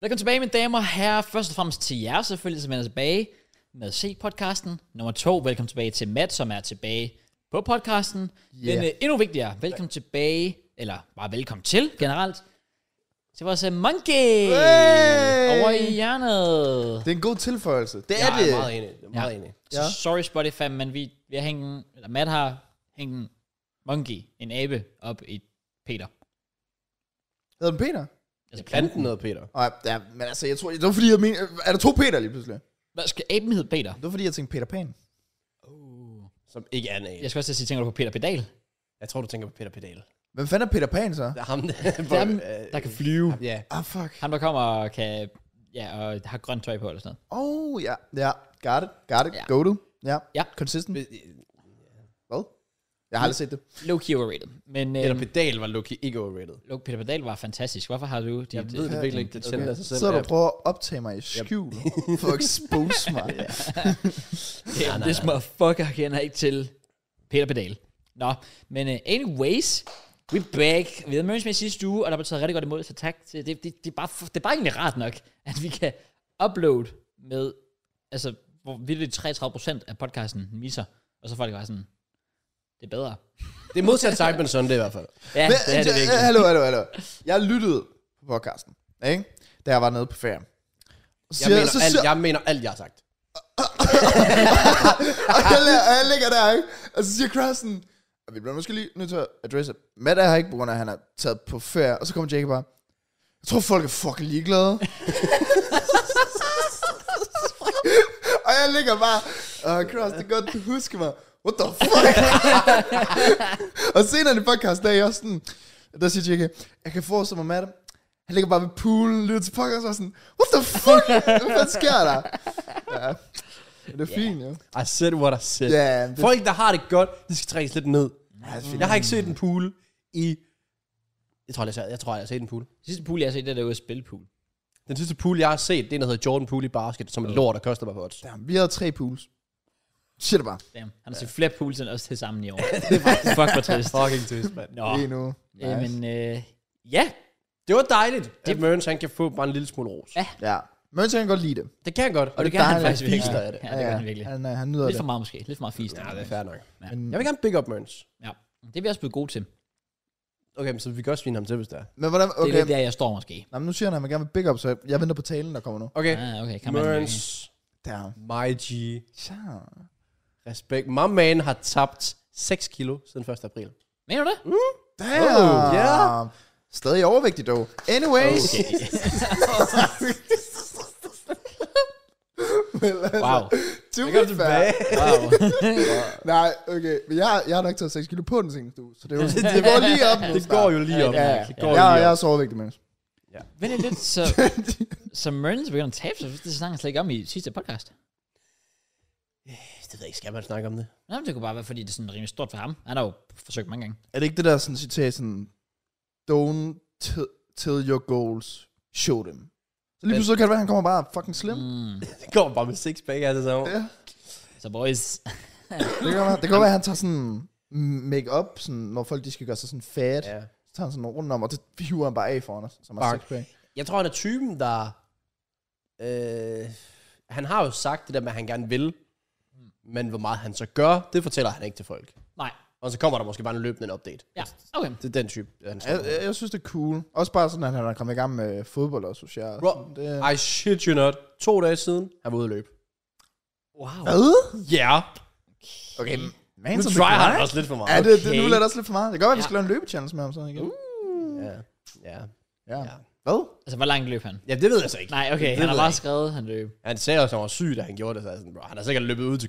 Velkommen tilbage, mine damer og herrer. Først og fremmest til jer selvfølgelig, som er tilbage med C-podcasten. Nummer to, velkommen tilbage til Matt, som er tilbage på podcasten. Yeah. Yeah. Men øh, endnu vigtigere, velkommen tilbage, eller bare velkommen til generelt, til vores øh, monkey Hey! over i hjørnet. Det er en god tilføjelse. Det er Jeg det. er meget enig. Jeg er meget enig. Ja. Ja. Sorry Spotify, men vi, vi har hængt, en- eller Matt har hængt en monkey, en abe, op i Peter. Hedder den Peter? Altså Planten noget, Peter. Nej, ja, men altså, jeg tror, det var fordi, jeg mener, er der to Peter lige pludselig? Hvad skal aben hedde Peter? Det var fordi, jeg tænkte Peter Pan. Som ikke er en abe. Jeg skal også til at sige, tænker du på Peter Pedal? Jeg tror, du tænker på Peter Pedal. Hvem fanden er Peter Pan så? Det er ham, der... øh, Det er ham, der kan flyve. Ja. Ah, fuck. øh, Ham, der kommer og kan... Ja, og har grønt tøj på eller sådan noget. Oh, ja, ja. Got it, got it, Ja. go to. Ja. Ja. Consistent. Hvad? Jeg har aldrig set det. Low-key overrated. Men øhm, Peter Pedal var Loki ikke overrated. Lo- Peter Pedal var fantastisk. Hvorfor har du... øh, De, Jeg ved det virkelig ikke. Det tænder sig selv. Så du og prøver at optage mig i skjul. For at expose mig. Damn, this motherfucker kender ikke til Peter Pedal. Nå, men uh, anyways, we back. Vi havde Mørens med sidste uge, og der blev taget rigtig godt imod, så tak. Til, det, det, det, er bare, f- det er bare egentlig rart nok, at vi kan uploade med, altså, hvor vildt 33% af podcasten misser, og så folk bare sådan, det er bedre. Det er modsat Cyber Sunday i hvert fald. Ja, Men, det er det virkelig. Hallo, hallo, hallo. Jeg lyttede på podcasten, ikke? Da jeg var nede på ferie. Så Jeg, siger- mener, så alt, siger- jeg mener alt, jeg har sagt. og, jeg, la- og jeg ligger der, ikke? Og så siger Carsten, og vi bliver måske lige nødt til at adresse, Matt er her ikke, på grund af, at han er taget på ferie. Og så kommer Jake bare, jeg tror, folk er fucking ligeglade. og jeg ligger bare, og Cross, det er godt, du husker mig. What the fuck? og senere i podcasten, der er jeg også sådan, der siger Jake, jeg kan forestille mig, Matt, han ligger bare ved poolen, lytter til podcast, og er sådan, what the fuck? Hvad fanden sker der? Ja. Men Det er fint, jo. I said what I said. Ja, det- Folk, der har det godt, de skal trækkes lidt ned. Jeg har ikke set en pool i... Jeg tror, aldrig, jeg, har- jeg tror, jeg har set en pool. Sidste pool, jeg har set, det er derude spilpool. Den sidste pool, jeg har set, det er en, der hedder Jordan Pool i basket, som er lort, der koster mig på odds. Damn, vi havde tre pools. Shit bare. Damn. Han har set flere pools end os til sammen i år. Fuck, hvor trist. Fucking twist, mand. Nå, Lige nu. ja, men øh, ja. Det var dejligt, at Mørens, han kan få bare en lille smule ros. Ja. Ja. Møns han kan godt lide det. Det kan han godt. Og det, det gør han dejligt, faktisk at virkelig. fister af det. Ja, det gør han virkelig. Han, øh, han nyder Lidt det. for meget måske. Lidt for meget fisk. Ja, det er fair nok. Ja. Men, Jeg vil gerne big up Mørns. Ja. Det er vi også blevet gode til. Det Okay, men så vi kan også svine ham til, hvis det er. men hvordan, er okay. lidt der, jeg står måske. Nå, men nu siger han, at man gerne vil big up, så jeg, jeg venter på talen, der kommer nu. Okay, Ah, okay, kan man, Mørns, Damn. my G, Tja. respekt. My man har tabt 6 kilo siden 1. april. Mener du det? Damn. Oh, ja. Stadig overvægtig dog. Anyways. Okay. wow. Wow. to Jeg be kom fair. tilbage. Wow. Nej, okay. Men jeg, jeg har nok taget 6 kilo på den seneste uge, så det, er jo, det går lige op nu. Det går jo lige op. Ja, Mark. Det går jeg, jo lige jeg op. er så overvægtig, mens. Vent lige lidt, så, så Mørens begynder at tabe sig. Det snakker jeg slet ikke om i sidste podcast. Det ved jeg ikke, skal man snakke om det? Nå, men det kunne bare være, fordi det er sådan rimelig stort for ham. Han har jo forsøgt mange gange. Er det ikke det der sådan citat sådan, don't t- tell your goals, show them. Så lige pludselig kan det være, at han kommer bare fucking slim. Mm. Det går bare med 6 pack, altså. Ja. Så boys. Det kan, være, det kan godt være, at han tager sådan make-up, sådan, når folk de skal gøre sig sådan fat. Ja. Ja. Så tager han sådan rundt om, og det hiver han bare af foran os. Som er Fuck. sixpack. Jeg tror, han er typen, der... Øh, han har jo sagt det der med, at han gerne vil. Men hvor meget han så gør, det fortæller han ikke til folk. Nej. Og så kommer der måske bare en løbende update. Ja, okay. Det er den type, han Jeg, jeg, jeg, synes, det er cool. Også bare sådan, at han er kommet i gang med fodbold og socialt. Bro, Sådan, det, I shit you not. To dage siden, han var ude at løbe. Wow. Hvad? Ja. Yeah. Okay, man, Nu try altså. han også lidt for meget. Ja, det, det, nu Okay. er det også lidt for meget. Det kan godt være, at vi Ja. skal lave en løbechallenge med ham sådan igen. Ja. Ja. ja. ja. Hvad? Altså, hvor langt løb han? ja, det ved jeg så ikke. Nej, okay, Det han har ved jeg bare skrevet, han løb. Han sagde også, at han var syg, da han gjorde det. Så jeg er sådan, bro, han har sikkert løbet ud til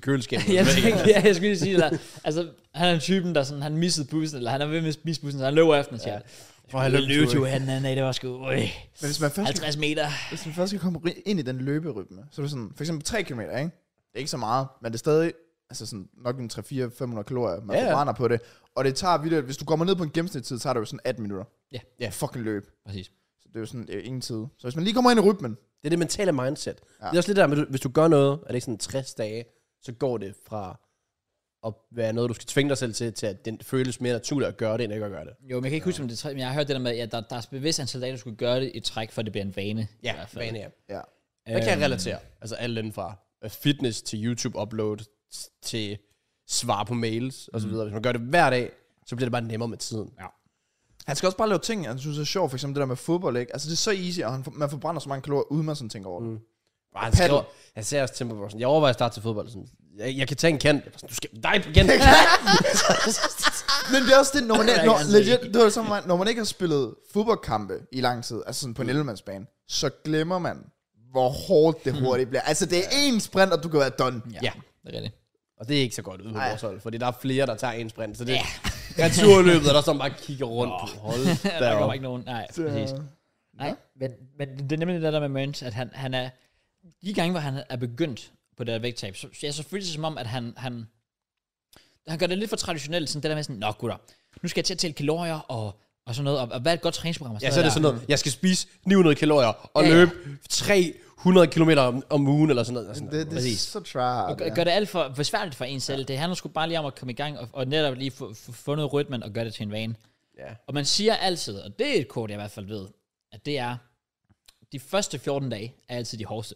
køleskabet. jeg, tænkte, ja, jeg skulle lige sige det der. Altså, han er typen, der sådan, han missede bussen, eller han er ved at misse bussen, så han løber efter den, siger. Bro, Ja. han Han løb løb jo han den anden dag, det var sgu øj, Men hvis man først, skal, 50 meter. hvis man først skal komme ri- ind i den løberytme, så er det sådan, for eksempel 3 km, ikke? Det er ikke så meget, men det er stadig altså sådan, nok en 3-4-500 kalorier, man Ja, ja. yeah. brænder på det. Og det tager vildt, hvis du kommer ned på en gennemsnitstid, tager det jo sådan 18 minutter. Ja. Ja, fucking løb. Præcis. Så det er jo sådan det er jo ingen tid. Så hvis man lige kommer ind i rytmen, Det er det mentale mindset. Ja. Det er også lidt der, med, hvis du gør noget, er det ikke sådan 60 dage, så går det fra at være noget, du skal tvinge dig selv til, til at den føles mere naturligt at gøre det, end ikke at gøre det. Jo, men jeg kan ikke huske, om det er tre, men jeg har hørt det der med, at der, der er bevidst antal dage, du skulle gøre det i træk, for at det bliver en vane. i hvert fald. vane, ja. Ja. Der kan jeg relatere. Altså alt den fra øh, fitness til YouTube-upload s- til svar på mails og så videre. Hvis man gør det hver dag, så bliver det bare nemmere med tiden. Han skal også bare lave ting, han synes er sjovt, for eksempel det der med fodbold, ikke? Altså, det er så easy, og han, man forbrænder så mange kalorier, uden man sådan tænker over det. Mm. Og han skriver, jeg ser også Timber Borsen. Jeg overvejer at starte til fodbold. Sådan, jeg, jeg kan tage en kant. Jeg var Sådan, du skal dig på kant. Men det er også det, når man, er ikke, ikke når, hans legit, det var sådan, når man ikke har spillet fodboldkampe i lang tid, altså sådan på Mm. en 11-mandsbane, så glemmer man, hvor hårdt det hurtigt bliver. Altså, det er én sprint, og du kan være done. Mm. Ja, Ja. det er rigtigt. og det er ikke så godt ude på Ej. vores hold, fordi der er flere, der tager en sprint. Så det er turløbet, og der sådan bare kigger rundt. Oh. Hold Der kommer deroppe. ikke nogen. Nej, præcis. Nej, men, men det er nemlig det der med Mørns, at han, han er... De gange, hvor han er begyndt på det der vægttab, så så er jeg selvfølgelig som om, at han, han, han gør det lidt for traditionelt, sådan det der med sådan, nå gutter, nu skal jeg til at tælle kalorier og, og sådan noget, og, og hvad er et godt træningsprogram? Og Ja, så er det der. sådan noget, jeg skal spise 900 kalorier og Ja, ja, ja. løbe 300 km om, om ugen, eller sådan noget. Sådan Det, det er Præcis. så tryhard. Gør, gør det alt for, for svært for en selv. Ja. Det handler sgu bare lige om at komme i gang og, og netop lige få, få, få noget rytmen og gøre det til en vane. Ja. Og man siger altid, og det er et kort, jeg i hvert fald ved, at det er, de første 14 dage er altid de hårdeste.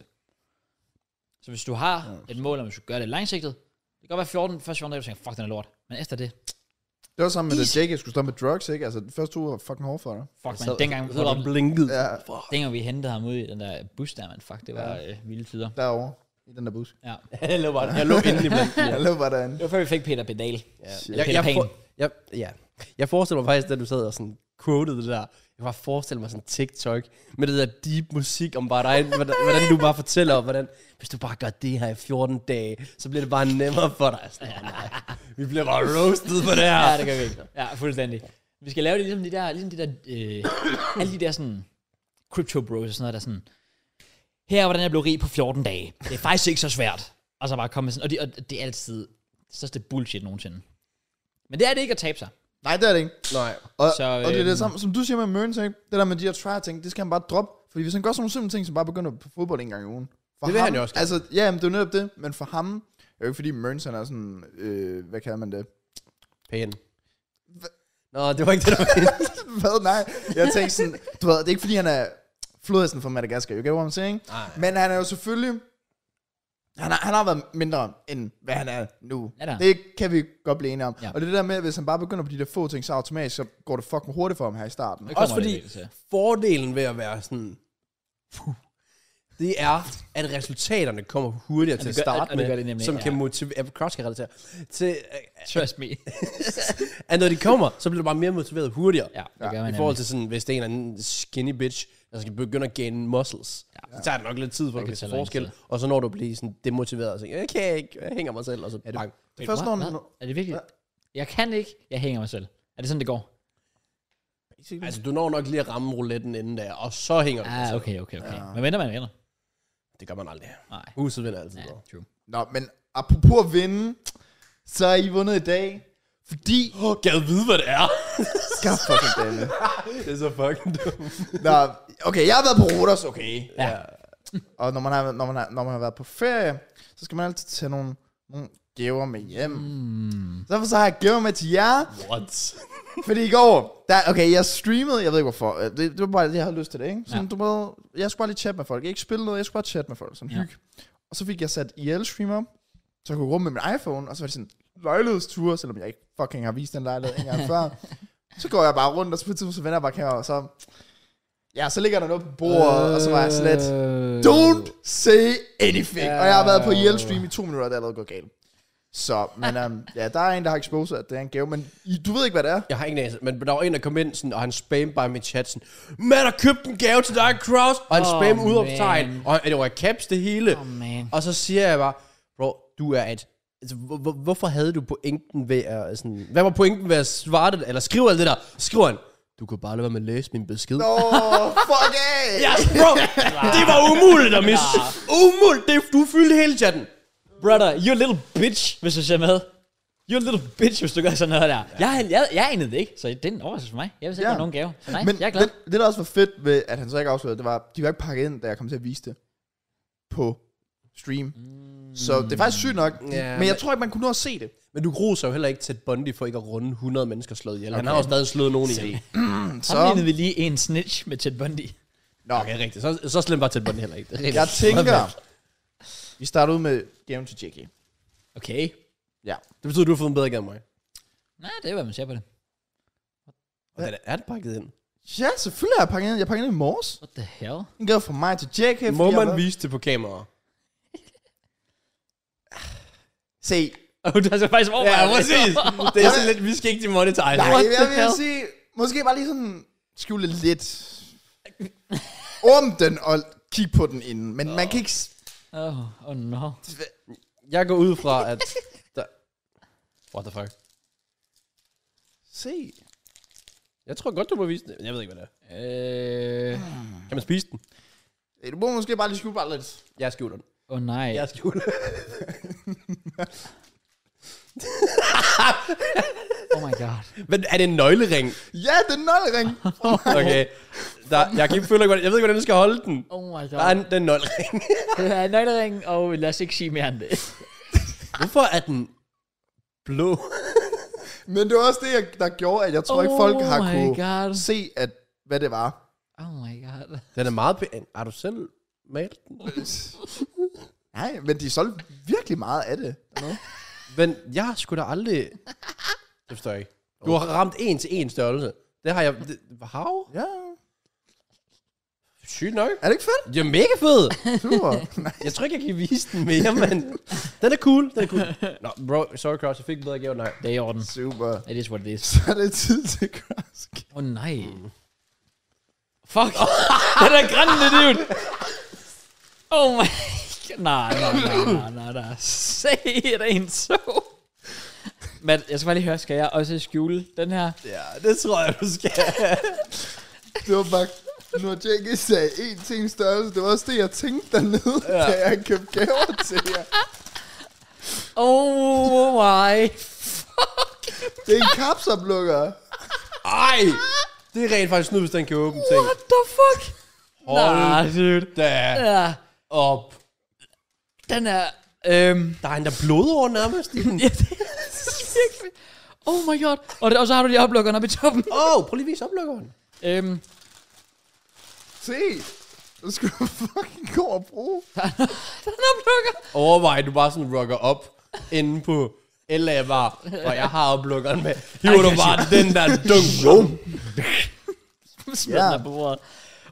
Så hvis du har et mål, om at du skal gøre det langsigtet, det kan godt være 14, første 14 dage, du tænker, fuck, den er lort. Men efter det, Det var sammen med, Is- da Jake skulle stoppe med drugs, ikke? Altså, de første uge var fucking hårdt for dig. fuck, Så- man, dengang, så er hold der op, blinket. Ja, dengang vi hentede ham ud i den der bus der, man, fuck, det var øh, vilde tider. derovre. I den der bus. Ja. Jeg lå bare, jeg lå inde i blinken. Jeg løb bare derinde. Det var før vi fik Peter Pedal. Ja. Eller Jeg, Peter jeg, Pan. for, jeg, ja. jeg forestiller mig faktisk, da du sad og sådan quoted det der, jeg kan bare forestille mig sådan TikTok med det der deep musik om bare dig, hvordan, hvordan du bare fortæller, om, hvordan hvis du bare gør det her i 14 dage, så bliver det bare nemmere for dig. Sådan, "Åh, nej, vi bliver bare roasted på det her. Ja, det gør vi ikke. Ja, fuldstændig. Vi skal lave det ligesom de der, ligesom de der øh, alle de der sådan crypto bros og sådan noget, der sådan, her er, hvordan jeg blev rig på 14 dage. Det er faktisk ikke så svært. Og så bare komme med sådan, og, de, og det er altid det største bullshit nogensinde. Men det er det ikke at tabe sig. Nej, det er det ikke. Nej. Og, Så, så, og det er øhm, det samme, som du siger med Mørens, ikke? Det der med de her try ting, det skal han bare droppe. Fordi hvis han gør sådan nogle simple ting, så bare begynder på fodbold en gang i ugen. For Det vil ham, han jo også gerne. Altså, ja, men det er jo netop det. Men for ham, det er jo ikke fordi Mørens, han er sådan, øh, hvad kalder man det? Pæn. Nå, det var ikke det, du mente. hvad? Nej. Jeg tænkte sådan, du ved, det er ikke fordi, han er flodhesten fra Madagaskar, you get what I'm saying? Nej. Men han er jo selvfølgelig, han har, han har været mindre, end hvad han er nu. Ja da. det kan vi godt blive enige om. Ja. Og det er det der med, at hvis han bare begynder på de der få ting, så automatisk, så går det fucking hurtigt for ham her i starten. Det kommer Også fordi det til. fordelen ved at være sådan, puh, det er, at resultaterne kommer hurtigere til at det gør- og starte det gør det med, nemlig, som kan ja. motivere, ja, Cross kan relatere, til, øh, Trust me. at når de kommer, så bliver du bare mere motiveret hurtigere. Ja, det gør man I forhold til sådan, hvis det er en eller anden skinny bitch, der skal begynde at gain muscles. Ja. Så tager det nok lidt tid, for at du kan kan se tage lang forskel. tid. Og så når du bliver sådan demotiveret og tænker, jeg kan ikke, jeg hænger mig selv, og så bang. Det første, når han, Er det virkelig? Jeg kan ikke. Jeg hænger mig selv. Er det sådan, det går? Altså, du når nok lige at ramme rouletten inden der, og så hænger du dig Ah, selv. okay, okay, okay. Hvad venter man vinder? Det gør man aldrig. Nej. Huset vinder altid. Ja, Ja. true. Nå, men apropos at vinde, så er I vundet i dag, fordi... Åh, gad vide, hvad det er. God fucking damn it. det er så fucking dumt. Nå, okay, jeg har været på Rodos, okay. Ja. Og når man, har, når, man har, når man har været på ferie, så skal man altid tage nogle, nogle gaver med hjem. Mm. Så derfor så har jeg gaver med til jer, What? fordi i går, der, okay, jeg streamede, jeg ved ikke hvorfor, øh, det, det var bare, det, jeg havde lyst til det, ikke? Sådan, Ja. ja. du ved, jeg skulle bare lige chatte med folk, ikke spille noget, jeg skulle bare chatte med folk, sådan Ja. ja. hygge. Og så fik jeg sat IL-streamer, så jeg kunne rumme med min iPhone, og så var det sådan, lejlighedsture, selvom jeg ikke fucking har vist den lejlighed en gang før. Så går jeg bare rundt, og så på et tidspunkt, så vender jeg bare kameraet, og så, ja, så ligger der noget på bordet, øh, og så var jeg slet, Øh, Don't say anything. Og jeg har været på Yale Stream i to minutter, og det er allerede gået galt. Så, men um, ja, der er en, der har exposet, at det er en gave, men I, du ved ikke, hvad det er. Jeg har ingen anelse, men der var en, der kom ind, sådan, og han spam bare i min chat, sådan, man har købt en gave til dig, Cross, og han Åh, oh, spam ud af man. tegn, og han- det var i caps det hele. Oh, man. Og så siger jeg bare, bro, du er et... Altså, hvor, hvor- hvorfor havde du pointen ved at... Sådan, hvad var pointen ved at svare det, eller skrive alt det der? Skriver han, du kunne bare lade være med at læse min besked. No. Åh, oh, fuck af! Ja, bro, det var umuligt at misse. Umuligt, det, du fyldte hele chatten. Brother, you're a little bitch, hvis du ser med. You're a little bitch, hvis du gør sådan noget der. Ja. Jeg, jeg, jeg anede det ikke, så det er en overraskelse for mig. Jeg vil ikke Ja. ja. nogen gave. Så nej, Men men, jeg er glad. Det, det, der også var fedt ved, at han så ikke afslørede, det var, de var ikke pakket ind, da jeg kom til at vise det på stream. Mm. Så det er faktisk sygt nok. Ja, Yeah, men jeg tror ikke, man kunne nå at se det. Men du gruser jo heller ikke til Bundy for ikke at runde 100 mennesker slået ihjel. Okay. Han har jo stadig slået nogen ihjel. Sammenlignede Så, vi lige en snitch med Ted Bundy. nå, Okay, rigtigt. Så, så slemt var Ted Bundy heller ikke. Det er rigtigt. jeg tænker, vi starter ud med gaven til JK. Okay. Ja. Det betyder, at du har fået en bedre gave end mig. Nej, det er, hvad man ser på det. Og den er, er den pakket ind. Ja, selvfølgelig har jeg pakket ind. Jeg pakkede ind i morges. What the hell? En gave fra mig til JK. fordi Må jeg man var- vise det på kamera? Se, Og du har Oh, så faktisk over. Det er sådan lidt, vi skal ikke demonetize. Nej, What jeg the vil hell? sige, måske bare lige sådan skjule lidt. Om den og kigge på den inden. Men man kan ikke... s- Oh, oh no. Jeg går ud fra, at... Der... What the fuck? Se. Jeg tror godt, du må vise det. Jeg ved ikke, hvad det er. Øh, Kan man spise den? Øh, Du må måske bare lige skjule bare lidt. Jeg skjuler den. oh nej. Jeg skjuler den. Oh my god. Men er det en nøglering? Ja, den nøglering. Okay. Der, jeg, kan ikke føle, jeg ved ikke, hvordan jeg skal holde den. Oh my Der er god. en, den nøglering. Det er nøglering, og lad os ikke sige mere end det. Hvorfor er den blå? Men det var også det, jeg- der gjorde, at jeg tror ikke, folk har Oh my kunne God. se, at, hvad det var. Oh my god. Den er meget pæn. Har du selv malet den? Nej, men de solgte virkelig meget af det. dernede. Men jeg skulle da aldrig... Det forstår jeg ikke. Du har ramt en til en størrelse. Det har jeg... Det, hav? Ja. Sygt nok. Er det ikke fedt? Det er mega fed. Super. Nej. Jeg tror ikke, jeg kan vise den mere, men... Den er cool. Den er cool. Nå, bro. Sorry, Kraus. Jeg fik en bedre gave. Nej. Det er i orden. Super. It is what it is. Så er det tid til Krask. Åh oh, nej. Fuck. den er grændende, dude. Oh my god. Nej, nej, nej, nej, nej, nej. Se, det er en så. Men jeg skal bare lige høre, skal jeg også skjule den her? Ja, det tror jeg, du skal. Det var bare... Når Jackie sagde én ting størrelse, det var også det, jeg tænkte dernede, ja. da jeg købte gaver til jer. Oh my. Det er en kapsoplukker. Ej! Det er rent faktisk nu, hvis den kan åbne ting. What the fuck? Hold Nej, dude. da Ja, op. den er... Øhm, Der er en, der blodår nærmest. ja, det er virkelig... Oh my god. Og, det, og så har du lige oplukkeren oppe i toppen. Åh, oh, prøv lige at vise oplukkeren. Øhm, Se. Det skulle du fucking gå og bruge. den oplukker. Overvej, du bare sådan rocker op inde på LA var, og jeg har oplukkeren med. Hiver du bare den der dunk. Smidt Ja. yeah. på bordet.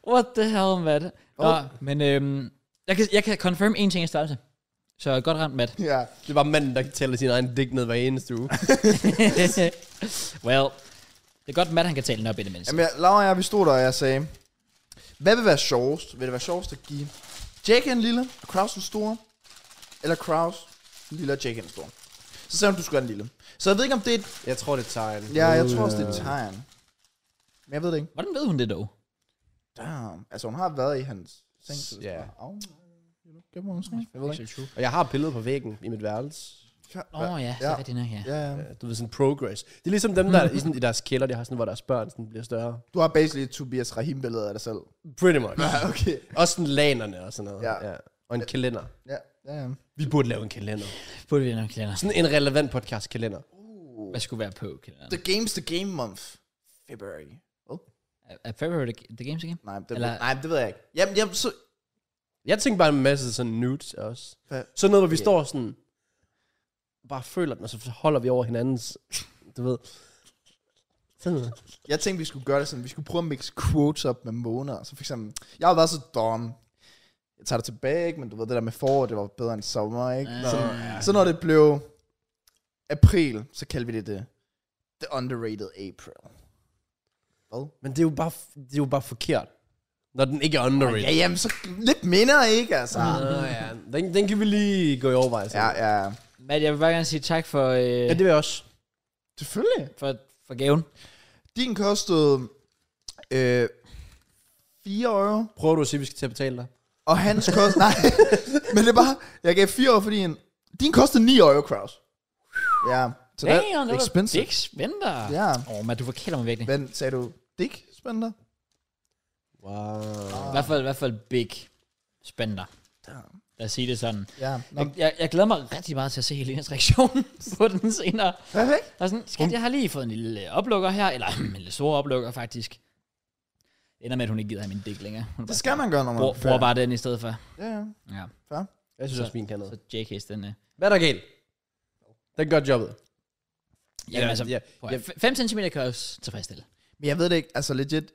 What the hell, Matt? Nå, oh. men øhm, jeg, kan, jeg kan confirm en ting i størrelse. Så godt ramt, Matt. Ja. Det var manden, der tæller sin egen dæk ned hver eneste uge. well, det er godt, Matt han kan tale den op i det mindste. Jamen, jeg, Laura og jeg, vi stod der, og jeg sagde, hvad vil være sjovest? Vil det være sjovest at give Jake en lille, og Kraus en stor? Eller Kraus en lille, og Jake en stor? Så sagde hun, du skulle have en lille. Så jeg ved ikke, om det er et... Jeg tror, det er tegn. Ja, jeg tror også, det er et tegn. Men jeg ved det ikke. Hvordan ved hun det dog? Damn. Altså, hun har været i hans seng. så det Ja. er bare, Au, you know, give mig en snak. Jeg ved det ikke. Og jeg har billedet på væggen i mit værelse. Åh oh, ja, det Ja. er rigtigt nok, ja. Ja, ja. Du ved, sådan progress. Det er ligesom dem, der er i, sådan, i deres kælder, de har sådan, hvor deres børn sådan, bliver større. Du har basically et Tobias Rahim-billede af dig selv. Pretty much. Ja, okay. Også sådan lanerne og sådan noget. Ja. Og en kalender. Ja, ja, ja. Vi burde lave en kalender. Burde vi nok kalender. Sådan en relevant podcast kalender. Hvad skulle være på kalenderen? The Game's the Game Month. February. Oh, Er- Er February the, the Games igen? nej, det, Eller- nej, det ved jeg ikke. Jamen, jamen så, Jeg tænker bare en masse sådan nudes også. Hvad? Sådan noget, hvor vi Ja. står sådan, bare føler den, og så holder vi over hinandens, du ved. Sådan noget. Jeg tænkte, vi skulle gøre det sådan, vi skulle prøve at mixe quotes op med måneder. Så for eksempel, jeg har været så dom. Jeg tager det tilbage, ikke? men du ved, det der med forår, det var bedre end sommer, ikke? Ja. Så, så når det blev april, så kaldte vi det det. The underrated April. Hvad? Men det er, jo bare, det er jo bare forkert, når den ikke er Ja, underrated. jamen, så lidt mindre, ikke? Altså. Nå, ja. Den, den kan vi lige gå i overvejelse. Ja, ja. Matt, jeg vil bare gerne sige tak for, øh, ja, det vil jeg også. Selvfølgelig. for, for gaven. Din kostede øh, 4 euro. Prøver du at sige, at vi skal til at betale dig? Og hans kost... Nej, men det er bare... Jeg gav 4 år, fordi en, din kostede 9 euro, Kraus. Ja, så det Damn, er expensive. Dick Spender. Åh, Ja. oh, Matt, du forkælder mig virkelig. Men sagde du dick spender? Wow. I hvert fald, i hvert fald Big Spender. Damn. Lad os sige det sådan. Ja. Nå, Jeg, jeg, jeg glæder mig rigtig meget til at se Helenas reaktion på den senere. perfekt. Og sådan, skat, jeg har lige fået en lille øh, oplukker her, eller en lille stor oplukker faktisk. Det ender med, at hun ikke gider have min dæk længere. Hun Det bare, skal man gøre, når man bruger, er bruger færdig. bare den i stedet for. Ja, ja. Ja, Jeg synes Så- også, min kan noget. så JK's den... Øh. Hvad er der galt? Den gør jobbet. Jamen, altså, ja, ja. 5 cm kan jeg også tilfredsstille. Men jeg ved det ikke, altså legit,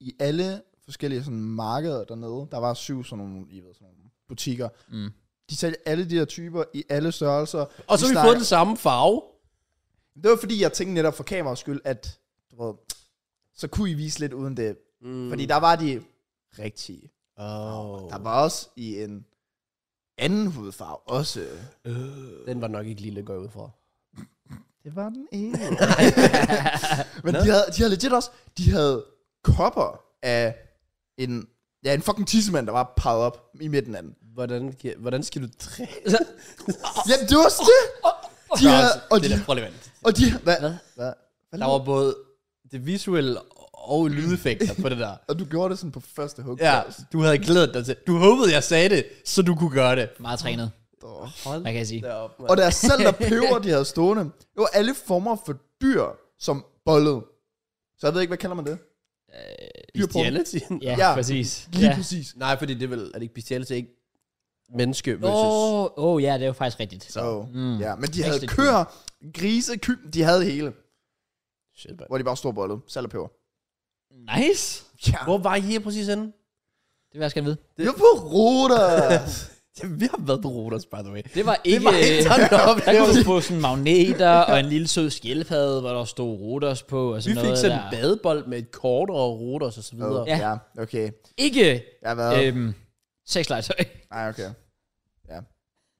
i alle forskellige sådan markeder dernede, der var syv sådan nogle, I ved, sådan nogle butikker. Mm. De sælger alle de der typer i alle størrelser. Og så har vi snakker- fået den samme farve. Det var fordi, jeg tænkte netop for kameraets skyld, at du ved, så kunne I vise lidt uden det. Mm. Fordi der var de rigtige. Oh. Der var også i en anden hudfarve også. Den var nok ikke lille, går jeg ud fra. Det var den ene. Men de havde, de havde legit også, de havde kopper af en, ja, en fucking tissemand, der var peget op i midten af den. Hvordan, kan- hvordan skal du træne? Jamen, det var også det. De havde, og det de, er da relevant. og de, hvad? Hvad? hvad? Der var både det visuelle og lydeffekter på det der. Og du gjorde det sådan på første hug. Ja, du havde glædet dig til. Du håbede, jeg sagde det, så du kunne gøre det. Meget trænet, Hold hvad kan jeg sige? da op, Og deres selv og peber, de havde stående, det var alle former for dyr, som bollede. Så jeg ved ikke, hvad kalder man det? Dyrporn. Bestiality? Ja, ja. Ja. præcis. Lige ja. præcis. Nej, fordi det er vel, er det ikke bestiality ikke menneske versus... Åh, oh, oh, ja, det er jo faktisk rigtigt. Så, mm. ja. Men de havde Rigtig køer, grise, kym, de havde det hele. Shit, man. Hvor de bare stod og bollede. Salt og peber. Nice. Ja. Hvor var I her præcis henne? Det vil jeg skal vide. Det var på ruter. Ja, vi har været på Rodas, by the way. Det var ikke... øh, Det var ikke sådan en der kunne oplevelse. du få sådan magneter og en lille sød skildpadde, hvor der stod Rodos på og Vi sådan fik noget sådan en der. badebold med et kort og Rodas og så videre. oh, Ja. ja. okay. Ikke Jeg har været... øhm, sexlegetøj. Nej, okay. Ja.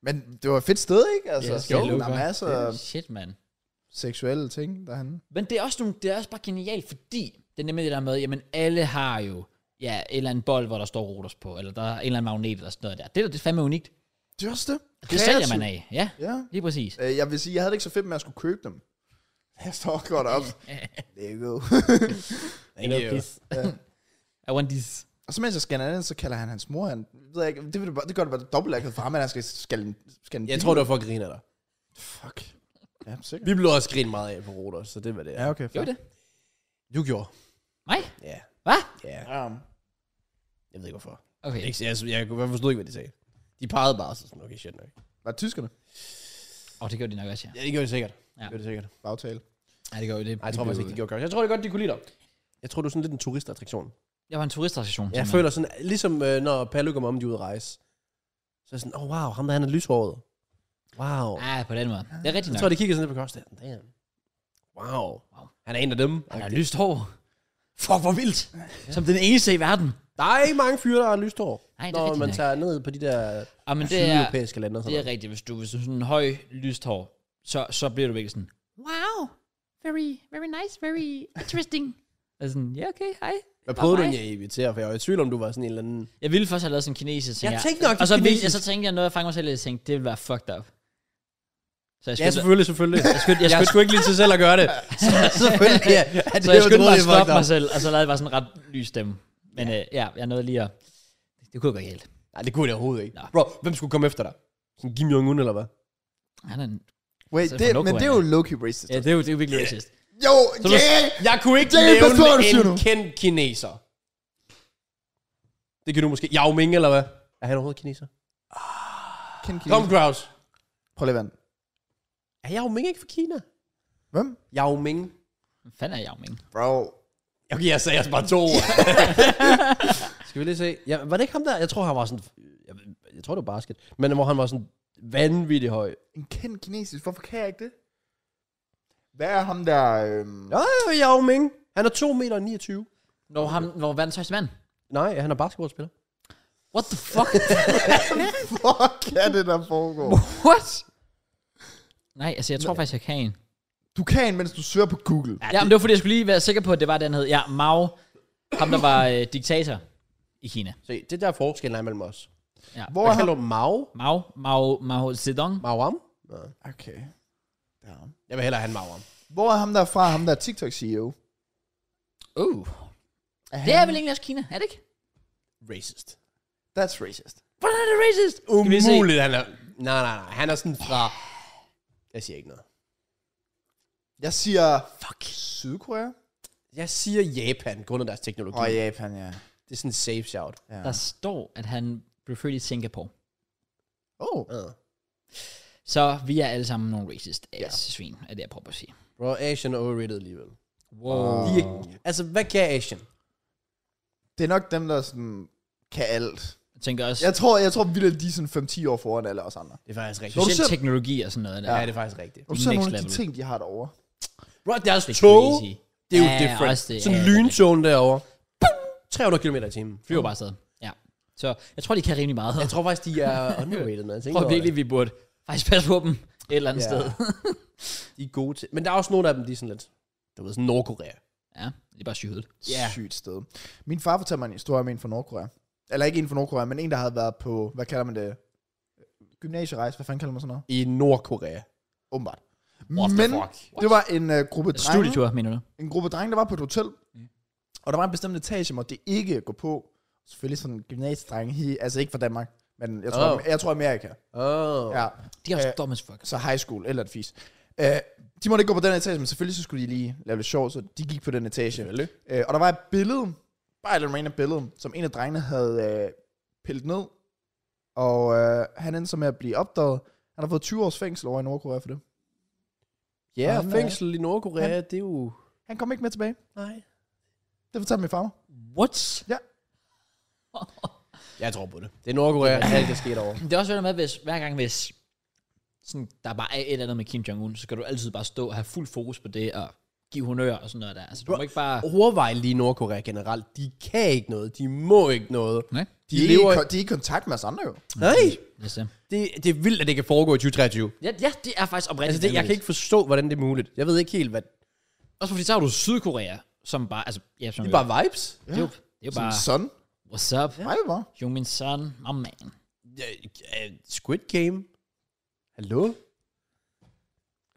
Men det var et fedt sted, ikke? Altså, Ja, det skal jeg jo, love der er for. masser af Shit, mand. seksuelle ting derhen. Men det er, også nogle, det er også bare genialt, fordi det er nemlig det der med, jamen alle har jo ja, en eller anden bold, hvor der står Rodos på, eller der er en eller anden magnet eller sådan noget der. Det er da det er fandme unikt. Det er også det. Det sælger man af, ja. Ja. Lige præcis. Øh, Jeg vil sige, jeg havde det ikke så fedt med at skulle købe dem. Jeg står godt op. Lego. Thank you. I want this. og så mens jeg scanner den, så kalder han hans mor. Han, ved jeg ikke, det, vil det, bare, det gør det bare dobbelt akavet for ham, at han skal scanne, scanne Jeg bil. tror, det var for at grine af dig. Fuck. Ja, sikkert. Vi blev også grinet meget af på Rodas, så det var det. Ja, okay. Gjorde det? Du gjorde. Nej? Ja. Hvad? Ja. Um, Jeg ved ikke, hvorfor. Okay. Ikke- Jeg, jeg, jeg forstod ikke, hvad de sagde. De pegede bare så sådan, okay, shit nok. var det tyskerne? Åh, oh, det gjorde de nok også, ja. Ja, det gjorde de sikkert. Ja. Ja. Det gjorde de sikkert. Bagtale. Nej, det gjorde det. Nej, jeg tror faktisk ikke, de gjorde godt. Jeg tror det godt, de kunne lide dig. Jeg tror, du er sådan lidt en turistattraktion. Jeg var en turistattraktion. Jeg simpelthen. føler sådan, ligesom øh, når Palle kommer om, de er ude at rejse. Så er jeg sådan, åh oh, wow, ham der han er lyshåret. Wow. Ah, på den måde. Det er rigtigt Jeg nok. tror, de kigger sådan lidt på Kostas. Damn. Wow. Wow. Han er en af dem. Han har lyst hår. Fuck, hvor vildt. Som den eneste i verden. Der er ikke mange fyre, der har lyst hår. Nej, det er Når rigtigt man nok. tager ned på de der Ah, men det er, sydeuropæiske lande. og det Sådan er rigtigt. Hvis du, hvis du er sådan en høj, lyst hår, så, så bliver du virkelig sådan, Wow. Very, very nice, very interesting. altså sådan, ja, okay, hej. noget. Hvad prøvede du mig. egentlig at invitere? For jeg var i tvivl om, du var sådan en eller anden... Jeg ville først have lavet sådan en kinesisk ting Jeg her. tænkte nok, det Og så, er ville, jeg, så kinesisk. tænkte jeg noget, jeg fangede mig selv lidt, og tænkte, det ville være fucked up. Så jeg Ja, skyndte, selvfølgelig, selvfølgelig. Jeg skulle, jeg jeg skulle, jeg skulle ikke lige til selv at gøre det. Så, selvfølgelig, ja. Det så jeg var skyndte mig utroligt at stoppe fucked up. mig selv, og så lavede jeg bare sådan en ret lys stemme. Men ja, øh, ja jeg nåede lige at... Det kunne gå helt. Nej, det kunne det overhovedet ikke. Nå. Bro, hvem skulle komme efter dig? Sådan Kim Jong-un eller hvad? Han er en, Wait, Så det, for men Nordkorea. det er jo low-key racist. ja, det er jo, det er jo virkelig racist. Jo, Så du- yeah! Jeg kunne ikke Det er ikke nævne forstået, hvad du siger en nu. kendt kineser. Det kan du måske... Yao Ming eller hvad? Er han overhovedet kineser? Ken Kom, Kineser. Kraus. Prøv lige at vand. Er Yao Ming ikke fra Kina? Hvem? Yao Ming. Hvad fanden er Yao Ming? Bro. Okay, jeg sagde også bare to ord. Skal vi lige se. Ja, var det ikke ham der? Jeg tror, han var sådan... Jeg, jeg tror, det var basket. Men hvor han var sådan vanvittig høj. En kendt kinesisk. Hvorfor kan jeg ikke det? Hvad er ham der... Øhm, Ja, ja, Yao Ming. Han er 2 meter 29. Når han var verdens højeste mand. Nej, han er basketballspiller. What the fuck? Fuck, er det, der foregår? What? Nej, altså jeg tror faktisk, jeg kan en. Du kan, mens du søger på Google. Ja, men det var fordi, jeg skulle lige være sikker på, at det var den hed. Ja, Mao. Ham, der var øh, diktator i Kina. Se, det der forskellen er mellem os. Ja. Hvor Hvad er kalder du Mao? Mao, Mao, Mao Zedong. Mawam? Nej. ham? Okay. Down. Jeg vil hellere have en Mawam. Hvor er ham der fra? Ham der E er TikTok-CEO? Uh. Er Det han- er vel egentlig også Kina, er det ikke? Racist. That's racist. Hvordan er det racist? Skal vi se? Umuligt, han er... Nej, nej, nej. Han er sådan fra... Jeg siger ikke noget. Jeg siger... Fuck. Sydkorea? Jeg siger Japan, grund af deres teknologi. Åh, oh, Japan, ja. Det er sådan en safe shout. ja. Der står, at han blev født i Singapore. Oh. Uh. Så vi er alle sammen nogle racist ass svin, er det jeg prøver at sige. Bro, Asian er overrated alligevel. Wow. De er, altså, hvad kan Asian? Det er nok dem, der sådan kan alt. Jeg tænker også, Jeg tror, jeg tror vildt, de er sådan 5-10 år foran alle os andre. Det er faktisk rigtigt. Når du specielt ser- teknologi og sådan noget der. Ja, Ja. det er faktisk rigtigt. Når du ser Next nogle af de level. ting, de har derovre. Bro, deres Det er tog, crazy. det er jo Ja, different. også det, sådan ja, en det er lynzone derovre. 300 km i timen. Flyver bare afsted. Ja. Så jeg tror, de kan rimelig meget. Jeg tror faktisk, de er underrated, når jeg Jeg tror tænker over virkelig, vi burde faktisk passe på dem et eller andet Ja. sted. det. De er gode til. Men der er også nogle af dem, de er sådan lidt... Du ved, sådan Nordkorea. Ja, det er bare sygt. Ja. Sygt sted. Min far fortalte mig en historie om en fra Nordkorea. Eller ikke en fra Nordkorea, men en, der havde været på, hvad kalder man det? Gymnasierejse, hvad fanden kalder man sådan noget? I Nordkorea. Åbenbart. What the men fuck? det var en uh, gruppe drenge. Studietur, mener du? en gruppe drenge, der var på et hotel. Mm. Og der var en bestemt etage, måtte det ikke gå på. Selvfølgelig sådan en gymnasiedrenge, he- altså ikke fra Danmark, men jeg tror, Oh. oh. jeg tror Amerika. Oh. Ja, De er også Øh, dumme as fuck. så high school eller et fis. Uh, de måtte ikke gå på den etage, men selvfølgelig så skulle de lige lave lidt sjov, så de gik på den etage. Uh, og der var et billede, bare et eller andet random billede, som en af drengene havde uh, pillet ned. Og uh, han endte så med at blive opdaget. Han har fået 20 års fængsel over i Nordkorea for det. Ja, Sådan er- fængsel i Nordkorea, det er jo... Han kom ikke med tilbage. Nej. Det fortalte min far. mig. What? Jeg tror på det. Det er Nordkorea, alt der sker derovre. Det er også det med, hvis, hver gang hvis sådan, der bare er et eller andet med Kim Jong-un, så skal du altid bare stå og have fuld fokus på det, og give honør og sådan noget der. Altså, du må ikke bare... Overvej lige Nordkorea generelt. De kan ikke noget. De må ikke noget. Nej. De, De, er lever... lever... de er i kontakt med os andre jo. Nej! Yes, ja. Det, det er vildt, at det kan foregå i 2023. Ja, ja, det er faktisk oprigtigt. Altså, det, jeg kan ikke forstå, hvordan det er muligt. Jeg ved ikke helt, hvad... Det Også fordi så har du Sydkorea, som bare... Altså, ja, som er jo- bare vibes. Det er jo, det er jo bare... Sådan, sådan. What's up? Nej, hvor? Jungmin Sun, my man. Ja, øh, Squid Game. Hallo?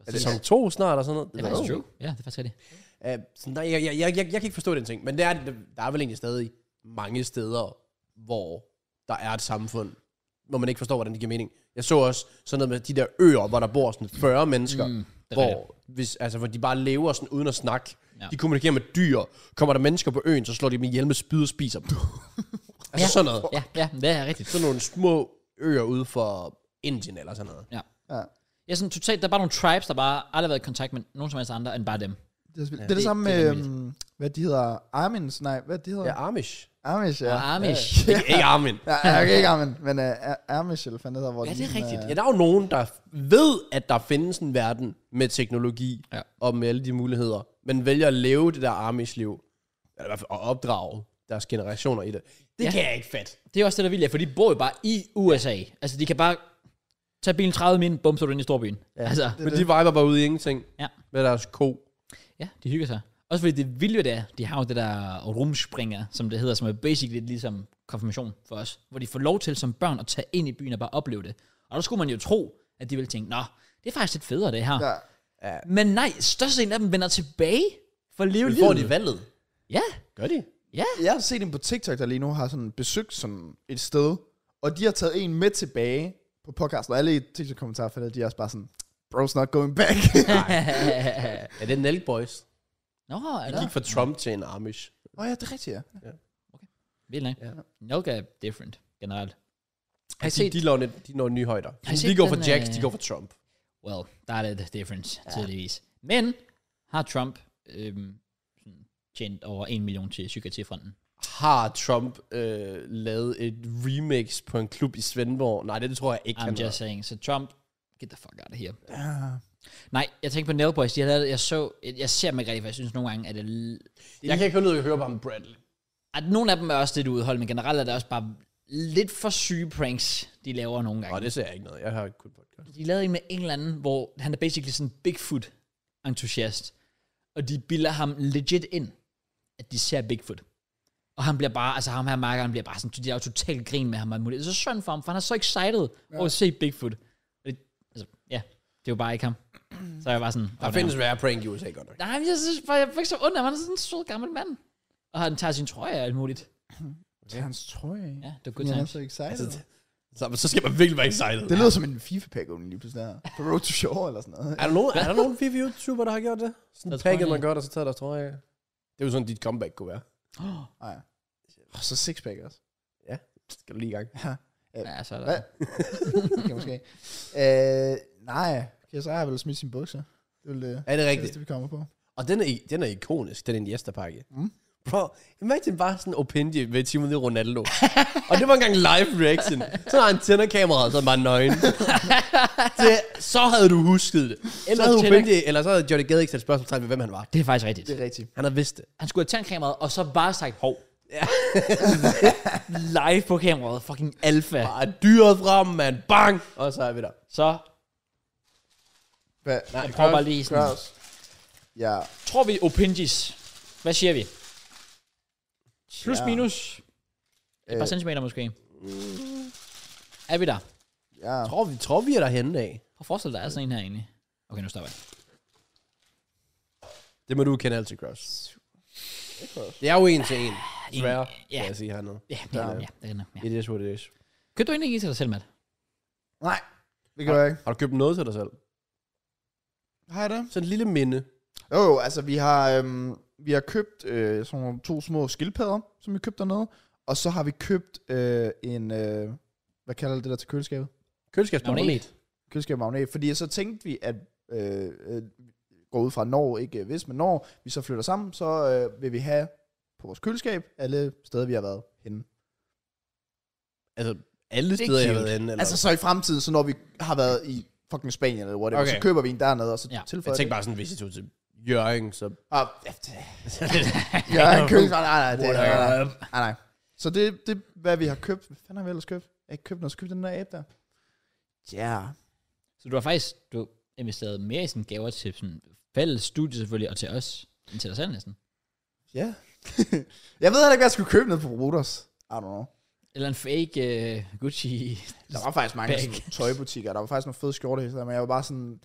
Er det som to snart og sådan noget? Det er faktisk true. Ja, det er faktisk rigtigt. Øh, sådan, nej, jeg, jeg, jeg, jeg, jeg kan ikke forstå den ting. Men der er, der er vel egentlig stadig mange steder, hvor der er et samfund, hvor man ikke forstår, hvordan det giver mening. Jeg så også sådan noget med de der øer, hvor der bor sådan 40 mennesker, mm, er hvor, hvis, altså, hvor de bare lever sådan uden at snakke. Ja. Ja. De kommunikerer med dyr. Kommer der mennesker på øen, så slår de dem ihjel med spyd og spiser dem. altså ja. sådan noget. Ja, ja, det er rigtigt. Sådan nogle små øer ude for Indien eller sådan noget. Ja. Ja. Ja, sådan totalt, der er bare nogle tribes, der bare aldrig har været i kontakt med nogen som helst andre, end bare dem. Det er, ja, det, er det, det- samme det er med, vanvittigt. øhm, hvad de hedder, Armins, nej, hvad de hedder? Ja, Ja. Amish. Amish, ja. Og Amish. Ikke, ikke Armin. Ja, ja, okay, ikke Armin, men uh, Amish, eller hvad fanden det hedder, hvor Ja, de det er sådan, rigtigt. øh, Ja, der er jo nogen, der ved, at der findes en verden med teknologi Ja. ja. og med alle de muligheder, men vælger at leve det der Amish-liv, eller i hvert fald at opdrage deres generationer i det. Det Ja. ja. kan jeg ikke fat. Det er også det, der er vildt, ja, for de bor jo bare i USA. Altså, de kan bare tage bilen 30 min, bum, så er du inde i storbyen. Ja. Altså, Men de viber bare ud i ingenting Ja. med deres ko. ja, de hygger sig. Også fordi det vilde ved det er, de har jo det der rumspringer, som det hedder, som er basically lidt ligesom konfirmation for os, hvor de får lov til som børn at tage ind i byen og bare opleve det. Og der skulle man jo tro, at de ville tænke, nå, det er faktisk lidt federe det her. øh, Ja. Men nej, størstedelen af dem vender tilbage for at leve Men livet. får de valget? Ja, Gør de? ja. Jeg har set en på TikTok, der lige nu har sådan besøgt sådan et sted, og de har taget en med tilbage på podcasten, og alle i TikTok-kommentarfeltet, de er også bare sådan, bro's not going back. Ja, det er Nelk Boys. Nå, er De gik det fra Trump til en Amish. Åh oh, ja, det er rigtigt, ja. vildt nok. Ja. Altså, Nok er different, generelt. Har I De, set, de, når, de når nye højder. I De set går fra den, Jax, øh, de går fra Trump. well, der er lidt difference, ja. tydeligvis. Men har Trump øhm, sådan tjent over en million til psykiatrifronten? Har Trump øh, lavet et remix på en klub i Svendborg? Nej, det tror jeg ikke, I'm har. just saying. Så Trump, get the fuck out of here. Ah, Nej, jeg tænkte på Nailboys. De har lavet, jeg så, jeg ser dem ikke rigtig, for jeg synes nogle gange, at det, l- Jeg kan ikke holde ud at høre bare om Bradley. at nogle af dem er også lidt udholdt, men generelt er det også bare lidt for syge pranks, de laver nogle gange. Nej, det ser jeg ikke noget. Jeg har ikke kun podcast. De lavede en med en eller anden, hvor han er basically sådan en Bigfoot-entusiast. Og de bilder ham legit ind, at de ser Bigfoot. Og han bliver bare, altså ham her markeren bliver bare sådan, de er jo totalt grin med ham. og alt muligt. Det er så synd for ham, for han er så excited ja. over at se Bigfoot. Og det, altså, ja, det er jo bare ikke ham. Så er jeg bare sådan, Der oh, findes værre prank i USA, godt nok. nej, men jeg synes bare, jeg fik så ondt af ham, han er sådan en sød gammel mand. Og han tager sin trøje og alt muligt. det er hans trøje. Ja, det er good Jeg er times. så excited. Altså, det- Så, men så skal man virkelig være excited. Det lyder som en FIFA-pack åbning lige pludselig der. På Road to Shore eller sådan noget. Er der nogen, er der nogen FIFA YouTuber, der har gjort det? Sådan Deres en packet, trøje. man gør, og så tager deres trøje af. Det er jo sådan, dit comeback kunne være. Nej. Og så six-pack også. Det skal du lige i gang. Ja. Ja, så er Hvad? der. Det kan måske. Øh, nej. KSI har vel smidt sine bukser. Det er vel det, Er det det, vi kommer på. Og den er, i- den er ikonisk, den Iniesta-pakke. Mm. Mm. Bro, imagine bare sådan Opinje med Timothy Ronaldo. og det var engang live reaction. Så har han tænder kameraet, så er han bare nøgen. det, så havde du husket det. Eller, Så havde tænder- Opinje, eller så havde Johnny Gade ikke sat spørgsmålstegn ved, hvem han var. Det er faktisk rigtigt. Det er rigtigt. Han havde vidst det. Han skulle have tændt kameraet, og så bare sagt, hov. Live på kameraet. Fucking alfa. Bare dyret frem, mand. Bang! Og så er vi der. Så Hvad? Nej, prøver bare lige sådan. Kraus. Ja. tror vi Opingis. Hvad siger vi? Plus Ja. minus et par Øh. centimeter måske. Er vi der? Ja. Tror vi, tror vi er derhenne af. Prøv at forestille dig, der er sådan en her egentlig. Okay, nu stopper jeg. Det må du kende altid, Cross. Det er jo en til en. Desværre, ja. kan jeg sige hernede. Ja, ja, ja, det er nok, ja. It is what it is. Købte du egentlig ikke en til dig selv, Matt? Nej. Det gør jeg ikke. Har du købt noget til dig selv? Har jeg det? Sådan en lille minde. Jo, jo, altså vi har, øhm, vi har købt øh, sådan nogle to små skildpadder, som vi købte dernede. Og så har vi købt øh, en, øh, hvad kalder det der til køleskabet? Køleskabsmagnet. Køleskabmagnet. Fordi så tænkte vi, at øh, øh, gå ud fra når, ikke øh, hvis, men når vi så flytter sammen, så øh, vil vi have på vores køleskab alle steder, vi har været henne. Altså, alle er steder, jeg har cute. været inde. Eller? Altså så i fremtiden, så når vi har været i fucking Spanien eller whatever, okay. Okay. så køber vi en dernede, og så ja. Ja. tilføjer jeg tænkte det. bare sådan, hvis I tog til Jørgen, så... Ah, ja, det- Ja, en køleskab. Nej, nej, det, nej, nej, nej, nej. Så det, det er, hvad vi har købt. Hvad fanden har vi ellers købt? Jeg har ikke købt noget. Så købte jeg den der app der. Ja. Yeah. Så du har faktisk du investeret mere i sådan gaver til sådan fælles studie selvfølgelig, og til os, end til dig selv næsten. Ja. jeg ved heller ikke, hvad jeg skulle købe ned på Roters. I don't know. Eller en fake uh, Gucci. Der var faktisk mange Bag. sådan, tøjbutikker. Der var faktisk nogle fede skjorte, men jeg var bare sådan...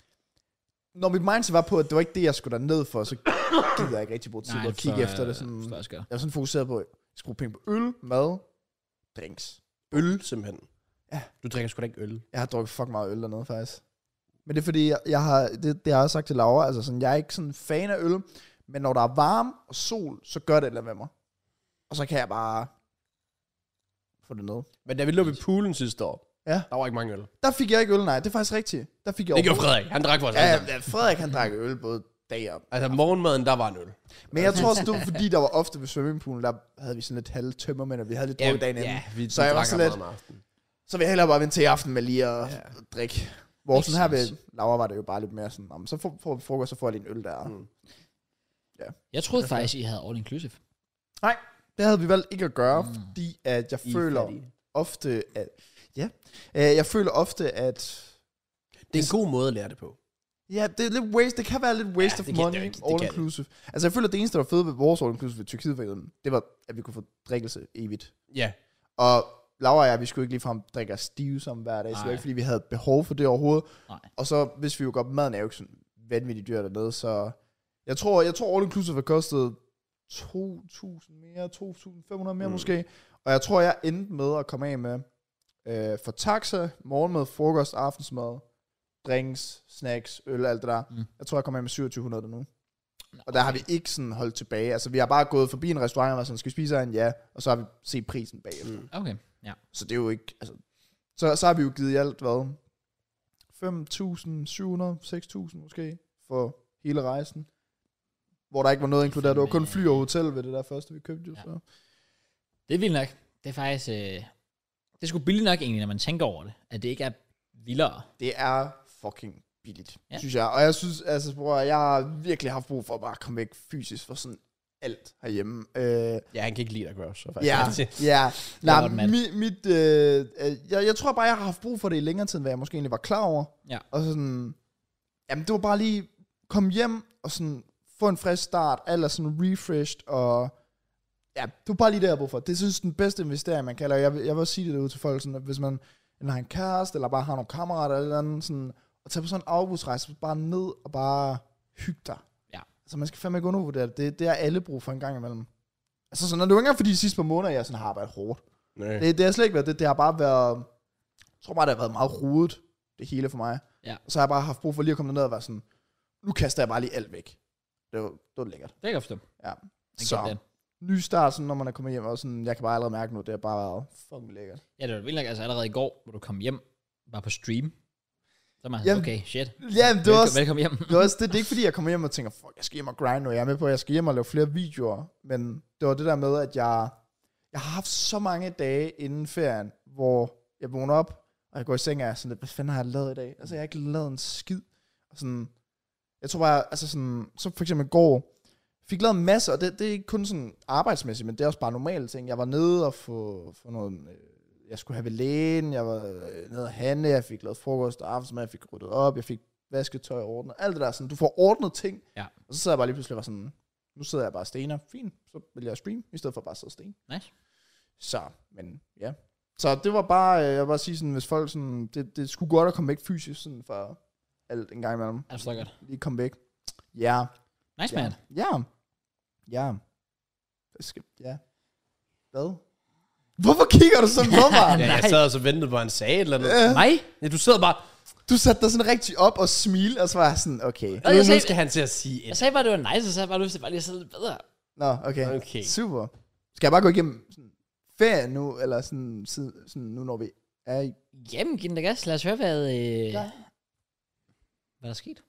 Når mit mindset var på, at det var ikke det, jeg skulle ned for, så gider jeg ikke rigtig bruge tid på at det kigge forstår efter jeg- det. Sådan, forstår jeg jeg også godt. var sådan fokuseret på, at jeg skulle bruge penge på øl, mad, drinks. øl, simpelthen. Ja. Du drikker sgu da ikke øl. Jeg har drukket fucking meget øl dernede, faktisk. Men det er fordi, jeg, jeg har, det, det har jeg også sagt til Laura, altså sådan, jeg er ikke sådan en fan af øl, men når der er varme og sol, så gør det eller med mig. Og så kan jeg bare få det ned. Men da vi lå ved poolen sidste år, Ja. der var ikke mange øl. Der fik jeg ikke øl, nej, det er faktisk rigtigt. Der fik jeg Det gjorde Frederik. Han drak vores ja, Ja, ja, Frederik han drak øl både dag og... Altså, morgenmaden, der var en øl. Men jeg tror også, det var fordi, der var ofte ved svømmepoolen, der havde vi sådan lidt halve tømmermænd, og vi havde lidt drukket dagen inden. ja, vi, Så vi jeg var drak sådan ret lidt- meget om aftenen. Så vil jeg hellere bare vente til i aften med lige at Ja. ja. drikke. Hvor sådan her ved Præcis. Laura var det jo bare lidt mere sådan, "Nå, men så får får vi frokost, så får jeg lige en øl der. Mm. Jeg troede faktisk, I havde all inclusive. Det havde vi valgt ikke at gøre, Mm. mm. fordi at jeg I er føler fattige. ofte, at... Ja. Øh, jeg føler ofte, at... Det er en god måde at lære det på. Ja, det er lidt waste. Det kan være lidt waste Ja, ja, det of kan- money, det er all ikke- det kan det. inclusive. Altså, jeg føler, at det eneste, der var fedt ved vores all inclusive i Tyrkiet, for eksempel, det var, at vi kunne få drikkelse evigt. Ja. Og Laura og jeg, vi skulle ikke ligefrem drikke os stive sammen hver dag, så det var Nej. ikke, fordi vi havde behov for det overhovedet. Nej. Og så, hvis vi jo går op, maden er jo ikke sådan vanvittigt dyr dernede, så... Jeg tror, jeg tror all inclusive har kostet 2.000 mere, 2.500 mere Mm. mm. måske. Og jeg tror, jeg endte med at komme af med øh, for taxa, morgenmad, frokost, aftensmad, drinks, snacks, øl, alt det der. Mm. Mm. Jeg tror, jeg kommer af med 2700 nu. Og der har vi ikke sådan holdt tilbage. Altså, vi har bare gået forbi en restaurant og været sådan, skal vi spise en? Ja. Og så har vi set prisen bagefter. Mm. Okay. Så det er jo ikke... Altså, så, så har vi jo givet i alt, hvad? 5.700, 6.000 måske, for hele rejsen. Hvor der ikke var noget inkluderet. Det var kun fly og hotel ved det der første, vi købte. Jo, Ja. så. Det er vildt nok. Det er faktisk... Øh, det er sgu billigt nok egentlig, når man tænker over det. At det ikke er vildere. Det er fucking billigt, Ja. ja. synes jeg. Og jeg synes, altså, bror, jeg har virkelig haft brug for at bare komme væk fysisk fra sådan alt herhjemme. Øh, Ja, han kan ikke lide dig, Gross. Så Ja, faktisk. ja. er Nej, godt, mand. mit, mit, øh, øh, jeg, jeg tror bare, jeg har haft brug for det i længere tid, end hvad jeg måske egentlig var klar over. Ja. Og sådan, jamen det var bare lige, komme hjem og sådan, få en frisk start, eller sådan refreshed, og ja, det var bare lige det, jeg havde brug for. Det synes jeg, den bedste investering, man kan, eller jeg, vil- jeg vil også sige det derude til folk, sådan, at hvis man enten har en kæreste, eller bare har nogle kammerater, eller et eller andet, sådan, og tage på sådan en afbudsrejse, bare ned og bare hygge dig. Ja. Altså man skal fandme ikke undervurdere det. Det, det er alle brug for en gang imellem. Altså sådan, og det er jo ikke engang, fordi de sidste par måneder, jeg sådan har arbejdet hårdt. Nej. Det, det har slet ikke været det. Det har bare været... tror bare, det har været meget rodet, det hele for mig. Ja. Og så har jeg bare haft brug for lige at komme ned og være sådan, nu kaster jeg bare lige alt væk. Det var, det var lækkert. Det kan jeg forstå. Ja. Jeg Så, kan det. ny start, sådan, når man er kommet hjem, og sådan, jeg kan bare allerede mærke nu, det har bare været fucking lækkert. Ja, det var vildt nok. Altså allerede i går, hvor du kom hjem, var på stream. Så var man sådan, Jamen, okay, shit. Ja, men det var Velkommen, også, velkommen hjem. det, var også det, det er ikke fordi, jeg kommer hjem og tænker, fuck, jeg skal hjem og grind nu, jeg er med på, at jeg skal hjem og lave flere videoer, men det var det der med, at jeg, jeg har haft så mange dage inden ferien, hvor jeg vågner op, og jeg går i seng og jeg er sådan lidt, hvad fanden har jeg lavet i dag? Altså, jeg har ikke lavet en skid. Og sådan, jeg tror bare, altså sådan, så for eksempel i går, fik lavet en masse, og det, det er ikke kun sådan arbejdsmæssigt, men det er også bare normale ting. Jeg var nede og få, få noget, øh, jeg skulle have ved lægen, jeg var øh, nede og handle, jeg fik lavet frokost og aftensmad, jeg fik ryddet op, jeg fik vasketøj ordnet, alt det der sådan, du får ordnet ting, Ja. og så sidder jeg bare lige pludselig og var sådan, nu sidder jeg bare og stener, fint, så vil jeg streame, i stedet for bare at sidde og stene. Nice. Så, men ja. Så det var bare, øh, jeg vil bare sige sådan, hvis folk sådan, det, det skulle godt at komme væk fysisk sådan fra alt en gang imellem. Ja, Altså, det forstår jeg godt. Lige komme væk. Ja. Nice, ja. man. Ja. Ja. Hvad skal, ja. Hvad? Hvorfor kigger du sådan på Ja, mig? jeg sad og så ventede på, at han sagde et eller andet. Øh, Mig? Ja, du sidder bare, Du satte dig sådan rigtig op og smilte, og så var jeg sådan, okay. Nå, nu, jeg, nu sagde, skal han til at sige et. jeg sagde bare, det var nice, og så havde jeg bare lyst til bare lige at sidde lidt bedre. Nå, okay. Okay. Super. Skal jeg bare gå igennem sådan, ferie nu, eller sådan, siden- sådan nu når vi er i... Jamen, giv den da gas. Lad os høre, hvad, øh, Ja. hvad der er sket.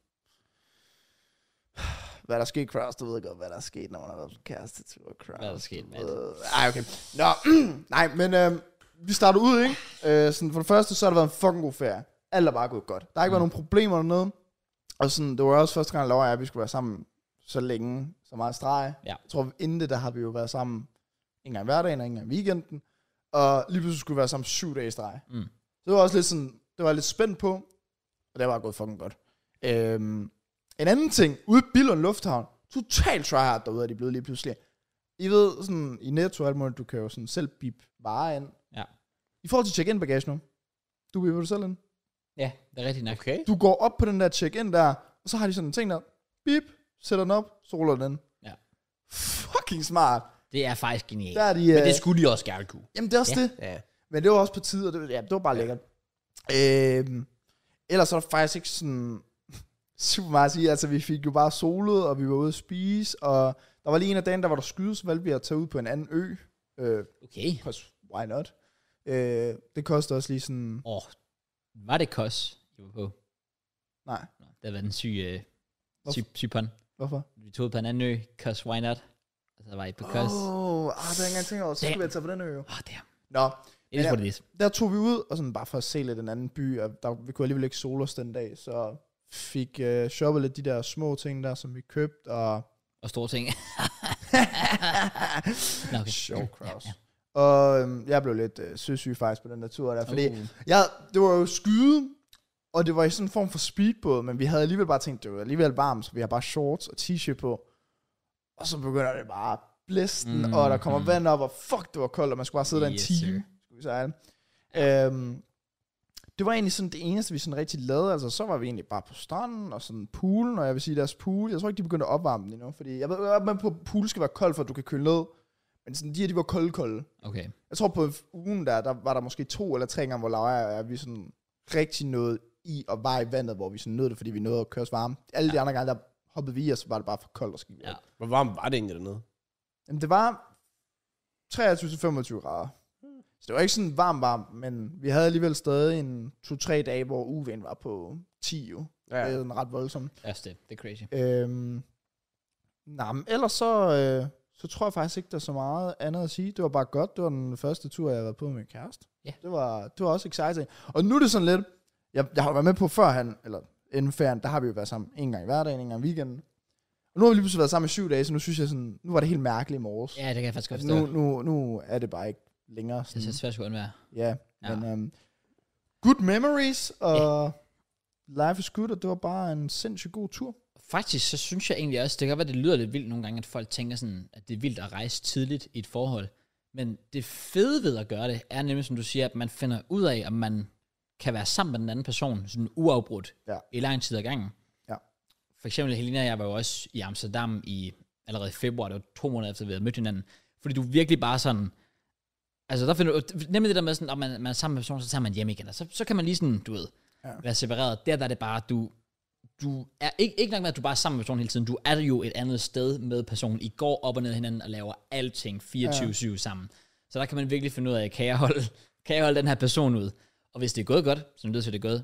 Hvad der er sket, Kraus, du ved godt, hvad der er sket, når man har været på kærestetur, Kraus. Hvad der er sket, du mand. ved. Ej, okay. Nå, nej, men øh, vi starter ud, ikke? Øh, sådan, for det første, så har det været en fucking god ferie. Alt er bare gået godt. Der har ikke mm. været nogen problemer eller noget. Og sådan, det var også første gang, Laura og jeg, vi skulle være sammen så længe, så meget streg. Ja. Jeg tror, inden det, der har vi jo været sammen en gang i hverdagen og en gang i weekenden. Og lige pludselig skulle vi være sammen syv dage i streg. Mm. Så det var også lidt sådan, det var jeg lidt spændt på, og det var gået fucking godt. Øhm, en anden ting, ude i Billund Lufthavn, totalt tryhard derude, er de blevet lige pludselig. I ved, sådan i Netto og alt muligt, du kan jo sådan selv bip varer ind. Ja. I forhold til check-in bagage nu, du bipper du selv ind. Ja, det er rigtigt nok. Okay. Du går op på den der check-in der, og så har de sådan en ting der, bip, sætter den op, så ruller den. Ja. Fucking smart. Det er faktisk genialt. Der er de, Men øh, det skulle de også gerne kunne. jamen det er også Ja. det. Ja. Men det var også på tide, og det, ja, det var bare lækkert. Øhm, ellers er der faktisk ikke sådan super meget at sige. Altså, vi fik jo bare solet, og vi var ude at spise, og der var lige en af dagen, der var der skyde, så valgte vi at tage ud på en anden ø. Øh, Okay. cause why not? Øh, det koster også lige sådan... Åh, oh, var det kos, I var på? Nej, Nå, Det var den syge, øh, Hvorfor? syg, syg pun. hvorfor? Vi tog ud på en anden ø, kos, why not? Og så var I på kos. Åh, Åh, oh, ah, det har jeg ikke engang tænkt over. Så skulle Damn. vi have taget på den ø. jo. oh, damn. Nå, It is Ja. what it is. der tog vi ud, og sådan bare for at se lidt en anden by, og der, vi kunne alligevel ikke sole os den dag, så fik øh, shoppet lidt de der små ting der, som vi købte, og Og store ting. Nå, okay. Sjov, Kraus. Ja, Og øhm, jeg blev lidt øh, søsyg faktisk på den der tur der, fordi Uh. jeg, det var jo skyde, og det var i sådan en form for speedbåd, men vi havde alligevel bare tænkt, det var alligevel varmt, så vi har bare shorts og t-shirt på. Og så begynder det bare at blæsten, mm, Mm, og der kommer mm. mm. vand op, og fuck, det var koldt, og man skulle bare sidde der en Yes, time. Skulle vi sejle. Øhm, det var egentlig sådan det eneste, vi sådan rigtig lavede. Altså, så var vi egentlig bare på stranden og sådan poolen, og jeg vil sige, deres pool, jeg tror ikke, de begyndte at opvarme den endnu, fordi jeg ved godt, at man på pool skal være kold, for at du kan køle ned. Men sådan, de her, de var kolde, kolde. Okay. Jeg tror på ugen der, der var der måske to eller tre gange, hvor Laura og jeg, vi sådan rigtig nåede i og var i vandet, hvor vi sådan nød det, fordi vi nåede at køre os varme. Alle ja. de andre gange, der hoppede vi i, og så var det bare for koldt og skidt. Ja. Hvor varmt var det egentlig dernede? Jamen, det var 23-25 grader. Så det var ikke sådan varmt, varmt, men vi havde alligevel stadig en 2-3 dage, hvor UV'en var på 10 jo. Ja. Det er sådan ret voldsom. Ja, det, det er crazy. Øhm, nej, men ellers så, øh, så tror jeg faktisk ikke, der er så meget andet at sige. Det var bare godt. Det var den første tur, jeg har været på med min kæreste. Ja. Det, var, det var også exciting. Og nu er det sådan lidt... Jeg, jeg har jo været med på før han, eller inden ferien, der har vi jo været sammen en gang i hverdagen, en gang i weekenden. Og nu har vi lige pludselig været sammen i syv dage, så nu synes jeg sådan, nu var det helt mærkeligt i morges. Ja, det kan jeg faktisk godt At forstå. nu, nu, nu er det bare ikke længere Det er sådan. så svært at undvære. Ja, Ja. men um, good memories, og life is good, og det var bare en sindssygt god tur. Faktisk, så synes jeg egentlig også, det kan godt være, det lyder lidt vildt nogle gange, at folk tænker sådan, at det er vildt at rejse tidligt i et forhold. Men det fede ved at gøre det, er nemlig, som du siger, at man finder ud af, om man kan være sammen med den anden person, sådan uafbrudt, Ja. i lang tid ad gangen. Ja. For eksempel, Helena og jeg var jo også i Amsterdam i allerede i februar, det var to måneder efter, vi havde mødt hinanden. Fordi du virkelig bare sådan, Altså, der finder du, nemlig det der med, sådan, at man, man er sammen med personen, så tager man hjem igen, og så, så kan man lige sådan, du ved, ja. være separeret. Der, der er det bare, du, du er ikke, ikke nok med, at du bare er sammen med personen hele tiden, du er jo et andet sted med personen. I går op og ned af hinanden og laver alting 24-7 ja. sammen. Så der kan man virkelig finde ud af, kan jeg, holde, kan jeg holde den her person ud? Og hvis det er gået godt, som det lyder til, det er gået,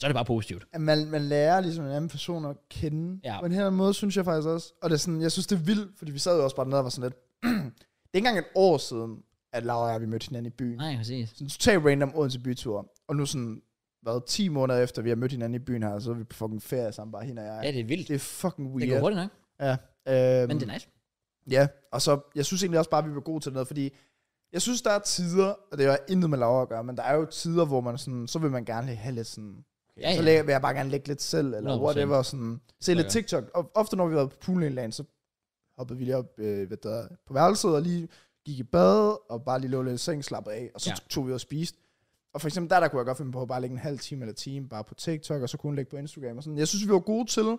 så er det bare positivt. At man, man lærer ligesom en anden person at kende. Ja. På en helt anden måde, synes jeg faktisk også. Og det er sådan, jeg synes, det er vildt, fordi vi sad jo også bare dernede og var sådan lidt... det er ikke engang et år siden, at Laura og jeg, vi mødte hinanden i byen. Nej, præcis. Sådan totalt random Odense bytur. Og nu sådan, hvad, 10 måneder efter, vi har mødt hinanden i byen her, så er vi på fucking ferie sammen, bare hende og jeg. Ja, det er vildt. det er fucking weird. Det går hurtigt nok, Øhm, men det er nice. Ja, og så, jeg synes egentlig også bare, at vi var gode til noget, fordi jeg synes, der er tider, og det har intet med Laura at gøre, men der er jo tider, hvor man sådan, så vil man gerne lige have lidt sådan, Ja, så ja. lægger, vil jeg bare gerne lægge lidt selv, eller 100%. whatever, sådan, se lidt Ja. TikTok. Og ofte, når vi var på poolen så hoppede vi lige op øh, hvad der, på værelset, og lige gik i bad, og bare lige lå lidt i seng, slappede af, og så Ja. ja. tog vi og spiste. Og for eksempel der, der kunne jeg godt finde på at bare lægge en halv time eller time bare på TikTok, og så kunne hun lægge på Instagram og sådan. Jeg synes, vi var gode til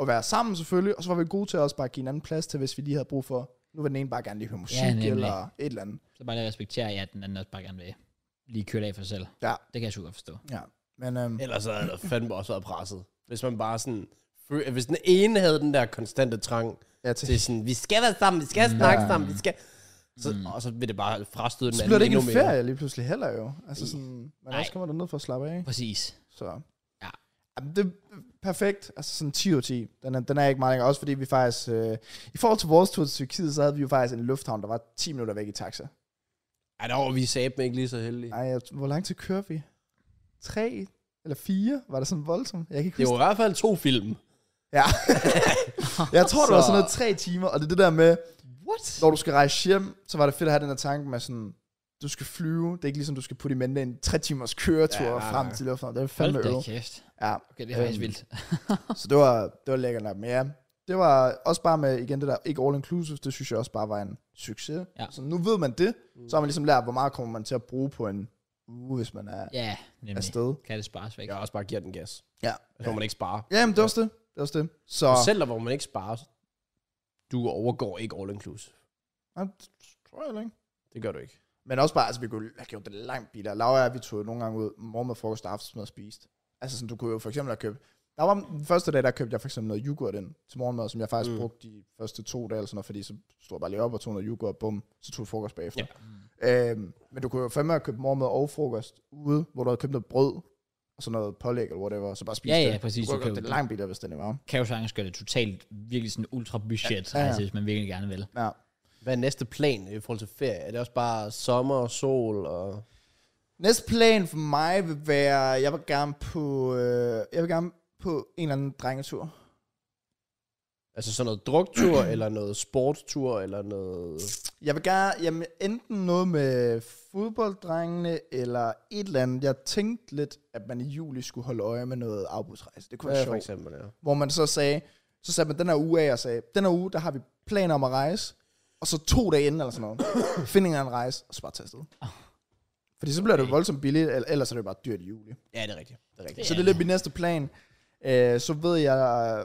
at være sammen selvfølgelig, og så var vi gode til også bare at give hinanden plads til, hvis vi lige havde brug for, nu vil den ene bare gerne lige høre musik ja, nemlig. eller et eller andet. Så bare lige respektere, at den anden også bare gerne vil lige køre det af for sig selv. Ja. Det kan jeg sgu godt forstå. Ja. Men øhm, Ellers så havde der fandme også været presset. Hvis man bare sådan... fø- Hvis den ene havde den der konstante trang ja, til, til sådan, vi skal være sammen, vi skal snakke sammen, vi skal... Så, Og så vil det bare frastøde den Mm. så bliver det ikke endnu en mere. ferie lige pludselig heller jo. Altså sådan, man Nej. også kommer derned for at slappe af. Præcis. Så. Ja. Jamen, det er perfekt. Altså sådan 10 ud af 10. Den er, den er ikke meget længere. Også fordi vi faktisk... Øh, I forhold til vores tur til Tyrkiet, så havde vi jo faktisk en lufthavn, der var 10 minutter væk i taxa. Ej, der var vi sabe ikke lige så heldige. Ej, jeg, hvor lang tid kører vi? 3 eller 4? Var det sådan voldsomt? Jeg kan ikke Det huske. var i hvert fald to film. Ja. jeg tror, det var Så- sådan noget 3 timer. Og det er det der med, What? når du skal rejse hjem, så var det fedt at have den her tanke med sådan, du skal flyve. Det er ikke ligesom, du skal putte i mente en 3 timers køretur Ja, nej, ja, frem nej. til lufthavnen. Det er Hold fandme da øv. kæft. Ja. Okay, det er faktisk Øhm, vildt. Så det var, det var lækkert nok. Men ja, det var også bare med, igen, det der ikke all inclusive, det synes jeg også bare var en succes. Ja. Så nu ved man det, så har man ligesom lært, hvor meget kommer man til at bruge på en uge, hvis man er Ja, nemlig. afsted. Kan det spares væk? Jeg også bare giver den gas. Ja. Hvor man ikke sparer. Ja, men det var også det. Det var også det. Så Og selv der, hvor man ikke sparer, du overgår ikke all inclusive. Ja, det tror jeg ikke. Det gør du ikke. Men også bare, altså vi kunne have gjort det langt billigere. Laura og jeg, vi tog jo nogle gange ud morgen med frokost og aftensmad og spiste. Altså sådan, du kunne jo for eksempel have købt, der var den første dag, der købte jeg for eksempel noget yoghurt ind til morgenmad, som jeg faktisk Mm. mm. brugte de første to dage, eller sådan noget, fordi så stod jeg bare lige op og tog noget yoghurt, bum, så tog jeg frokost bagefter. Ja. Øhm, men du kunne jo fandme have købt morgenmad og frokost ude, hvor du havde købt noget brød, og sådan noget pålæg eller whatever, og så bare spise Ja, ja, det. præcis, Du kunne du have gjort kan det jo- langt billigere, hvis den er varm. Kan jo sagtens gøre det totalt, virkelig sådan ultra budget, ja, Ja, ja. ja. altså hvis man virkelig gerne vil. Ja. Hvad er næste plan i forhold til ferie? Er det også bare sommer og sol? Og... Næste plan for mig vil være, jeg vil gerne på, øh, jeg vil gerne på en eller anden drengetur. Altså sådan noget druktur, eller noget sportstur, eller noget... Jeg vil gerne, jamen, enten noget med fodbolddrengene, eller et eller andet. Jeg tænkte lidt, at man i juli skulle holde øje med noget afbudsrejse. Det kunne være Ja, for sjovt. eksempel, ja. hvor man så sagde, så satte man den her uge af og sagde, den her uge, der har vi planer om at rejse, og så to dage inden eller sådan noget, finde en eller anden rejse, og så bare tage afsted. Ah. Fordi så bliver det voldsomt billigt, eller- ellers er det jo bare dyrt i juli. Ja, det er rigtigt. Det er rigtigt. Så det er lidt min næste plan. Øh, så ved jeg,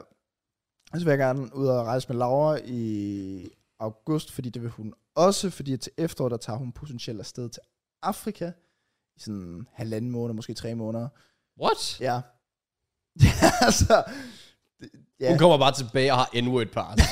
så vil jeg gerne ud og rejse med Laura i august, fordi det vil hun også, fordi til efteråret, der tager hun potentielt afsted til Afrika, i sådan halvanden måned, måske tre måneder. What? Ja. Ja, så, Hun kommer bare tilbage og har N-word pass.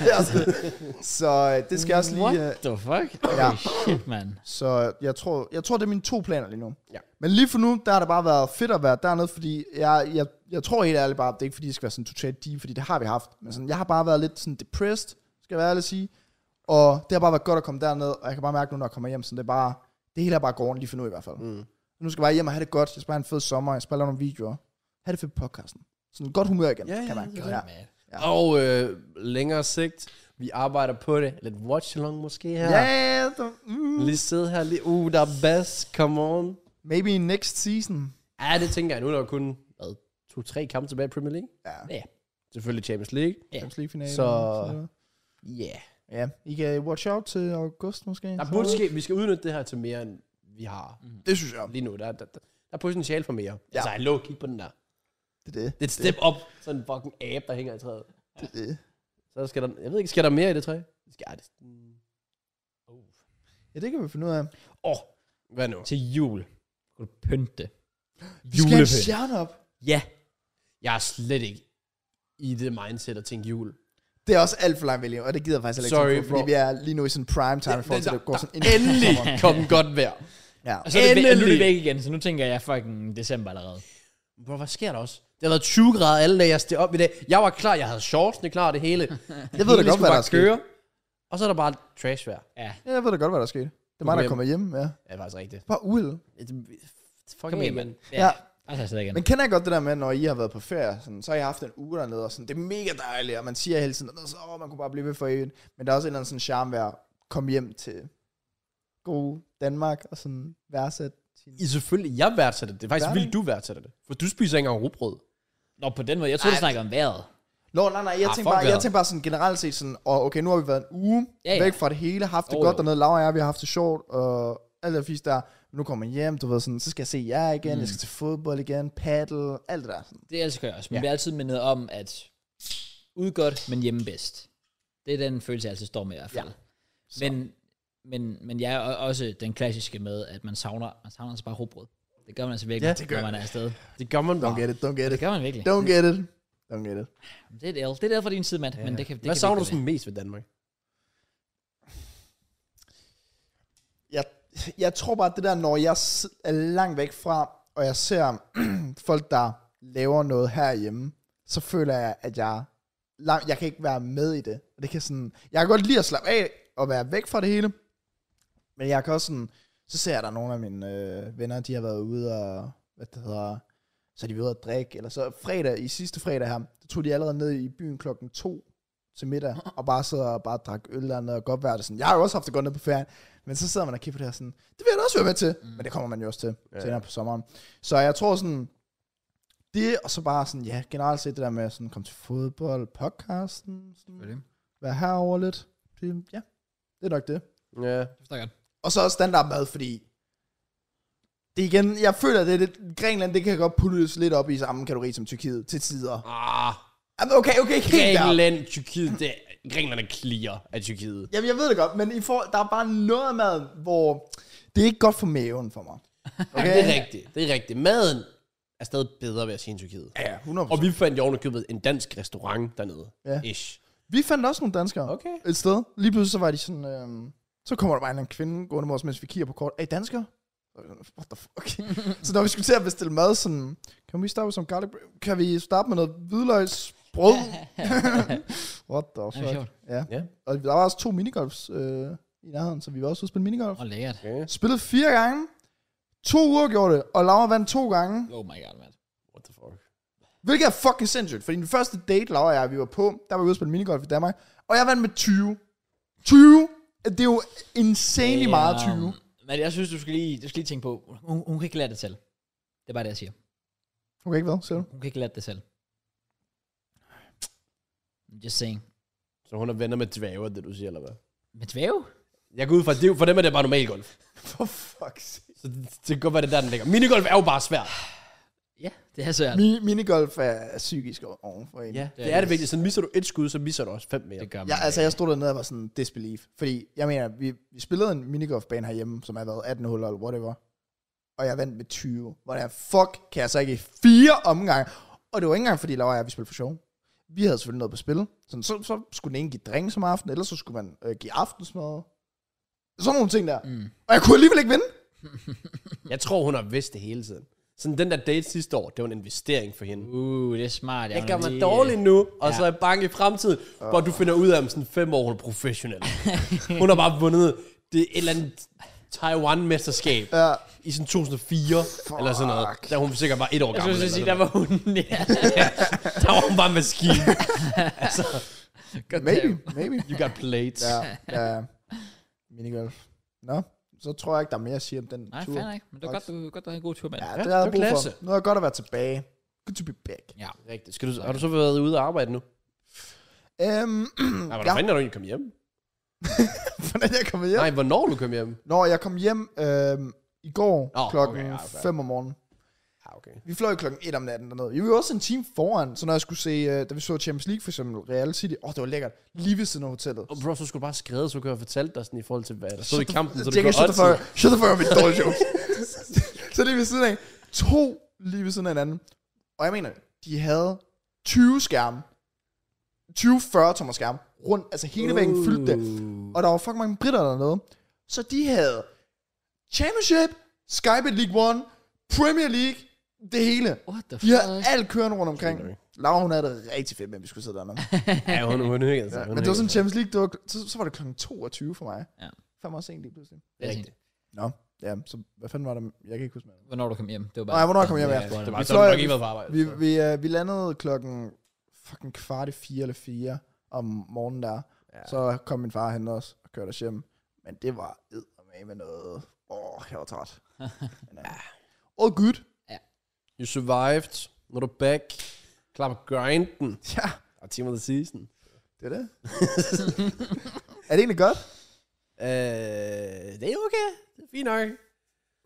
det er også det. Så øh, det skal jeg også lige... øh, What the fuck? Okay, Ja. shit, mand. Så jeg tror, jeg tror, det er mine to planer lige nu. Ja. Men lige for nu, der har det bare været fedt at være dernede, fordi jeg, jeg, jeg tror helt ærligt bare, det er ikke fordi, det skal være sådan totalt deep, fordi det har vi haft. Men sådan, jeg har bare været lidt sådan depressed, skal jeg være ærlig at sige. Og det har bare været godt at komme derned, og jeg kan bare mærke nu, når jeg kommer hjem, sådan det er bare, det hele er bare gården lige for nu i hvert fald. Mm. Nu skal jeg bare hjem og have det godt, jeg skal bare have en fed sommer, jeg skal bare lave nogle videoer. Ha' det fedt på podcasten. Sådan godt humør igen, Ja, ja, kan man. det er ja. Man. Ja. Og øh, længere sigt, vi arbejder på det. Lidt watch-along måske her. Ja, ja, ja, så- mm. Lige sidde her, lige, uh, der er bass, come on. Maybe next season. Ja, det tænker jeg nu, der er kun hvad, to-tre kampe tilbage i Premier League. Ja. Ja. Selvfølgelig Champions League. Ja. Champions League-finale. Så- og videre. Yeah. Ja, I kan watch out til august måske. Der burde ske, vi skal udnytte det her til mere, end vi har Det synes jeg. lige nu. Der, der, der, der er potentiale for mere. Ja. Mm. Ja. Altså, hallo, kig på den der. Det er det. Det er et step op. Sådan en fucking abe, der hænger i træet. det, er det. Så skal der, jeg ved ikke, skal der mere i det træ? Det Skal, ej, det, Ja, det kan vi finde ud af. Åh, Hvad nu? til jul. Kunne du pynte det? Vi skal have en Julepynt. stjerne op. Ja. Jeg er slet ikke i det mindset at tænke jul. Det er også alt for langt vælge, og det gider jeg faktisk heller Sorry, ikke tænke på, bro. fordi vi er lige nu i sådan prime time, for der- at det går sådan ind. der endelig kom godt vejr. Ja. Og så er det, væk- nu er det Endelig. væk igen, så nu tænker jeg fucking december allerede. Bro, hvad sker der også? Det har været 20 grader alle dage, jeg steg op i dag. Jeg var klar, jeg havde shortsene klar, det hele. Jeg ved da godt, hvad der er sket. Og så er der bare trash vejr. Ja, Ja, jeg ved da godt, hvad der skete. Det er mig, kom der hjem. kommer hjem, ja. Ja, det er faktisk rigtigt. Bare uheld. Fuck kom af, igen, mand. Ja. Ja. Altså, jeg sidder igen. Men kender jeg godt det der med, når I har været på ferie, sådan, så har I haft en uge dernede, og sådan, det er mega dejligt, og man siger hele tiden, så, åh, man kunne bare blive ved for evigt. Men der er også en eller anden sådan charme ved at komme hjem til god Danmark, og sådan værdsætte sin... I selvfølgelig, jeg værdsætter det. Det er faktisk Gør vildt, det? du værdsætter det. For du spiser ikke engang rugbrød. Nå, på den måde. Jeg tror, du Ej. snakker om vejret. Nå, nej, nej, jeg tænker Ah, fuck bare, jeg vejret. tænker bare sådan generelt set sådan, og okay, nu har vi været en uge Ja, ja. væk fra det hele, haft det Jo, godt jo. dernede, Laura og jeg, vi har haft det sjovt, og alt det der fisk der, nu kommer jeg hjem, du ved sådan, så skal jeg se jer igen, mm. jeg skal til fodbold igen, paddle, alt det der. Sådan. Det elsker jeg også. Men ja. vi er altid mindet om, at ud godt, men hjemme bedst. Det er den følelse, jeg altid står med i hvert fald. Ja. Men, men, men jeg er o- også den klassiske med, at man savner, man savner altså bare råbrød. Det gør man altså virkelig, ja, Ja, det gør. når man er afsted. Det gør man bare. Don't get it, don't get Det it, gør man virkelig. don't get it, don't get it. Det er et L. Det er et L fra din side, mand. Ja. Men det kan, det Hvad kan savner vi du ikke sådan mest ved Danmark? jeg, jeg tror bare, at det der, når jeg s- er langt væk fra, og jeg ser folk, der laver noget herhjemme, så føler jeg, at jeg, lang- jeg kan ikke være med i det. Og det kan sådan, jeg kan godt lide at slappe af og være væk fra det hele, men jeg kan også sådan, så ser jeg, at der er nogle af mine øh, venner, de har været ude og, hvad det hedder, så er de ude at drikke, eller så fredag, i sidste fredag her, der tog de allerede ned i byen klokken to til middag, og bare sidder og bare drak øl dernede, og godt vejr, det er sådan, jeg har jo også haft det godt ned på ferien, men så sidder man og kigger på det her sådan, det vil jeg da også være med til, mm. men det kommer man jo også til Ja. ja. senere på sommeren. Så jeg tror sådan, det og så bare sådan, ja, generelt set det der med at sådan komme til fodbold, podcasten, sådan, Selvfølgelig. være herover lidt, det, ja, det er nok det. Ja. Det forstår jeg godt. Og så også standardmad, fordi det er igen, jeg føler, det er lidt, Grækenland, det kan godt puttes lidt op i samme kategori som Tyrkiet til tider. Ah, Jamen, okay, okay, ikke helt der. Grækenland, Tyrkiet, det Grækenland er clear af Tyrkiet. Jamen, jeg ved det godt, men i for, der er bare noget mad, hvor det er ikke godt for maven for mig. Okay. Okay? Det er rigtigt, det er rigtigt. Maden er stadig bedre ved at sige end Tyrkiet. Ja, 100%. Og vi fandt jo købet en dansk restaurant dernede. Ja. Ish. Vi fandt også nogle danskere Okay. et sted. Lige pludselig så var de sådan, øhm, så kommer der bare en eller anden kvinde gående mod os, mens vi kigger på kort. Er I danskere? Og vi var sådan, What the fuck? så når vi skulle til at bestille mad, sådan, kan vi starte med som garlic bread? Kan vi starte med noget hvidløgsbrød? What the Det er fuck? sjovt. Ja. Ja. Og der var også to minigolfs øh, i nærheden, så vi var også ude at spille minigolf. Og lækkert. Okay. Spillede fire gange. To uger gjorde det, og Laura vandt to gange. Oh my god, mand. What the fuck? Hvilket er fucking sindssygt, fordi den første date, Laura og jeg, vi var på, der var vi ude at spille minigolf i Danmark, og jeg vandt med 20. 20? Det er jo insanely yeah. meget 20. Men Øhm, jeg synes, du skal lige, du skal lige tænke på, hun, hun kan ikke lade det selv. Det er bare det, jeg siger. Okay, ikke hvad, siger du? Hun kan ikke lade det selv. I'm Just saying. Så hun er venner med dvæver, det du siger, eller hvad? Med dvæve? Jeg går ud fra, at det, er jo- for dem er det bare normal golf. For fuck's sake. Så det, det kan godt være, det er der, den ligger. Minigolf er jo bare svært. Ja, det er svært. Mi- minigolf er psykisk ovenfor en. Ja, det, det er det vigtigste. Så misser du et skud, så misser du også fem mere. Det gør man. Ja, altså ikke. jeg stod dernede og var sådan disbelief. Fordi, jeg mener, vi, vi spillede en minigolfbane herhjemme, som har været 18 huller eller whatever. Og jeg vandt med 20. Hvordan fuck kan jeg så ikke i fire omgange? Og det var ikke engang, fordi Laura og jeg, vi spillede for sjov. Vi havde selvfølgelig noget på spil. Sådan, så, så skulle den ene give drink som aften, ellers så skulle man øh, give aftensmad. Sådan nogle ting der. Mm. Og jeg kunne alligevel ikke vinde. Jeg tror, hun har vidst det hele tiden. Sådan den der date sidste år, det var en investering for hende. Uh, det er smart. Jeg må gør mig lige- dårlig nu, og så er jeg bange i fremtiden, hvor du finder ud af, om sådan fem år hun er professionel. Hun har bare vundet det et eller andet Taiwan-mesterskab Ja. i sådan 2004, Fuck. eller sådan noget. Fuck. Der hun sikkert var et år Jeg gammel. synes, jeg eller sige, sådan der var hun. ja. noget. der var hun bare en maskine. Altså, Maybe, maybe. You got played. Ja. Ja, ja. Minigolf. Nå, så tror jeg ikke, der er mere at sige om den Nej, tur. fair nok. Men det var godt, du, godt, du havde en god tur, mand. Ja, Ja. det det er var jeg brug klasse. for. Nu er det godt at være tilbage. Good to be back. ja. Rigtigt. Skal du, har du så været ude og arbejde nu? Øhm, Nej, hvordan Ja. ja. fanden er du egentlig kommet hjem? hvordan jeg kom hjem? Nej, hvornår er du kom hjem? Når jeg kom hjem øhm, i går Nå, oh, klokken okay, ja, 5 fair. om morgenen. Ah, okay. Vi fløj klokken 1 om natten dernede. Vi var også en time foran, så når jeg skulle se, øh, da vi så Champions League for eksempel, Real City, åh, det var lækkert, lige ved siden af hotellet. Og bro, så skulle du bare skrevet, så kunne jeg have fortalt dig sådan i forhold til, hvad der stod i Shut the- kampen, så du Jacob, kunne shut the odds. fuck- Shut the fuck up, mit dårlige joke. så lige ved siden af, to lige ved siden af hinanden. Og jeg mener, de havde 20 skærme, 20-40 tommer skærme, rundt, altså hele væggen fyldte Uh. det. Og der var fucking mange britter dernede. Så de havde Championship, Skype League One, Premier League, det hele. What the De fuck? havde alt kørende rundt omkring. Laura, hun havde det rigtig fedt med, at vi skulle sidde dernede. Ja, hun, hun hyggede sig. Ja, hun men det var sådan hyggede Champions League, det var, så, så var det kl. 22 for mig. Ja. Fem år sent lige pludselig. Det er rigtigt. Nå, ja, så hvad fanden var det? Jeg kan ikke huske, hvad det Hvornår du kom hjem? Det var bare... var. Nej, hvornår kom jeg Ja, hjem? det var- sig. Det var Vi sådan, du fløj- har ikke været på arbejde. Vi, så. vi, øh, vi landede klokken fucking kvart i fire eller fire om morgenen der. Ja. Ja. Så kom min far hen også og kørte os hjem. Men det var eddermame med noget. Åh, oh, jeg var træt. Men, ja. All good. You survived. Nu er du back. Klar på grinden. Ja, Og team of the season. det er det. er det egentlig godt? Øh, det er okay. Det er fint nok. Det er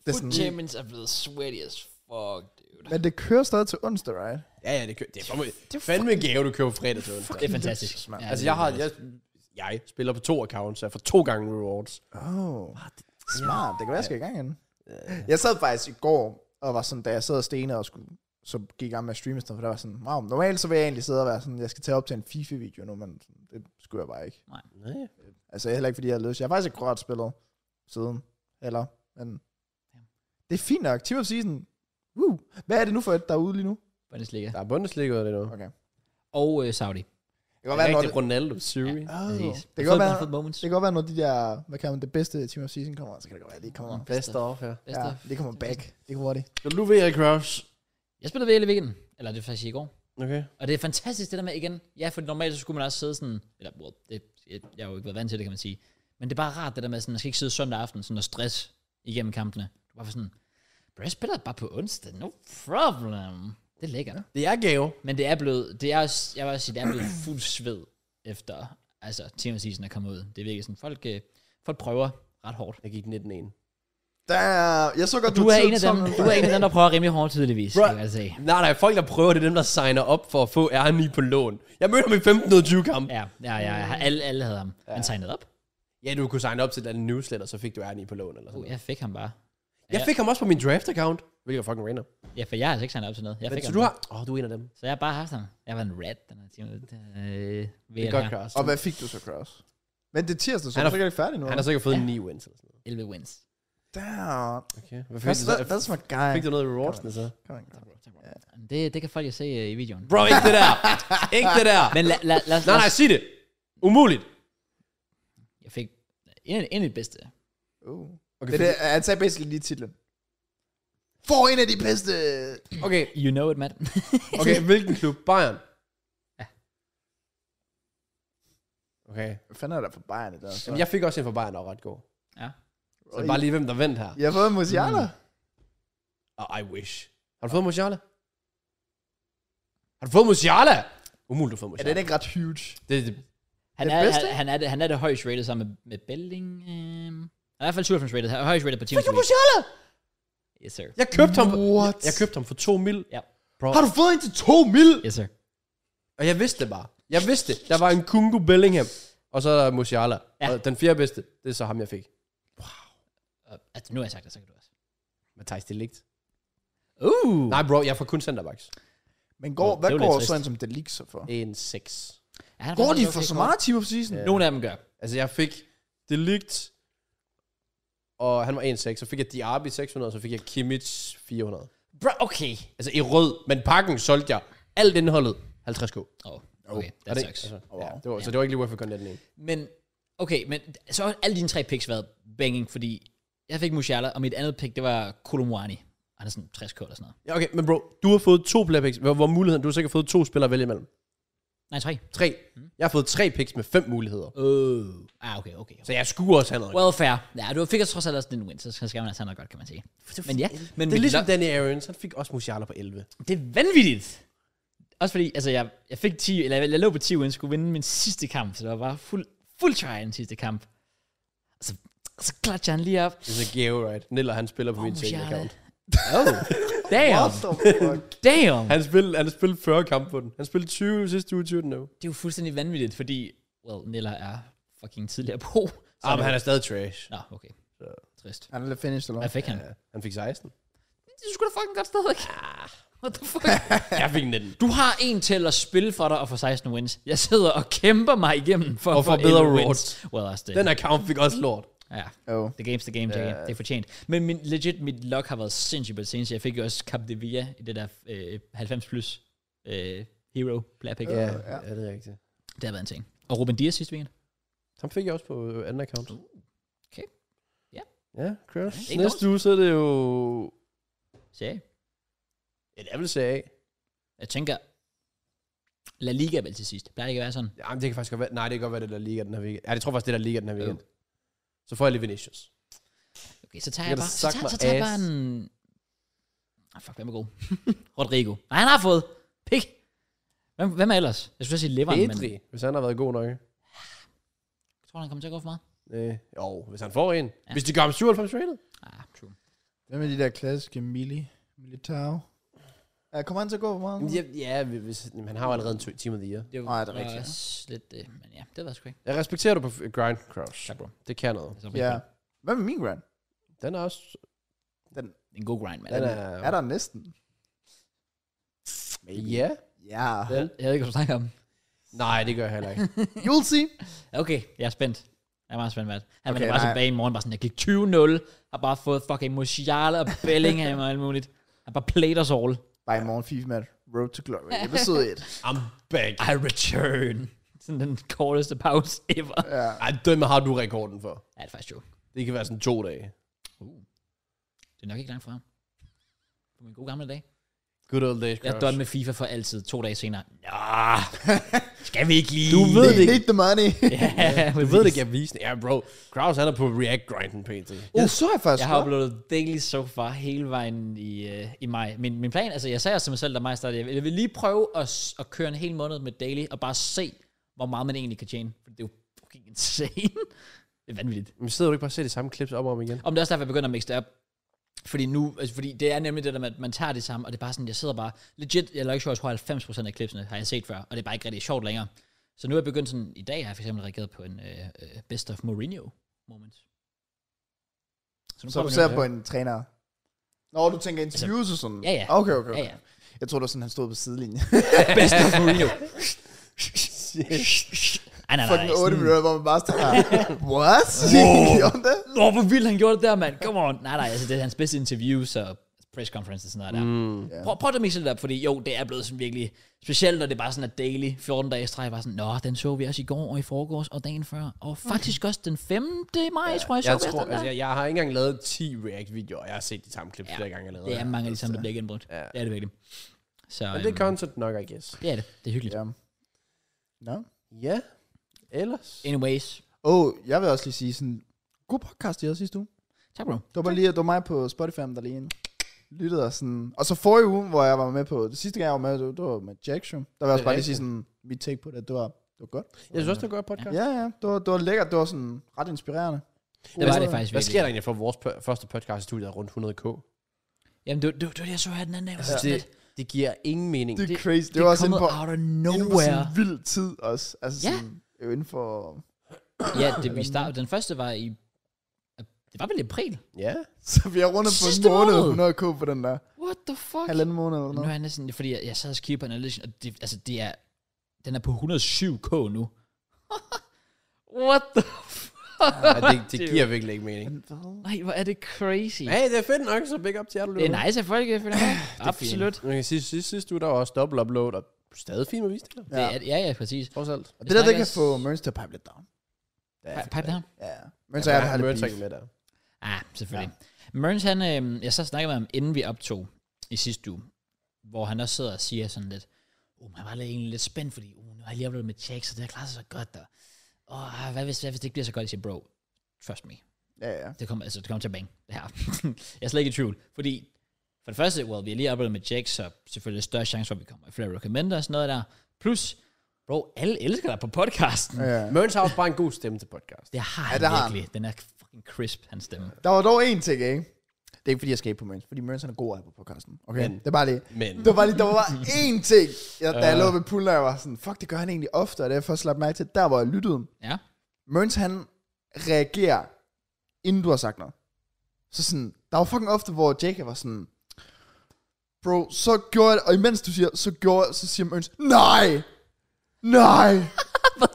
Foot sådan, Champions er blevet sweaty as fuck, dude. men det kører stadig til onsdag, right? Ja, ja, det, kø- det er fandme, det er fandme en gave, du køber fredag til onsdag. Det er fantastisk. Jesus, mand. Ja, Altså, det er jeg har, fantastisk. jeg, jeg spiller på to accounts, så jeg får to gange rewards. Oh, smart. Det kan være, jeg skal i gang igen. Jeg sad faktisk i går, og var sådan, da jeg sad og stenede og skulle, så gik jeg i gang med at streame, og sådan noget, for der var sådan, wow, normalt så vil jeg egentlig sidde og være sådan, jeg skal tage op til en FIFA-video nu, men sådan, det skulle jeg bare ikke. Nej. Altså heller ikke, fordi jeg havde lyst. Jeg har faktisk ikke rørt spillet siden, eller, men det er fint nok. Team of Season, Woo. Hvad er det nu for et, der er ude lige nu? Bundesliga. Der er Bundesliga og det nu. Okay. Og øh, Saudi. Det kan Det godt er være, når rigtig det, Ronaldo, Siri. Åh, Præcis. det kan Fed- godt være- fed moments. det kan godt være, når de der, hvad kan man, det bedste Team of Season kommer, så kan det godt være, at de kommer. Best off, ja. Bedst Ja, af- det kommer back. Det kommer hurtigt. Vil du være i Kraus? Jeg spillede VL i weekenden. Eller det var faktisk i går. Okay. Og det er fantastisk det der med igen. Ja, for normalt så skulle man også sidde sådan, eller well, det, jeg, jeg har jo ikke været vant til det, kan man sige. Men det er bare rart det der med, sådan, man skal ikke sidde søndag aften sådan og stress igennem kampene. Du er bare sådan, bro, jeg spiller bare på onsdag, no problem. Det er lækkert. Ja. Det er gave. Men det er blevet, det er også, jeg vil også sige, det er blevet fuld sved efter, altså Team of Season er kommet ud. Det er virkelig sådan, folk, øh, folk prøver ret hårdt. Jeg gik 19-1. Der er, jeg så godt, Du er, en af tid dem, sammen med du er en af dem, der prøver rimelig hårdt tydeligvis. Bro. Bro. Altså. Nej, nej, folk der prøver, det er dem, der signer op for at få R9 på lån. Jeg mødte ham i 1520 kamp. Ja, ja, ja, ja. Alle, alle havde ham. Han signede op. Ja, du kunne signe op til et eller andet newsletter, så fik du R9 på lån eller sådan Uh, noget. jeg fik ham bare. Jeg fik ham også på min draft account. Hvilket er fucking random. Ja, for jeg har altså ikke signet op til noget. Jeg Men, fik så ham du bare. har... Åh, oh, du er en af dem. Så jeg har bare haft ham. Jeg var en rat den her time. Øh, Det det er gør godt, Kraus. Og hvad fik du så, Cross? Men det er tirsdag, så han Han er- er, så ikke færdig nu. Han har så ikke fået 9 wins eller sådan noget. 11 wins. Damn. Okay. Hvad fik That's, du that, that's så? my guy. Fik du noget i rewardsene så? Kom ind, kom ind. Det, det kan folk jo se øh, i videoen. Bro, ikke det der. ikke det der. Men lad, lad, lad, os- nej, lad, nej, os- sig det. Umuligt. Jeg fik en, en af de bedste. Uh. Okay, Det, er det, han sagde basically lige titlen. For en af de bedste. okay, You know it, Matt. okay, hvilken klub? Bayern? Ja. Okay. Hvad fanden er der altså? for Bayern i dag? Så? Jamen, jeg fik også en fra Bayern, der var ret god. ja. Så det er bare lige, hvem der vandt her. Jeg har fået Musiala. Og I wish. Har du fået Musiala? Har du fået Musiala? Umuligt, du Ja, har fået Musiala. den er ikke ret huge. det, det, Han, Det er, bedste? han, han, er, det- han er det højst rated sammen med, med Belling. Øh, han er i hvert fald 97 rated. Han er højst rated på Team Fik du Musiala? Yes, sir. Jeg købte ham. What? Jeg købte ham for 2 mil. Ja. Bro. Har du fået en til to mil? Yes, sir. Og jeg vidste det bare. Jeg vidste det. Der var en Kungu Bellingham, og så er der Musiala. Ja. Ja. Og den fjerde bedste, det er så ham, jeg fik. Og, altså, nu har jeg sagt det, så kan du også. Matthijs Delikt. Uh! Nej, bro, jeg får kun centerbacks. Men går, Åh, hvad det var lidt går trist. sådan som det ligger så for? En 6. Ja, han er Går de faktisk for okay så kort. meget Team of Season? Ja. Nogle af dem gør. Altså, jeg fik Delikt, og han var en 6. Så fik jeg Diaby 600, og så fik jeg Kimmich 400. Bro, okay. Altså i rød, men pakken solgte jeg alt indholdet 50k. Oh, okay, Er that det, sucks. Altså, Wow. ja, det var, Så det var ikke lige UEFA Content den ene. Men, okay, men så har alle dine tre picks været banging, fordi jeg fik Musiala, og mit andet pick, det var Kolomwani. Han er sådan 60k eller sådan noget. Ja, okay, men bro, du har fået to playbacks. Hvor, hvor muligheden, du har sikkert fået to spillere at vælge imellem. Nej, tre. Tre. Mm. Jeg har fået tre picks med fem muligheder. Øh. Ah, okay, okay. Så jeg skulle også have noget. Well, fair. Ja, du fik altså trods alt også den win, så skal man altså have noget godt, kan man sige. Men ja, men det er mit ligesom lo- Danny Arians, han fik også Musiala på 11. det er vanvittigt. Også fordi, altså jeg, jeg fik 10, eller jeg, jeg lå på 10 wins, skulle vinde min sidste kamp, så det var bare fuld, fuld try i den sidste kamp. Så, så klatcher han lige op. Det er så gave, right? Niller, han spiller på min Musiala. account. Oh. Damn. What the fuck? Damn. Han spillede, han spillede 40 kampe på den. Han spillede 20 sidste uge, 20 den nu. Det er jo fuldstændig vanvittigt, fordi, well, Nilla er fucking tidligere på. Så Ah, men han er stadig trash. Nå, okay. Trist. Han er lidt finished, eller Hvad hvad? fik han? Ja, han fik 16. Det er sgu da fucking godt stadigvæk. Ah. What the fuck? Jeg fik 19. Du har en til at spille for dig og få 16 wins. Jeg sidder og kæmper mig igennem for Og at få får bedre 11 rewards. wins. Well, også det. Den account fik også lort. Ja. Jo. The game's the game, yeah. det, er- det er fortjent. Men min, legit, mit luck har været sindssygt på det seneste. Jeg fik jo også Cap de Villa i det der øh, 90 plus øh, hero player pick. Yeah. ja. ja, det er rigtigt. Det har været en ting. Og Ruben Dias sidste weekend. Ham fik jeg også på øh, anden account. okay. Ja. Ja, Crash. Ikke Næste uge, så er det jo... Så ja. Ja, det er vel CA. jeg tænker, La Liga er vel til sidst. Plejer det ikke at være sådan? Jamen, det kan faktisk godt være... Nej, det kan godt være, det er der ligger den her weekend. Ja, det tror jeg faktisk, det er der ligger den her weekend. Så får jeg lige Vinicius. Okay, så tager jeg Det kan bare, da så sagt tager, mig så tager jeg ass. bare en... Ah, fuck, hvem er god? Rodrigo. Nej, han har fået. Pik. Hvem, hvem er ellers? Jeg skulle sige Leveren, men Pedri, hvis han har været god nok. jeg tror, han kommer til at gå for meget. Øh, jo, hvis han får en. Ja. Hvis de gør ham 97 rated. Ah, true. Hvad med de der klassiske mili? Militao? Ja, kommer han til at gå for meget? Ja, ja hvis, jamen, han har jo allerede en to- team of the year. Det Nej, det er rigtigt, ja. også lidt det, men ja, det var sgu ikke. Jeg respekterer dig på f- grind, Crouch. Tak, bro. Det kan noget. Altså, Ja. Hvad med min grand? Den er også... Det er en god grind, mand. Den er... Er der næsten? Ja. Ja. Den. Jeg ved ikke, hvad du snakker om. Nej, det gør jeg heller ikke. You'll see. Okay, jeg er spændt. Jeg er meget spændt, mand. Han okay, Okay, var bare nej. tilbage i morgen, bare sådan, jeg gik 20-0, har bare fået fucking Musiala og Bellingham og alt muligt. Han bare played us all. Bare i morgen FIFA Match. Road to Glory. Episode 1. I'm back. I return. Sådan den korteste pause ever. Ja. Ej, dem har du rekorden for. Ja, det er faktisk true. Det kan være sådan to dage. Det er nok ikke langt fra. På min gode gamle dag. Good old days, Jeg Crouch. døde med FIFA for altid, to dage senere. Nå, Ah, skal vi ikke lige? Du ved det ikke. Need the money. ja, Du ved det ikke, jeg viser Ja, bro. Kraus, han er på React-grinden pt. Uh, så er jeg faktisk Jeg har godt. uploadet daily so far hele vejen i, øh, i maj. Min, min plan, altså jeg sagde også til mig selv, da maj startede, jeg vil lige prøve at, s- at køre en hel måned med daily, og bare se, hvor meget man egentlig kan tjene. For det er jo fucking insane. det er vanvittigt. Men sidder du ikke bare og ser de samme klips op og om igen? Om det er også derfor, jeg begynder at mixe det op. Fordi nu, altså fordi det er nemlig det der med, at man tager det samme, og det er bare sådan, jeg sidder bare, legit, jeg laver ikke sjov, jeg tror 90% af klipsene har jeg set før, og det er bare ikke rigtig sjovt længere. Så nu er jeg begyndt sådan, i dag har jeg for eksempel reageret på en øh, øh, best of Mourinho moment. nu Så prøver du vi ser noget. på en træner. Nå, du tænker interviews og sådan. Ja, ja. Okay, okay. Ja, okay. ja. Jeg tror det var sådan, han stod på sidelinjen. Best of Mourinho. Ej, nej, nej, nej. Fucking 8 Sådan, minutter, hvor man bare står her. What? Gjorde han det? Nå, hvor vildt han gjorde det der, mand. Come on. Nej, nej, altså det er hans bedste interviews og press conference og sådan noget der. Mm. Yeah. Prøv, prøv at mixe det op, fordi jo, det er blevet sådan virkelig specielt, når det er bare sådan, at daily, 14 dage i streg, bare sådan, nå, den så vi også i går og i forgårs og dagen før, og faktisk også den 5. maj, ja, tror jeg, så Jeg, vi tror, også den altså, der. jeg, jeg, har ikke engang lavet 10 React-videoer, og jeg har set de samme klips Ja, ja. flere gange allerede. Det er mange af de samme, der bliver genbrugt. Ja. Det er det virkelig. Så Men det er øhm, content nok, I guess. det er det. Det er hyggeligt. Ja. Nå. Ja. Ellers? Anyways. Åh, jeg vil også lige sige sådan, god podcast, I havde sidste uge. Tak, bro. Det var bare lige, det var mig på Spotify, der lige ind- lyttede og sådan. Og så forrige uge, hvor jeg var med på, det sidste gang jeg var med, det, det var med Jack Show. Der vil jeg også bare lige sige sådan, mit take på det, det var, det var godt. Jeg synes også, det er godt podcast. Ja, ja, det var, det var lækkert, det var sådan ret inspirerende. Det var det faktisk Hvad virkelig. sker der egentlig for vores p- første podcast i studiet er rundt 100k? Jamen, det, var- det, var- det var det, jeg så her den anden dag. Altså, det, det giver ingen mening. Det Det- er crazy, det, det var er også kommet inden for, out of inden for sådan nowhere. en vild tid også. Altså Ja. ja. sådan, jo inden for Ja, det, vi start, den første var i... Det var vel i april? Ja. Så vi har rundet på Sidste en måned, måned. 100k på den der. What the fuck? Halvanden måned eller Nu er noget. jeg næsten... Fordi jeg, jeg sad og kiggede på analysen, og det, altså, det er... Den er på 107k nu. What the fuck? Ej, det, det giver virkelig ikke mening. Nej, hvor er det crazy. Hey, det er fedt nok, så big up til jer, du Det lytter er nice, at folk jeg føler med. Absolut. Man kan sige, sidste, sidste uge, der var også dobbelt upload, og stadig fint med visninger. Ja. Det er, ja, ja, præcis. Trods alt. Og det der, det snakker kan også- få Mørns til at pipe lidt down. Pi- Pipe down. Ja, Mørns og jeg har lidt Mørns er beef. ikke med der. Ah, selvfølgelig. Ja. Mørns, han, øh, jeg så snakkede med ham, inden vi optog i sidste uge, hvor han også sidder og siger sådan lidt, uh, han var lidt- egentlig lidt spændt, fordi uh, nu har jeg lige oplevet med Jack, så det har klaret sig så godt, og oh, hvad, hvis, hvad hvis det ikke bliver så godt? Jeg siger, bro, trust me, Ja, ja. det kommer, altså, det kommer til at bang, det her. jeg er slet ikke i tvivl, fordi for det første, well, vi har lige oplevet med Jack, så selvfølgelig større chance for, at vi kommer i flere recommender og sådan noget der. Plus, bro, alle elsker dig på podcasten. Ja. ja. Mørns har også bare en god stemme til podcast. Det har Ja, han det har ja, han. virkelig. Den er fucking crisp, hans stemme. Der var dog en ting, ikke? Det er ikke, fordi jeg skal af på Mørns, fordi Mørns han er god af på podcasten. Okay? Men- det er bare lige... Men Det var bare lige, der var bare én ting, jeg, da jeg lå ved poolen, og jeg var sådan, fuck, det gør han egentlig ofte, og det har jeg først lagt mærke til, der hvor jeg lyttede. Ja. Mørns han reagerer, inden du har sagt noget. Så sådan, der var fucking ofte, hvor Jacob var sådan, bro, så gjorde jeg det, og imens du siger, så gjorde jeg, så siger Mørns, nej, nej.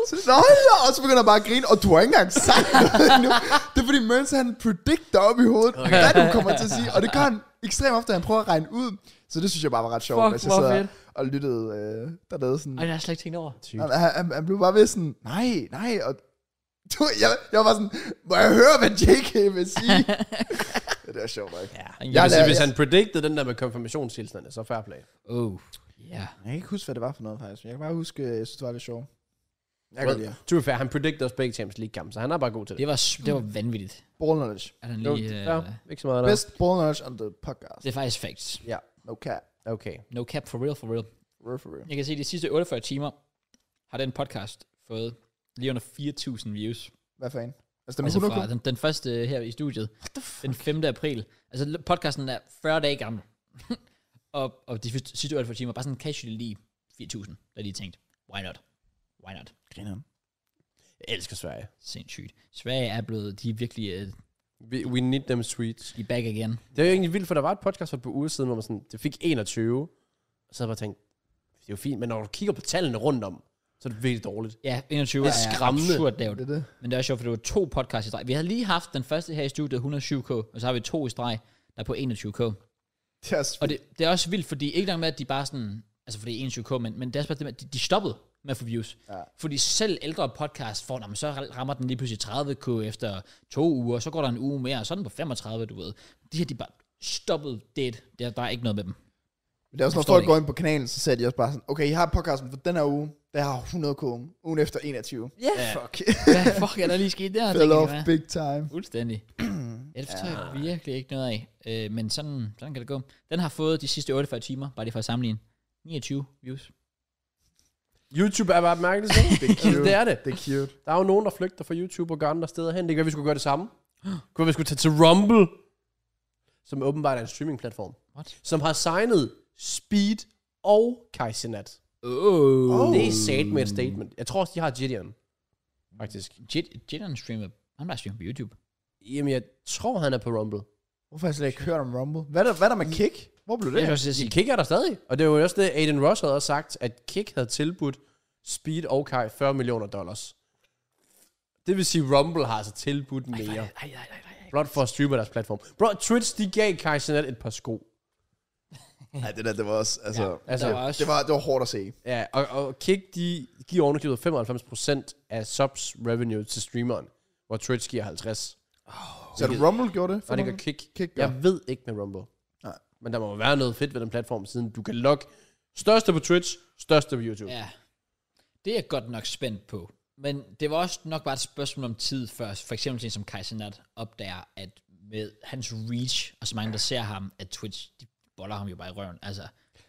Så, nej, ja, og så begynder jeg bare at grine, og du har ikke engang sagt noget endnu. Det er fordi Mørns, han predicter op i hovedet, okay. hvad du kommer til at sige, og det gør han ekstremt ofte, han prøver at regne ud. Så det synes jeg bare var ret sjovt, Fuck, hvis jeg hvor sad fedt. og lyttede øh, dernede sådan. Ej, det har jeg slet ikke tænkt over. Han, han, han, han blev bare ved sådan, nej, nej, og du, jeg, jeg var sådan, må jeg høre, hvad JK vil sige? Ja, det var sjovt, ikke? Ja. jeg Jeg vil sige, lader- hvis han predicted den der med konfirmationshilsnerne, så fair play. Oh. Ja. Jeg kan ikke huske, hvad det var for noget, faktisk. Jeg kan bare huske, øh, jeg synes, det var lidt sjovt. Jeg kan Well, godt lide. To be fair, han predicted også begge Champions League kampe, så han er bare god til det. Det var, s- det var vanvittigt, Ball knowledge. at han Jo, lige... ja, Øh, ikke så meget der. Best ball knowledge on the podcast. det er faktisk facts. Ja, no cap. Okay. No cap for real, for real. Real for real. Jeg kan se, at de sidste 48 timer har den podcast fået lige under 4.000 views. Hvad fanden? Altså, dem Altså altså, fra den, den første øh, her i studiet. Den 5. april. Altså l- podcasten er 40 dage gammel. og, og de sidste- sidste 48 timer, bare sådan casually lige 4.000, der lige tænkt, why not? Why not? Grineren. Jeg elsker Sverige. Sindssygt. Sverige er blevet, de er virkelig, øh, We, we need them sweets. de er back again. Det er jo egentlig vildt, for der var et podcast for et par uger siden, hvor man sådan, det fik 21, og så havde jeg bare tænkt, det er jo fint, men når du kigger på tallene rundt om, så er det virkelig dårligt. Ja, 21 Det er skræmmende. absurd Det lavt. er det. Men det er også sjovt, for det var to podcasts i streg. Vi har lige haft den første her i studiet, 107k, og så har vi to i streg, der er på 21k. Det er Og det, det er også vildt, fordi ikke nok med, at de bare sådan, altså fordi 21k, men, men det er også bare det med, at de, de stoppede med at få views. Ja. Fordi selv ældre podcast får, når man så rammer den lige pludselig 30k efter to uger, så går der en uge mere, og så er den på 35, du ved. De her, de er bare stoppede det. Der, der er ikke noget med dem. Det er også, når Forstår folk det går ind på kanalen, så ser de også bare sådan, okay, I har podcasten for den her uge, der har 100 k ugen efter 21. Ja. Yeah. Fuck. Hvad fuck er der lige sket der? Fell tænker jeg off bare. big time. Fuldstændig. ja, det forstår jeg virkelig ikke noget af. Øh, men sådan, sådan kan det gå. Den har fået de sidste 48 timer, bare lige for at sammenligne. 29 views. YouTube er bare et mærkeligt sted. Det er altså, cute. det er det. Det er cute. Der er jo nogen, der flygter fra YouTube og går andre steder hen. Det gør, vi skulle gøre det samme. Kunne vi skulle tage til Rumble, som åbenbart er en streamingplatform, What? som har signet Speed og Kaizenat. Oh. Oh. Det er sat med et statement. Jeg tror også, de har Gideon. Faktisk. Jitteren streamer, han bare streamer på YouTube. Jamen, jeg tror, han er på Rumble. Hvorfor har jeg slet ikke hørt om Rumble? Hvad er der, hvad er der med Kick? Hvor blev det? Jeg kan også sige, De Kick er der stadig. Og det er jo også det, Aiden Ross havde også sagt, at Kick havde tilbudt Speed og Kai 40 millioner dollars. Det vil sige, Rumble har altså tilbudt mere. Ej, ej, ej, ej. Blot for at streame deres platform. Bro, Twitch, de gav Kai Sinet et par sko. Ja, det der, det var også, altså, ja, Altså, der var også, det, var, det var hårdt at se. Ja, og, og Kick, de giver undergivet 95% af subs revenue til streameren, hvor Twitch giver 50. Så er det Rumble gjorde det? Og det gør Kick. Kick gør. Jeg ved ikke med Rumble. Nej. Men der må jo være noget fedt ved den platform, siden du kan logge største på Twitch, største på YouTube. ja. Det er jeg godt nok spændt på. Men det var også nok bare et spørgsmål om tid før, for eksempel sådan en som Kaisenat opdager, at med hans reach, og så mange, der ser ham, at Twitch, de boller ham jo bare i røven. Altså,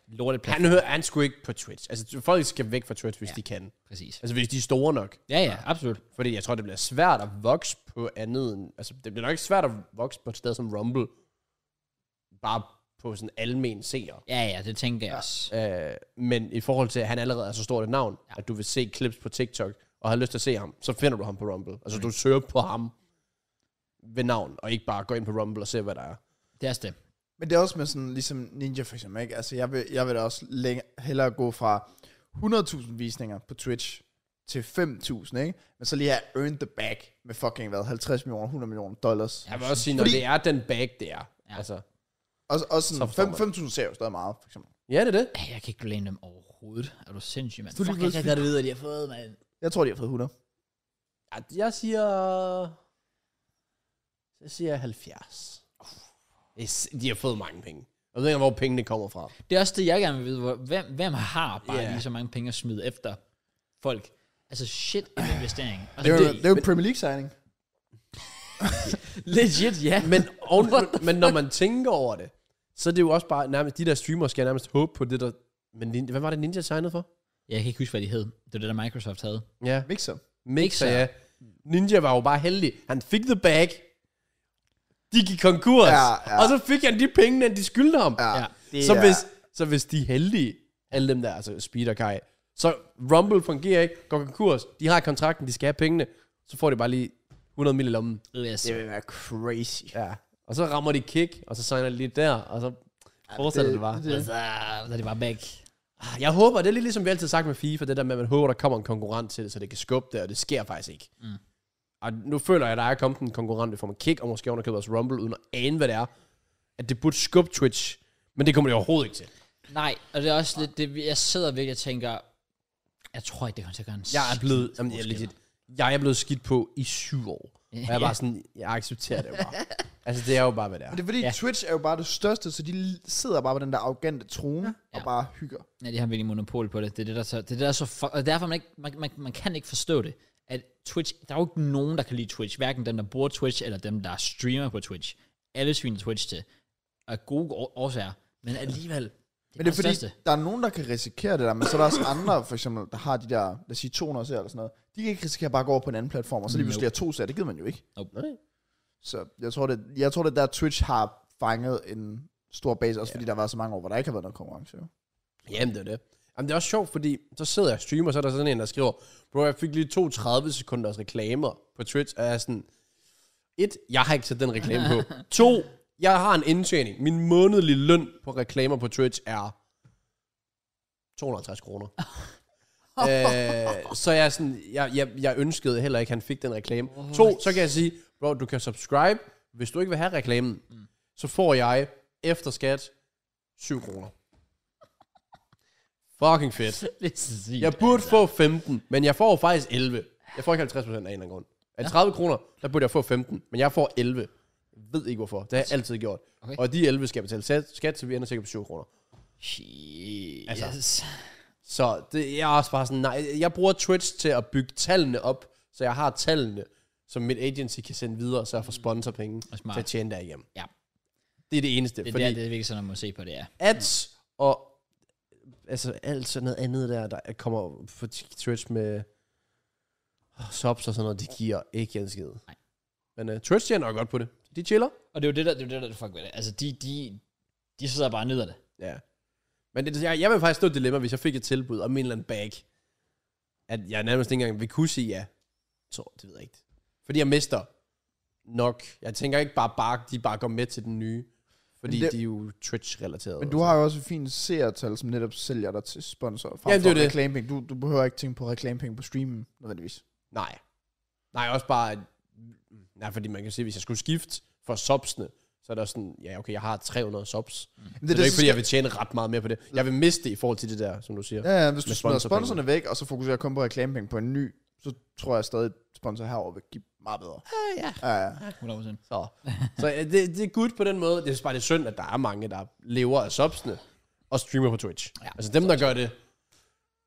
lortet platform. Han hører han sgu ikke på Twitch. Altså, folk skal væk fra Twitch, hvis ja. de kan. Præcis. Altså, hvis de er store nok. Ja, ja, absolut. Fordi jeg tror, det bliver svært at vokse på andet end... Altså, det bliver nok ikke svært at vokse på et sted som Rumble. Bare på sådan almen seer. Ja, ja, det tænker jeg også. Øh, men i forhold til, at han allerede er så stort et navn, ja. at du vil se clips på TikTok, og har lyst til at se ham, så finder du ham på Rumble. Altså, du søger på ham ved navn, og ikke bare går ind på Rumble og ser, hvad der er. Det er også det. Men det er også med sådan, ligesom Ninja for eksempel, ikke? Altså, jeg vil, jeg vil da også længe, hellere gå fra 100.000 visninger på Twitch til 5.000, ikke? Men så lige have earned the bag med fucking, hvad, 50 millioner, 100 millioner dollars. Ja. Jeg vil også sige, når Fordi- det er den bag, det er. Ja. Ja. Altså, Og, og sådan Så forstår 5 man. 5.000 ser jo stadig meget, for eksempel. ja, det er det. Ej, Jeg kan ikke blame dem overhovedet. Er du sindssyg, mand? Du er lige Fuck, jeg kan pludselig- godt vide, at de har fået, mand. Jeg tror, de har fået 100. Ja, Jeg siger... Jeg siger 70. Det er s- Uh. De har fået mange penge. Jeg ved ikke, hvor pengene kommer fra. Det er også det, jeg gerne vil vide. Hvor, hvem, hvem har bare Ja. yeah. lige så mange penge at smide efter folk? Altså shit, en investering. Det Altså, er jo, det, det er jo Premier League signing. legit, ja. Men, oven, men, men når man tænker over det, så er det jo også bare nærmest, de der streamere skal nærmest håbe på det der, men Nin- hvad var det Ninja signede for? Jeg kan ikke huske, hvad de hed. Det var det, der Microsoft havde. Ja, Mixer. Mixer, ja. Ninja var jo bare heldig. Han fik the bag, De gik konkurs. Ja, ja. Og så fik han de penge, end de skyldte ham. Ja. Det, Så, er- hvis, så hvis de er heldige, alle dem der, altså Speed og Kai, så Rumble fungerer ikke, går konkurs, de har kontrakten, de skal have pengene, så får de bare lige 100 mil i lommen. yes. Det vil være crazy. Ja. Og så rammer de kick, og så signer de lige der, og så fortsætter det, bare. Så, så er Altså, det bare back. Jeg håber, det er lidt ligesom vi altid har sagt med FIFA, det der med, at man håber, der kommer en konkurrent til det, så det kan skubbe det, og det sker faktisk ikke. Mm. Og nu føler jeg, at der er kommet en konkurrent i form af kick, og måske underkøbet også Rumble, uden at ane, hvad det er. At det burde skubbe Twitch, men det kommer det overhovedet ikke til. Nej, og det er også lidt det, jeg sidder virkelig og tænker, jeg tror ikke, det kommer til at gøre en Jeg er blevet, jamen, jeg, er forskel. legit, jeg er blevet skidt på i syv år. Og jeg er Ja. bare sådan, jeg accepterer det jo bare. altså, det er jo bare, hvad det er. Men det er fordi, Ja. ja. Twitch er jo bare det største, så de l- sidder bare på den der arrogante trone ja. og Ja. bare hygger. Ja, de har virkelig monopol på det. Det er det, der, så, det er det, der er så for, og derfor man ikke, man, man, man kan ikke forstå det. At Twitch, der er jo ikke nogen, der kan lide Twitch. Hverken dem, der bruger Twitch, eller dem, der streamer på Twitch. Alle sviner Twitch til. Af gode å- årsager. Men alligevel, det er, Men det er fordi, største. der er nogen, der kan risikere det der, men så er der også andre, for eksempel, der har de der, lad os sige 200 serier eller sådan noget. De kan ikke risikere bare at gå over på en anden platform, og så lige pludselig have to serier. Det gider man jo ikke. Nope. Så jeg tror, det, jeg tror, det er der Twitch har fanget en stor base, også fordi der var så mange år, hvor der ikke har været noget konkurrence. Jo. Jamen, det er det. Jamen, det er også sjovt, fordi så sidder jeg og streamer, og så er der sådan en, der skriver, bro, jeg fik lige to 30 sekunders reklamer på Twitch, og jeg er sådan, et, jeg har ikke sat den reklame på. to, jeg har en indtjening. Min månedlige løn på reklamer på Twitch er 250 kroner. øh, så jeg, er sådan, jeg, jeg, jeg ønskede heller ikke, at han fik den reklame. Oh, to, så kan jeg sige, bro, du kan subscribe. Hvis du ikke vil have reklamen, mm. så får jeg efter skat 7 kroner. Fucking fedt. Det er så sygt. Jeg burde få 15, men jeg får faktisk 11. Jeg får ikke 50 procent af en eller anden grund. Af 30 kroner, der burde jeg få 15, men jeg får 11. Jeg ved ikke hvorfor. Det har jeg altid gjort. Okay. Okay. Og de 11 skal jeg betale sat- skat, så vi ender sikkert på 7 kroner. Jeez. Altså. Altså. Så det, jeg er også bare sådan, nej, jeg bruger Twitch til at bygge tallene op, så jeg har tallene, som mit agency kan sende videre, så jeg får sponsorpenge Mm. smart. til at tjene der hjem. Ja. Det er det eneste. Det, er fordi der, det er virkelig sådan, man må se på det, ja. ads og altså alt sådan noget andet der, der kommer på Twitch med oh, subs og sådan noget, det giver ikke en skid. Nej. Men uh, Twitch tjener jo godt på det. De chiller. Og det er jo det, der, det er jo det, der fuck ved det. Altså, de, de, de sidder bare ned af det. Ja. Men det, jeg, jeg vil faktisk stå i et dilemma, hvis jeg fik et tilbud om en eller anden bag, at jeg nærmest ikke engang vil kunne sige ja. Så det ved jeg ikke. Fordi jeg mister nok. Jeg tænker ikke bare, bare de bare går med til den nye. Fordi Men det- det, de er jo Twitch-relateret. Men du har jo også et fint seertal, som netop sælger dig til sponsor. Frem Ja, ja, det er det det. reklamepenge. Du, du behøver ikke tænke på reklamepenge på streamen, nødvendigvis. Nej. Nej, også bare... at- Nej, fordi man kan sige, hvis jeg skulle skifte for subsene, så er der sådan, ja okay, jeg har 300 subs. Mm. Det, Men det, det er så ikke, fordi sker- jeg vil tjene ret meget mere på det. Jeg vil miste det i forhold til det der, som du siger. Ja, ja, hvis du Med smider sponsorpenge. sponsorerne væk, og så fokuserer kun på reklamepenge på en ny, så tror jeg stadig, at sponsor herover vil give meget bedre. Oh, ja. Ja, ja. 100%. Så, så ja, det, det er godt på den måde. Det er bare det er synd, at der er mange, der lever af subsene og streamer på Twitch. Ja. Ja. Altså dem, der gør det,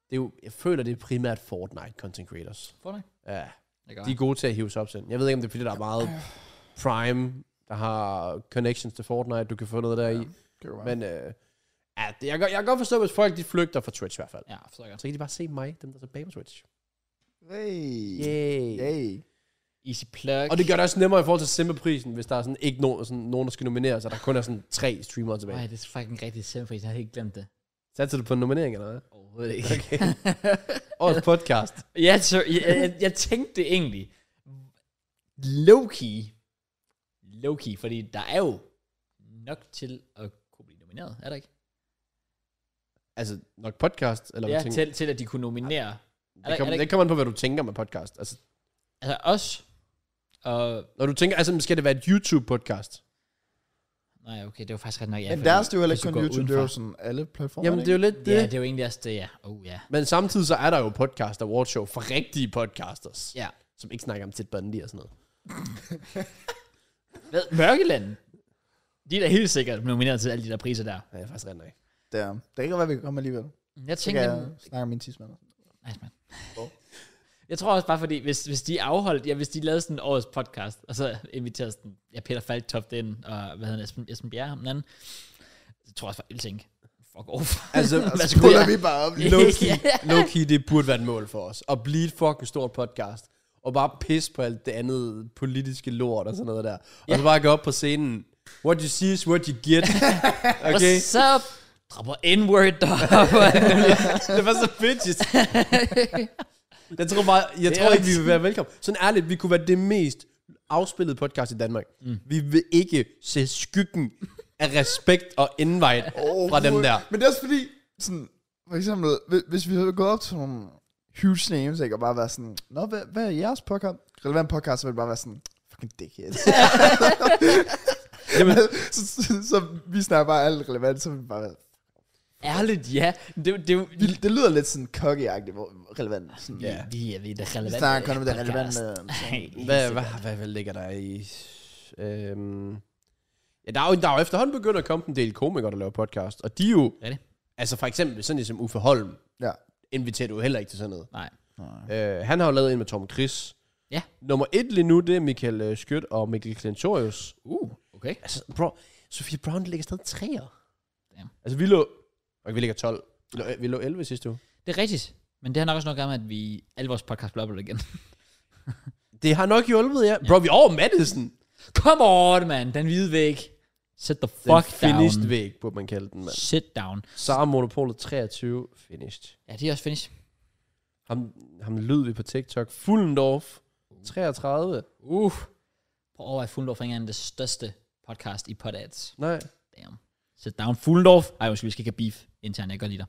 det er jo, jeg føler, det er primært Fortnite content creators. Får dig? Ja. Det gør De er gode til at hive subs ind. Jeg ved ikke, om det er, fordi der er meget Prime, der har connections til Fortnite, du kan få noget der i. Det kan jo være. Men øh, ja, det, jeg, kan godt- jeg kan godt forstå, hvis folk de flygter fra Twitch i hvert fald. Ja, forstår jeg godt. Så kan de bare se mig, dem der er tilbage på Twitch. Hey. Yay. Hey. Easy plug. Og det gør det også nemmere i forhold til simmeprisen, hvis der er sådan ikke nogen, sådan, nogen der skal nomineres, og der kun er sådan tre streamere tilbage. Nej, det er fucking rigtig simpelt, for jeg havde helt glemt det. Satser du på en nominering eller hvad? Overhovedet ikke. Okay. Årets podcast. Ja, så, jeg, jeg, jeg tænkte det egentlig. Low-key. Low-key, fordi der er jo nok til at kunne blive nomineret, er der ikke? Altså nok podcast, eller Ja, hvad tænker til, til at de kunne nominere. Er der, det, er kommer, der, det ikke- kommer an på, hvad du tænker med podcast. Altså, altså os. Og, når du tænker, altså skal det være et YouTube-podcast? nej, okay, det var faktisk ret nok. Ja, Men fordi deres, det er jo heller hvis ikke du kun går YouTube, det er udenfor- jo sådan alle platformer. Jamen det er jo lidt det. Ja, det er jo egentlig også det, ja. Oh, ja. Men samtidig så er der jo podcast og awardshow for rigtige podcasters, Ja. som ikke snakker om Ted Bundy og sådan noget. Hvad? Mørkeland. De er da helt sikkert nomineret til alle de der priser der. Ja, jeg er faktisk rent af. det er. Det kan være, vi kan komme alligevel. Jeg Så kan tænker, jeg snakke om min tidsmand. Nice, man. Jeg tror også bare, fordi hvis, hvis de afholdt, ja, hvis de lavede sådan en årets podcast, og så inviterede sådan, ja, Peter Falktoft ind, og hvad hedder han, Esben, Esben Bjerre, ham den anden, så tror jeg også bare, jeg tænke, fuck off. Altså, Hvad Så skulle puller jeg? vi bare op. Low-key, low-key, det burde være et mål for os. At blive et fucking stort podcast. og bare pisse på alt det andet politiske lort og sådan noget der. Og så bare gå op på scenen. What you see is what you get. Okay? What's up? Dropper N-word deroppe. det var så bitches. jeg tror bare, jeg Det tror er ikke, vi vil være velkommen. Sådan ærligt, vi kunne være det mest afspillede podcast i Danmark. Mm. Vi vil ikke se skyggen af respekt og invite oh, fra dem der. Men det er også fordi, sådan, for eksempel, hvi- hvis vi havde gået op til nogle huge names, ikke, og bare været sådan, Nå, hvad, hvad er jeres podcast? Relevant podcast, så ville det bare være sådan, fucking dickheads. Jamen. så, så, så, vi snakker bare alt relevant, så ville det bare være, Ærligt, ja. Det, det, det, vi- det lyder lidt sådan cocky-agtigt, hvor relevant. Sådan, ja. Vi, er- vi er det relevante. Vi snakker kun om det podcast. relevante. Ej, Hvad, hvad, hvad, hvad ligger der i? Øhm, ja, der er, jo, der er jo efterhånden begyndt at komme en del komikere, der laver podcast. Og de er jo, Er det? altså for eksempel sådan en som Uffe Holm, Ja. inviterer du heller ikke til sådan noget. Nej. Øh, han har jo lavet en med Tom Chris. Ja. Nummer et lige nu, det er Michael øh, Skjødt og Mikkel Klentorius. Uh, okay. Altså, bro, Sofie Brown ligger stadig treer. Damn. Altså, vi lå... Okay, vi ligger 12. Vi lå, vi lå 11 sidste uge. Det er rigtigt. Men det har nok også noget at gøre med, at vi alle vores podcast bliver uploadet igen. Det har nok hjulpet, ja. Bro, vi er over Madison. Come on, man. Den hvide væg. Sit the fuck den down. finished væg, burde man kalde den, mand. Sit down. Sara Monopolet 23, finished. Ja, de er også finished. Ham, ham lød vi på TikTok. Fullendorf, 33. Uh. Prøv at overveje, Fuglendorf er ikke engang den største podcast i podads. Nej, Damn. Sit down, Fuglendorf. Ej, måske vi skal ikke have beef internt. Jeg kan godt lide dig.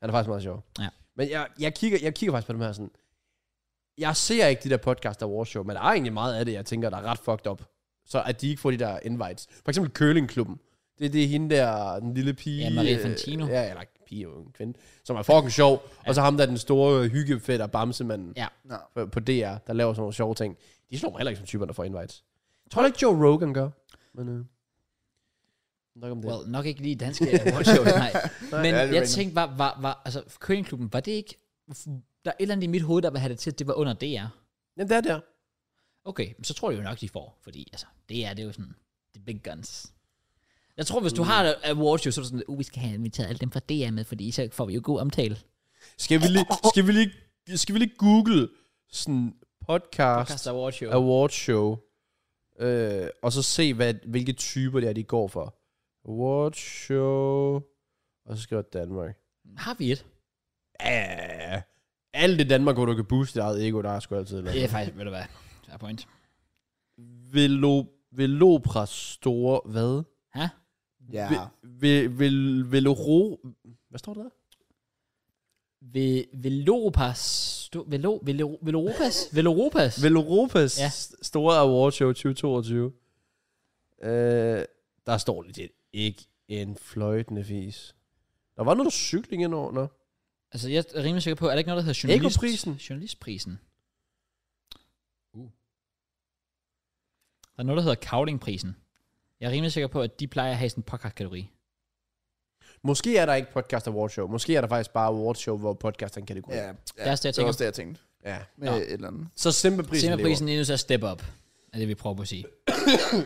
han er faktisk meget sjov. Ja. Men jeg, jeg, kigger, jeg kigger faktisk på dem her sådan... Jeg ser ikke de der podcast der show, men der er egentlig meget af det, jeg tænker, der er ret fucked up. Så at de ikke får de der invites. For eksempel Curlingklubben. Det, det er hende der, den lille pige. Ja, Maria øh, Fantino. Ja, eller ikke pige, jo, en kvinde. Som er fucking sjov. Ja. Og så ham der, den store øh, hyggefætter, Bamsemanden. Ja. Nå. På, på DR, der laver sådan nogle sjove ting. De slår mig heller ikke som typerne, der får invites. Jeg tror ikke, Joe Rogan gør. Men øh, nok om det. Well, nok ikke lige danske awardshow, nej. Men Ja, det er jeg random. tænkte, var, var, var, altså, Køllingklubben, var det ikke, der er et eller andet i mit hoved, der vil have det til, at det var under DR. Jamen, det er der. Okay, men så tror jeg jo nok, de får, fordi altså, det er det er jo sådan, the big guns. Jeg tror, hvis du har et awardshow, så er det sådan, uh, vi skal have inviteret alle dem fra DR med, fordi så får vi jo god omtale. Skal vi lige, skal vi lige, skal vi lige google sådan podcast, Podcast awardshow. award show, øh, og så se, hvad, hvilke typer det er, de går for. Award show, og så skriver Danmark. Har vi et? Ja, alt det Danmark, hvor du kan booste dit eget ego, der er sgu altid Det er lavet. faktisk, ved du hvad, fair point. Velo, Velopra store, hvad? Ha? Ja. Ve, ve, vel, veloro, hvad står der? Ve- Velopas, du- Velo, Velo, Veloropas, Veloropas. Veloropas Ja. ja. store award show 2022. Øh, der står lidt ikke en fløjtende fis. Der var noget cykling indover, nå. Altså, jeg er rimelig sikker på, er der ikke noget, der hedder journalist, Ekoprisen. journalistprisen? Uh. Der er noget, der hedder Kavlingprisen. Jeg er rimelig sikker på, at de plejer at have sådan en podcast-kategori. Måske er der ikke podcast award show. Måske er der faktisk bare award show, hvor podcast er en kategori. Ja, Det er også det, jeg det var tænker. også det, jeg tænkte. ja. Med Nå. et eller andet. Så Simba-prisen Se med lever. prisen lige nu, så step up. Er det, vi prøver på at sige.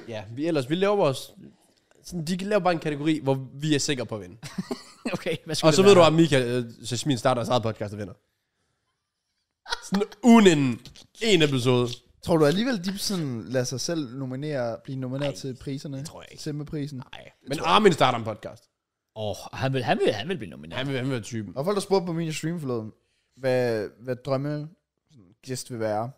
Ja, vi, ellers vi laver vores... Sådan, de laver bare en kategori, hvor vi er sikre på at vinde. okay, hvad skulle og så det ved du, være? at Michael øh, Sasmin starter hans eget podcast og vinder. Sådan ugen inden. En episode. Tror du alligevel, de sådan lader sig selv nominere, blive nomineret Ej, til priserne? Det tror jeg ikke. Simmeprisen. Nej. Men Armin starter en podcast. Åh, oh, han, vil, han, vil, han vil blive nomineret. Han vil, han vil være typen. Der var folk, der spurgte på min stream forleden, hvad, hvad drømme sådan, gæst vil være.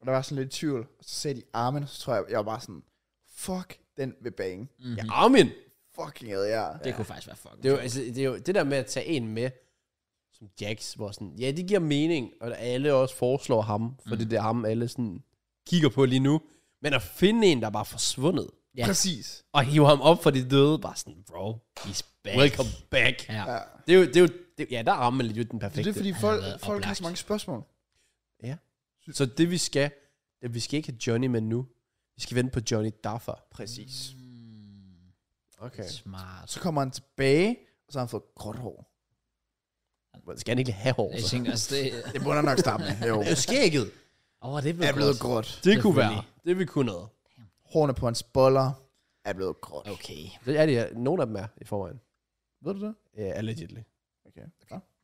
Og der var sådan lidt i tvivl. Og så sagde de armen, og så tror jeg, jeg var bare sådan, fuck, den vil bange. Mm-hmm. Ja, Ja, Armin. Fucking ad, ja. det kunne faktisk være fucking Mhm. Det er, jo, altså, det er jo det der med at tage en med, som Jax, hvor sådan, ja, det giver mening, og alle også foreslår ham, for mm. det er ham, alle sådan kigger på lige nu. Men at finde en, der bare er forsvundet, Ja. Præcis. og hive ham op fra de døde, bare sådan, bro, He's back. welcome back. Ja. Ja. Det er jo, det er jo, det, ja, der er Armin lidt jo den Det er perfekte. det, fordi Han folk, har været folk har oplagt. så mange spørgsmål. Så det vi skal, det er, vi skal ikke have Johnny med nu. Vi skal vente på Johnny Daffer. Præcis. Mm, Okay. Smart. Så kommer han tilbage, og så har han fået gråt hår. Skal han ikke have hår? Mm. Jeg Så? tænker også, det... Det burde han nok starte med. Jo. Det er jo skægget. Åh, oh, det blev Er blevet godt. gråt. Det kunne være. Selvfølgelig. Det vi kunne noget. Hårene på hans boller er blevet gråt. Okay. Det er det, ja. Nogle af dem er i forvejen. Ved du det? Ja, allegedly. Okay.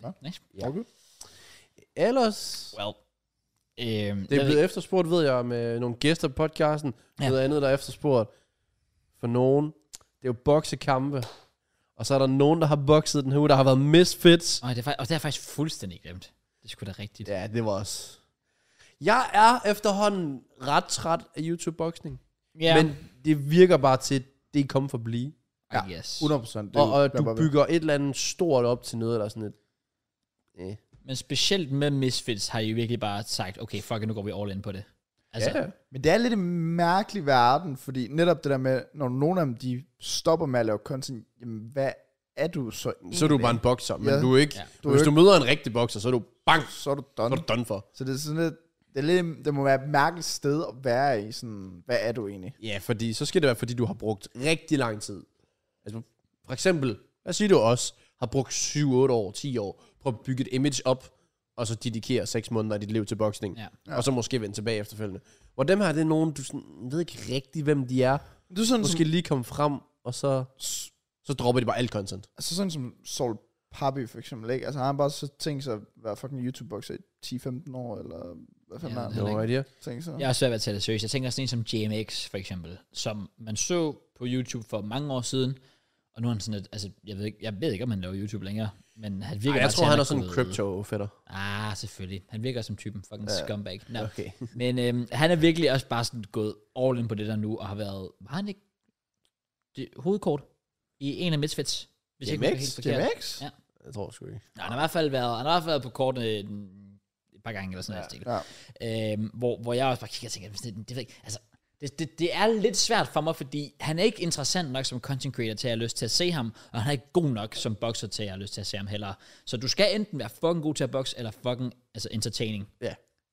Ja. Nice. Okay. Ellers... Well, Øhm, Det er blevet efterspurgt, ved jeg, med nogle gæster på podcasten. Ja. Ja. Noget andet, der er efterspurgt for nogen. Det er jo boksekampe. Og så er der nogen, der har bokset den her uge, der har været misfits. og, det er, fak- og det har jeg faktisk fuldstændig glemt. Det skulle da rigtigt. Ja, det var også... Jeg er efterhånden ret træt af YouTube-boksning. Ja. Men det virker bare til, at det er kommet for at blive. ja. Yes. 100 procent. Og, og du bygger et eller andet stort op til noget, der er sådan et... Eh. Men specielt med Misfits har I virkelig bare sagt, okay, fuck it, nu går vi all in på det. Altså, Ja. Men det er lidt en mærkelig verden, fordi netop det der med, når nogle af dem, de stopper med at lave content, jamen hvad er du så egentlig? Så er du bare en bokser, men Ja. ja. du er ikke... Ja. Ja. Du Du er hvis ikke- du møder en rigtig bokser, så er du bang, Så er du så er done. du done for. Så det er sådan lidt, det, er lidt, det må være et mærkeligt sted at være i, sådan, hvad er du egentlig? Ja, fordi så skal det være, fordi du har brugt rigtig lang tid. Altså, for eksempel, lad os sige, du også har brugt 7, 8 år, 10 år på at bygge et image op, og så dedikere 6 måneder af dit liv til boksning. Ja. Og så måske vende tilbage efterfølgende. Hvor dem her, det er nogen, du sådan, ved ikke rigtig, hvem de er. Du er sådan, Måske lige komme frem, og så, så dropper de bare alt content. altså sådan som Saul Papi for eksempel, ikke? Altså han har bare så tænkt sig at være fucking YouTube-bokser i 10-15 år, eller hvad fanden Ja, ja, er det er han rigtigt. No idea. tænkt sig? Jeg er svært ved at tage det seriøst. Jeg tænker sådan en som JMX, for eksempel, som man så på YouTube for mange år siden, og nu er han sådan et, altså, jeg ved ikke, jeg ved ikke om han laver YouTube længere, men han virker Ej, bare jeg til, tror, at han er gået- sådan en crypto-fætter. Ah, selvfølgelig. Han virker som typen fucking ja. scumbag. No. Okay. Men øhm, han er virkelig også bare sådan gået all in på det der nu, og har været, var han ikke det, hovedkort i en af Misfits? Hvis jeg husker helt JMX? forkert. JMX? Ja. Jeg tror sgu ikke. Nå, han har i hvert fald været, han har i hvert fald været på kortene en- et par gange eller sådan noget. i den stil. Ja. Øhm, hvor, hvor jeg også bare kigger og tænker, det, det, ved jeg ikke, altså, det, det, det er lidt svært for mig, fordi han er ikke interessant nok som content creator til, at jeg har lyst til at se ham, og han er ikke god nok som boxer til, at jeg har lyst til at se ham heller. Så du skal enten være fucking god til at boxe, eller fucking altså entertaining. Ja.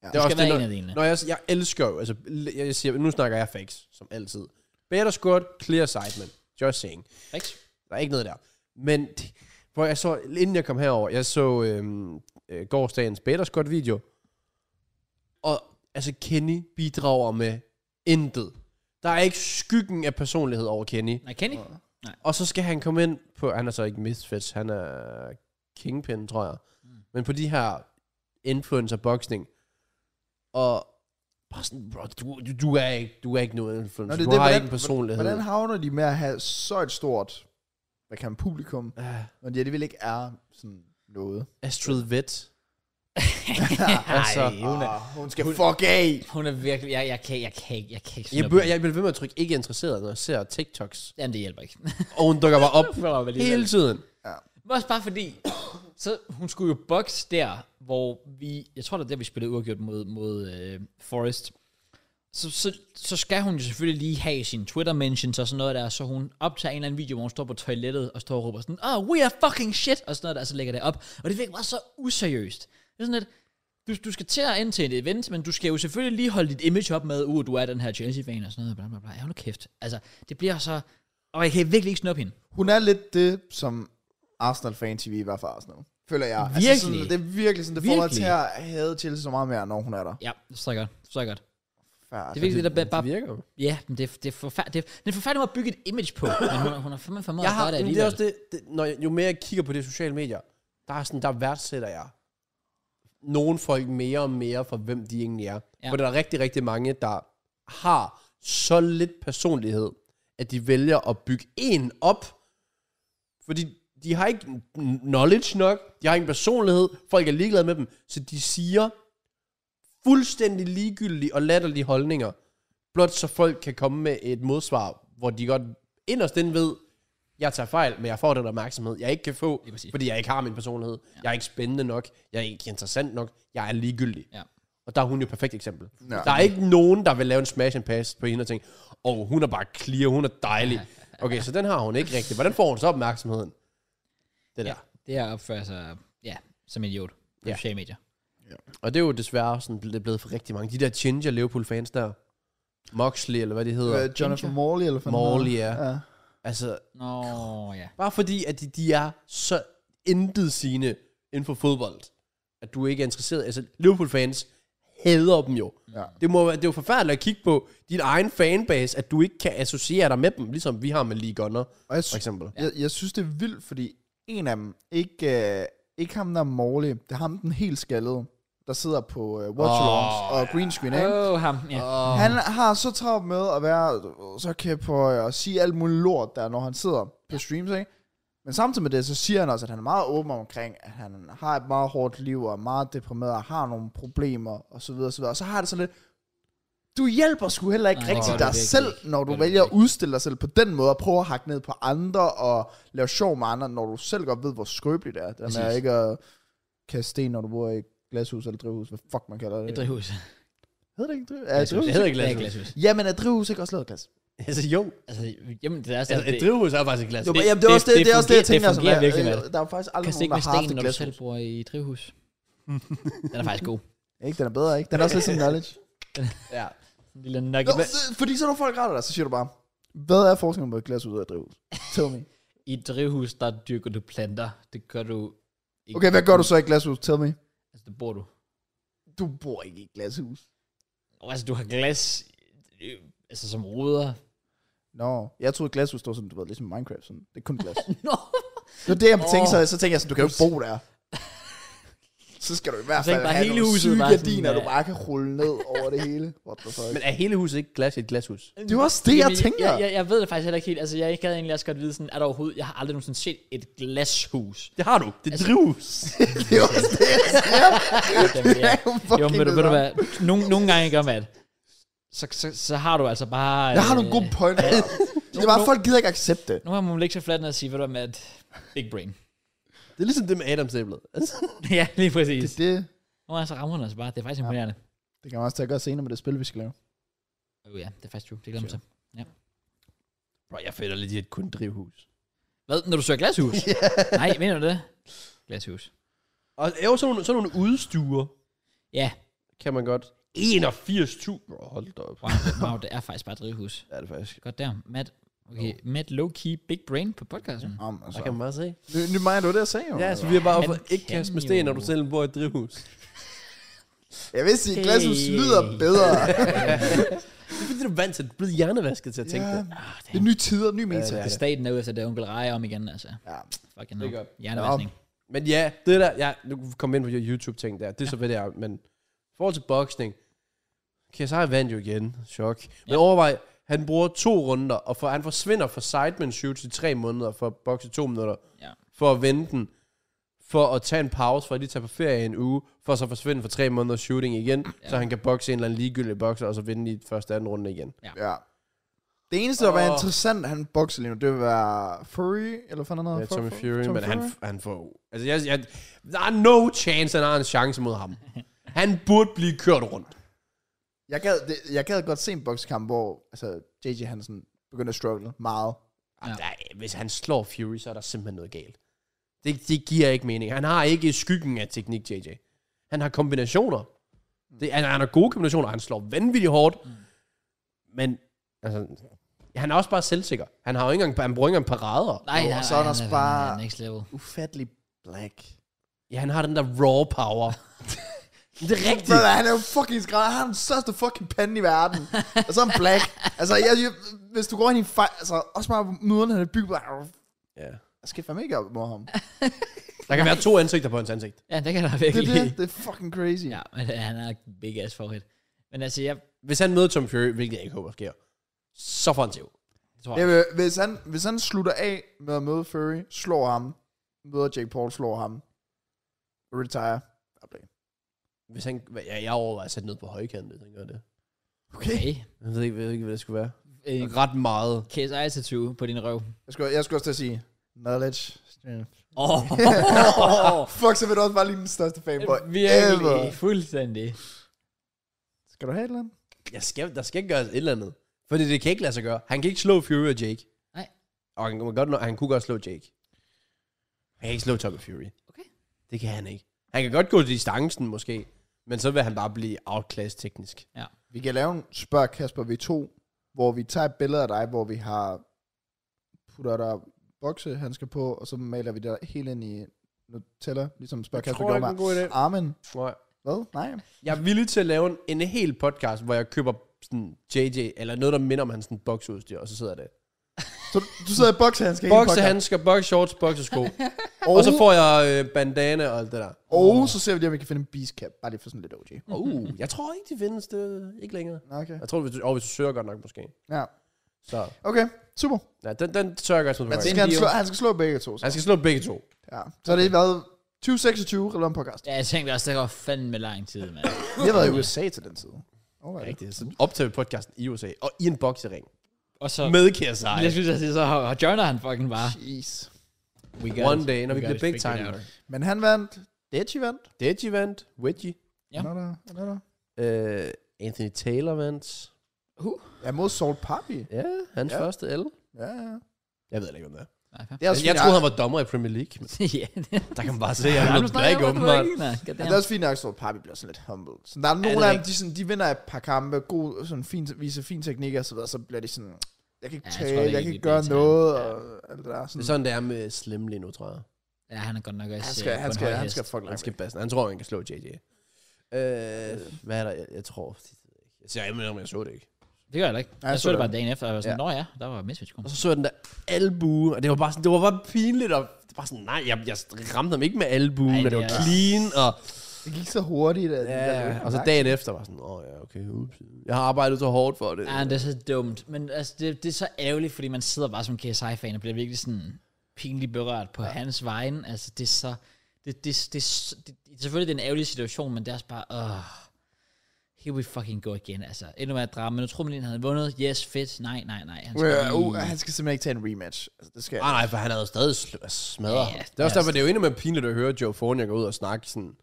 ja. Det skal være en af delene. når, når jeg, jeg elsker jo, altså, jeg, jeg siger, nu snakker jeg facts, som altid. Better squat, clear sideman. Just saying. Ikke? Der er ikke noget der. Men, det- hvor jeg så, inden jeg kom herover, jeg så øhm, øh, gårsdagens Better squat video. Og, altså, Kenny bidrager med intet. Der er ikke skyggen af personlighed over Kenny. Nej, Kenny? Og så skal han komme ind på, han er så ikke Misfits, han er Kingpin, tror jeg. Mm. Men på de her influencer-boksning. Og bare sådan, bro, du, du, du, er, ikke, du er ikke nogen influencer. du har ikke en personlighed. Hvordan havner de med at have så et stort, hvad kan man, publikum, Ah, når de alligevel ikke er sådan noget? Astrid Vett. altså, altså, Ej, hun er, Ah, hun skal fuck af! hun er virkelig, jeg, jeg, kan, jeg kan ikke, jeg kan ikke sådan Jeg, noget bør, jeg bliver ved med at trykke ikke interesseret, når jeg ser TikToks. på- Jamen, det hjælper ikke. Og hun dukker bare op For mig alligevel. hele tiden. Men Også bare fordi, så hun skulle jo boxe der, hvor vi, jeg tror det er der, vi spillede uafgjort mod, mod øh, Forrest. Så, så, så skal hun jo selvfølgelig lige have sin Twitter-mentions og sådan noget der, så hun optager en eller anden video, hvor hun står på toilettet og står og råber sådan, oh, we are fucking shit, og sådan noget der, og så lægger det op. Og det virker bare så useriøst. Det er sådan lidt, du, du skal til at ind til et event, men du skal jo selvfølgelig lige holde dit image op med, uh, du er den her Chelsea-fan og sådan noget, bla bla bla. Ja, nu kæft. Altså, det bliver så... Og jeg kan virkelig ikke snuppe hende. Hun er lidt det, som Arsenal-fan TV var for Arsenal. Føler jeg. Altså sådan, Virkelig? det er virkelig sådan, det får mig Virkelig? til at hade Chelsea så meget mere, når hun er der. Ja, så er det godt. Så er det godt. Færdig. Det er virkelig Altså, det, der bare... Det virker jo. Ja, men det, er- det er forfærdeligt. Det er forfærdeligt at bygge et image på, men hun, hun har fandme formået Jeg at gøre har, det men det er alligevel. også det, det når jeg, jo mere jeg kigger på de sociale medier, der er sådan, der værdsætter jeg nogle folk mere og mere for, hvem de egentlig er. Ja. Ja. For der er rigtig, rigtig mange, der har så lidt personlighed, at de vælger at bygge en op, fordi de har ikke n- knowledge nok, de har ingen personlighed, folk er ligeglade med dem, så de siger fuldstændig ligegyldige og latterlige holdninger, blot så folk kan komme med et modsvar, hvor de godt inderst inde ved, jeg tager fejl, men jeg får den opmærksomhed, jeg ikke kan få, præcis. fordi jeg ikke har min personlighed, ja. jeg er ikke spændende nok, jeg er ikke interessant nok, jeg er ligegyldig. Ja. Og der er hun jo et perfekt eksempel. Ja. Ja. Der er ikke nogen, der vil lave en smash and pass på hende og tænke, åh, oh, hun er bare clear, hun er dejlig. Okay, så den har hun ikke rigtigt. Hvordan får hun så opmærksomheden? Det der. Ja. Det er at opføre sig, ja, som en idiot på ja. Ja. sociale medier. Og det er jo desværre sådan, det er blevet for rigtig mange. De der Ginger Liverpool-fans der, Moxley, eller hvad de hedder, Øh, Jonathan Morley, eller hvad fanden Morley, han hedder. ja. ja. altså, Nå, ja. bare fordi, at de, de er så intet sine inden for fodbold, at du ikke er interesseret. Altså, Liverpool-fans hader dem jo. Ja. Det, må, være- det er jo forfærdeligt at kigge på din egen fanbase, at du ikke kan associere dig med dem, ligesom vi har med Lee Gunner, Og jeg, for sy- eksempel. jeg, jeg synes, det er vildt, fordi en af dem, ikke, øh, ikke ham der er Morley, det er ham den helt skaldede. der sidder på uh, watch-alongs Åh, oh, og green screen, ikke? Åh, oh, ham. Ja. Oh. Han har så travlt med at være øh, så kæft på øh, og sige alt muligt lort der, når han sidder på streams, ikke? Men samtidig med det, så siger han også, at han er meget åben omkring, at han har et meget hårdt liv, og er meget deprimeret, og har nogle problemer, og så videre, og så videre. Og så har det sådan lidt, du hjælper sgu heller ikke Nej, Nej, det rigtig gør du dig virkelig selv, ikke. når du Det gør du vælger at udstille dig selv på den måde, og prøve at hakke ned på andre, og lave sjov med andre, når du selv godt ved, hvor skrøbeligt det er. Det der med Præcis. ikke at kaste sten, når du bor i et glashus eller drivhus, hvad fuck man kalder det. Et drivhus. Hedder det ikke drivhus? Ja, Glashus. drivhus. Det hedder Det er ikke et glashus. glashus. Jamen, er drivhus ikke også lavet af glas? Altså jo, Altså, jamen, det er sådan, altså, et drivhus er faktisk et glas. Jo, Det- men jamen, det, er også det, det- det, er også det, jeg det fungerer- tænker. det fungerer sådan, virkelig, øh, Matt. Der er jo faktisk aldrig Kan nogen, stikke med der har haft sten, et når du selv glashus. bor i et drivhus. den er faktisk god. Ikke, den er bedre, ikke? Den er også lidt som knowledge. Ja. En lille Nå, nugget. så- fordi så når folk retter dig, så siger du bare, hvad er forskellen på et glashus og et drivhus? Tell me. I et drivhus, der dyrker du planter. Det gør du ikke. Okay, hvad gør du så i et glashus? Tell me. Altså, det bor du. Du bor ikke i et glashus. Og altså, du har glas, øh, altså som ruder. Nå, jeg troede, et glashus stod sådan, du ved, ligesom Minecraft. Sådan. Det er kun glas. Nå! Det var det, jeg tænkte, så, Åh. så tænkte jeg sådan, du kan jo ikke bo der. Så skal du i hvert Så tænkte fald bare have hele nogle huset syge bare sådan, gardiner, ja. du bare kan rulle ned over det hele. What the fuck? Men er hele huset ikke glas i et glashus? Det var også det, jeg Jamen, tænker. Jeg, jeg, jeg ved det faktisk heller ikke helt. Altså, jeg kan egentlig også godt vide, sådan, er der overhovedet... Jeg har aldrig nogensinde set et glashus. Det har du. Det er altså, drivhus. Det er også det, jeg siger. Jamen, Det ja. er jo fucking altså, Jo, men ved du, det ved du samme. hvad? Nogle, nogle gange gør man så, så, så har du altså bare... Jeg har øh, nogle gode pointer. det er bare, at folk gider ikke accepte det. Nogle gange må man lægge sig fladt ned og sige, ved du hvad, Matt, big brain. Det er ligesom det med Adamsæblet. Altså, ja, lige præcis. Det, det, Nogle gange så rammer den altså bare, det er faktisk imponerende. det kan man også tage godt senere med det spil, vi skal lave. Ja, oh, ja det er faktisk true, det glemmer sig. bro, jeg føler lidt, at det er kun drivhus. Hvad, når du søger glashus? Nej, mener du det? Glashus. Og jo, sådan nogle, sådan nogle udstuer Ja, kan man godt. 81.000, bro, hold da op. wow, wow, det er faktisk bare et drivhus. Ja, det er faktisk. Godt der, Matt. Okay, Matt low-key big brain på podcasten. Om, altså. Så kan man bare se. Nu, nu mig, det var det, jeg sagde jo. Ja, så vi er bare Han for ikke kan kaste med sten, når du jo. selv bor i et drivhus. Jeg vil sige, at glashus Hey. lyder bedre. Det er fordi, du er vant til, du er blevet hjernevasket til at tænke Ja, det. Ah, det er nye tider, ny mindset. Ah, Det er staten derude, så det er onkel Reje om igen, altså. Ja. Fucking Det er no. godt. Hjernevaskning. Men ja, det der, ja, nu kan vi komme ind på de YouTube-ting der, det er så hvad det er, men i forhold til boksning, okay, så har jeg vandt jo igen, chok. Men Ja. overvej, han bruger to runder, og for, han forsvinder fra sideman shoots i tre måneder for at bokse i to minutter, Ja. for at vende den, for at tage en pause, for at lige tage på ferie i en uge, for så at forsvinde for tre måneder shooting igen, ja. så han kan bokse en eller anden ligegyldig bokser, og så vinde i første anden runde igen. ja. Det eneste, der var Åh. interessant, han bokser lige nu, det var Fury, eller hvad noget? Ja, Tommy Fury, men han, han får... Altså, jeg, jeg, der er no chance, han har en chance mod ham. Han burde blive kørt rundt. Jeg gad, det, jeg gad godt se en boksekamp, hvor altså, JJ Hansen begyndte at struggle meget. Ja. Ja. Der, hvis han slår Fury, så er der simpelthen noget galt. Det, det giver ikke mening. Han har ikke skyggen af teknik, JJ. Han har kombinationer. Det, han, han har gode kombinationer, og han slår vanvittigt hårdt. Mm. Men altså, han er også bare selvsikker. Han, har jo ikke engang, han bruger ikke engang parader. Nej, Jo, nej, så nej, er der han også bare- han er next level. Ufattelig black. Ja, han har den der raw power. det er rigtigt. Brother, han er jo fucking skræd. Han har den største fucking pande i verden. og så er han black. Altså, jeg, jeg, hvis du går ind i en fight, altså, også bare måden, han er bygget på. Ja. Jeg skal fandme ikke op mod ham. Der kan være to ansigter på hans ansigt. Ja, det kan der Det virkelig. er det. Det er fucking crazy. Ja, men øh, han er big ass favorit. Men altså, jeg... Hvis han møder Tom Fury, hvilket jeg ikke håber sker, så får han tæv. Det tror jeg. Jamen, hvis, han, hvis han slutter af med at møde Fury, slår ham, møder Jake Paul, slår ham, retire. Hvis han, ja, jeg overvejer at sætte ned på højkanten, hvis han gør det. Okay. Jeg ved ikke, jeg ved ikke hvad det skulle være. Øh, Ret meget. KSI tattoo på din røv. Jeg skulle, jeg skulle også til at sige, knowledge. Åh. Fuck, så vil du også bare lige den største fanboy ever. Virkelig. Fuldstændig. Skal du have et eller andet? Jeg skal, der skal gøres et eller andet. Fordi det kan ikke lade sig gøre. Han kan ikke slå Fury og Jake. Nej. Og han, kan godt, nå- han kunne godt slå Jake. Han kan ikke slå Tommy Fury. Okay. Det kan han ikke. Han kan godt gå til distancen måske. Men så vil han bare blive outclassed teknisk. Vi kan lave en spørg Kasper V2, hvor vi tager et billede af dig, hvor vi har putter der boksehandsker på, og så maler vi det hele ind i Nutella, ligesom spørg Kasper gjorde mig. god idé. Armen, Nej. hvad? Nej. Jeg er villig til at lave en, en hel podcast, hvor jeg køber sådan JJ, eller noget, der minder om hans sådan boksudstyr, og så sidder det. Så du, du sidder i boksehandsker hele podcasten. Boksehandsker, boxshorts, boksesko. Og, Og så får jeg øh, bandana og alt det der. og så ser vi lige, om vi kan finde en beast cap. Bare lige for sådan lidt OG. Uh, jeg tror ikke, de findes det. Ikke længere. Nå, Okay. Jeg tror, hvis du, oh, hvis du søger godt nok måske. Ja. Så Okay, super. ja, den, den tør jeg godt smide på Men så højre. skal han, slå, han skal slå begge to. Så. Han skal slå begge to. Ja. Så har det været 2026 relevant podcast. Ja, jeg tænkte også, det går fandme lang tid, mand. Vi har været i USA til den tid. Alright. Rigtigt. Så optager vi podcasten i USA. Og i en boksering. Og så... Med KSI. Jeg synes, at det så har joiner han fucking bare. Jeez. We One day, når vi bliver big time. Men han vandt. Deji vandt. Deji vandt. Wedgie. Ja. Another, another. Uh, Anthony Taylor vandt. Ja, mod Salt Papi. Ja, hans Ja. første L. Ja, ja. Jeg ved ikke, om det er. Det er Jeg, jeg troede, han var dommer i Premier League. Men ja, det der kan man bare se, at han er blæk, åbenbart. Ja, det er også fint nok, at Salt Papi bliver sådan lidt humble. Så der er det nogle er af dem, de, sådan, de vinder et par kampe, god, sådan fin, viser fin teknik og så videre, så bliver de sådan, jeg kan ikke Ja, jeg tale, tror, det jeg, er kan egentlig ikke gøre det, han- noget, ja. og alt det der. Det Sådan. er sådan, det er med Slim lige nu, tror jeg. Ja, han er godt nok også han skal, øh, på han en skal, høj han hest. skal fuck Han langt. skal passe. Han tror, han kan slå JJ. Øh, hvad er der? Jeg, jeg tror... Jeg siger, jeg, mener, om jeg så det ikke. Det gør jeg heller ikke. Nej, jeg Jeg så så det det. bare dagen efter, og jeg var sådan, nå ja, der var mismatch. Og så så jeg den der albue, og det var bare, sådan, det var bare pinligt, og det var sådan, nej, jeg, jeg ramte ham ikke med albuen, Ej, og det det var er- clean, og, Det gik så hurtigt. At ja, og så dagen efter var sådan, åh ja, okay, ups. Jeg har arbejdet så hårdt for det. Ja, det er så dumt. Men altså, det, det er så ærgerligt, fordi man sidder bare som KSI-fan og bliver virkelig sådan pinligt berørt på ja. hans vegne. Altså, det er så... Det, det, det, det, det, selvfølgelig det er en ærgerlig situation, men det er også bare... Uh, here we fucking go again, altså. Endnu mere drama. Nu tror man, lige, han havde vundet. Yes, fedt. Nej, nej, nej. Han Well, lige- uh, han skal simpelthen ikke tage en rematch. Altså, det skal Nej, Ah, nej, for han havde stadig sl- smadret Ja, ja, ja, Det er også ja. altså- derfor, det er jo endnu mere pinligt at høre Joe Fournier gå ud og snakke sådan,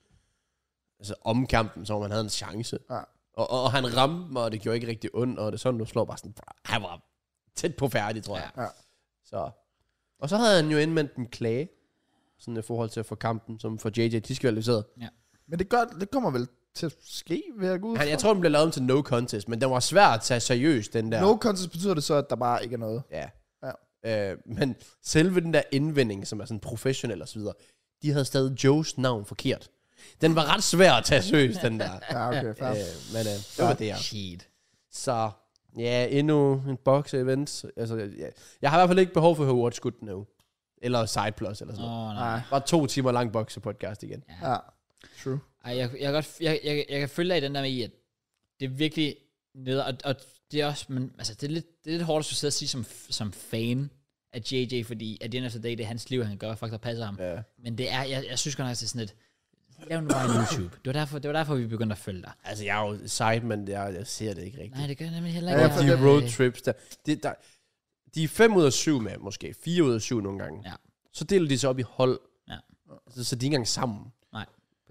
altså om kampen, som om han havde en chance. Ja. Og, og, og, han ramte mig, og det gjorde ikke rigtig ondt, og det er sådan, du slår bare sådan, han var tæt på færdig, tror jeg. Ja. Ja. Så. Og så havde han jo indvendt en klage, sådan i forhold til at få kampen, som for JJ, de skal være løseret. Men det, gør, det kommer vel til at ske ved at gå ud Han, jeg fra. tror, den blev lavet om til no contest, men den var svær at tage seriøst, den der. No contest betyder det så, at der bare ikke er noget. Ja. Ja. Øh, men selve den der indvending, som er sådan professionel og så videre, de havde stadig Joes navn forkert. Den var ret svær at tage seriøst, den der. Ja, okay, fair. øh, men øh, det var det, ja. Shit. Så ja, endnu en box-event. Altså, ja. Jeg har i hvert fald ikke behov for at høre What's Good Now. Eller Side Plus eller Åh, sådan noget. oh, nej. Nej, Bare to timer lang boxe-podcast igen. ja. True. Ej, jeg, jeg, kan godt, jeg, jeg, jeg kan følge dig i den der med, i, at det er virkelig nede, og, og det er også, men, altså, det er lidt, det er lidt hårdt at skulle sidde og sige som, som fan af JJ, fordi at the end of the day, det er hans liv, han gør, fuck, der passer ham. Ja. Men det er, jeg, jeg synes godt nok, at det er sådan lidt, lav nu bare en YouTube. Det var, derfor, det var derfor, vi begyndte at følge dig. Altså, jeg er jo side, men jeg, jeg ser det ikke rigtigt. Nej, det gør jeg nemlig heller Ja, ikke. Ja, for de Jeg- road trips der. Det, der. De er fem ud af syv med, måske. Fire ud af syv nogle gange. Ja. Så deler de sig op i hold. Ja. Så, så de er ikke engang sammen. Øh,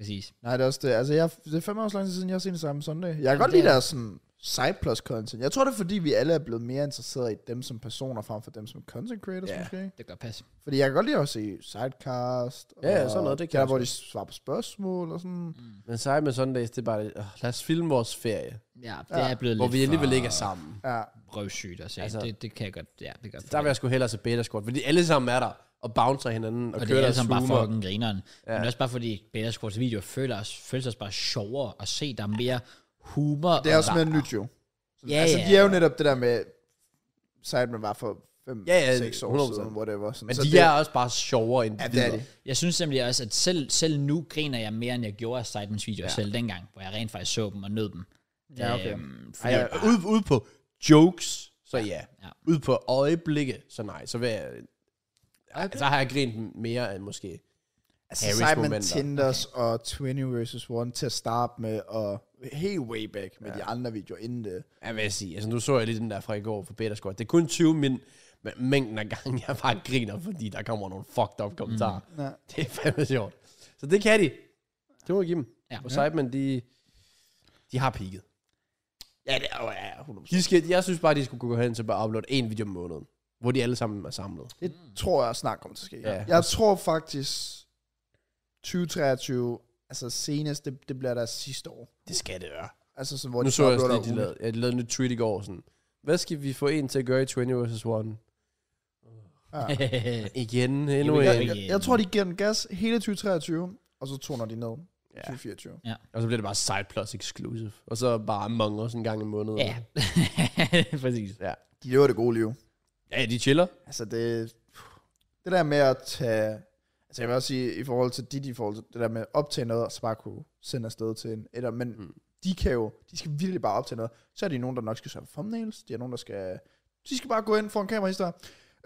Præcis. Nej, det er også det. Altså, jeg, det er fem år lang tid siden, jeg har set det samme Sunday. Jeg kan godt det lide er- deres sådan, side plus content. Jeg tror, det er fordi, vi alle er blevet mere interesserede i dem som personer, frem for dem som content creators, Ja. yeah. måske. Det gør pas. Fordi jeg kan godt lide at se sidecast. Ja, ja, og sådan noget, det kan Der, jeg hvor de også Mm. svarer på spørgsmål og sådan. Men sej med Sundays, det er bare, øh, lad os filme vores ferie, Ja, det Ja. er blevet hvor lidt vi alligevel for ikke er sammen. Ja, røvsygt at se. Altså- Altså, det, det kan jeg godt, ja, det gør Der vil jeg sgu hellere se Beta Squad, fordi alle sammen er der og bouncer hinanden og, Og det kører er deres altså bare humor. fucking grineren. Ja. Ja. Men også bare fordi Better Squads videoer føler os, føles os bare sjovere at se, der er mere humor. det er og også der- mere nyt jo. Ja, altså, ja. de er jo netop det der med, Sidemen var for 5-6 Ja, ja, år 100%. siden, whatever. Sådan. Men så de det, er også bare sjovere end Ja, det videre. er de. Jeg synes nemlig også, at selv, selv nu griner jeg mere, end jeg gjorde af Sidemans videoer ja. selv dengang, hvor jeg rent faktisk så dem og nød dem. Ja, okay. Øhm, fordi, Ej, ja, ude, ude på jokes, så ja. Ja. Ude på øjeblikke, så nej. Så, vil jeg, så har jeg grint mere end måske Altså, Harrys Simon momenter. Tinders og 20 vs. 1 til at starte med, og helt way back med de andre videoer inden det. Ja, hvad jeg sige. Altså, nu så jeg lige den der fra i går for Beta Squad. Det er kun 20 min, men mængden af gange, jeg bare griner, fordi der kommer nogle fucked up kommentarer. Mm. Ja. Det er fandme sjovt. Så det kan de. Det må jeg give dem. Ja. Og Sidemen, de, de har peaked. Ja, det er jo ja, 100%. De skal, jeg synes bare, de skulle gå hen til bare at uploade en video om måneden, hvor de alle sammen er samlet. Det tror jeg snart kommer til at ske. Ja. Ja. Jeg tror faktisk, 2023, altså senest, det, det bliver deres sidste år. Det skal det være. Altså sådan, hvor nu de så jeg også uploader lige, de ugen. lavede, ja, de lavede en ny tweet i går, sådan, hvad skal vi få en til at gøre i 20 vs. 1? Ja. Igen, Jo, endnu jo, Jeg, en. jo. jeg, jeg tror, de giver den gas hele 2023, og så toner de ned Ja. 2024. Og så bliver det bare Side Plus Exclusive. Og så bare Among Us en gang i måneden. ja, præcis. De lever det gode liv. Ja, de chiller. Altså det, det der med at tage, altså jeg vil også sige, i forhold til dit, i forhold til det der med at optage noget, og så bare kunne sende afsted til en etter, men mm. de kan jo, de skal virkelig bare optage noget. Så er de nogen, der nok skal sørge for thumbnails, de er nogen, der skal, de skal bare gå ind for en kamera i stedet.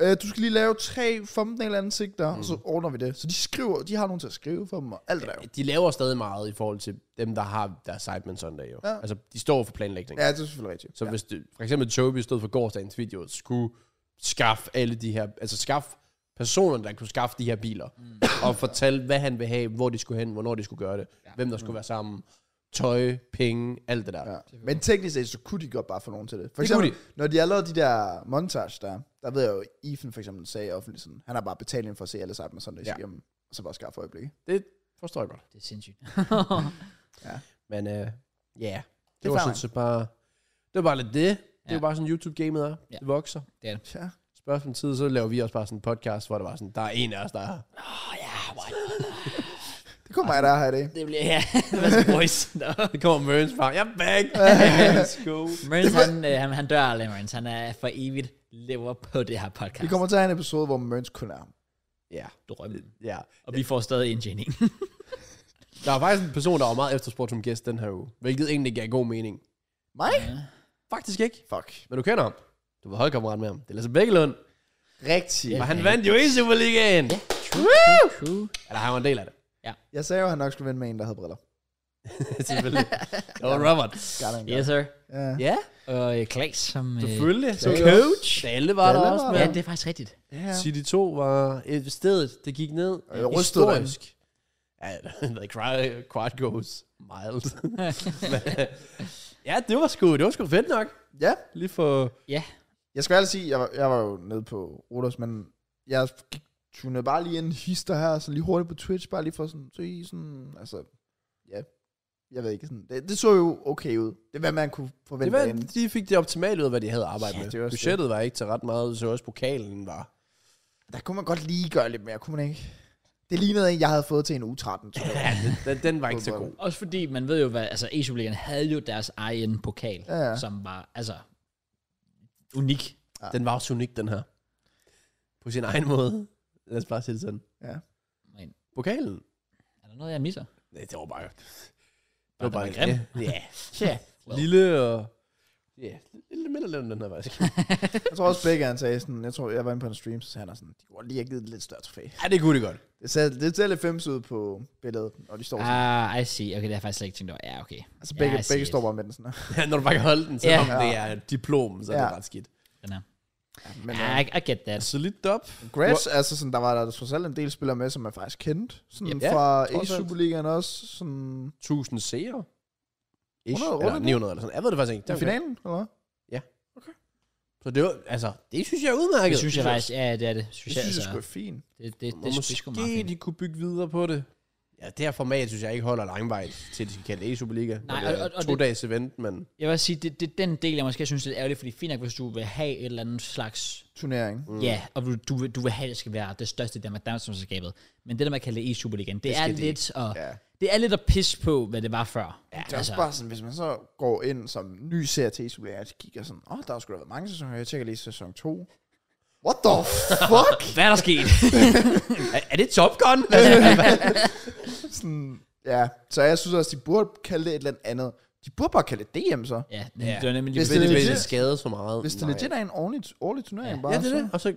Øh, du skal lige lave tre thumbnail-ansigter, mm. og så ordner vi det. Så de skriver, de har nogen til at skrive for dem, og alt det der. jo. De laver stadig meget i forhold til dem, der har deres Sidemen Sunday jo. Ja. Ja. Altså, de står for planlægning. Ja, det er selvfølgelig rigtigt. Så ja. hvis det, for eksempel Toby stod for gårsdagens video, skulle skaffe alle de her, altså skaffe personerne, der kunne skaffe de her biler, mm. og fortælle, hvad han vil have, hvor de skulle hen, hvornår de skulle gøre det, ja. hvem der skulle være sammen, tøj, penge, alt det der. Ja. Ja. Men teknisk set, så kunne de godt bare få nogen til det. For Det eksempel, kunne de. når de har lavet de der montage der, der ved jeg jo, Ethan for eksempel sagde offentligt sådan, han har bare betalt ind for at se alle sammen sådan, Ja. ja. igennem, og så bare skaffe øjeblikke. Det forstår jeg godt. Det er sindssygt. Men øh, ja, yeah. det, Det det var fair sådan nok. set bare, det var bare lidt det. Ja. Det er Ja. jo bare sådan, YouTube-gamet er. Ja. Ja. Det vokser. Ja. Spørgsmål tid, så laver vi også bare sådan en podcast, hvor der var sådan, der er en af os, der er Åh ja, hvor Det kunne mig, der er her i dag. Ah, det bliver... Ja, hvad skal boys? Nå. Det kommer Mørens fra, jeg er back. Let's go. Mørens, han, øh, han, han dør aldrig, Mørens. Han er for evigt lever på det her podcast. Vi kommer til at have en episode, hvor Mørns kun er ham. Ja, drømmen. ja. Og vi får stadig indtjening. Der var faktisk en person, der var meget efterspurgt som gæst den her uge, hvilket egentlig gav god mening. Mig? Faktisk ikke. Fuck. Men du kender ham. Du var holdkammerat med ham. Det er Lasse Bækkelund. Rigtig. Og han vandt jo i Superligaen. Ja. True. Eller han var en del af det. Jeg sagde jo, at han nok skulle vinde med en, der havde briller. Selvfølgelig. Det var Robert. Gerne en gang. Yes, sir. Ja. Ja, Og øh, Klaas som... Øh, selvfølgelig. Så Som coach. Dalle var der Dalle også var med. ja, det er faktisk rigtigt. Ja. City 2 var et stedet, det gik ned. Og jeg rystede Ja, the cry, quad goes mild. Men, ja, det var sgu, det var sgu fedt nok. ja. Lige for... Jeg skal ærligt sige, jeg var, jeg var jo nede på Rodos, men jeg gik- tunede bare lige en hister her, så lige hurtigt på Twitch, bare lige for sådan, så I sådan, altså, ja, jeg ved ikke, sådan, det, det så jo okay ud. Det er, hvad man kunne Det forvente. var, derinde. de fik det optimale ud af, hvad de havde arbejdet Ja, med. det var også Budgettet var ikke til ret meget, så også pokalen var... Der kunne man godt lige gøre lidt mere, kunne man ikke? Det lignede en, jeg havde fået til en u 13, tror jeg. Den, den var ikke så god. Også fordi, man ved jo, hvad, altså e Superligaen havde jo deres egen pokal, Ja, ja. som var, altså, unik. Den var også unik, den her. På sin egen måde. Lad os bare sige det sådan. Ja. Men- Pokalen? Er der noget, jeg misser? Nej, det var bare... Det den var grim. Ja, ja. Ja. Lille og... Ja, lidt mindre lidt end den her, faktisk. Jeg tror også, begge han sagde sådan, jeg tror, jeg var inde på en stream, så sagde han også sådan, de kunne lige have givet det lidt større trofæ. ja, det kunne det godt. Det ser, det ser lidt fems ud på billedet, når de står sådan. Ah, I see. Okay, det har jeg faktisk slet ikke tænkt over. Ja, okay. Ah, altså begge, ja, I see begge it. står bare med den sådan her. Ja, når du bare kan holde den, så Ja. yeah. det er et diplom, så yeah. er det Ja. ret skidt. Den her. Ja, men, Ah, Ja, I, I get that. Så lidt dop. Grass, altså sådan, der var der trods alt en del spillere med, som er faktisk kendt. Sådan Ja, ja, fra trods alt. E-Superligaen også, sådan 1000 seere. Ish, 100, eller 100. 900 eller sådan. Jeg ved det faktisk ikke. i Det er okay. finalen, eller hvad? Så det var, altså, det synes jeg er udmærket. Det synes jeg faktisk, ja, det er det. Det Synes jeg, synes jeg altså, sgu er fint. det, det, det, Og det, det, sgu meget måske fint. de kunne bygge videre på det. Ja, det her format synes jeg ikke holder langvejs til, at de skal kalde det A-Superliga. Nej, Det er og- og- og to det- dages event, men Jeg vil sige, det, det er den del, jeg måske synes er lidt ærgerlig, fordi fint nok, hvis du vil have et eller andet slags, Turnering. mm. ja, og du, du, vil- du vil have, at det skal være det største i Danmark Danmarksmesterskabet, men det der med at kalde det e-superligaen, det, det er skal de lidt at, Ja. det er lidt at pisse på, hvad det var før. Altså, Ja, Det er altså- også bare sådan, hvis man så går ind som ny seer til E-Superligaen, så kigger sådan, åh, oh, der har sgu da været mange sæsoner, jeg tjekker lige sæson 2. What the fuck? hvad er der sket? er, er det Top Gun? sådan, ja, så jeg synes også, de burde kalde det et eller andet andet. De burde bare kalde det DM så. ja, det, det var nemlig lige Hvis det, det- Hvis legit- det skadet for meget. Hvis det nej. legit er en ordentlig, årlig turnering ja. bare. Ja, det er Så. det. Og så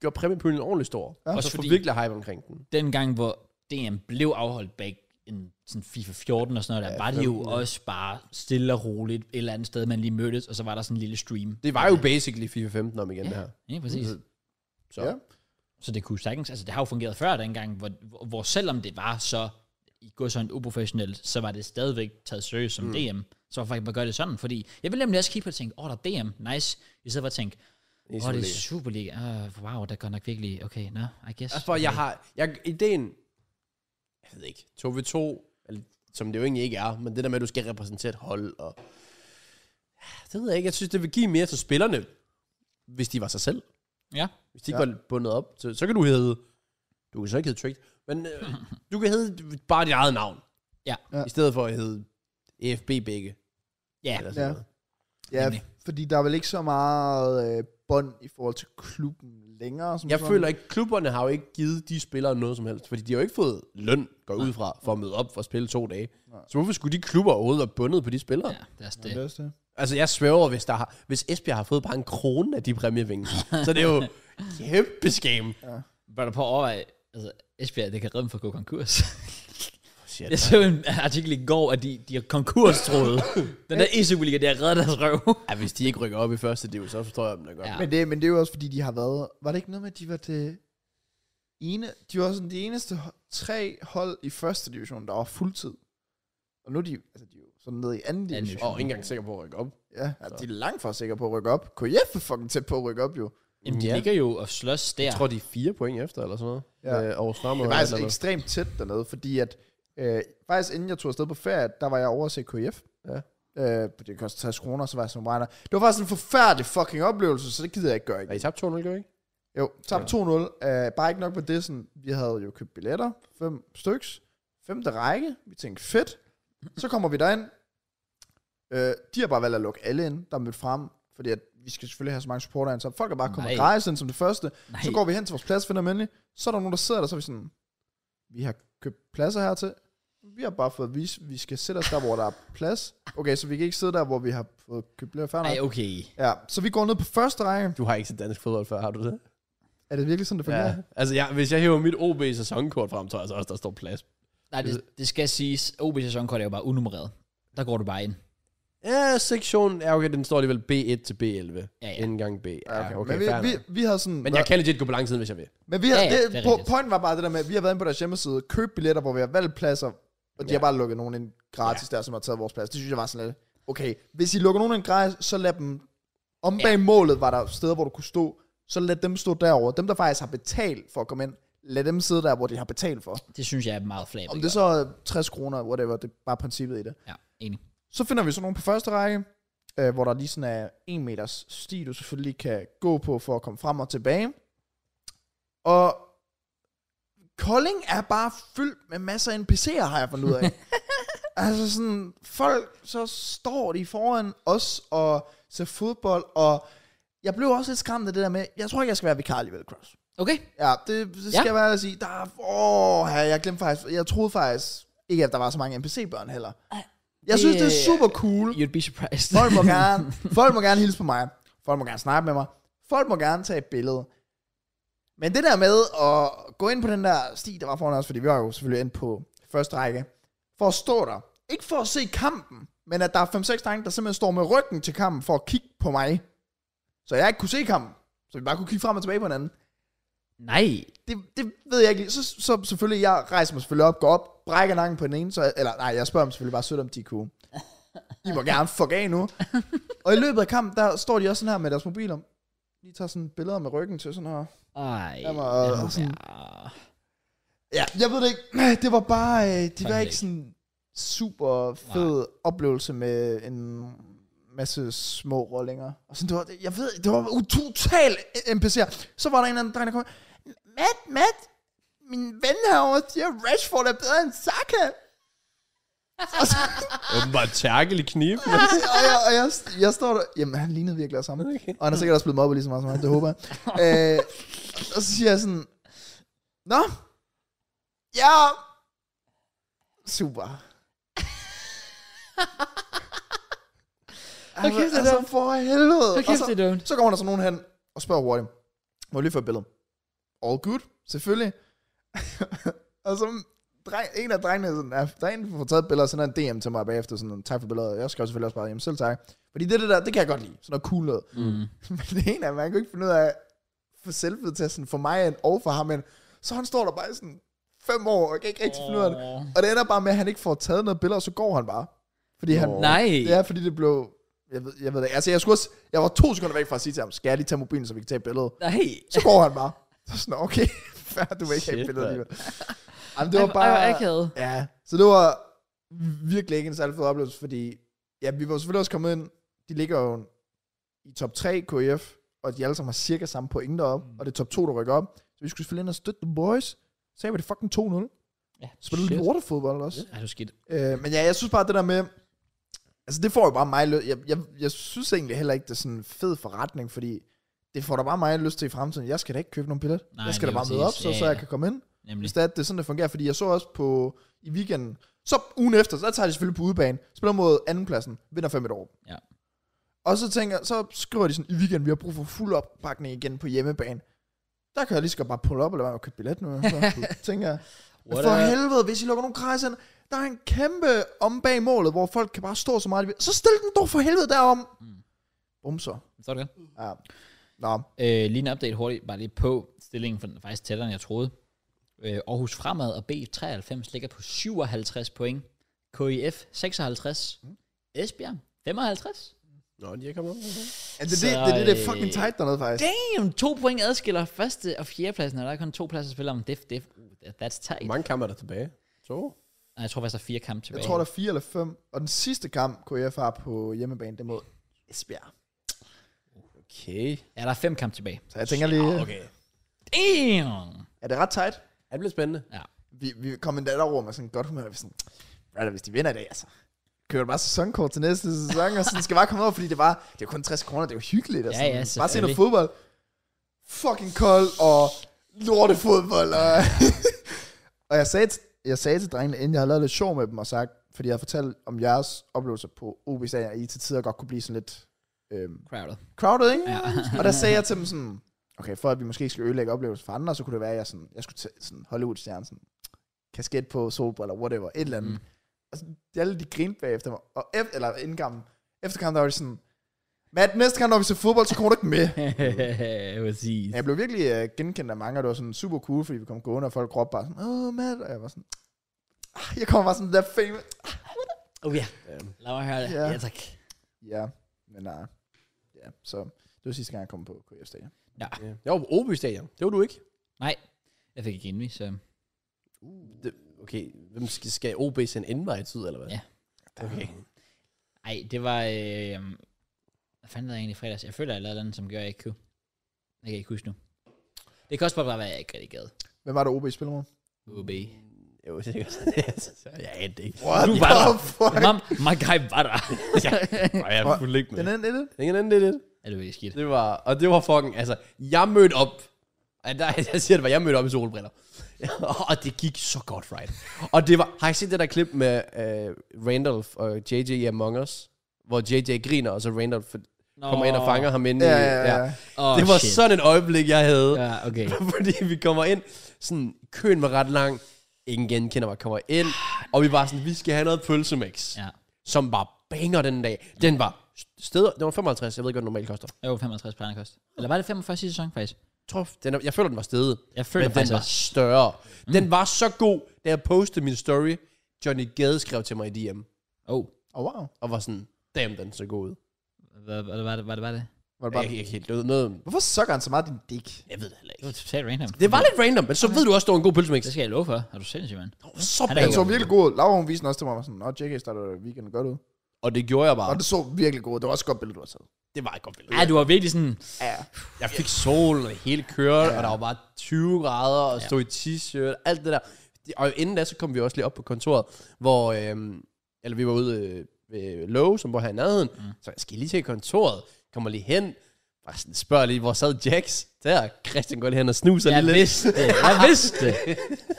gør præmiepuljen ordentligt stor. Ja. Og Også så får fordi- virkelig hype omkring den. dengang, hvor DM blev afholdt bag en sådan FIFA 14 og sådan noget, der var det jo også bare stille og roligt et eller andet sted, man lige mødtes, og så var der sådan en lille stream. Det var jo basically FIFA 15 om igen, det her. Ja, præcis. Så. Ja. Så det kunne sagtens, altså det har jo fungeret før dengang, hvor, hvor, hvor selvom det var så i går sådan uprofessionelt, så var det stadigvæk taget seriøst som mm. DM. Så hvorfor ikke bare gøre det sådan? Fordi jeg ville nemlig også kigge på det og tænke, åh, oh, der er DM, nice. I stedet for at tænke, åh, oh, det er Superliga. Superliga, uh, wow, der går nok virkelig, okay, nå, no, I guess. Også Altså, for, jeg har... Jeg, ideen... Jeg ved ikke. 2v2, eller, som det jo egentlig ikke er, men det der med, at du skal repræsentere et hold, og... Det ved jeg ikke. Jeg synes, det vil give mere til spillerne, hvis de var sig selv. Ja, Hvis de ikke ja. var bundet op. Så, så kan du hedde... Du kan så ikke hedde Tricked, men øh, du kan hedde bare dit eget navn. Ja. Ja. I stedet for at hedde EFB Bække. ja, Eller sådan Ja. noget. Ja, Nemlig. fordi der er vel ikke så meget øh, bånd i forhold til klubben længere. Som Jeg sådan. føler ikke, klubberne har jo ikke givet de spillere noget som helst, fordi de har jo ikke fået løn, går ud fra, for at møde op for at spille to dage. Så hvorfor skulle de klubber overhovedet være bundet på de spillere? Ja, det er også Ja, det. det er også det. Altså, jeg sværger, hvis, der har, hvis Esbjerg har fået bare en krone af de præmiepenge. så det er jo kæmpe skam. Bør du på at overveje, altså Esbjerg, det kan redde dem for at gå konkurs. Shit. Jeg så en artikel i går, at de, de har konkurstroet. Den der e superliga det har reddet deres røv. Ja, hvis de ikke rykker op i første div, så forstår jeg dem da godt. Ja. Ja. Men det, men det er jo også fordi, de har været... Var det ikke noget med, at de var det ene... De var sådan de eneste ho- tre hold i første division, der var fuldtid. Og nu er de, altså, de er jo sådan nede i anden Anden division. Og ikke engang sikker på at rykke op. Ja, altså, de er langt fra sikre på at rykke op. KF er fucking tæt på at rykke op, jo. Jamen, de Ja. ligger jo og slås der. Jeg tror, de er fire point efter, eller sådan noget. Ja. Ja. Øh, over Strammer. Det var altså ekstremt tæt dernede, fordi at... Øh, faktisk inden jeg tog afsted på ferie, der var jeg over at se KF. Ja. Øh, det kostede 60 kroner, så var jeg som brænder. Det var faktisk en forfærdelig fucking oplevelse, så det gider jeg ikke gøre Er I igen. tabt 2-0, gør I ikke? Jo, tabte 2-0. Øh, bare ikke nok på det, sådan, vi havde jo købt billetter, fem styks, femte række, vi tænkte fedt, så kommer vi derind. Øh, de har bare valgt at lukke alle ind, der er mødt frem, fordi at vi skal selvfølgelig have så mange supporter ind, så folk er bare kommet Nej. gratis ind som det første. Nej. Så går vi hen til vores plads, finder dem endelig. Så er der nogen, der sidder der, så er vi sådan, vi har købt pladser hertil. Vi har bare fået at vise, vi skal sætte os der, hvor der er plads. Okay, så vi kan ikke sidde der, hvor vi har fået købt billetter Ej, færdig. okay. Ja, så vi går ned på første række. Du har ikke set dansk fodbold før, har du det? Er det virkelig sådan, det fungerer? Ja. Altså, jeg, hvis jeg hæver mit OB-sæsonkort frem, tror jeg så også, der står plads. Nej, det, det skal siges, OB-sæsonkort er jo bare unummereret. Der går du bare ind. Ja, sektionen, ja okay, den står alligevel B1 til B11. Ja, Ja, ja. ja. Indgang B. Ja, okay. Ja, men, okay, vi, fair vi, nok. vi havde sådan... men jeg kan legit gå på lang siden, hvis jeg vil. men vi havde, Ja, ja, det, det er på, rigtigt. pointen var bare det der med, at vi har været inde på deres hjemmeside, købt billetter, hvor vi har valgt pladser, og de Ja. har bare lukket nogen ind gratis der, som har taget vores plads. Det synes jeg var sådan lidt, okay, hvis I lukker nogen ind gratis, så lad dem... Om bag målet var der steder, hvor du kunne stå, så lad dem stå derovre. Dem, der faktisk har betalt for at komme ind, lad dem sidde der, hvor de har betalt for. Det synes jeg er meget flabet. Om det så er 60 kroner, whatever, det er bare princippet i det. Ja, enig. Så finder vi så nogen på første række, øh, hvor der lige sådan er en meters sti, du selvfølgelig kan gå på for at komme frem og tilbage. Og Kolding er bare fyldt med masser af NPC'er, har jeg fundet ud af. altså sådan, folk, så står de foran os og ser fodbold, og jeg blev også lidt skræmt af det der med, jeg tror ikke, jeg skal være vikar alligevel, Cross. Okay. Ja, det, det skal Ja. ja. jeg være at sige. Der er, åh, ja, jeg glemte faktisk, jeg troede faktisk ikke, at der var så mange NPC-børn heller. Jeg synes, det er super cool. You'd be surprised. Folk må gerne, folk må gerne hilse på mig. Folk må gerne snakke med mig. Folk må gerne tage et billede. Men det der med at gå ind på den der sti, der var foran os, fordi vi var jo selvfølgelig ind på første række, for at stå der. Ikke for at se kampen, men at der er 5-6 drenge, der simpelthen står med ryggen til kampen for at kigge på mig. Så jeg ikke kunne se kampen. Så vi bare kunne kigge frem og tilbage på hinanden Nej. det, det ved jeg ikke lige. Så, så selvfølgelig, jeg rejser mig selvfølgelig op, går op, brækker nakken på den ene, så, eller nej, jeg spørger dem selvfølgelig bare sødt, om de kunne. I må gerne fuck af nu. og i løbet af kampen, der står de også sådan her med deres mobiler. De tager sådan billeder med ryggen til sådan her. Ej. Jamen, og- Jamen, og sådan- ja. altså. Ja, jeg ved det ikke. Det var bare, øh, det var Fuck ikke det. sådan super fed oplevelse med en masse små rollinger. Og sådan, det var, jeg ved, det var u- total NPC'er. Så var der en eller anden dreng, der kom, Matt, Matt, min ven herovre siger, Rashford er bedre end Saka. Åbenbart tærkel i kniven. og jeg, og jeg, jeg står der, jamen han lignede virkelig også ham. Okay. Og han er sikkert også blevet mobbet lige så meget som ham, det håber jeg. øh, og så siger jeg sådan, Nå, ja, super. Hvor kæft, det er altså, dumt. for helvede. Hvor Og kæft, så- det er dumt. så kommer der så nogen hen og spørger hurtigt, må jeg lige få et billede? All good, selvfølgelig. og så dreng, en af drengene, er sådan, ja, der er en, der får taget et billede, og sender en DM til mig bagefter, sådan, tak for billedet. Jeg skrev selvfølgelig også bare, jamen selv tak. Fordi det, det der, det kan jeg godt lide, sådan noget cool noget. Mm. Men det ene af dem, han kunne ikke finde ud af, for selvvedtesten, for mig og for ham, en. så han står der bare i sådan fem år, og kan ikke rigtig finde ud af det. Og det ender bare med, at han ikke får taget noget billede, og så går han bare. Fordi han, Åh. Nej. det er, fordi det blev... Jeg ved, jeg ved det. ikke. Altså, jeg, skulle også, jeg var to sekunder væk fra at sige til ham, skal jeg lige tage mobilen, så vi kan tage et billede? Nej. Så går han bare. Så sådan, okay, fair, du vil ikke have et Shit, billede mand. alligevel. Jamen, det var Ej, hvor- ej, hvor bare... akavet. ja, så det var virkelig ikke en særlig fed oplevelse, fordi... Ja, vi var selvfølgelig også kommet ind. De ligger jo i top 3 KF, og de alle sammen har cirka samme point deroppe, og det er top 2, der rykker op. Så vi skulle selvfølgelig ind og støtte the boys. Så var det fucking 2-0. Ja, Spillede shit. lortefodbold også. Ej, du er skidt. Øh, men ja, jeg synes bare, det der med... Altså, det får jo bare mig lø- jeg, jeg, jeg synes egentlig heller ikke, det er sådan en fed forretning, fordi det får da bare mig lyst til i fremtiden. Jeg skal da ikke købe nogen billet. Nej, jeg skal da lige bare møde op, præcis. så, Ja, så ja. jeg kan komme ind. Nemlig. Hvis det er, at det er sådan, det fungerer. Fordi jeg så også på, i weekenden, så ugen efter, så der tager de selvfølgelig på udebane, spiller mod andenpladsen, vinder 5 år. Ja. Og så tænker så skriver de sådan, i weekenden, vi har brug for fuld opbakning igen på hjemmebane. Der kan jeg lige så godt bare pulle op, eller hvad, og købe billet nu. Så tænker jeg, What for up? helvede, hvis I lukker nogle krejs ind, der er en kæmpe om bag målet, hvor folk kan bare stå så meget, de vil. Så stil den dog for helvede derom. Mm. Bumser. Står det godt? Ja. Nå, Øh, lige en update hurtigt, bare lige på stillingen, for den er faktisk tættere, end jeg troede. Øh, Aarhus Fremad og B93 ligger på 57 point. KIF 56. Mm. Esbjerg 55. Nå, de er kommet op. Ja, det, er Så, Altså, det, det, er det, det er øh, fucking tight dernede, faktisk. Damn, to point adskiller første og fjerde pladsen, og der er kun to pladser at spille om. Det, det, uh, that's tight. Hvor mange kampe er der tilbage? To? Nej, jeg tror faktisk, der er fire kampe tilbage. Jeg tror, der er fire eller fem. Og den sidste kamp, KF har på hjemmebane, det er mod Esbjerg. Okay. Ja, der er fem kampe tilbage. Så jeg tænker lige, okay. Damn! er det ret tight? Ja, Det bliver spændende. Ja. Vi, vi kom en datterrum med sådan godt humør, og vi sådan, brother, hvis de vinder i dag, altså, kører du bare sæsonkort til næste sæson, og sådan skal bare komme over, fordi det var, det var kun 60 kroner, det var hyggeligt, og Ja, sådan, ja, bare se noget selvfølgelig. fodbold, fucking kold, og lortefodbold, og, og jeg, sagde, til- jeg sagde til drengene, inden jeg havde lavet lidt sjov med dem, og sagt, fordi jeg havde fortalt om jeres oplevelser på OB Stadion, at I til tider godt kunne blive sådan lidt, øhm, Crowded. crowded, ikke? Ja. og der sagde jeg til dem sådan, okay, for at vi måske ikke skal ødelægge oplevelsen for andre, så kunne det være, at jeg, sådan, jeg skulle tage sådan Hollywood-stjerne, sådan, kasket på, solbriller, whatever, et eller andet. Mm. Og så, de alle de grinte bagefter mig, og efter, eller inden kampen, efter kampen, der var de sådan, Matt, næste gang, når vi ser fodbold, så kommer du ikke med. Præcis. Men Jeg blev virkelig uh, genkendt af mange, og det var sådan super cool, fordi vi kom gående, og folk råbte bare sådan, åh, Matt, og jeg var sådan, "Ah," jeg kommer bare sådan, der fame. Oh ja. Lad mig høre det. Ja. Ja, tak. Ja, men nej. Ja, så det var sidste gang, jeg kom på KF Stadion. Ja. Ja. Jeg var på Åby Stadion. Det var du ikke. Nej, jeg fik ikke indvist, så... Det, okay, hvem skal, skal OB sende invite ud, eller hvad? Ja. Okay. Ej, det var... Øh, hvad fanden lavede jeg egentlig i fredags? Jeg føler, jeg lavede noget, som gør, jeg ikke kunne. Jeg kan ikke huske nu. Det kan også bare være, at jeg ikke rigtig gad. Hvem var det, OB spillede mod? OB. Jo, det er godt. Jeg anede det ikke. What Du var der. fuck? Mom, my guy var der. Nej, jeg er fuldt ikke med. Den anden det? Den anden, det er det. er det virkelig skidt? Det var, og det var fucking, altså, jeg mødte op. Ej, Der, jeg siger det bare, jeg mødte op i solbriller. og det gik så godt, right? Og det var, har I set det der klip med uh, Randolph og JJ i Among Us? Hvor JJ griner, og så Randolph Nå. kommer ind og fanger ham inde Ja, i... ja, ja. Oh, Det var shit. sådan et øjeblik, jeg havde. Ja, okay. Fordi vi kommer ind, sådan, køen var ret lang, ingen genkender mig, kommer ind, og vi var sådan, vi skal have noget pølsemix, Ja. som var banger den dag. Den var steder, den var 55, jeg ved ikke, hvad den normalt koster. Jo, 55 plejer den at koste. Eller var det 45 sidste sæson, faktisk? altså, Jeg tror, den er, jeg føler, den var stedet, Jeg føler men den faktisk var Mm. også. større. Den var så god, da jeg postede min story, Johnny Gade skrev til mig i DM, Oh, Åh, oh, wow. og var sådan, damn, den så god ud. hvad, hvad, var det, var det, var det? Var det bare, Jeg, jeg, jeg, jeg, jeg, noget, hvorfor sukker han så meget din dick? jeg ved det heller Det ikke. var totalt random. Det var lidt random, men så ved du også, det var en god pølsemix. Det skal jeg love for. Er du sindssyg, mand? Så Han er Han banger. så virkelig god ud. Laura, hun viste den også til mig, og var sådan, Nå, JK starter weekenden godt ud. Og det gjorde jeg Og bare. det så virkelig godt ud. Det var også et godt billede, du har taget. Det var et godt billede. Ja, du var virkelig sådan... Ja. Jeg fik solen og hele køret, og der var bare 20 grader, og stod i t-shirt, alt det der. Og inden da, så kom vi også lige op på kontoret, hvor, øhm, eller vi var ude øh, ved Lowe, som bor her i nærheden, mm. så jeg skal lige til kontoret, kommer lige hen, bare sådan spørger lige, hvor sad Jax? Der, Christian går lige hen og snuser Jeg lige lidt. vidste det. Jeg vidste det.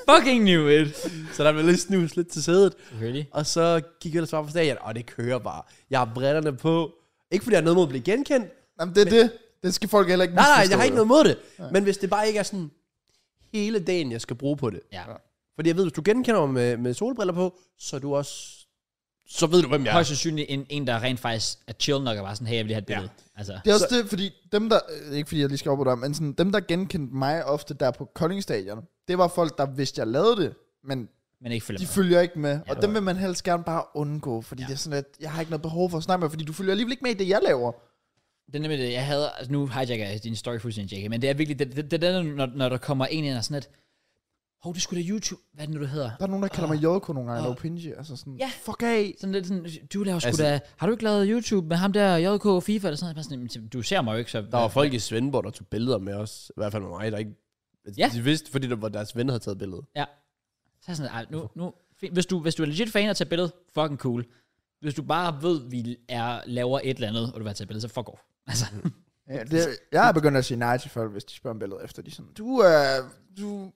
Fucking knew it. Så der blev lidt snus lidt til sædet. Selvfølgelig. Og så gik vi ellers bare på stadion, og det kører bare. Jeg har brillerne på. Ikke fordi jeg har noget mod at blive genkendt, Jamen, det er det. Det skal folk heller ikke Nej, nej, jeg misforstå, har ikke jo. noget mod det. Ja. Men hvis det bare ikke er sådan hele dagen, jeg skal bruge på det. Ja. Fordi jeg ved, hvis du genkender mig med, med solbriller på, så er du også... Så ved du, hvem jeg er. Højst sandsynligt en, en, der rent faktisk er chill nok og bare sådan, hey, jeg vil lige have et billede. Altså, Det er også det, fordi dem der, øh, ikke fordi jeg lige skal op på dig, men sådan, dem der genkendte mig ofte der på Kolding Stadion, det var folk, der vidste, jeg lavede det, men men ikke følger de med. følger ikke med. Og Ja. dem vil man helst gerne bare undgå, fordi det er sådan, at jeg har ikke noget behov for at snakke med, fordi du følger alligevel ikke med i det, jeg laver. Det er nemlig det, jeg havde, altså nu hijacker jeg din story fuldstændig, JK, men det er virkelig, det, det, det er den, når, når der kommer en ind og sådan lidt, hov, det skulle da YouTube, hvad er det nu, du hedder? Der er nogen, der kalder mig JK nogle gange, og Pinji, altså sådan, Ja. fuck af. Sådan lidt sådan, du laver sgu Altså- altså, da, har du ikke lavet YouTube med ham der, JK FIFA eller sådan noget? Jeg er bare Sådan, "Men du ser mig jo ikke, så... Der var folk i Svendborg, der tog billeder med os. I hvert fald med mig, der ikke... Ja. De vidste, fordi det var deres ven, der havde taget billedet. Ja. Så er jeg sådan, "Ej, nu, nu, fint. hvis du, hvis du er legit fan og tager billedet, fucking cool. Hvis du bare ved, vi er, laver et eller andet, og du vil have taget billedet, så fuck off. Altså, Ja, det, jeg er begyndt at sige nej til folk, hvis de spørger om billedet efter. De er sådan, du, øh, du,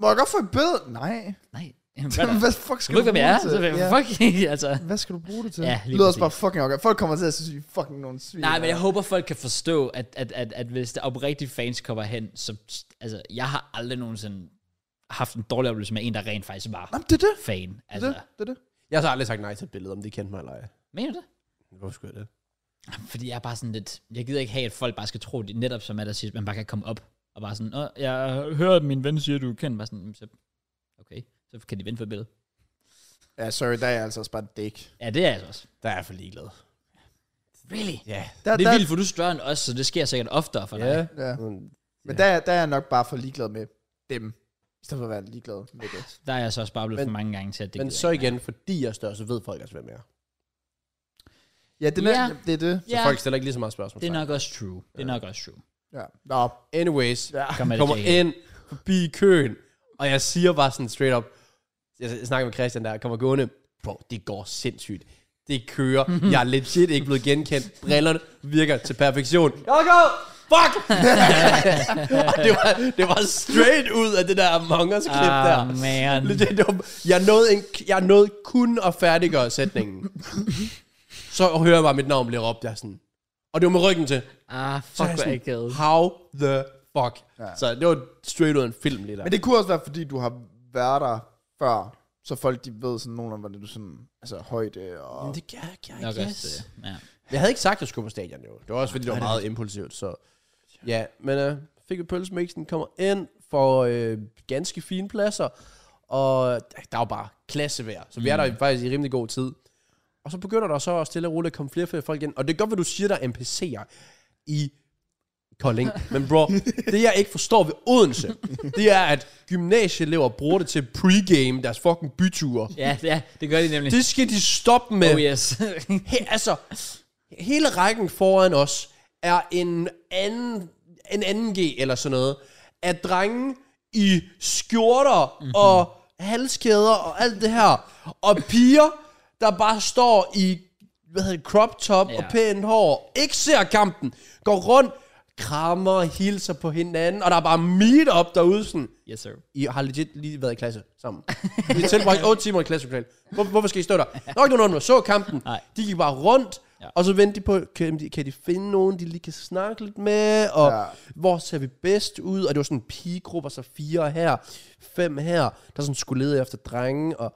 må jeg godt få et billede? Nej. Nej. Jamen, hvad er Hvad, der? hvad Skal fuck skal du du ikke, bruge hvem jeg er? det Så, til? hvad- Ja. fuck, altså. Hvad skal du bruge det til? Ja, Ja, lige det lyder også bare præcis. fucking okay. Folk kommer til at synes, I er fucking nogle svin. Nej, men jeg håber, folk kan forstå, at, at, at, at hvis der oprigtige fans kommer hen, så... Altså, jeg har aldrig nogensinde haft en dårlig oplevelse med en, der rent faktisk var Jamen, det er det. fan. Det Altså, er det. det, er det. Jeg har så aldrig sagt nej til et billede, om de kendte mig eller ej. mener du det? Hvorfor skulle jeg det? Fordi jeg er bare sådan lidt... Jeg gider ikke have, at folk bare skal tro, det netop som er der siger, at man bare kan komme op og bare sådan... Åh, jeg hører, at min ven siger, at du er kendt. Bare sådan, "Jamen, så, okay, så kan de vente for et billede. Ja, sorry, der er jeg altså også bare en dick. Ja, det er jeg altså også. Der er jeg for ligeglad. Really? Ja. Der, Det der, er vildt, for du er større end os, så det sker sikkert oftere for dig. Ja. Ja. Mm. Men der, der er jeg nok bare for ligeglad med dem. I stedet for at være ligeglad med det. Der er jeg så også bare blevet Men- for mange gange til, at det Men gider så jeg ikke. igen, fordi jeg er større, så ved folk også, hvem jeg er. Ja, det, er, Ja. det er det. Så Ja, folk stiller ikke lige så meget spørgsmål. det er nok også true. Det er nok også true. Ja. Nå, Anyways, Ja. ja. Kom med det, Ah, kommer Jake. ind forbi køen, og jeg siger bare sådan straight up, jeg snakker med Christian der, kommer gående, bro, det går sindssygt. Det kører. Jeg er legit ikke blevet genkendt. Brillerne virker til perfektion. Joko! Fuck! det, var, det var straight ud af det der Among Us-klip Ah, der. man. Legit, det var, jeg, nåede en, jeg nåede kun at færdiggøre sætningen. Så hører jeg bare mit navn blive råbt. Jeg er sådan, og det var med ryggen til. Ah, Så er fuck, jeg hvor sådan, akavet. How the fuck? Ja. Ja. Så det var straight ud af en film lige der. Men det kunne også være, fordi du har været der før, så folk de ved sådan nogenlunde, hvordan du sådan, altså højde og... Men det gør jeg, jeg, Nok yes. også det. Ja. jeg havde ikke sagt, at jeg skulle på stadion jo. Det var også fordi, det var meget impulsivt. Så. Ja, men øh, fik vi pølsemixen, kommer ind for øh, ganske fine pladser. Og der var bare klassevejr. Så vi er der faktisk i rimelig god tid. Og så begynder der så at stille og roligt at komme flere og flere folk ind. Og det er godt, hvad du siger, der er NPC'er i Kolding. Men bro, det jeg ikke forstår ved Odense, det er, at gymnasieelever bruger det til pregame deres fucking byture. ja, ja, det gør de nemlig. Det skal de stoppe med. Oh yes. He, altså, hele rækken foran os er en anden, en anden G eller sådan noget, af drenge i skjorter mm-hmm. og halskæder og alt det her, og piger, der bare står i, hvad hedder det, crop top Ja. og pænt hår, ikke ser kampen, går rundt, krammer og hilser på hinanden, og der er bare meet up derude sådan, yes, sir. i har legit lige været i klasse sammen. Vi har tilbragt 8 timer i klasselokalet. Hvor, hvorfor skal I stå der? Nok nogen af dem der så kampen. Nej. De gik bare rundt, Ja. ja. og så vendte de på, kan de, kan de finde nogen, de lige kan snakke lidt med, og Ja. ja. hvor ser vi bedst ud? Og det var sådan pigegrupper, så fire her, fem her, der sådan skulle lede efter drenge, og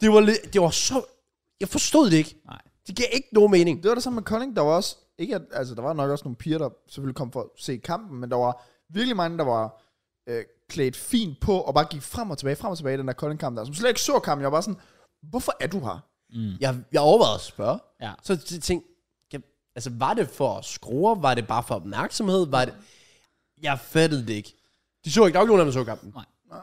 det var, lidt, det var så... Jeg forstod det ikke. Nej. Det gav ikke nogen mening. Det var det samme med Kolding, der var også, ikke at, altså der var nok også nogle piger, der selvfølgelig kom for at se kampen, men der var virkelig mange, der var øh, klædt fint på, og bare gik frem og tilbage, frem og tilbage i den der Kolding-kamp der, som slet ikke så kampen, jeg var bare sådan, hvorfor er du her? Jeg, jeg overvejede at spørge. Ja. Så t- tænkte jeg, altså var det for at skrue? Var det bare for opmærksomhed? Var det... Jeg fattede det ikke. De så ikke, der var ikke nogen af dem, der så kampen. Nej.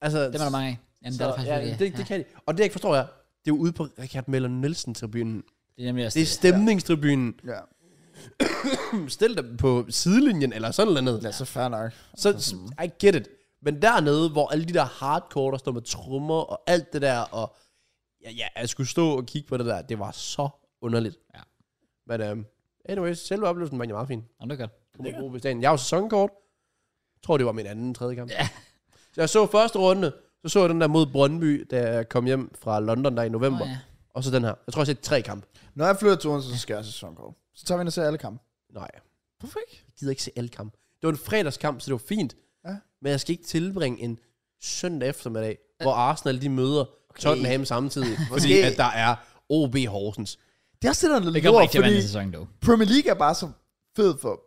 Altså, Det var der mange af. Jamen, så, der er der så, faktisk ja, virkelig- det, det kan de. Og det jeg ikke forstår er, det er jo ude på Richard Møller Nielsen-tribunen. Det er nemlig også Det er det. stemningstribunen. Ja, Stil dig på sidelinjen eller sådan noget. ja så fair nok. Mhm. Så s- I get it. Men dernede, hvor alle de der hardcore, der står med trommer og alt det der, og ja, ja, jeg skulle stå og kigge på det der, det var så underligt. Ja. Men um, anyways, selve oplevelsen var egentlig meget fin. Jamen, det er godt. Kommer på på stadion. Jeg har jo sæsonkort. Jeg tror, det var min anden tredje kamp. Ja. Så jeg så første runde, så så jeg den der mod Brøndby, da jeg kom hjem fra London der i november. Åh, Oh, ja. ja. Og så den her. Jeg tror, jeg har set tre kampe. Når jeg flytter til Odense, så skal jeg se sæsonkort. Så tager vi ind og ser alle kampe. Nej, Hvorfor ikke? jeg gider ikke se alle kampe. Det var en fredagskamp, så det var fint. Ja. Men jeg skal ikke tilbringe en søndag eftermiddag, hvor Arsenal de møder okay. Tottenham samtidig. fordi at der er OB Horsens. Det er også det, der er Det lidt kommer lort, ikke til at være fordi en sæson, dog. Premier League er bare så fed for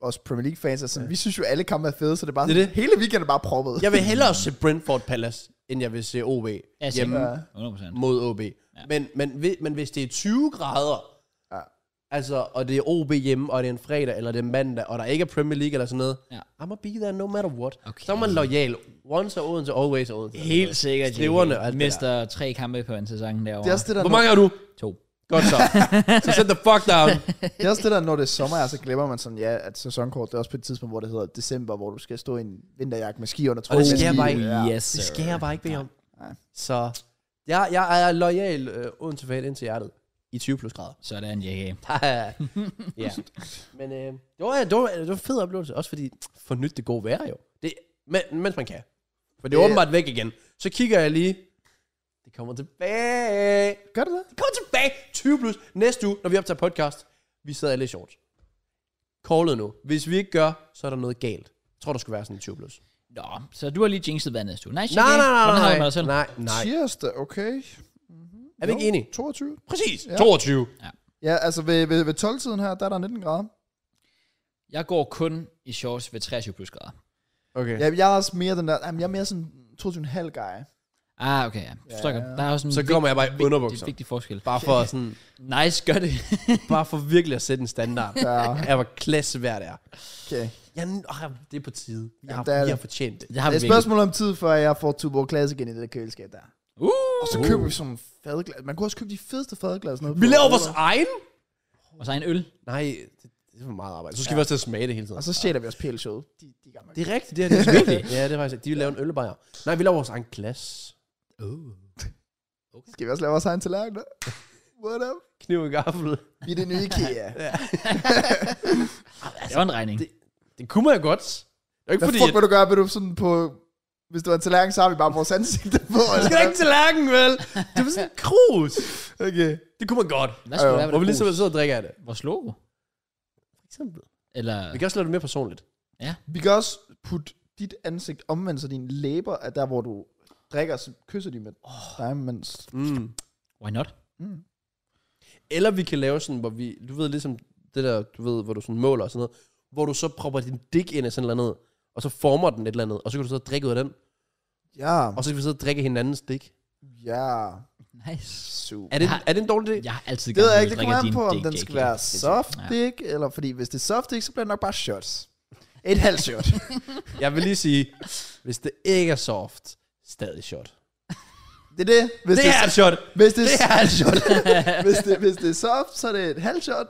os Premier League-fans. Altså, ja. Vi synes jo, alle kampe er fede, så det er bare Det er sådan, hele weekenden er bare proppet. Jeg vil hellere se Brentford Palace, end jeg vil se OB Ja, sikkert. hjemme. 100%. mod OB. Ja. Men, men, hvi- men hvis det er 20 grader, Ja. ja. altså, og det er OB hjemme, og det er en fredag, eller det er mandag, og der ikke er Premier League eller sådan noget, Ja. ja. I'm gonna be there no matter what. Okay. Okay. Så er man lojal. Once er Odense, always er Odense. Helt sikkert. Sliverne og alt det der. Mister tre kampe på en sæson Det derovre. er også det, der, Hvor når, mange har du? To. Godt så. så sæt the fuck down. det er også det der, når det er sommer, ja, så glemmer man sådan, ja, at sæsonkort, det er også på et tidspunkt, hvor det hedder december, hvor du skal stå i en vinterjakke med ski under Og det med sker ski. bare ikke. yes, Det sir. skal jeg bare ikke bede om. Nej. Så jeg, jeg er lojal øh, Odense fan ind til hjertet. i 20 plus grader. Sådan, ja, ja. ja. Men øh, det, var, det, var, det var en fed oplevelse, også fordi for nyt det gode vejr jo. Det, men, mens man kan. For det er Ja. åbenbart væk igen. Så kigger jeg lige. Det kommer tilbage. Gør det det? Det kommer tilbage. 20 plus næste uge, når vi optager podcast. Vi sidder alle i shorts. Callet nu. Hvis vi ikke gør, så er der noget galt. Jeg tror, der skulle være sådan en 20 plus. Nå, så du har lige jinxet hver næste uge. Nej, Nej, nej, nej, nej. Dig selv? nej, nej. Tirsdag, okay. Er vi ikke enige? 22. Præcis. Ja. 22. Ja, altså ved, ved, ved 12-tiden her, der er der 19 grader. Jeg går kun i shorts ved 23 plus grader. Okay. Ja, jeg er også mere den der, jamen, jeg er mere sådan 22,5 guy. Ah, okay, ja. Forstår Ja. ja. Der er også en Så kommer jeg bare i vig- det er underbukser. en vigtig forskel. Bare for sådan, Nice, gør det. bare for virkelig at sætte en standard. Ja, Jeg var klasse hver det er. okay. Jeg, åh, det er på tide. Jeg det er har, det. vi har fortjent det. Det har Det vi er et spørgsmål om tid, før jeg får Tuborg Classic igen i det der køleskab der. virkelig. Uh! Og så køber vi sådan en fadglas. Man kunne også købe de fedeste fadglas. Noget Oh. Vi laver vores egen? Og så en øl. Nej, det, det er for meget arbejde. Så skal ja. vi også til at smage det hele tiden. Og så stjæler vi også pæle showet. De, de gamle. Det er rigtigt, det her det er virkelig. ja, det er faktisk. De vil lave en ølbajer. Nej, vi laver vores egen glas. Skal vi også lave vores egen tallerken? da? What up? Kniv og gaffel. Vi er det nye IKEA. Det var en regning. det- Det kunne man jo godt. Det er jo ikke Hvad fordi... fuck at- vil du gøre? Vil du sådan på... Hvis du var en tallerken, så har vi bare vores ansigter på. Du skal da ikke til lærken, vel? Det var sådan en krus. Okay. Det kunne man godt. Hvad skulle det Øh, være Hvor vi ved lige det? sidder og drikker af det. Vores logo? For eksempel. Eller... Vi kan også lave det mere personligt. Vi kan også putte dit ansigt omvendt, så dine læber er der, hvor du drikker, så kysser de med dig, mens... Mm. Why not? Mm. Eller vi kan lave sådan, hvor vi, du ved ligesom det der, du ved, hvor du sådan måler og sådan noget, hvor du så propper din dick ind i sådan et eller andet, og så former den et eller andet, og så kan du sidde og drikke ud af den, Ja. og så kan vi sidde og drikke hinandens dick. Ja. Nice. Super. Er det, Jeg har- er det en dårlig idé? Jeg har altid Det ved jeg gerne ikke, det ville kommer an drikke på, om din den dick, skal ikke? være soft Ja. dick, eller fordi hvis det er soft dick, så bliver det nok bare shots. Et halvt shot. Jeg vil lige sige, hvis det ikke er soft, stadig shot. Det er det. Hvis Det det, er et shot! hvis det, Det er, er et shot! hvis det, hvis det er soft, så er det et halvt shot.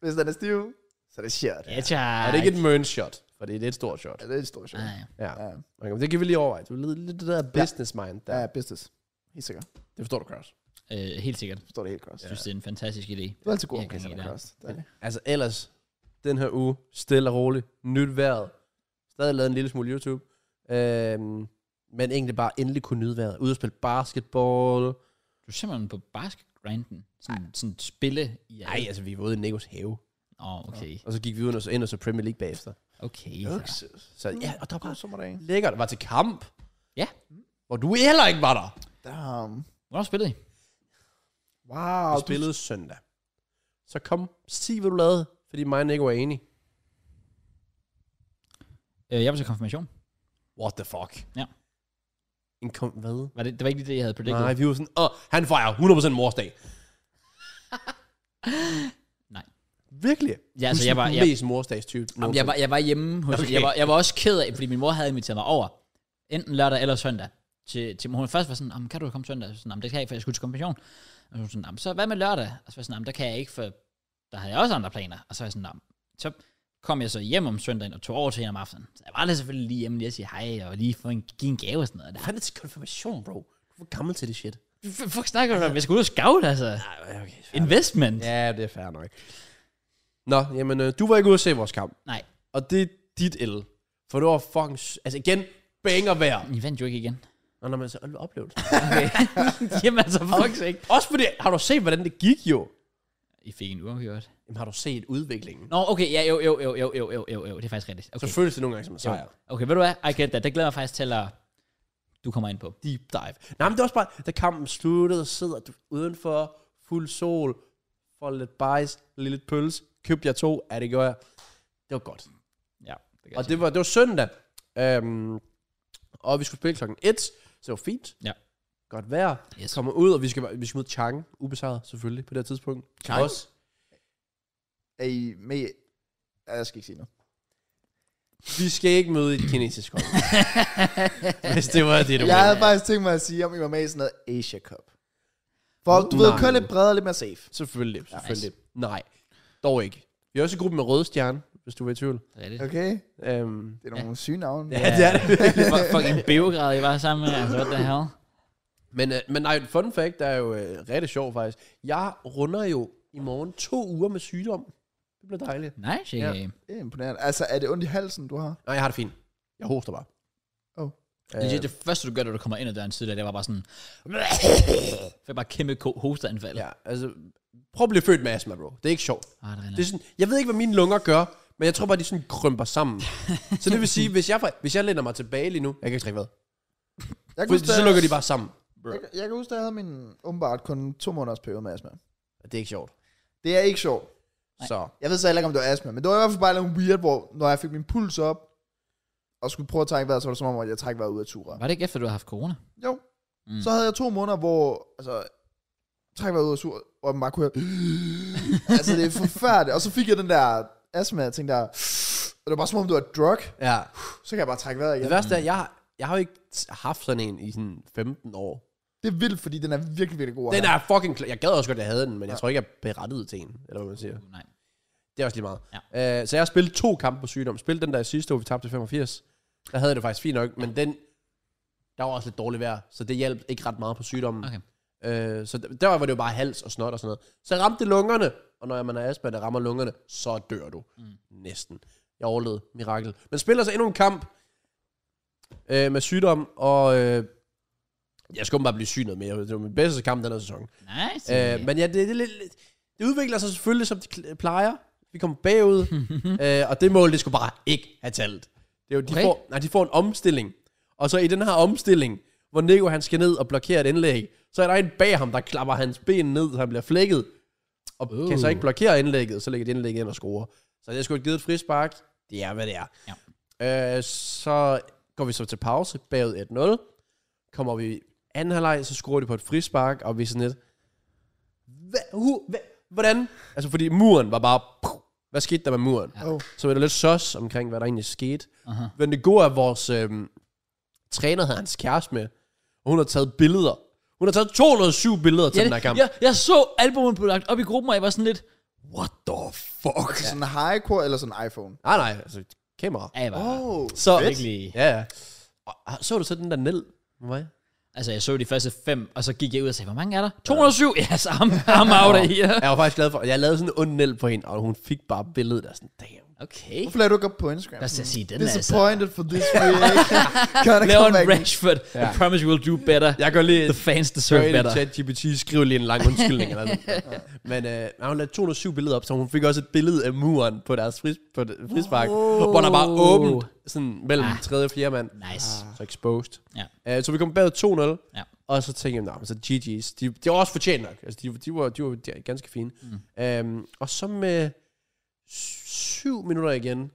Hvis den er stiv, så er det shot. Ja, tak. Er det ikke et møn shot? For det er et stort shot. Ja, det er et stort shot. Nej. Ja. Ja, Okay, men det kan vi lige overveje. Du er lidt lidt det der business mind ja der. business. Helt sikkert. Det forstår du, Kraus. Øh, helt sikkert. Jeg forstår det helt kost. Jeg synes, det er en fantastisk idé. Du er altid god Jeg omkring kan sådan lide det. noget kost. Det er det. Altså ellers, den her uge, stille og roligt, nyt vejret, stadig lavet en lille smule YouTube, øhm, men egentlig bare endelig kunne nyde vejret, ud og spille basketball. Du er simpelthen på basketgrinden. Sådan, sådan spille i... Nej, altså vi var ude i Nikos have, Åh, oh, okay. og så gik vi ud og så ind og så Premier League bagefter. Okay. så. Økses. Så ja, og der var God bare sommerdag. lækkert, var til kamp. Ja. Hvor du heller ikke var der. Damn. Hvornår spillede I? Wow. Vi spillede søndag. Så kom, sig hvad du lavede, fordi mig og Nico er enige. Øh, jeg var til konfirmation. What the fuck? Ja. En kom, hvad? Var det, det var ikke lige det, jeg havde predicted. Nej, vi var sådan, åh, han fejrer 100% morsdag. Nej. Virkelig? Ja, altså, Du er jeg var- sådan jeg- mest morstags type. Jamen, jeg, var, jeg var hjemme hos... Okay. Okay. Jeg, var, jeg var også ked af, fordi min mor havde inviteret mig over, enten lørdag eller søndag, til, til hun først var sådan, "Jamen, kan du komme søndag? Så sådan, "Jamen, det kan jeg ikke, for jeg skulle til konfirmation. Og så var hun sådan, "Jamen, så hvad med lørdag? Og så var jeg sådan, "Jamen, der kan jeg ikke, for der havde jeg også andre planer. Og så var jeg sådan, "Jamen, så kom jeg så hjem om søndagen og tog over til hende om aftenen. Så jeg var der selvfølgelig lige hjemme lige at sige hej, og lige få en, give en gave og sådan noget. Der. Fandt det til konfirmation, bro. Du var gammel til det shit. Hvad fuck snakker du om? Jeg skulle ud og scout, altså. Nej, okay. Investment. Ja. Ja, det er fair nok. Nå, jamen, øh, du var ikke ude at se vores kamp. Nej, Og det er dit el. For du var fucking... s- Altså igen, banger vejr. I vandt jo ikke igen. Nå, altså, når man så oplevet. Okay. Jamen altså, fuck ikke. Også fordi, har du set, hvordan det gik jo? I fik en uafgjort. Jamen, har du set udviklingen? Nå, okay, ja, jo, jo, jo, jo, jo, jo, jo, jo, det er faktisk rigtigt. Så Okay. føles det nogle gange som en Jo. sejr. Okay, ved du hvad? I get that. Det glæder jeg mig faktisk til, at du kommer ind på. deep dive. Nej, men det er også bare, da kampen sluttede, sidder du udenfor, fuld sol, får lidt bajs, lidt pøls, købte jeg to, ja, det gør jeg. Det var godt. Ja, det kan Og det var, det var søndag, øhm, og vi skulle spille klokken 1, så det var fint. Ja. Godt vejr. Yes. Kommer ud, og vi skal, vi skal møde Chang, ubesejret selvfølgelig på det her tidspunkt. Chang? Også. Er I med? Ja, jeg skal ikke sige noget. Vi skal ikke møde et kinesisk hold. hvis det var det, Jeg du ja. havde faktisk tænkt mig at sige, om I var med i sådan noget Asia Cup. For du ved, Nej. kør lidt bredere, lidt mere safe. Selvfølgelig, selvfølgelig. Nej, dog ikke. Vi er også i gruppen med Røde Stjerne, hvis du var i tvivl. Det er rigtigt. Okay? Øhm, Det er nogle syge navne. Ja, det er det. Fuck- Fucking Beograd, I var sammen med. Altså, what the hell? Men, øh, men nej, et fun fact der er jo øh, rigtig sjov faktisk. Jeg runder jo i morgen to uger med sygdom. Det bliver dejligt. Nice, JK. Ja. Det er imponerende. Altså, er det ondt i halsen, du har? Nej, jeg har det fint. Jeg hoster bare. Øh, Oh. Det, det, det første, du gør, da du kommer ind ad døren tidligere, det var bare sådan... Fik bare kæmpe ko- hosteanfald. Ja. Ja, altså, prøv at blive født med astma, bro. Det er ikke sjovt. Ah, det er Det er sådan, jeg ved ikke, hvad mine lunger gør, men jeg tror bare, de sådan krymper sammen. så det vil sige, hvis jeg, hvis jeg lænder mig tilbage lige nu, jeg kan ikke trække vejret. Jeg Fordi så lukker de bare sammen. Jeg, jeg kan huske, at jeg havde min umiddelbart kun to måneders periode med astma. Det er ikke sjovt. Det er ikke sjovt. Så. Jeg ved så heller ikke, om det var astma, men det var i hvert fald bare lidt weird, hvor når jeg fik min puls op, og skulle prøve at trække vejret, så var det som om, at jeg trækker vejret ud af tura. Var det ikke efter, du har haft corona? Jo. Mm. Mm. Så havde jeg to måneder, hvor altså, træk mig ud af sur, og man bare kunne høre, altså det er forfærdeligt. Og så fik jeg den der astma, jeg tænkte der, og det var bare som om du var et drug, Ja. så kan jeg bare trække vejret igen. Det værste er, jeg, har- jeg har jo ikke haft sådan en i sådan 15 år. Det er vildt, fordi den er virkelig, virkelig god. at Den have. er fucking klar. Jeg gad også godt, at jeg havde den, men jeg tror ikke, jeg er berettiget til en, eller hvad man siger. Uh, Nej. Det er også lige meget. Ja. Øh, så jeg har spillet to kampe på sygdom. Spillet den der i sidste år, vi tabte til 85. Der havde jeg det faktisk fint nok, men den, der var også lidt dårligt vejr, så det hjalp ikke ret meget på sygdommen. Okay. Øh, så d- der var det jo bare hals og snot og sådan noget. Så ramte det lungerne, og når man er astma, der rammer lungerne, så dør du. Mm. Næsten. Jeg overlevede. Mirakel. Men spiller så endnu en kamp øh, med sygdom, og øh, jeg skulle bare blive syg noget mere. Det var min bedste kamp den her sæson. Nice. Øh, men ja, det, det, er lidt, lidt- det udvikler sig selvfølgelig, som det kl- plejer. Vi kommer bagud, øh, og det mål, det skulle bare ikke have talt. Det er jo, de, Okay. okay. får, nej, de får en omstilling, og så i den her omstilling, hvor Nico han skal ned og blokere et indlæg, så er der en bag ham, der klapper hans ben ned, så han bliver flækket, og uh. kan så ikke blokere indlægget, så lægger det indlæg ind og scorer. Så det skulle ikke givet et frispark. Det er, hvad det er. Øh, så går vi så til pause, bagud 1-0. Kommer vi i anden halvleg, så scorer de på et frispark, og vi er sådan lidt... Hva, hu, hva, hvordan? Altså, fordi muren var bare... Puh, hvad skete der med muren? Ja. Oh. Så var der lidt sos omkring, hvad der egentlig skete. Uh-huh. Men det gode er, at vores øh, træner havde hans kæreste med, og hun har taget billeder. Hun har taget 207 billeder til ja, ja, den her det, kamp. jeg, jeg så albumen blev lagt op i gruppen, og jeg var sådan lidt... What the fuck? Sådan en hardcore eller sådan en iPhone. Nej, nej, altså, kamera. Ja, jeg var Oh. Så, virkelig... Ja, ja. Og, ah, så du så den der nel? Hvad? Altså, jeg så de første fem, og så gik jeg ud og sagde, hvor mange er der? 207? Ja, så I'm, I'm out of here. Jeg var faktisk glad for, jeg lavede sådan en ond nel på hende, og hun fik bare billedet der sådan, damn. Okay. Hvorfor lader du ikke op på Instagram? Lad os da sige, den er altså- Disappointed for this week. kan der Laver komme en back? Rashford. I promise you will do better. Jeg går lige The fans deserve better. chat GPT, skriv lige en lang undskyldning. eller sådan. noget. Men øh, nej, hun lavede 207 billeder op, så hun fik også et billede af muren på deres fris, på det- frispark, Wow. hvor der var åbent sådan mellem Oh. ah. tredje og fjerde mand. Ah. Nice. Så exposed. Ja. Øh, så vi kom bagud 2-0, Ja. og så tænkte jeg, nej, men så GG's, de, de var også fortjent nok. Altså, de, de, var, de var de- ganske fine. Mm. Øhm, og så med syv minutter igen,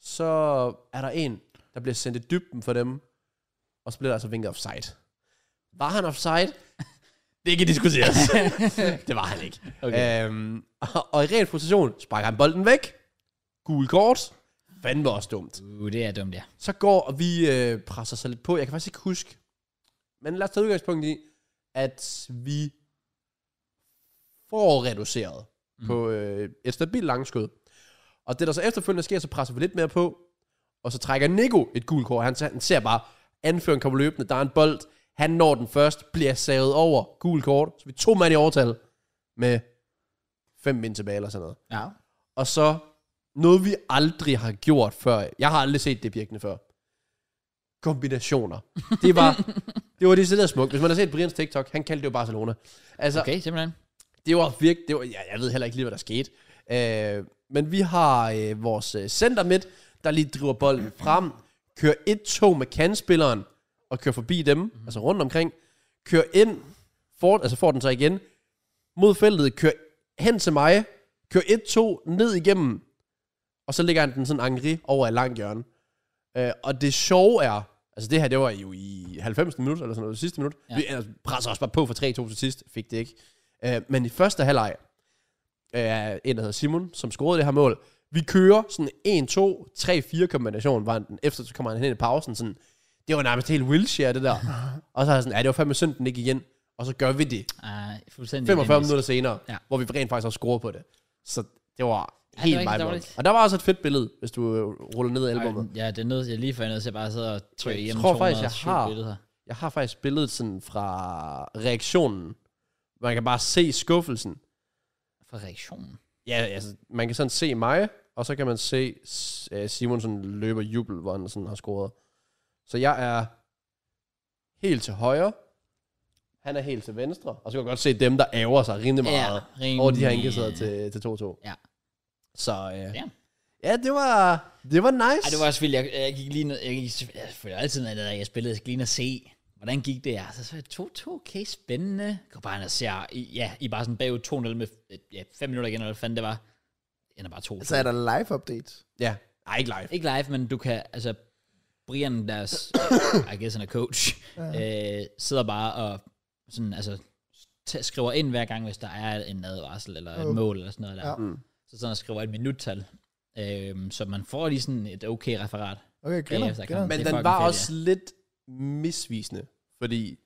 så er der en, der bliver sendt i dybden for dem, og så bliver der altså vinket offside. Var han offside? Det kan diskuteres. det var han ikke. Okay. Øhm, og, og i ren frustration sparker han bolden væk. Gul kort. Fanden var også dumt. Uh, det er dumt, ja. Så går og vi øh, presser sig lidt på. Jeg kan faktisk ikke huske. Men lad os tage udgangspunkt i, at vi får reduceret mm. på øh, et stabilt langskud. Og det, der så efterfølgende sker, så presser vi lidt mere på. Og så trækker Nico et gult kort. Han, han ser bare, anføren kommer løbende. Der er en bold. Han når den først, bliver savet over. Gul kort. Så vi er to mand i overtal med fem min tilbage eller sådan noget. Ja. Og så noget, vi aldrig har gjort før. Jeg har aldrig set det virkende før. Kombinationer. Det var, det var det der smukt. Hvis man har set Brians TikTok, han kaldte det jo Barcelona. Altså, okay. Okay, simpelthen. det var virkelig... Det var, jeg, jeg ved heller ikke lige, hvad der skete. Øh, men vi har øh, vores øh, center midt, der lige driver bolden frem, kører et tog med kandspilleren, og kører forbi dem, mm. altså rundt omkring, kører ind, får, altså får den så igen, mod feltet, kører hen til mig, kører et to ned igennem, og så ligger han den sådan angri over i langt hjørne. Øh, og det sjove er, altså det her, det var jo i 90. minut, eller sådan noget, sidste minut. Ja. Ja. Vi ellers presser også bare på for 3-2 til sidst, fik det ikke. Øh, men i første halvleg, øh, en der hedder Simon, som scorede det her mål, vi kører sådan 1-2, 3-4 kombination, var den, efter så kommer han hen i pausen, sådan, det var nærmest helt Wilshere, det der. og så er jeg sådan, ja, det var fandme synd, den ikke igen. Og så gør vi det. Uh, fuldstændig. 45 minutter senere, Ja. ja. hvor vi rent faktisk har scoret på det. Så det var Ja, det var helt ikke meget dårligt. Og der var også et fedt billede, hvis du øh, ruller ned af albumet. Ja, det er nødt til, jeg lige for jeg er nødt til at bare sidde og trykke Jeg igennem tror faktisk, jeg 207 har- billeder. Jeg har faktisk billedet sådan fra reaktionen. Man kan bare se skuffelsen. For reaktionen. Ja, altså, man kan sådan se mig, og så kan man se S- øh, Simon sådan løber jubel, hvor han sådan har scoret. Så jeg er helt til højre, han er helt til venstre, og så kan man godt se dem, der æver sig rimelig meget rimelig. over de her indkasseret til, til 2-2. Ja. Så øh, Damn. ja, det var, det var nice. Ej, det var også vildt. Jeg, jeg gik lige ned, jeg, gik, jeg følger altid ned, da jeg spillede, jeg skal lige ned og se, hvordan gik det? Altså, så er det 2-2, okay, spændende. Går bare ind og ser, I- ja, I er bare sådan bagud 2-0 med øh, ja, 5 minutter igen, eller hvad fanden det var. Ender bare 2 Så Altså, er der live updates. Ja, Ej, ikke live. Ikke live, men du kan, altså, Brian, deres, I guess han er coach, ja. øh, sidder bare og sådan, altså, t- skriver ind hver gang, hvis der er en advarsel eller et Mm. mål eller sådan noget der. Ja. Ja. Mm. Så sådan og skriver et minuttal. Øh, så man får lige sådan et okay referat. Okay, griner, efter griner. kampen. Men Det er den fucking var fedt, også lidt misvisende, fordi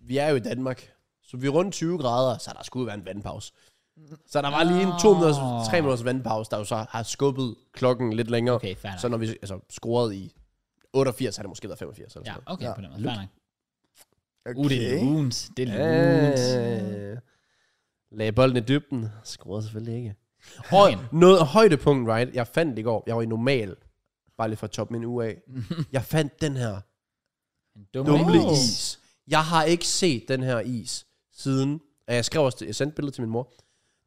vi er jo i Danmark, så vi er rundt 20 grader, så der skulle være en vandpause. Så der var lige en to Nå. minutters, tre minutters vandpause, der jo så har skubbet klokken lidt længere. Okay, fair nok. Så når vi altså, scorede i 88, har det måske været 85 eller Ja, sådan okay, Ja. ja. på den måde. Fair nok. Okay. Uh, det er lunt. Det er lunt. noget. Øh, Lagde bolden i dybden. Scorede selvfølgelig ikke. Og noget højdepunkt, right? Jeg fandt i går, jeg var i normal, bare lige fra toppen en uge af. Jeg fandt den her En dum Dumle is. is. Jeg har ikke set den her is siden, og jeg skrev også, til- jeg sendte billedet til min mor,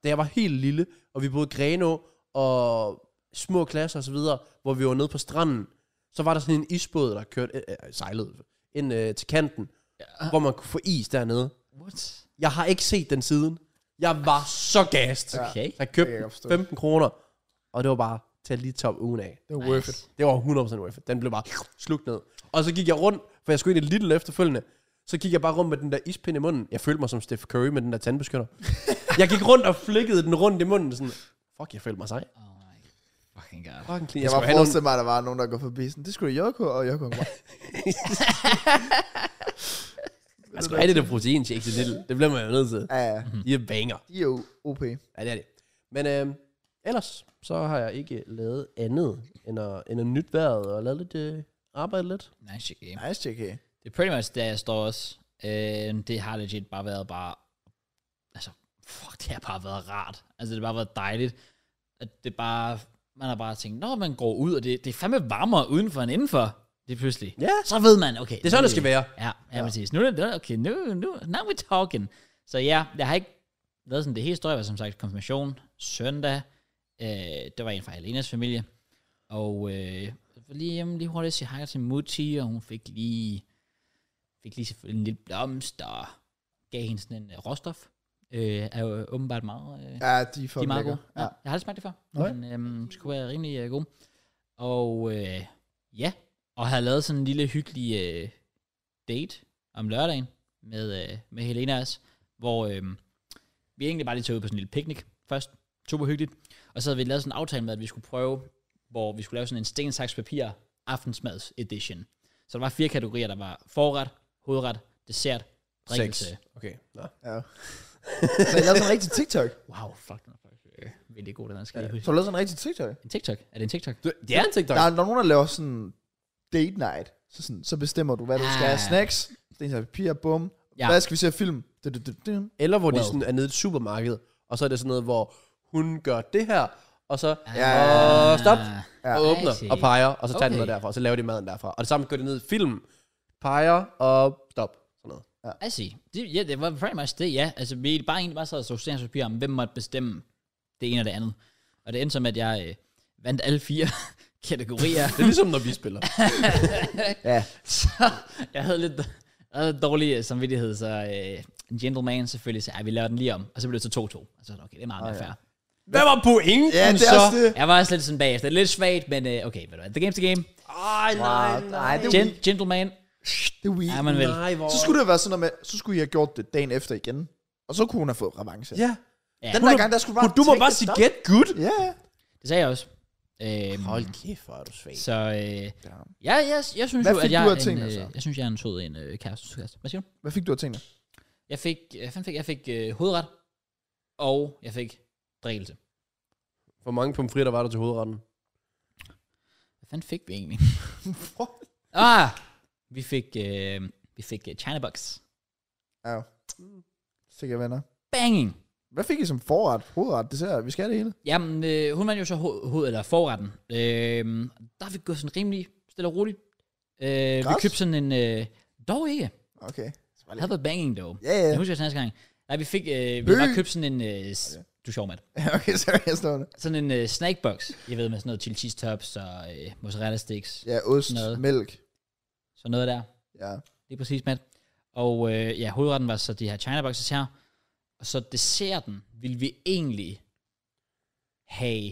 da jeg var helt lille, og vi boede i Grenå, og små klasser osv., hvor vi var nede på stranden, så var der sådan en isbåd, der kørte, øh, øh, sejlede ind øh, til kanten, ja. hvor man kunne få is dernede. What? Jeg har ikke set den siden. Jeg var så gast. Ja. Okay. Jeg Det kan jeg købte godt forstå. den 15 kroner, og det var bare til at lige top ugen af. Det er worth it. Nice. Det var 100% worth it. Den blev bare slugt ned. Og så gik jeg rundt, for jeg skulle ind i Lidl efterfølgende. Så gik jeg bare rundt med den der ispind i munden. Jeg følte mig som Steph Curry med den der tandbeskytter. jeg gik rundt og flikkede den rundt i munden. Sådan, fuck, jeg følte mig sej. Oh my fucking god. Fucking clean. Jeg var skulle have forestillet mig, at der var nogen, der går forbi sådan, det skulle da Joko, og Joko var nogle- Jeg skulle have det der protein shake til Lidl. Det bliver man jo nødt til. Mhm. ja, ja, De er banger. de er jo OP. Ja, det er det. Men øh, ellers, så har jeg ikke lavet andet, end at, end at nytte vejret og lavet lidt øh, arbejde lidt. Nice shit game. Nice, JK. Det er pretty much der, jeg står også. Øh, det har legit bare været bare... Altså, fuck, det har bare været rart. Altså, det har bare været dejligt. At det bare... Man har bare tænkt, når man går ud, og det, det er fandme varmere udenfor end indenfor. Det er pludselig. Ja, Så ved man, okay. det er sådan, det skal være. Ja, ja, ja. præcis. Nu er det, okay, nu, nu, now we're talking. Så ja, jeg har ikke lavet sådan det hele historie, var som sagt konfirmation søndag. Øh, det var en fra Alenas familie. Og øh, jeg var lige hjemme lige hurtigt sige hej til Mutti, og hun fik lige, fik lige selvfølgelig en lille blomst, og gav hende sådan en øh, råstof. Øh, er jo åbenbart meget... Øh, Ja, de er de er fucking meget lækker. gode. Ja. Ja. Jeg har aldrig smagt det før, Nej. men øhm, skulle være rimelig øh, gode. Og øh, ja, og havde lavet sådan en lille hyggelig øh, date om lørdagen med, øh, med Helena også, hvor øh, vi egentlig bare lige tog ud på sådan en lille picnic først. Super hyggeligt. Og så havde vi lavet sådan en aftale med, at vi skulle prøve, hvor vi skulle lave sådan en sten, saks, papir aftensmads edition. Så der var fire kategorier, der var forret, hovedret, dessert, drikkelse. Sex. Okay, nå. Ja. Så jeg lavede sådan en rigtig TikTok. Wow, fuck, den er faktisk øh, vildt god, den her, skal jeg lige Så huske. jeg lavede sådan en rigtig TikTok. En TikTok? Er det en TikTok? Du- Det er en TikTok. Der er, der er nogen, der laver sådan date night. Så, sådan, så bestemmer du, hvad du skal have. Ah. Snacks, sten, saks, papir, bum. Ja. Hvad skal vi se af film? Du, du, du, du. Eller hvor well. de Well. sådan er nede i et supermarked, og så er det sådan noget, hvor hun gør det her, og så Ja, ja, ja. og stop, Ja. og åbner, I see. og peger, og så tager okay. den Okay. noget derfra, og så laver de maden derfra. Og det samme går det ned i film, peger, og stop. Sådan noget. I see. Det, ja, det var pretty much det, ja. Altså, vi bare egentlig bare sad og så stenspapir om, hvem måtte bestemme det ene og det andet. Og det endte som, at jeg øh, vandt alle fire kategorier. Det er ligesom, når vi spiller. ja. så jeg havde lidt, jeg havde lidt dårlig øh, samvittighed, så øh, en gentleman selvfølgelig sagde, "Ej, vi laver den lige om. Og så blev det så 2-2. Og så var det, okay, det er meget mere fair. Hvad var pointen ja, det er så? også det. Jeg var også lidt sådan bagefter. Lidt svagt, men øh, okay, ved du hvad, the game's the game. Ej, nej, Wow, nej. nej, det er Gen- gentleman, Det er weak. er man vel. Nej, hvor... Så skulle det være sådan noget med, så skulle I have gjort det dagen efter igen. Og så kunne hun have fået revanche. Ja. Ja. Den der gang, der skulle bare... Du må take bare it sige down. get good. Ja, ja. Det sagde jeg også. Øhm, kæft, hvor er du svag. Så øh, ja, jeg, jeg synes Hvad jo, fik at jeg, du af er en, tingene, så? øh, jeg synes, jeg er en sød en øh, kæreste. kæreste. Hvad siger du? Hvad fik du af tingene? Jeg fik, jeg fik, jeg fik øh, hovedret, og jeg fik drikkelse. Hvor mange pomfritter var der til hovedretten? Hvad fanden fik vi egentlig? Fuck. ah, Vi fik, øh, vi fik øh, China Box. Ja. Sikkert venner. Banging! Hvad fik I som forret, hovedret, dessert? Vi skal have det hele. Jamen, øh, hun vandt jo så ho- hoved, eller forretten. Øh, der er vi gået sådan rimelig stille og roligt. Øh, vi Græs? købte sådan en... Øh, dog ikke. Okay. Det havde været banging, dog. Ja, ja. Jeg husker det næste gang. Nej, vi fik... Øh, vi Bøh. har bare købt sådan en... Øh, s- du er sjov, Matt. Okay, så jeg står det. Sådan en øh, snackbox. Jeg ved, med sådan noget chili cheese tops og øh, mozzarella sticks. Ja, ost, Noget. mælk. Sådan noget der. Ja. Lige præcis, Matt. Og øh, ja, hovedretten var så de her China boxes her. Og så desserten ville vi egentlig have...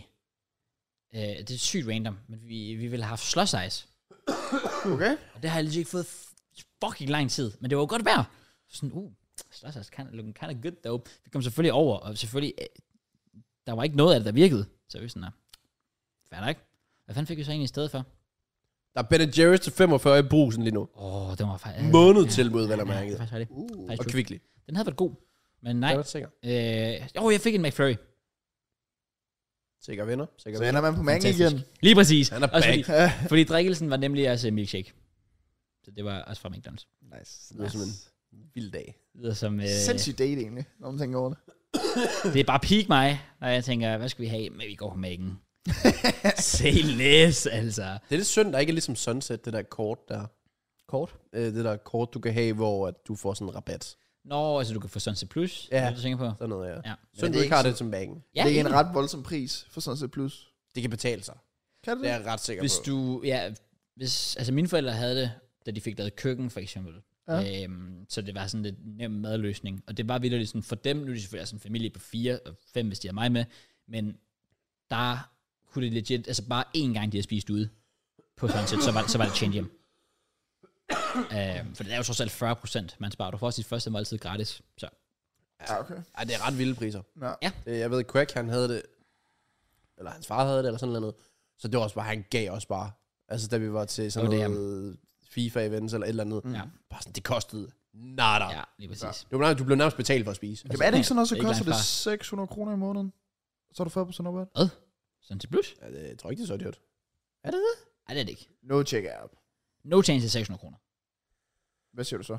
Øh, det er sygt random, men vi, vi ville have haft slush ice. Okay. Og det har jeg lige ikke fået f- fucking lang tid. Men det var jo godt vejr. Så Sådan, uh, slush ice kind of, looking kind of good though. Vi kom selvfølgelig over, og selvfølgelig, øh, der var ikke noget af det, der virkede. Så vi sådan, "Nå, fair nok. Hvad fanden fik vi så egentlig i stedet for? Der er Ben Jerry's til 45 i brusen lige nu. Åh, oh, det var faktisk... Måned tilbud, vel ja, at det er mærke. faktisk rigtigt. Uh. Faktisk Og true. kvickly. Den havde været god, men nej. Er du sikker? Øh, jo, jeg fik en McFlurry. Sikker venner. Sikker Så venner. ender man på mange igen. Fantastisk. Lige præcis. Han er Også back. fordi, fordi drikkelsen var nemlig også øh, milkshake. Så det var også fra McDonald's. nice. Det lyder som en vild dag. Det lyder som, øh, Sindssygt date egentlig, når man tænker over det. det er bare peak mig, når jeg tænker, hvad skal vi have? Men vi går på mækken. Say less, altså. Det er lidt synd, der ikke er ligesom Sunset, det der kort der. Kort? Øh, det der kort, du kan have, hvor at du får sådan en rabat. Nå, altså du kan få Sunset Plus, Ja. ja. det du tænker på. Sådan noget, ja. Ja. Synd, det du er ikke har ikke det som banken. Ja, det er en egentlig. ret voldsom pris for sådan set plus. Det kan betale sig. Kan det Det er det? jeg ret sikker Hvis på. du, ja, hvis, altså mine forældre havde det, da de fik lavet køkken, for eksempel. Ja. Øhm, så det var sådan lidt nem madløsning. Og det var vildt sådan for dem, nu er de selvfølgelig sådan en familie på fire og fem, hvis de har mig med, men der kunne det legit, altså bare én gang de havde spist ude på sunset, så var, så var det change hjem. øhm, for det er jo trods alt 40 procent, man sparer. Du får også dit første måltid gratis. Så Ja, okay. Ej, det er ret Altså, vilde priser. Nå. Øh, Jeg ved, Quack, han havde det, eller hans far havde det, eller sådan noget. Så det var også bare, han gav også bare. Altså, da vi var til sådan Åh, oh, damn. noget FIFA-events eller et eller andet. Ja. Bare sådan, det kostede nada. ja, lige præcis. Du, blev nærmest, du blev nærmest betalt for at spise. Altså, Jamen, er det ikke sådan noget, så Det er ikke koster det langt 600 kroner i måneden? Så er du 40% over Hvad? Sunset Plus? Ja, det, jeg tror ikke, det er så dyrt. Nej, det er det ikke. No check app. No change til 600 kroner. Hvad siger du så?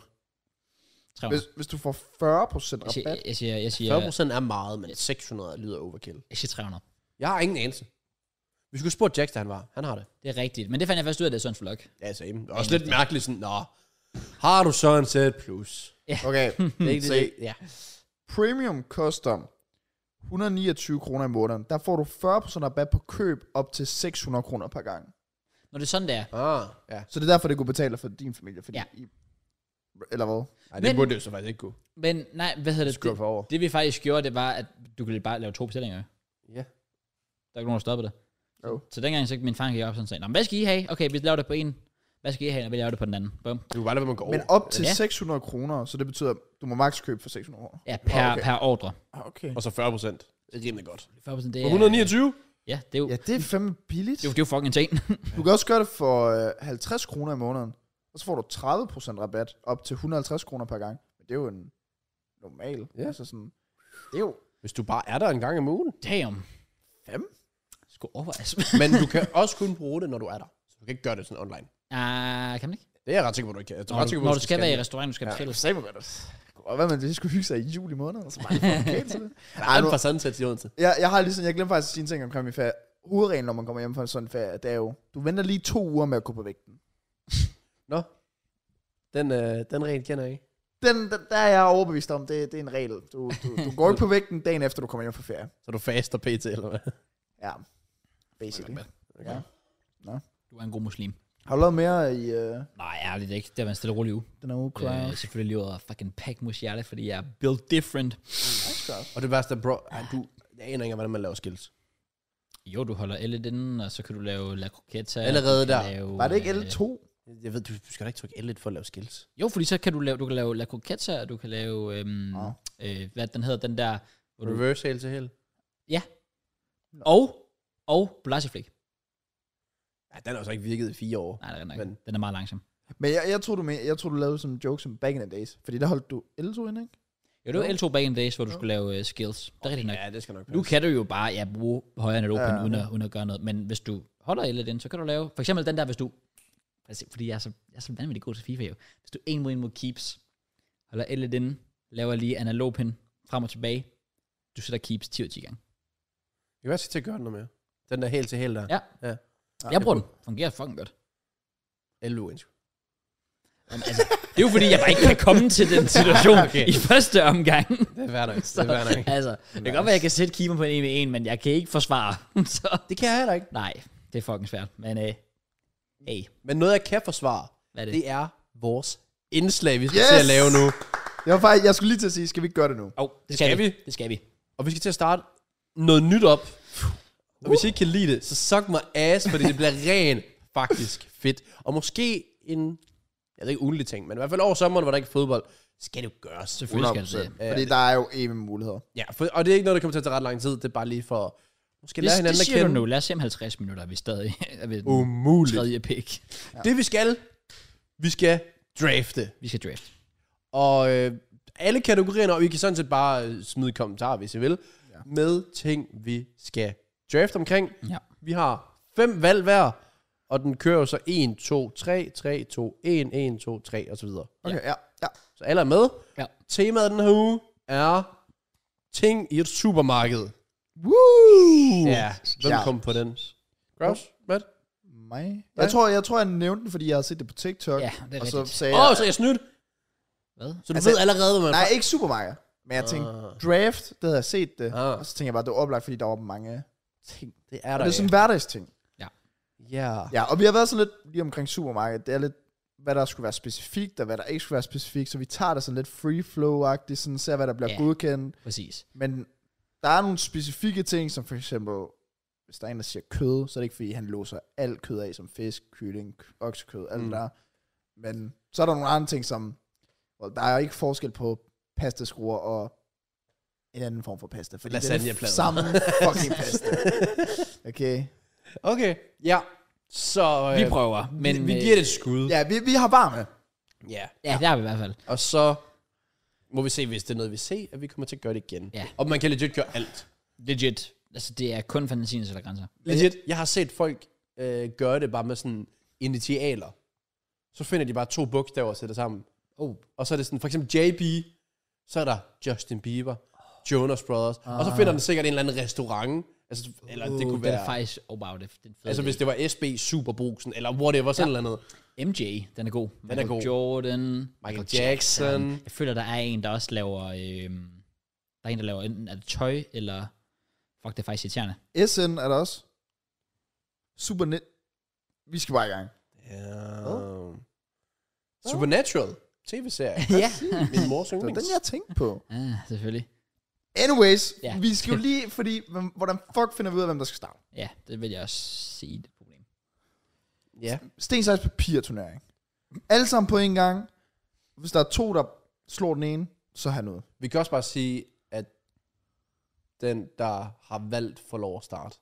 300. Hvis, hvis du får 40% Jeg siger, rabat, jeg siger, jeg siger, 40 procent er meget, men 600 lyder overkill. jeg siger 300. Jeg har ingen anelse. Vi skulle spørge Jax, da han var. Han har det. Det er rigtigt. Men det fandt jeg først ud af, det er sådan en flok. Ja, same. Det er også lidt mærkeligt sådan, nå, Hmm. har du så en set plus? øh, okay, hmm. Det er ikke Se. det. det- Ja. premium koster 129 kroner i måneden. Der får du 40% rabat på køb op til 600 kroner per gang. Når det er sådan, der. Ah, ja. Så det er derfor, det kunne betale for din familie. Fordi Ja. I, eller hvad? Ej, det Men- burde det jo så faktisk ikke kunne. Men nej, hvad hedder det? Skubbe Det, over. det vi faktisk gjorde, det var, at du kunne bare lave to bestillinger. jo. Ja. Der er ikke nogen, der stoppede det. Jo. Så dengang så min far gik op sådan og sagde, "Nå, men hvad skal I have? Okay, vi laver det på en. Hvad skal I have? Og vi laver det på den anden. Bum. Du kan bare lade være med at gå Men over. op til Ja. 600 kroner, så det betyder, at du må maks købe for 600 kroner. Ja, per, Okay. okay. per ordre. Ah, okay. Og så 40 procent. Det er rimelig godt. 40%, det Og er, 129? Ja, det er jo, Ja, det er fandme billigt. det er jo, det er jo fucking en ting. Du kan også gøre det for øh, 50 kroner i måneden, og så får du 30% rabat op til 150 kroner per gang. Men det er jo en normal. Ja. Altså sådan, det er jo... Hvis du bare er der en gang om ugen. Damn. Fem? Sgu overvejes. Men du kan også kun bruge det, når du er der. Så du kan ikke gøre det sådan online. ah, kan man ikke? Det er jeg ret sikker på, du ikke kan. Jeg tror, Når, ret du, sikker på, når du skal være i det. restaurant, du skal Ja. bestille. Sagde mig godt. Og hvad man lige skulle hygge sig i juli måned, og så bare okay til det. Ej, nu, Han fra Sunset til Odense. jeg, jeg har lige sådan, jeg glemte faktisk at sige en ting omkring min ferie. Hovedreglen, når man kommer hjem fra en sådan ferie, det er jo, du venter lige to uger med at gå på vægten. Nå. Den, øh, den regel kender jeg ikke. Den, den, der er jeg overbevist om, det, det er en regel. Du, du, du går ikke på vægten dagen efter, du kommer hjem fra ferie. Så du faster pt, eller hvad? Ja, basically. Ja. Du er en god muslim. Har du lavet mere i øh, Nej, ærligt ikke. Det har været en stille og rolig uge. den her uge, Øh, Kraus? selvfølgelig lever jeg fucking pack musiale, fordi jeg er built different. Nice, Kraus. Og det værste er, bro, ej, du, jeg aner ikke, hvordan man laver skills. Jo, du holder L inden, og så kan du lave La Croqueta. Allerede du kan der. Lave, Var det ikke øh, L2? Jeg ved, du, du skal da ikke trykke L1 for at lave skills. Jo, fordi så kan du lave, du kan lave La Croqueta, og du kan lave, øhm, Nå. øh, hvad den hedder, den der, hvor du, Reverse hail til hell. og, og Blasiflik. Ja, den har jo så ikke virket i fire år. Nej, det er Men- nok. Den er meget langsom. Men jeg, jeg, tror, du men, jeg tror, du lavede sådan en joke som back in the days. Fordi der holdt du L2 ind, ikke? Jo, det var L2 back in the days, hvor du Jo. skulle lave øh, skills. Det er rigtigt nok. Ja, det skal nok Nu kan du jo bare ja, bruge højre end et open, Ja. ja. uden, at, uden at gøre noget. Men hvis du holder L inden, så kan du lave, for eksempel den der, hvis du præcis, fordi jeg er så, jeg er så vanvittig god til FIFA jo. Hvis du er en mod en mod keeps, holder alle lidt inde, laver lige analog pin frem og tilbage, du sætter keeps 10 ud af 10 gange. Jeg kan også til at gøre noget mere. Den der helt til helt der. Ja. ja. Jeg bruger den. Fungerer fucking godt. 11 inch. Jamen, altså, det er jo fordi, jeg bare ikke kan komme til den situation okay. Okay. i første omgang. Det er værd nok. Så, Det er værd nok. altså, det kan godt være, at jeg kan sætte keeper på en 1 1 men jeg kan ikke forsvare. så, Det kan jeg heller ikke. nej, det er fucking svært. Men øh, hey, Men noget, jeg kan forsvare, hvad er det? det er vores indslag, vi skal Yes! yes! til at lave nu. Jeg, var faktisk, jeg skulle lige til at sige, skal vi ikke gøre det nu? oh, det skal vi. Det skal vi. Og vi skal til at starte noget nyt op. Og hvis I ikke kan lide det, så suck mig ass, fordi det bliver ren faktisk fedt. Og måske en, jeg ved ikke ugenlig ting, men i hvert fald over sommeren, hvor der ikke er fodbold, skal det jo gøres. Selvfølgelig skal det. det. Fordi der er jo evige muligheder. Ja, for, og det er ikke noget, der kommer til at tage ret lang tid. Det er bare lige for, måske Det, lære hinanden det at siger du kende. nu. Lad os se om 50 minutter, er vi stadig er ved den Umuligt. tredje pick. Det vi skal, vi skal drafte. Vi skal draft. Og øh, alle kategorierne, og I kan sådan set bare øh, smide kommentarer, hvis I vil, ja. med ting, vi skal drafte omkring. Ja. Vi har fem valg hver, og den kører jo så 1, 2, 3, 3, 2, 1, 1, 2, 3 osv. Okay, ja. ja. Så alle er med. Ja. Temaet den her uge er ting i et supermarked. Woo! Ja, hvem Ja. kom på den? Gross? Hvad? Mig? Jeg tror, jeg tror, jeg nævnte den, fordi jeg har set det på TikTok. Ja, det er og så rigtigt. sagde Åh, jeg, oh, så er jeg snydt. Hvad? Så du Altså, altså, ved allerede, hvad man... nej, ikke supermarked. Men jeg tænkte, Ah. draft, det havde jeg set det. Ah. Og så tænkte jeg bare, det var oplagt, fordi der var mange. Ting, det er Og der det er sådan ikke. en hverdagsting. Ja. Ja, og vi har været sådan lidt lige omkring supermarkedet. Det er lidt, hvad der skulle være specifikt, og hvad der ikke skulle være specifikt. Så vi tager det sådan lidt free flow-agtigt, sådan ser, hvad der bliver Ja. yeah. godkendt. Præcis. Men der er nogle specifikke ting, som for eksempel, hvis der er en, der siger kød, så er det ikke, fordi han låser alt kød af, som fisk, kylling, k- oksekød, alt Mm. mm. der. Men så er der nogle andre ting, som, well, der er jo ikke forskel på pastaskruer og en anden form for pasta. Fordi det er Lasagneplader. det samme fucking pasta. Okay. Okay, ja. Så øh, Vi prøver, men... men, vi, vi øh, giver det et skud. Ja, vi, vi har varme. ja. Ja, det har vi i hvert fald. Og så må vi se, hvis det er noget, vi ser, at vi kommer til at gøre det igen. Ja. Og man kan legit gøre alt. Legit. Altså, det er kun fantasien, der er grænser. Legit. Jeg har set folk øh, gøre det bare med sådan initialer. Så finder de bare to bogstaver og sætter sammen. Oh, Og så er det sådan, for eksempel JB, så er der Justin Bieber, Jonas Brothers. Ah. Og så finder den sikkert en eller anden restaurant. Altså, eller det kunne den være... er faktisk... Oh, wow, det, det er en fed altså, idé. hvis det var SB Superbrugsen, eller whatever, sådan ja. eller andet. MJ, den er god. Den er god. Jordan. Michael Jackson. Jeg føler, der er en, der også laver... Øhm, der er en, der laver enten er det tøj, eller... Fuck, det er faktisk irriterende. SN er der også. Super net. Vi skal bare i gang. Ja. Supernatural. TV-serie. ja. Min mors Det var yndlings. den, jeg tænkte på. ah, selvfølgelig. Anyways, Ja. ja. vi skal jo lige, fordi hvem- hvordan fuck finder vi ud af, hvem der skal starte? Ja, det vil jeg også sige, det er et problem. Ja. Sten, sejs, papir turnering. Alle sammen på en gang. Hvis der er to, der slår den ene, så har han noget. Vi kan også bare sige, at den, der har valgt, får lov at starte.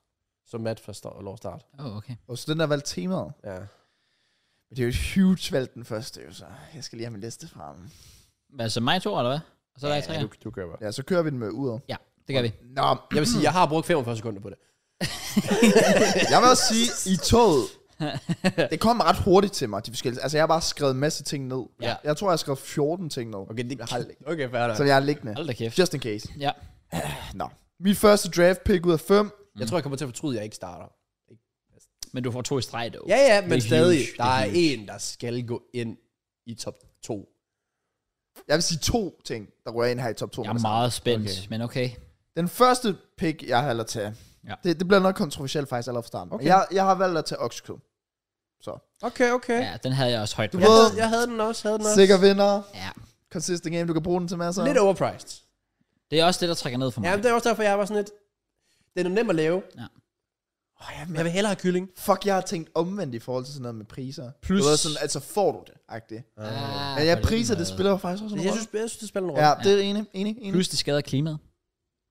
Så Matt får sta- lov at starte. Åh, oh, okay. Og så den, der har valgt temaet. Ja. Men det er jo et huge valg, den første, jo, så jeg skal lige have min liste frem. Hvad, så mig to, eller hvad? Og så er der ja, tre. du, du gør bare. Ja, så kører vi den med ud. Ja, det gør vi. Nå, Jeg vil sige, jeg har brugt 45 sekunder på det. jeg vil også sige, i toget, det kom ret hurtigt til mig, de forskellige. Altså, jeg har bare skrevet en masse ting ned. Ja. Jeg tror, jeg har skrevet 14 ting ned. Okay, det Jeg har ikke. Okay, færdig. Som jeg har liggende. Hold da kæft. Just in case. Ja. Nå. Mit første draft pick ud af fem. Jeg tror, jeg kommer til at fortryde, at jeg ikke starter. Men du får to i streg, dog. Ja, ja, men huge. stadig. Det er Der er huge. en, der skal gå ind i top 2. Jeg vil sige to ting, der rører ind her i top 2. Jeg er meget spændt, okay. men okay. Den første pick, jeg har valgt at tage, Ja. ja. det, det bliver nok kontroversielt faktisk allerede fra starten. Okay. Jeg, jeg har valgt at tage oksekød. Så. Okay, okay. Ja, den havde jeg også højt på. Jeg, ved- havde, jeg havde den også, havde den også. Sikker vinder. Ja. Consistent game, du kan bruge den til masser. Lidt overpriced. Det er også det, der trækker ned for mig. Ah, Ja, men det er også derfor, jeg var sådan lidt... Den er nem at lave. Ja. Oh, jeg, jeg vil hellere have kylling. Fuck, jeg har tænkt omvendt i forhold til sådan noget med priser. Plus- Du ved, sådan, altså får du det, agtigt. Ah, Men jeg priser, det spiller jo faktisk også en Jeg rolle. synes, jeg synes, det spiller en rolle. Ja, det er enig, enig, enig. Plus, det skader klimaet.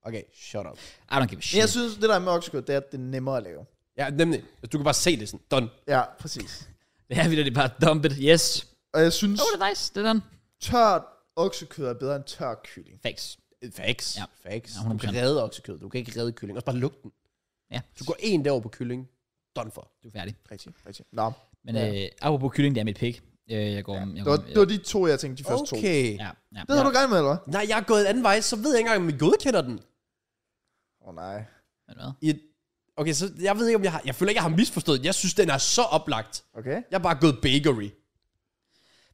Okay, shut up. I don't give a Men shit. jeg synes, det der er med oksekød, det er, at det er nemmere at lave. Ja, nemlig. Altså, Du kan bare se det sådan. Done. Ja, præcis. Det er vildt, det er bare dumpet. Yes. Og jeg synes, Oh, det er nice. Det er den. tørt oksekød er bedre end tør kylling. Facts. Facts. Ja. Ja. Facts. Ja, Ja, du 100%. kan redde oksekød. Du kan ikke redde kylling. Også bare lugten. Ja. Du går en derover på kylling. Done for. Du er færdig. Rigtig, rigtig. Nå, Men ja. øh, apropos kylling, det er mit pick. Øh, jeg går, ja. jeg Det går var, det var de to, jeg tænkte, de første to. Okay. ja, ja, Det havde ja. du gang med, eller hvad? Nej, jeg er gået en anden vej, så ved jeg ikke engang, om vi godkender den. Åh oh, nej. Men hvad? I et- Okay, så jeg ved ikke, om jeg har... Jeg føler ikke, jeg har misforstået den. Jeg synes, den er så oplagt. Okay. Jeg er bare gået bakery.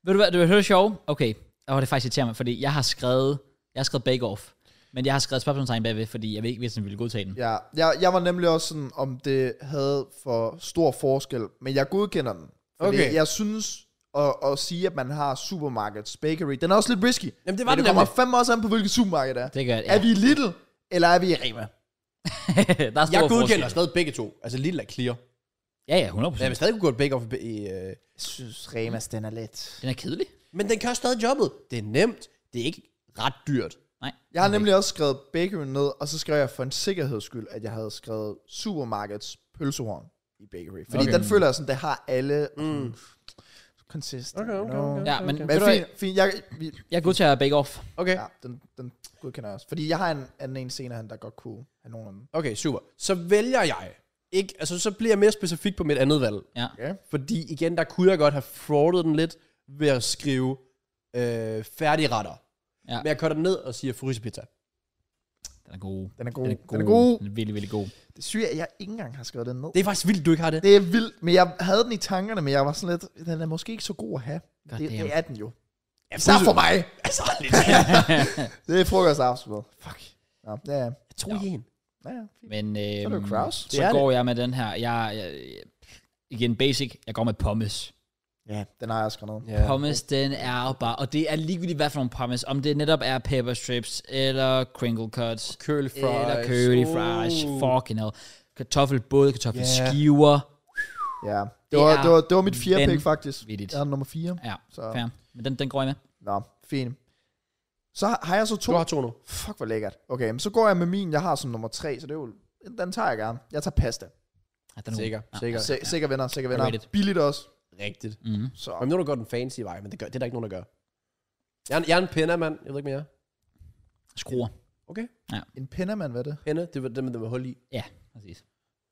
Ved du hvad, det var helt sjovt. Okay, og det faktisk irriterer mig, fordi jeg har skrevet, jeg har skrevet Bake Off. Men jeg har skrevet spørgsmålstegn bagved, fordi jeg ved ikke, hvis den ville godtage den. Ja. Ja, jeg, jeg var nemlig også sådan, om det havde for stor forskel, men jeg godkender den. Fordi Okay. jeg synes at, at sige, at man har supermarkets bakery, den er også lidt risky. Jamen, det var Men den det kommer nemlig. fandme også an på, hvilket supermarked det er. Det gør det, ja. Er vi i Lidl, eller er vi i Rema? der er stor Jeg forskel. godkender stadig begge to. Altså, Lille er clear. Ja, ja, Men jeg 100%. vil stadig kunne gå et bake off i... i øh... Jeg synes, Remas, den er let. Den er kedelig. Men den kører stadig jobbet. Det er nemt. Det er ikke ret dyrt. Nej. Jeg har nemlig også skrevet bakery ned, og så skrev jeg for en sikkerheds skyld, at jeg havde skrevet supermarkets pølsehorn i bakery. Fordi Okay. okay. den føler jeg sådan, det har alle mm. consistent. Okay, okay, you know. okay. Ja, men ved Men du hvad, fint, fint. Jeg, vi, jeg godtager Bake Off. Okay. Ja, den, den godkender jeg også. Fordi jeg har en anden en senere, han der godt kunne have nogen af dem. Okay, super. Så vælger jeg. Ikke, altså, så bliver jeg mere specifik på mit andet valg. Ja. Okay. Fordi igen, der kunne jeg godt have fraudet den lidt ved at skrive øh, færdigretter. Ja. Men jeg kører den ned og siger frysepizza. Den er god. Den er god. Den er god. Den er god. Den er vildt, vildt god. Det syge er, at jeg ikke engang har skrevet den ned. Det er faktisk vildt, du ikke har det. Det er vildt, men jeg havde den i tankerne, men jeg var sådan lidt, den er måske ikke så god at have. Det, damn. det er den jo. Ja, Især for mig. Altså, lidt. Det er frokost og aftensmad. Fuck. Ja, ja, ja. Jeg tror i en. ja, ja. fint. Men øh, er det jo Kraus. så Det er går jeg med den her. Jeg, jeg, igen, basic. Jeg går med pommes. ja, den har jeg skrevet ned. Ja. Pommes, den er jo bare... Og det er ligegyldigt, hvad for nogle pommes. Om det netop er pepper strips, eller crinkle cuts, Curly fries. eller curly fries. Oh. Fucking hell. Kartoffel, både kartoffelskiver. Ja. Det, Det var, er det, var, det var mit fjerde pick, vanvittigt. faktisk. Vittigt. Jeg havde nummer fire. Ja, Så, fair. Men den, den går jeg med. nå, fint. Så har, har jeg så to. Du har to nu. Fuck, hvor lækkert. Okay, men så går jeg med min, jeg har som nummer tre, så det er jo... Den tager jeg gerne. Jeg tager pasta. Ja, den er god. Sikker, Ja. sikker. Ja, sikker venner, sikker I rate venner. it. Billigt også. Rigtigt. Mhm. Så. Men nu er du gået den fancy vej, men det, gør, det er der ikke nogen, der gør. Jeg er en, jeg er en pinner, mand. Jeg ved ikke, mere. Skruer. Okay. En pindermand, hvad er det? Pinde, det var dem, der med hul i. Ja, præcis.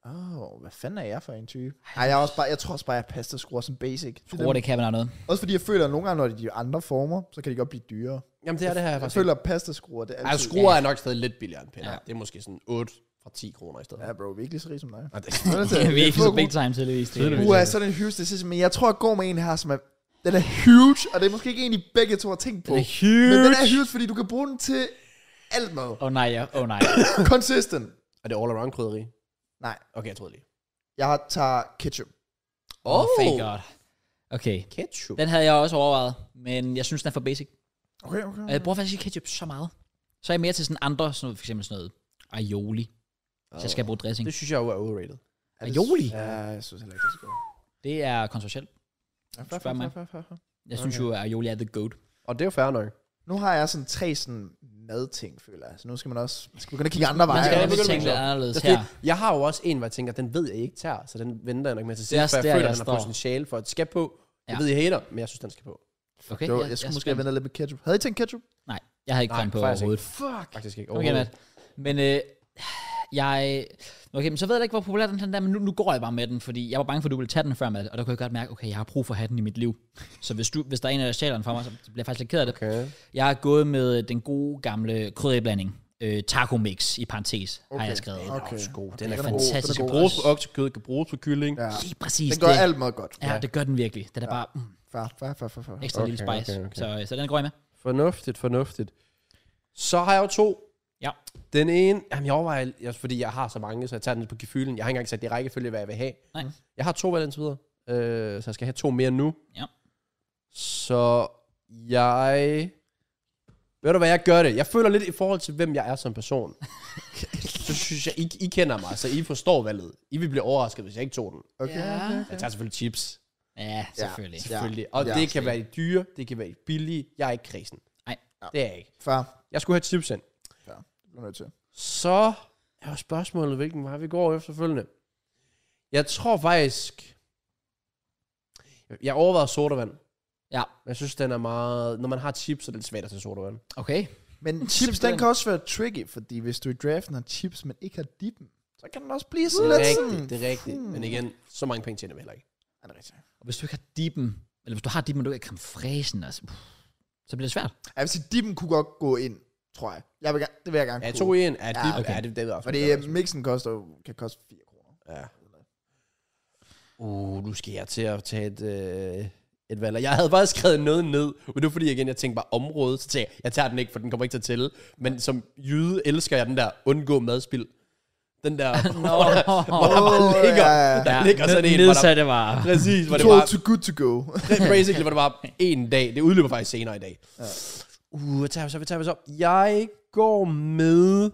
Åh, oh, hvad fanden er jeg for en type? Ej, jeg, er også bare, jeg tror også bare, at pasta skruer som basic. Skruer, det kan man have noget. Også fordi jeg føler, at nogle gange, når det er de andre former, så kan de godt blive dyrere. Jamen, det er det her, Jeg jeg Altså- faktisk. føler, at pasta skruer, det er ikke. Altså, altid... skruer er nok stadig lidt billigere end pinde. Ja. Det er måske sådan 8 fra 10 kroner i stedet. Ja, bro, vi er ikke lige så rige som dig. Nej, det Hvad er det til? Vi er ikke så få big time, tydeligvis. Det er- gode- Uha, sådan en huge decision, men jeg tror, jeg går med en her, som er... Den er huge, og det er måske ikke en, I begge to har tænkt på. Den er huge. Men den er huge, fordi du kan bruge den til alt mad. Åh oh, nej, ja. Åh oh, nej. Consistent. Er det all around krydderi? Nej, Okay, jeg troede lige. jeg tager ketchup. Åh, oh, thank god. Okay. Ketchup. Den havde jeg også overvejet, men jeg synes, den er for basic. Okay, okay. Og jeg bruger faktisk ikke ketchup så meget. Så er jeg mere til sådan andre, sådan noget, for eksempel sådan noget aioli. Så jeg skal bruge dressing. Det synes jeg jo er overrated. Aioli? Ja, jeg synes heller ikke, det er så godt. Det er kontroversielt. Ja, Spørg mig. Jeg synes jo, at aioli er the goat. Og det er jo fair nok. Nu har jeg sådan tre sådan madting, føler jeg. Så nu skal man også man skal begynde at kigge andre veje. Man skal jeg også begynder tænke med lidt anderledes Det er her. fordi, Jeg har jo også en, hvor jeg tænker, den ved jeg ikke tager, så den venter jeg nok med til Det er sidst, også for jeg der, føler, jeg den står. har potentiale for at skal på. Jeg Ja. ved, jeg hater, men jeg synes, den skal på. Okay, Det var, jeg skulle måske have spændt. ventet lidt med ketchup. Havde I tænkt ketchup? Nej, jeg havde ikke Nej, kommet på faktisk ikke. overhovedet. Fuck. Faktisk ikke. Okay, Matt. overhovedet. Men øh, jeg... Okay, men så ved jeg da ikke, hvor populær den her er, men nu, nu går jeg bare med den, fordi jeg var bange for, at du ville tage den før, Matt, og der kunne jeg godt mærke, okay, jeg har brug for at have den i mit liv. Så hvis, du, hvis der er en af der stjæler den fra mig, så bliver jeg faktisk lidt ked af det. Okay. Jeg er gået med den gode gamle krydderiblanding. Øh, taco mix i parentes, okay. har jeg skrevet. Okay. okay. Den er god. fantastisk. Den Den kan er Også- god. bruges på oksekød, kan bruges på kylling. Ja. Lige præcis Den gør det. alt meget godt. Ja, det gør den virkelig. Den er bare mm, Far, far, far, far, far. ekstra okay, lille Okay, spice. Okay, okay, okay. okay. Så, øh, så den går jeg med. Fornuftigt, fornuftigt. Så har jeg jo to. Ja. Den ene, jamen jeg overvejer, jeg- fordi jeg har så mange, så jeg tager den på gefylen. Jeg har ikke engang sat det i rækkefølge, hvad jeg vil have. Nej. Jeg har to valg indtil videre, øh, så jeg skal have to mere nu. Ja. Så jeg... Ved du hvad, jeg gør det. Jeg føler lidt i forhold til, hvem jeg er som person. så synes jeg, I, I kender mig, så I forstår valget. I vil blive overrasket, hvis jeg ikke tog den. Okay. Ja. okay, okay. Jeg tager selvfølgelig chips. Ja, selvfølgelig. Ja. Selvfølgelig. Og Ja. det kan være de dyre, det kan være de billige. Jeg er ikke krisen. Nej. Det er jeg ikke. Far, Jeg skulle have chips ind. det bliver nødt til. Så er jo spørgsmålet, hvilken vej vi går efterfølgende. Jeg tror faktisk... Jeg overvejer sodavand. Ja. Men Jeg synes, den er meget... Når man har chips, så er det lidt svært at tage sodavand. Okay. Men chips, den kan også være tricky, fordi hvis du i draften har chips, men ikke har dippen, så kan den også blive sådan Det er lidt sådan... rigtigt, det er rigtigt. Men igen, så mange penge tjener vi heller ikke. Ja, det er rigtigt. hvis du ikke har dippen, eller hvis du har dippen, men du ikke har fræsen, altså, pff, så bliver det svært. Jeg vil sige, Dibben kunne godt gå ind, tror jeg. jeg vil, gerne- det vil jeg gerne Ja, kunne. to i en. Ja, det, Ja, ja, okay. okay. ja, det, det, det, For det, øh, mixen koster, jo- kan koste 4 kroner. Ja. Uh, nu skal jeg til at tage et, øh, et valg. Og Jeg havde faktisk skrevet noget ned, men det var fordi, igen, jeg tænkte bare område, så tænkte jeg, jeg tager den ikke, for den kommer ikke til at tælle. Men som jyde elsker jeg den der undgå madspild. Den der, no. hvor, der, hvor der Åh, bare ligger, ja, ja. der ligger sådan en, hvor der, nedsatte var... præcis, hvor det Too, bare, too good to go. basically, hvor det bare en dag. Det udløber faktisk senere i dag. Uh, hvad tager vi så, hvad tager vi så? Jeg går med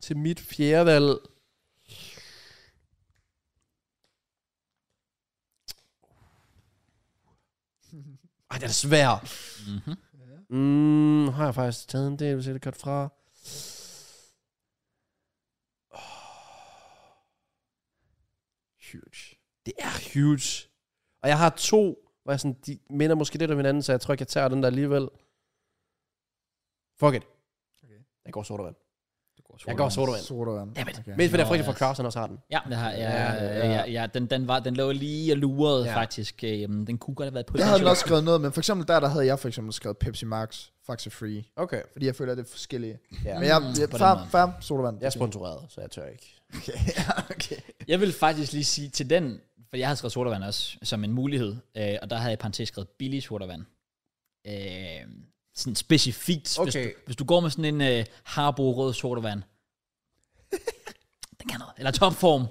til mit fjerde valg. Ej, den er svær. Mm-hmm. Mm, har jeg faktisk taget en del, hvis jeg det kørt fra. Huge. Oh. Det er huge. Og jeg har to, hvor jeg sådan, de minder måske lidt om hinanden, så jeg tror ikke, jeg tager den der alligevel. Fuck it. Okay. Okay. Jeg går sodavand. Jeg Jeg går sodavand. Sodavand. Jamen, Okay. Mest fordi jeg Nå, frygter for, at altså. Krausen også har den. Ja, det har, ja, Ja, ja, ja. ja, ja den, den, var, den lå lige og lurede ja. Ja. faktisk. Øh, jamen, den kunne godt have været på Jeg havde den også skrevet noget, men for eksempel der, der havde jeg for eksempel skrevet Pepsi Max, Faxe Free. Okay. Fordi jeg føler, at det er forskellige. Ja. Men jeg, jeg Mm, på den far, måde. far, sodavand. Jeg er sponsoreret, så jeg tør ikke. Okay, okay. Jeg vil faktisk lige sige til den, for jeg havde skrevet sodavand også, som en mulighed, øh, og der havde jeg i parentes skrevet billig sodavand. Øh, sådan specifikt, hvis, Okay. du, hvis du går med sådan en øh, Harbo rød sodavand. den kan noget. Eller topform.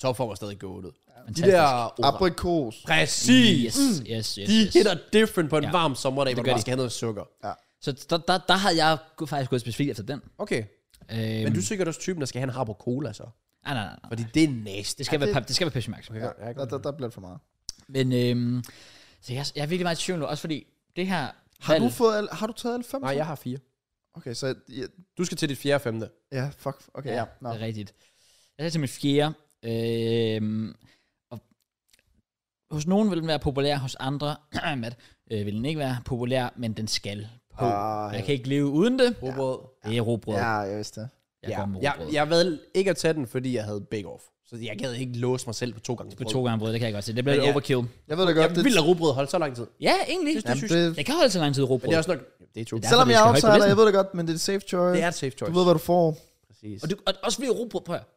Topform er stadig gået ud. De Fantastisk. der... Apri- Aprikos. Præcis! Yes, Mm. yes, yes. De yes. hitter different på en Ja. varm sommerdag, hvor du gør bare de. skal have noget sukker. Så der, der, der havde jeg gu- faktisk gået specifikt efter den. Okay. Øh, Men du er sikkert også typen, der skal have en Harbo Cola så. Nej, ah, nej, nej. nej. Fordi det er næste. Det skal, Ja, være, det- pep- det skal være Pepsi Max. Ja, der, der, der bliver det for meget. Men øhm, så jeg, jeg er virkelig meget i tvivl nu, også fordi det her Har du, valg- fået alle, har du taget alle fem? Nej, så? jeg har fire. Okay, så... Ja, Du skal til dit fjerde og femte. ja fuck. Okay, ja. ja, Nå. det er rigtigt. Jeg er til mit fjerde. Øhm, og hos nogen vil den være populær, hos andre Matt, øh, vil den ikke være populær, men den skal på. Ah, jeg kan ikke leve uden det. Robrød. Det er robrød. Ja, jeg vidste det. Jeg Ja. går med Jeg, robrød. jeg valgte ikke at tage den, fordi jeg havde bake off. Så jeg gad ikke låse mig selv på to gange På brød. to gange brød, det kan jeg godt se. Det bliver Men lidt ja. overkill. Jeg ved det Jeg godt. det, vil lade robrød holde så lang tid. Ja, egentlig. Det synes det, jeg. Det kan holde så lang tid Men det robrød. er også nok... Det er true. Det er- selvom derfor, jeg det er skal højt på outsider, listen. jeg ved det godt, men det er et safe choice. Det er et safe choice. Du ved, hvad du får. Præcis. Og, du, og også fordi robrød, prøv at høre.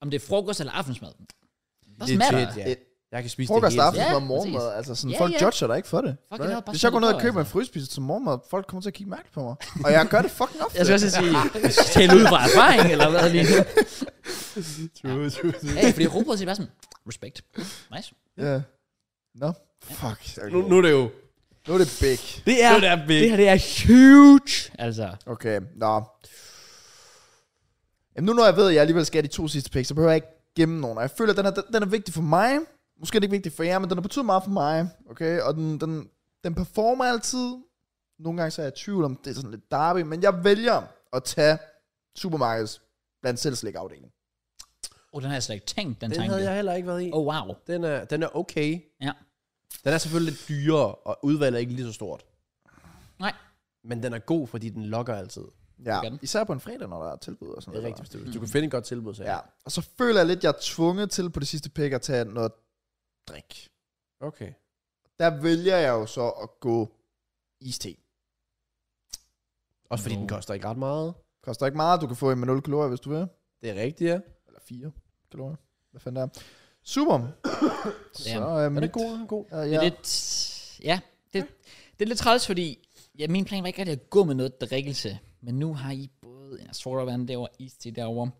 Om det er frokost eller aftensmad. Der Legit, smager ja. Det- Jeg kan spise Frokost, det hele. aften Ja, og morgenmad. præcis. Altså, sådan, Ja, folk ja. judger dig ikke for det. Fuck, jeg havde bare Hvis jeg går ned og sådan køber noget, en frysepizza til morgenmad, folk kommer til at kigge mærkeligt på mig. Og jeg gør det fucking ofte. Jeg skal også sige, tæl ud fra erfaring, eller hvad lige nu. True, true, true. Ja, fordi robrød siger bare sådan, respekt. Nice. Ja. Nå. Fuck. Okay. Nu, nu er det jo... nu er det big. Det er, det er big. det her det er huge. Altså, Okay, nå. Jamen nu når jeg ved, at jeg alligevel skal have de to sidste picks, så behøver jeg ikke gemme nogen. Og jeg føler, at den, her, den- den er vigtig for mig. Måske er det ikke vigtig for jer, men den har betydet meget for mig. Okay, og den, den, den performer altid. Nogle gange så er jeg i tvivl om, det er sådan lidt derby, men jeg vælger at tage supermarkeds blandt selv slik afdeling. oh, den har jeg slet ikke tænkt, den, Den tanke. havde jeg heller ikke været i. Oh, wow. Den er, den er okay. Ja. Den er selvfølgelig lidt dyrere, og udvalget er ikke lige så stort. Nej. Men den er god, fordi den lokker altid. Ja, gør den. især på en fredag, når der er tilbud og sådan Det er noget. rigtigt, hvis du, hvis du kan finde et godt tilbud, så Ja, og så føler jeg lidt, jeg er tvunget til på det sidste pick at tage noget drik. Okay. Der vælger jeg jo så at gå iste. Også fordi No. den koster ikke ret meget. Koster ikke meget, du kan få en med 0 kalorier, hvis du vil. Det er rigtigt, ja. Eller 4 kalorier. Hvad fanden der er. Super. så øh, Er mit, det god? Er det god? Øh, Det ja. er lidt, ja, det, det er lidt træls, fordi ja, min plan var ikke rigtig at gå med noget drikkelse. Men nu har I både en sodavand derovre, is til derovre.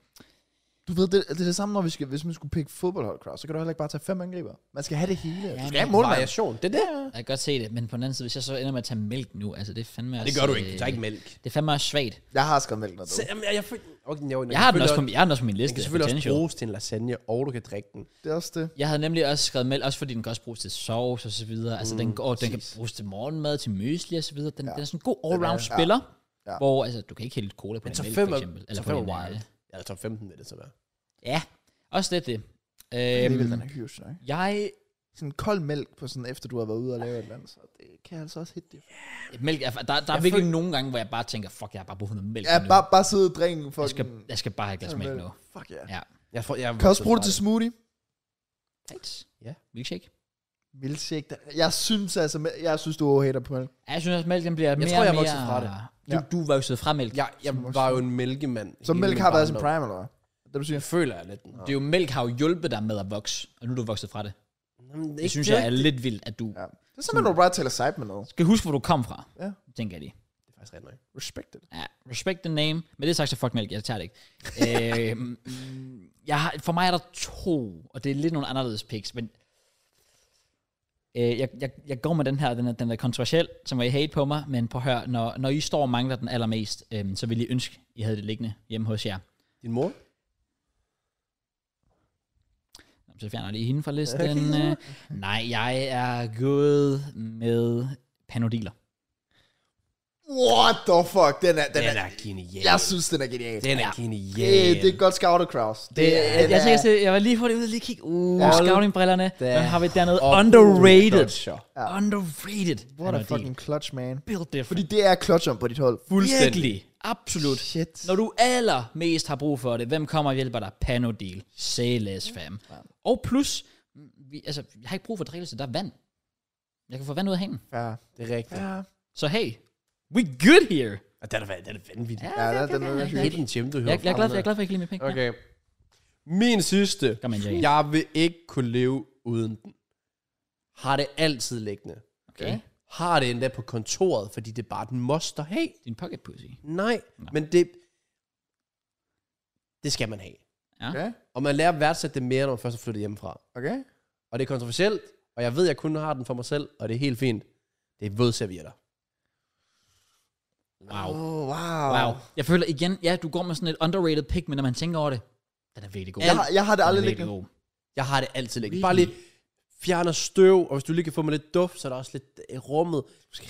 Du ved, det, det er det samme, når vi skal, hvis man skulle pick fodboldhold, Kraus, så kan du heller ikke bare tage fem angriber. Man skal have det hele. Ja, du skal men have målmand. Variation. Det er det. Jeg kan godt se det, men på den anden side, hvis jeg så ender med at tage mælk nu, altså det er fandme Det gør du ikke. Du tager ikke mælk. Det er fandme også svagt. Jeg har skrevet mælk, når du. Se, jamen, jeg, jeg, føl- okay, jo, den Jeg kan har den også på, selvfølgelig jeg har den også på min Den liste. kan selvfølgelig også potential. bruges til en lasagne, og du kan drikke den. Det er også det. Jeg havde nemlig også skrevet mælk, også fordi den kan også bruges til sovs og så videre. Altså, Mm, den, går, den kan bruges til morgenmad, til müsli og så videre. Den, ja. den er sådan en god all-round Den er- ja. spiller, Ja. ja. hvor altså, du kan ikke hælde cola på Men en top mælk, 5 for er, eksempel. top på 5 er en, øh, wild. Eller top 15 vil det så være. Ja, også lidt det. Alligevel, den Øhm, er huge, ikke? jeg, Sådan kold mælk, på sådan, efter du har været ude og lave et eller andet, så det kan altså også hitte det. mælk er, der, der er virkelig nogle gange, hvor jeg bare tænker, fuck, jeg har bare brug for noget mælk Ja, nu. bare, bare sidde og drikke for jeg, skal, jeg skal bare have et glas Sådan mælk mælk. nu. Fuck ja. Ja. Jeg får, jeg Kan også bruge det til smoothie. Thanks. Ja. Milkshake. milkshake. der- Jeg synes altså, jeg synes, du overhater på det. Ja, Jeg synes også, mælken bliver mere tror, jeg og er mere... vokset fra det. Du, du var jo siddet fra mælk. Jeg, jeg var jo en mælkemand. Så hele mælk min har været sin barndom. prime, eller hvad? Det er Det du siger. Det føler jeg lidt. Ja. Det er jo mælk har jo hjulpet dig med at vokse, og nu er du vokset fra det. Jamen, Det synes jeg er lidt vildt, at du Ja. Det er simpelthen, når du bare taler sejt med noget. skal huske, hvor du kom fra, Ja. tænker jeg lige. Det er faktisk ret nok. Respect it. Ja, respect the name. Men det sagt, så fuck mælk, jeg tager det ikke. øhm, mm, jeg har, for mig er der to, og det er lidt nogle anderledes picks, men øh, jeg, jeg, jeg, går med den her, den er, den er kontroversiel, som var I hate på mig, men på hør, når, når I står og mangler den allermest, øhm, så vil I ønske, I havde det liggende hjemme hos jer. Din mor? Nå, Så fjerner jeg lige hende fra listen. Øh, Nej, jeg er gået med panodiler. What the fuck? Den er, den Den er, er genial. jeg synes, den er genial. Den er Ja. genial. Yeah. Det er godt scoutet, Kraus. Det, Det, er- jeg, jeg, den tænker, er- til- jeg var lige for det ud og lige kigge. Uh, Ja. ja. scouting-brillerne. Da. Hvad har vi dernede? Og Underrated. Clutcher. Ja. Underrated. What a Panodil. fucking clutch, man. Build different. Fordi det er clutcheren på dit hold. Fuldstændig. Virkelig. Absolut. Shit. Når du allermest har brug for det, hvem kommer og hjælper dig? Panodil. Say less, fam. Og plus, mm, vi, altså, jeg har ikke brug for drikkelse, der er vand. Jeg kan få vand ud af hanen. Ja. Det er rigtigt. Ja. Så hey, we good here. Og den er, den er vanvittig. Ja, den- den er Det er en gem, du hører Jeg, jeg, er glad, for- fra. jeg er glad for, at jeg ikke lige mit penge. Okay. Min sidste. Kom igen, Jay. Jeg vil ikke kunne leve uden den. Har det altid liggende. Okay. Har det endda på kontoret, fordi det er bare den must at have. Din pocket pussy. Nej, Nå. men det... Det skal man have. Okay. Og man lærer at værdsætte det mere, når man først er flyttet hjemmefra. Okay. Og det er kontroversielt, og jeg ved, at jeg kun har den for mig selv, og det er helt fint. Det er vådservietter. Wow. Oh, wow. Wow. Jeg føler igen, ja, du går med sådan et underrated pick, men når man tænker over det, den er virkelig god. Jeg har, jeg har det Den er aldrig virkelig liggende. god. Jeg har det altid liggende. Bare lige fjerner støv, og hvis du lige kan få mig lidt duft, så er der også lidt i rummet.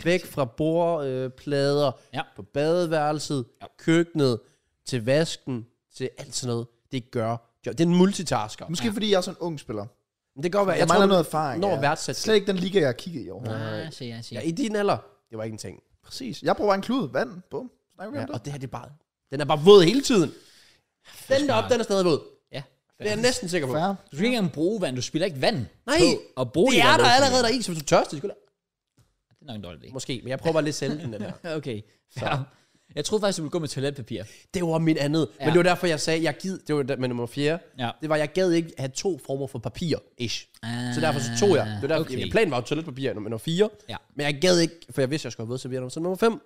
Væk fra bordplader, øh, plader, Ja. på badeværelset, Ja. køkkenet, til vasken, til alt sådan noget. Det gør job. Det er en multitasker. Måske fordi jeg er sådan en ung spiller. Men det kan godt være, Jeg, jeg mangler tror, noget erfaring. når ja. værdsætte Slet ikke den liga, jeg har kigget i år. Ah, se, jeg Ja, se. i din alder, det var ikke en ting. Præcis. Jeg bruger bare en klud. Vand. Bum. Snakker vi Ja, om det? og det her, det er bare... Den er bare våd hele tiden. Den deroppe, den er stadig våd. Ja. Det er jeg næsten sikker på. Fair. Du skal ikke engang bruge vand, du spiller ikke vand. Nej, på at bruge det de er der vådservietter. allerede der i, så hvis du tørster, skulle Det er nok en dårlig idé. Måske, men jeg prøver bare lidt selv den der. Okay. Ja. Jeg troede faktisk, du ville gå med toiletpapir. Det var mit andet. Ja. Ja. Men det var derfor, jeg sagde, jeg gid, det var der- med nummer 4. Ja. Det var, jeg gad ikke have to former for papir, ish. Ah, så derfor så tog jeg. Det var derfor, okay. Ah, okay. planen var jo toiletpapir nummer nummer 4. Ja. Men jeg gad ikke, for jeg vidste, jeg skulle have våde servietter nummer- så nummer 5.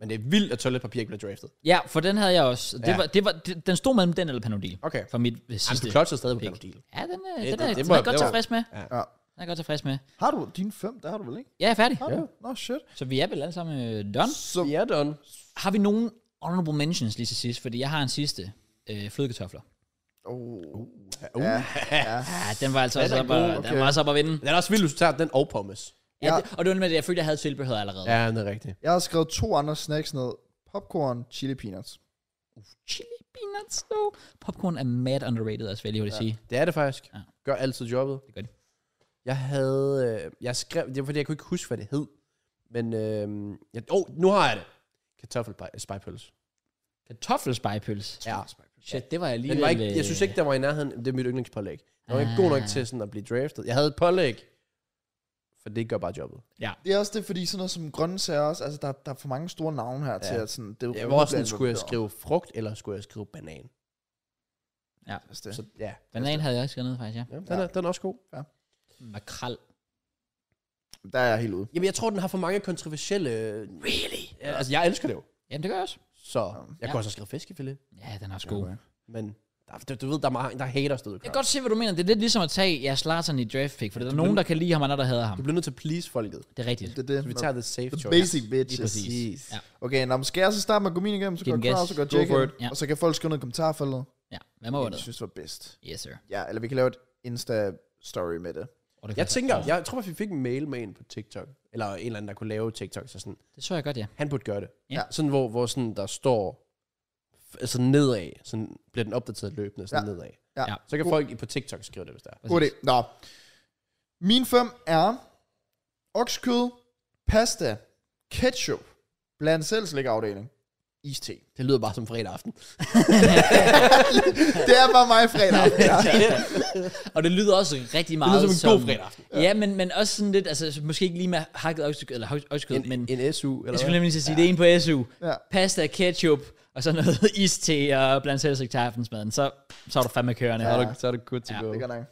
Men det er vildt, at toiletpapir ikke bliver draftet. Ja, for den havde jeg også. Det Ja. var, det var, det, den stod mellem den eller Panodil. Okay. For mit øh, sidste. Jamen, du klodser stadig på pick. panodil. Ja, den, øh, det- den, er, det den må- er jeg godt det var- tilfreds med. Ja. Den er jeg godt tilfreds med. Har du dine fem? Der har du vel ikke? Ja, jeg er færdig. Har du? Nå, shit. Så vi er vel alle sammen øh, done. Så Vi er done. Har vi nogen honorable mentions lige til sidst? Fordi jeg har en sidste. Øh, flødekartofler. Oh. Uh. Ja. Ja, den var altså Den også er op, god, at, den okay. var også op at vinde. Det er også vildt, hvis du tager den og pommes. Ja, Ja. det, og det var det med, at jeg følte, at jeg havde tilbehør allerede. Ja, det er rigtigt. Jeg har skrevet to andre snacks ned. Popcorn, chili peanuts. Chili peanuts, no. Popcorn er mad underrated, altså, vil jeg lige hurtigt sige. Det er det faktisk. Ja. Gør altid jobbet. Det gør det. Jeg havde... Øh, jeg skrev... Det var fordi, jeg kunne ikke huske, hvad det hed. Men... Øh, jeg, oh, nu har jeg det. Kartoffelspejpøls. Kartoffelspejpøls. Ja. Shit, det var jeg lige... øh, Den var ikke, jeg synes ikke, der var i nærheden. Det er mit yndlingspålæg. Den var ikke god nok Ah. til sådan at blive draftet. Jeg havde et pålæg. For det gør bare jobbet. Det er også det, fordi sådan noget som grøntsager også, altså der, der er for mange store navne her ja. til at sådan... Det Jeg var også sådan, skulle jeg skrive frugt, eller skulle jeg skrive banan? Det. Så ja. Banan havde jeg også skrevet ned, faktisk, ja. ja den, er, den er også god. Makrel. Der er jeg helt ude. Jamen, jeg tror, den har for mange kontroversielle... øh, Really? Ja, altså, jeg elsker det jo. Jamen, det gør jeg også. Så jeg Ja. kunne også have skrevet fiskefilet. Ja, den er også god. Okay. Men der, du, du ved, der er, mange, der er haters derude. Jeg kan Kraus. godt se, hvad du mener. Det er lidt ligesom at tage ja, Slatern i draft pick, for der er nogen, der kan lide ham, og andre, der hader ham. Du bliver nødt til at please folket. Det er rigtigt. Det er det. Så vi tager the safe The choice. basic bitches. Lige præcis. Præcis. Ja. Okay, nå, men skal jeg så starte med at gå min igennem, så Giv går den gas. Kraus, så går Go Jake, for it. ind, og så kan folk skrive noget i kommentarfeltet. Ja, hvad må Jeg det? synes, det var bedst. Yes, sir. Ja, eller vi kan lave et Insta-story med det. Og det Jeg kan- tænker, jeg tror, at vi fik en mail med en på TikTok. Eller en eller anden, der kunne lave TikTok. Så sådan, Det så jeg godt, ja. han burde gøre det. Ja. Sådan, hvor, hvor sådan, der står f- altså nedad, sådan bliver den opdateret løbende sådan Ja. ja. nedad. Ja. Ja. Så kan folk på TikTok skrive det, hvis der er. God idé. Nå. Mine fem er oksekød, pasta, ketchup, blandt selv slik afdeling, iste. Det lyder bare som fredag aften. det er bare mig fredag aften. Ja. Og det lyder også rigtig Det meget lyder som en god fredag aften. Ja, ja men, men også sådan lidt, altså måske ikke lige med hakket øjskød, eller høj- øjskød, men En, en SU, eller jeg hvad? skulle nemlig til at sige, ja. det er en på SU. Ja. Ja. Pasta, ketchup, og så noget iste og blandt selv til aftensmaden. Så, så er du fandme kørende. Så Ja. er det, så er det good to Ja. go. Det er godt nok.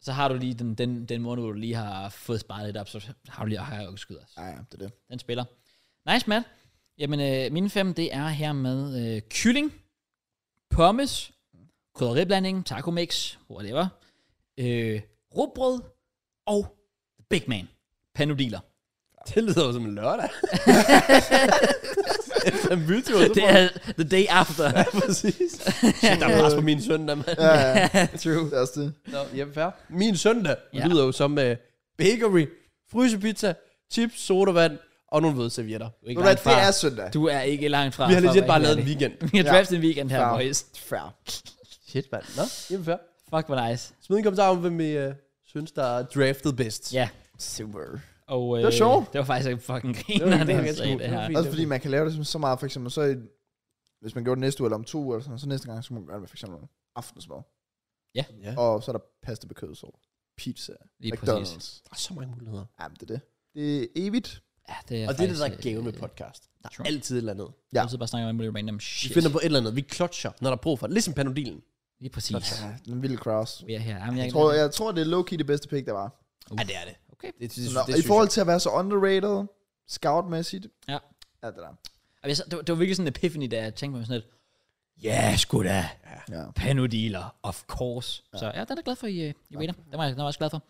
Så har du lige den, den, den måned, hvor du lige har fået sparet lidt op, så har du lige hakket øjskød også. Ja, ja, det er det. Den spiller. Nice, Matt. Jamen, øh, mine fem, det er her med øh, kylling, pommes, krydderiblanding, taco mix, whatever, øh, rugbrød og the big man, panudiler. Det lyder jo som en lørdag. Efter en bytur, så Det får- er the day after. Ja, præcis. Shit, der er pres på min søndag, mand. Ja, ja. True. Det er også det. Nå, jamen, fair. Min søndag Ja. lyder jo som uh, bakery, frysepizza, chips, sodavand og nogle hvide servietter. Du er ikke Ved du hvad, langt det fra. er søndag. Du er ikke langt fra. Vi har fra, legit hvad bare jeg er lavet en det. weekend. Vi har Ja. draftet en weekend her, Fair. boys. Fair. Shit, mand. Nå, jamen fair. Fuck, hvor nice. Smid en kommentar om, hvem I uh, synes, der er draftet bedst. Ja. Super. Og, øh, var sjovt. Det var faktisk en fucking Det var griner, det, ganske det, cool. det Det var her. fint. Også fordi man kan lave det som så meget, for eksempel, så i, hvis man gjorde det næste uge, eller om to uger, eller sådan, noget, så næste gang, så må man gøre det med for eksempel aftensmad. ja. Og så er der pasta med kødsov. Pizza. Lige præcis. McDonald's. Der er så mange muligheder. Jamen, det er det. Det er evigt. Ja, det er og det er det, faktisk, der er gave med øh, podcast. Der er true. altid et eller andet. Ja. Ja. Jeg bare snakker om alt muligt random Vi shit. finder på et eller andet. Vi klotcher, når der er brug for det. Ligesom panodilen. Lige præcis. Ja, den vilde cross. Vi er her. Jamen, jeg, Jeg tror, jeg tror, det er low-key det bedste pick, der var. Ja, det er det. Okay. Det, det, Så det, når, det, I forhold til at være så underrated, scoutmæssigt. Ja. Ja, det der. Altså, jeg så- det, var, det var virkelig sådan en epiphany, da jeg tænkte på sådan lidt, ja, sgu da, Ja. panodiler, of course. Ja. Så ja, den er jeg glad for, I, øh, I rater. Den var, jeg- den var jeg også glad for.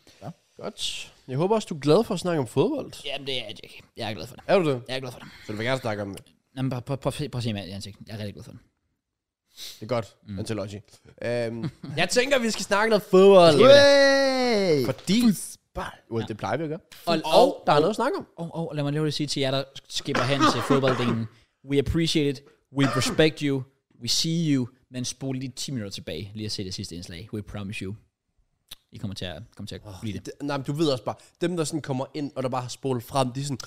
Godt. Jeg håber også, du er glad for at snakke om fodbold. Jamen, det er jeg ikke. Jeg er glad for det. Er du det? Jeg er glad for det. Så du vil gerne snakke om det. Jamen, prøv, prøv, prøv, prøv, prøv at se mig i ansigtet. Jeg er rigtig glad for det. Det er godt, mm. Ancelotti. Øhm, jeg tænker, vi skal snakke noget fodbold. Hey! Fordi... Well, det plejer vi at gøre. Og- Og, og- og der er noget at snakke om. Og, og lad mig lige hurtigt sige til jer, der skipper hen til fodbolddelen. We appreciate it. We respect you. We see you. Men spol lige 10 minutter tilbage, lige at se det sidste indslag. We promise you. I kommer til at, kommer til at blive det. Det, nej, men du ved også bare, dem der sådan kommer ind, og der bare har spolet frem, de er sådan,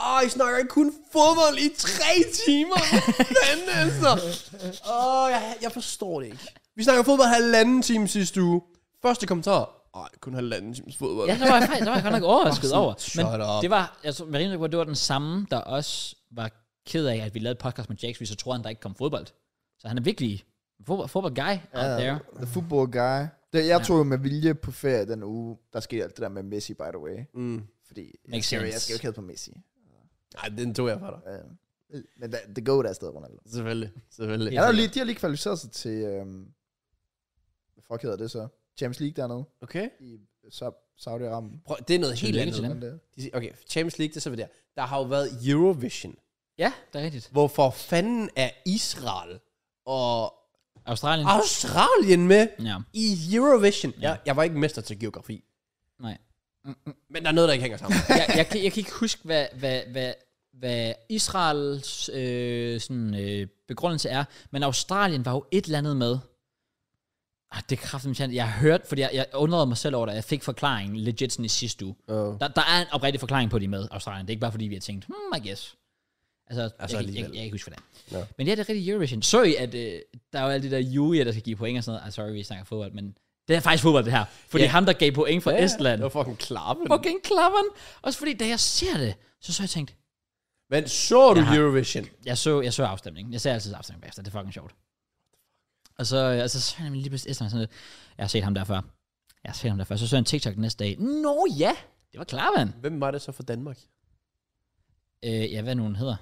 Åh, I snakker ikke kun fodbold i tre timer. Hvordan altså? Åh, jeg, jeg forstår det ikke. Vi snakker fodbold halvanden time sidste uge. Første kommentar. Ej, kun halvanden times fodbold. Ja, der var jeg, faktisk- der var jeg godt nok overrasket over. Shut Men up. det var, jeg tror, Marine, det var den samme, der også var ked af, at vi lavede podcast med Jax, fordi så troede han, der ikke kom fodbold. Så han er virkelig fodbold, fodbold guy out there. The football guy. Det, jeg tog jo med vilje på ferie den uge, der skete alt det der med Messi, by the way. Mm. Fordi jeg Makes skal, jo- jeg sense. skal jo ikke hedde på Messi. Ej, den tog jeg fra dig. Øh, Men der, the goat er stadig Ronaldo. Selvfølgelig, selvfølgelig. Ja, der er jo lige, de har lige kvalificeret sig til, øhm, hvad fuck hedder det så? Champions League dernede Okay. i Sa- Saudi-Arabien. Prøv, det er noget helt Tillykke andet. til dem. Hvordan det er. De siger- Okay, Champions League, det er så ved der. Der har jo været Eurovision. Ja, det er rigtigt. Hvorfor fanden er Israel og Australien. Australien med Ja. i Eurovision? Ja. Jeg, jeg var ikke mester til geografi, Nej. men der er noget, der ikke hænger sammen. Jeg, jeg, kan, jeg kan ikke huske, hvad, hvad, hvad, hvad Israels øh, sådan, øh, begrundelse er, men Australien var jo et eller andet med. Ah, det er kraftigt, jeg, jeg har hørt, fordi jeg, jeg undrede mig selv over det, jeg fik forklaringen legit sådan i sidste uge. oh. Der, der er en oprigtig forklaring på, at de er med Australien. Det er ikke bare, fordi vi har tænkt, hmm, I guess. Altså, altså jeg, kan- jeg, jeg, jeg, alligevel. kan ikke huske, hvordan. Nå. No. Men ja, det er rigtig Eurovision. Så I, at øh, der er jo alle de der jury, der skal give point og sådan noget. Ah, sorry, vi snakker fodbold, men det er faktisk fodbold, det her. Fordi Ja. ham, der gav point for Ja, ja. Estland, Det var fucking klappen. Okay. fucking klapperen. Også fordi, da jeg ser det, så så jeg tænkt, Men så du Jeg har- Eurovision? jeg så, jeg så afstemningen. Jeg ser altid afstemningen bagefter. Det er fucking sjovt. Og så, øh, altså, så er jeg lige pludselig Estland sådan lidt. Jeg har set ham der før. Jeg har set ham der før. Så så jeg en TikTok den næste dag. Nå ja, det var klapperen. Hvem var det så fra Danmark? Øh, ja, hvad nu hun hedder.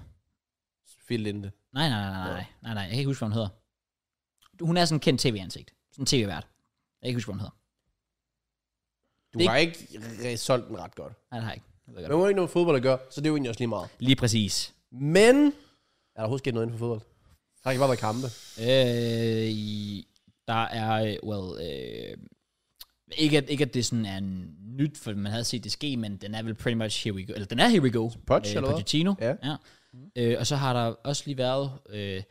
Sofie Linde. Nej, nej, nej, nej, nej, nej, jeg kan ikke huske, hvad hun hedder. Hun er sådan en kendt tv-ansigt. Sådan en tv-vært. Jeg kan ikke huske, hvad hun hedder. Du Det- har ikke re- solgt den ret godt. Nej, det har jeg ikke. Jeg ved Men godt. hun har ikke noget med fodbold at gøre, så det er jo egentlig også lige meget. Lige præcis. Men... Er der overhovedet sket noget inden for fodbold? Har der ikke bare været kampe? Øh, i- der er, øh, well, øh, ikke at, ikke at det sådan er nyt, for man havde set det ske, men den er vel pretty much here we go. Eller den er here we go. øh, Poch, eller hvad? Pochettino. Ja. ja. Øh, og så har der også lige været, øh,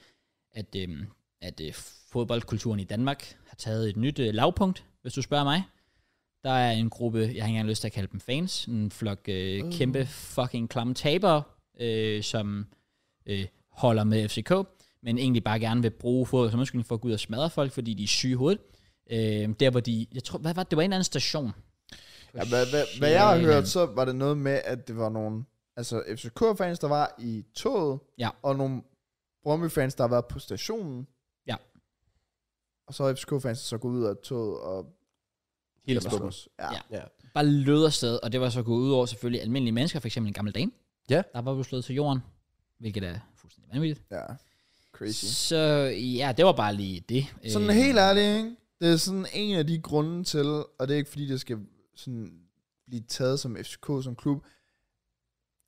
at, øh, at øh, fodboldkulturen i Danmark har taget et nyt øh, lavpunkt, hvis du spørger mig. Der er en gruppe, jeg har ikke engang lyst til at kalde dem fans, en flok øh, Mm. kæmpe fucking klamme tabere, øh, som øh, holder med FCK, men egentlig bare gerne vil bruge fodbold som undskyldning for at gå ud og smadre folk, fordi de er syge i hovedet. Øh, der hvor de, jeg tror, hvad var det? Det var en eller anden station. Ja, hvad, hvad, hvad jeg har hørt, så var det noget med, at det var nogle altså FCK-fans, der var i toget, Ja. og nogle Brøndby-fans, der var på stationen. Ja. Og så er FCK-fans, der så gået ud af toget og... Hele Eller stunden. slås. Ja. Ja. ja. Bare lød afsted, og det var så gået ud over selvfølgelig almindelige mennesker, for eksempel en gammel dame. Ja. Der var blevet slået til jorden, hvilket er fuldstændig vanvittigt. ja. Crazy. Så ja, det var bare lige det. Sådan Øh, helt ærligt, ikke? Det er sådan en af de grunde til, og det er ikke fordi, det skal sådan blive taget som FCK som klub,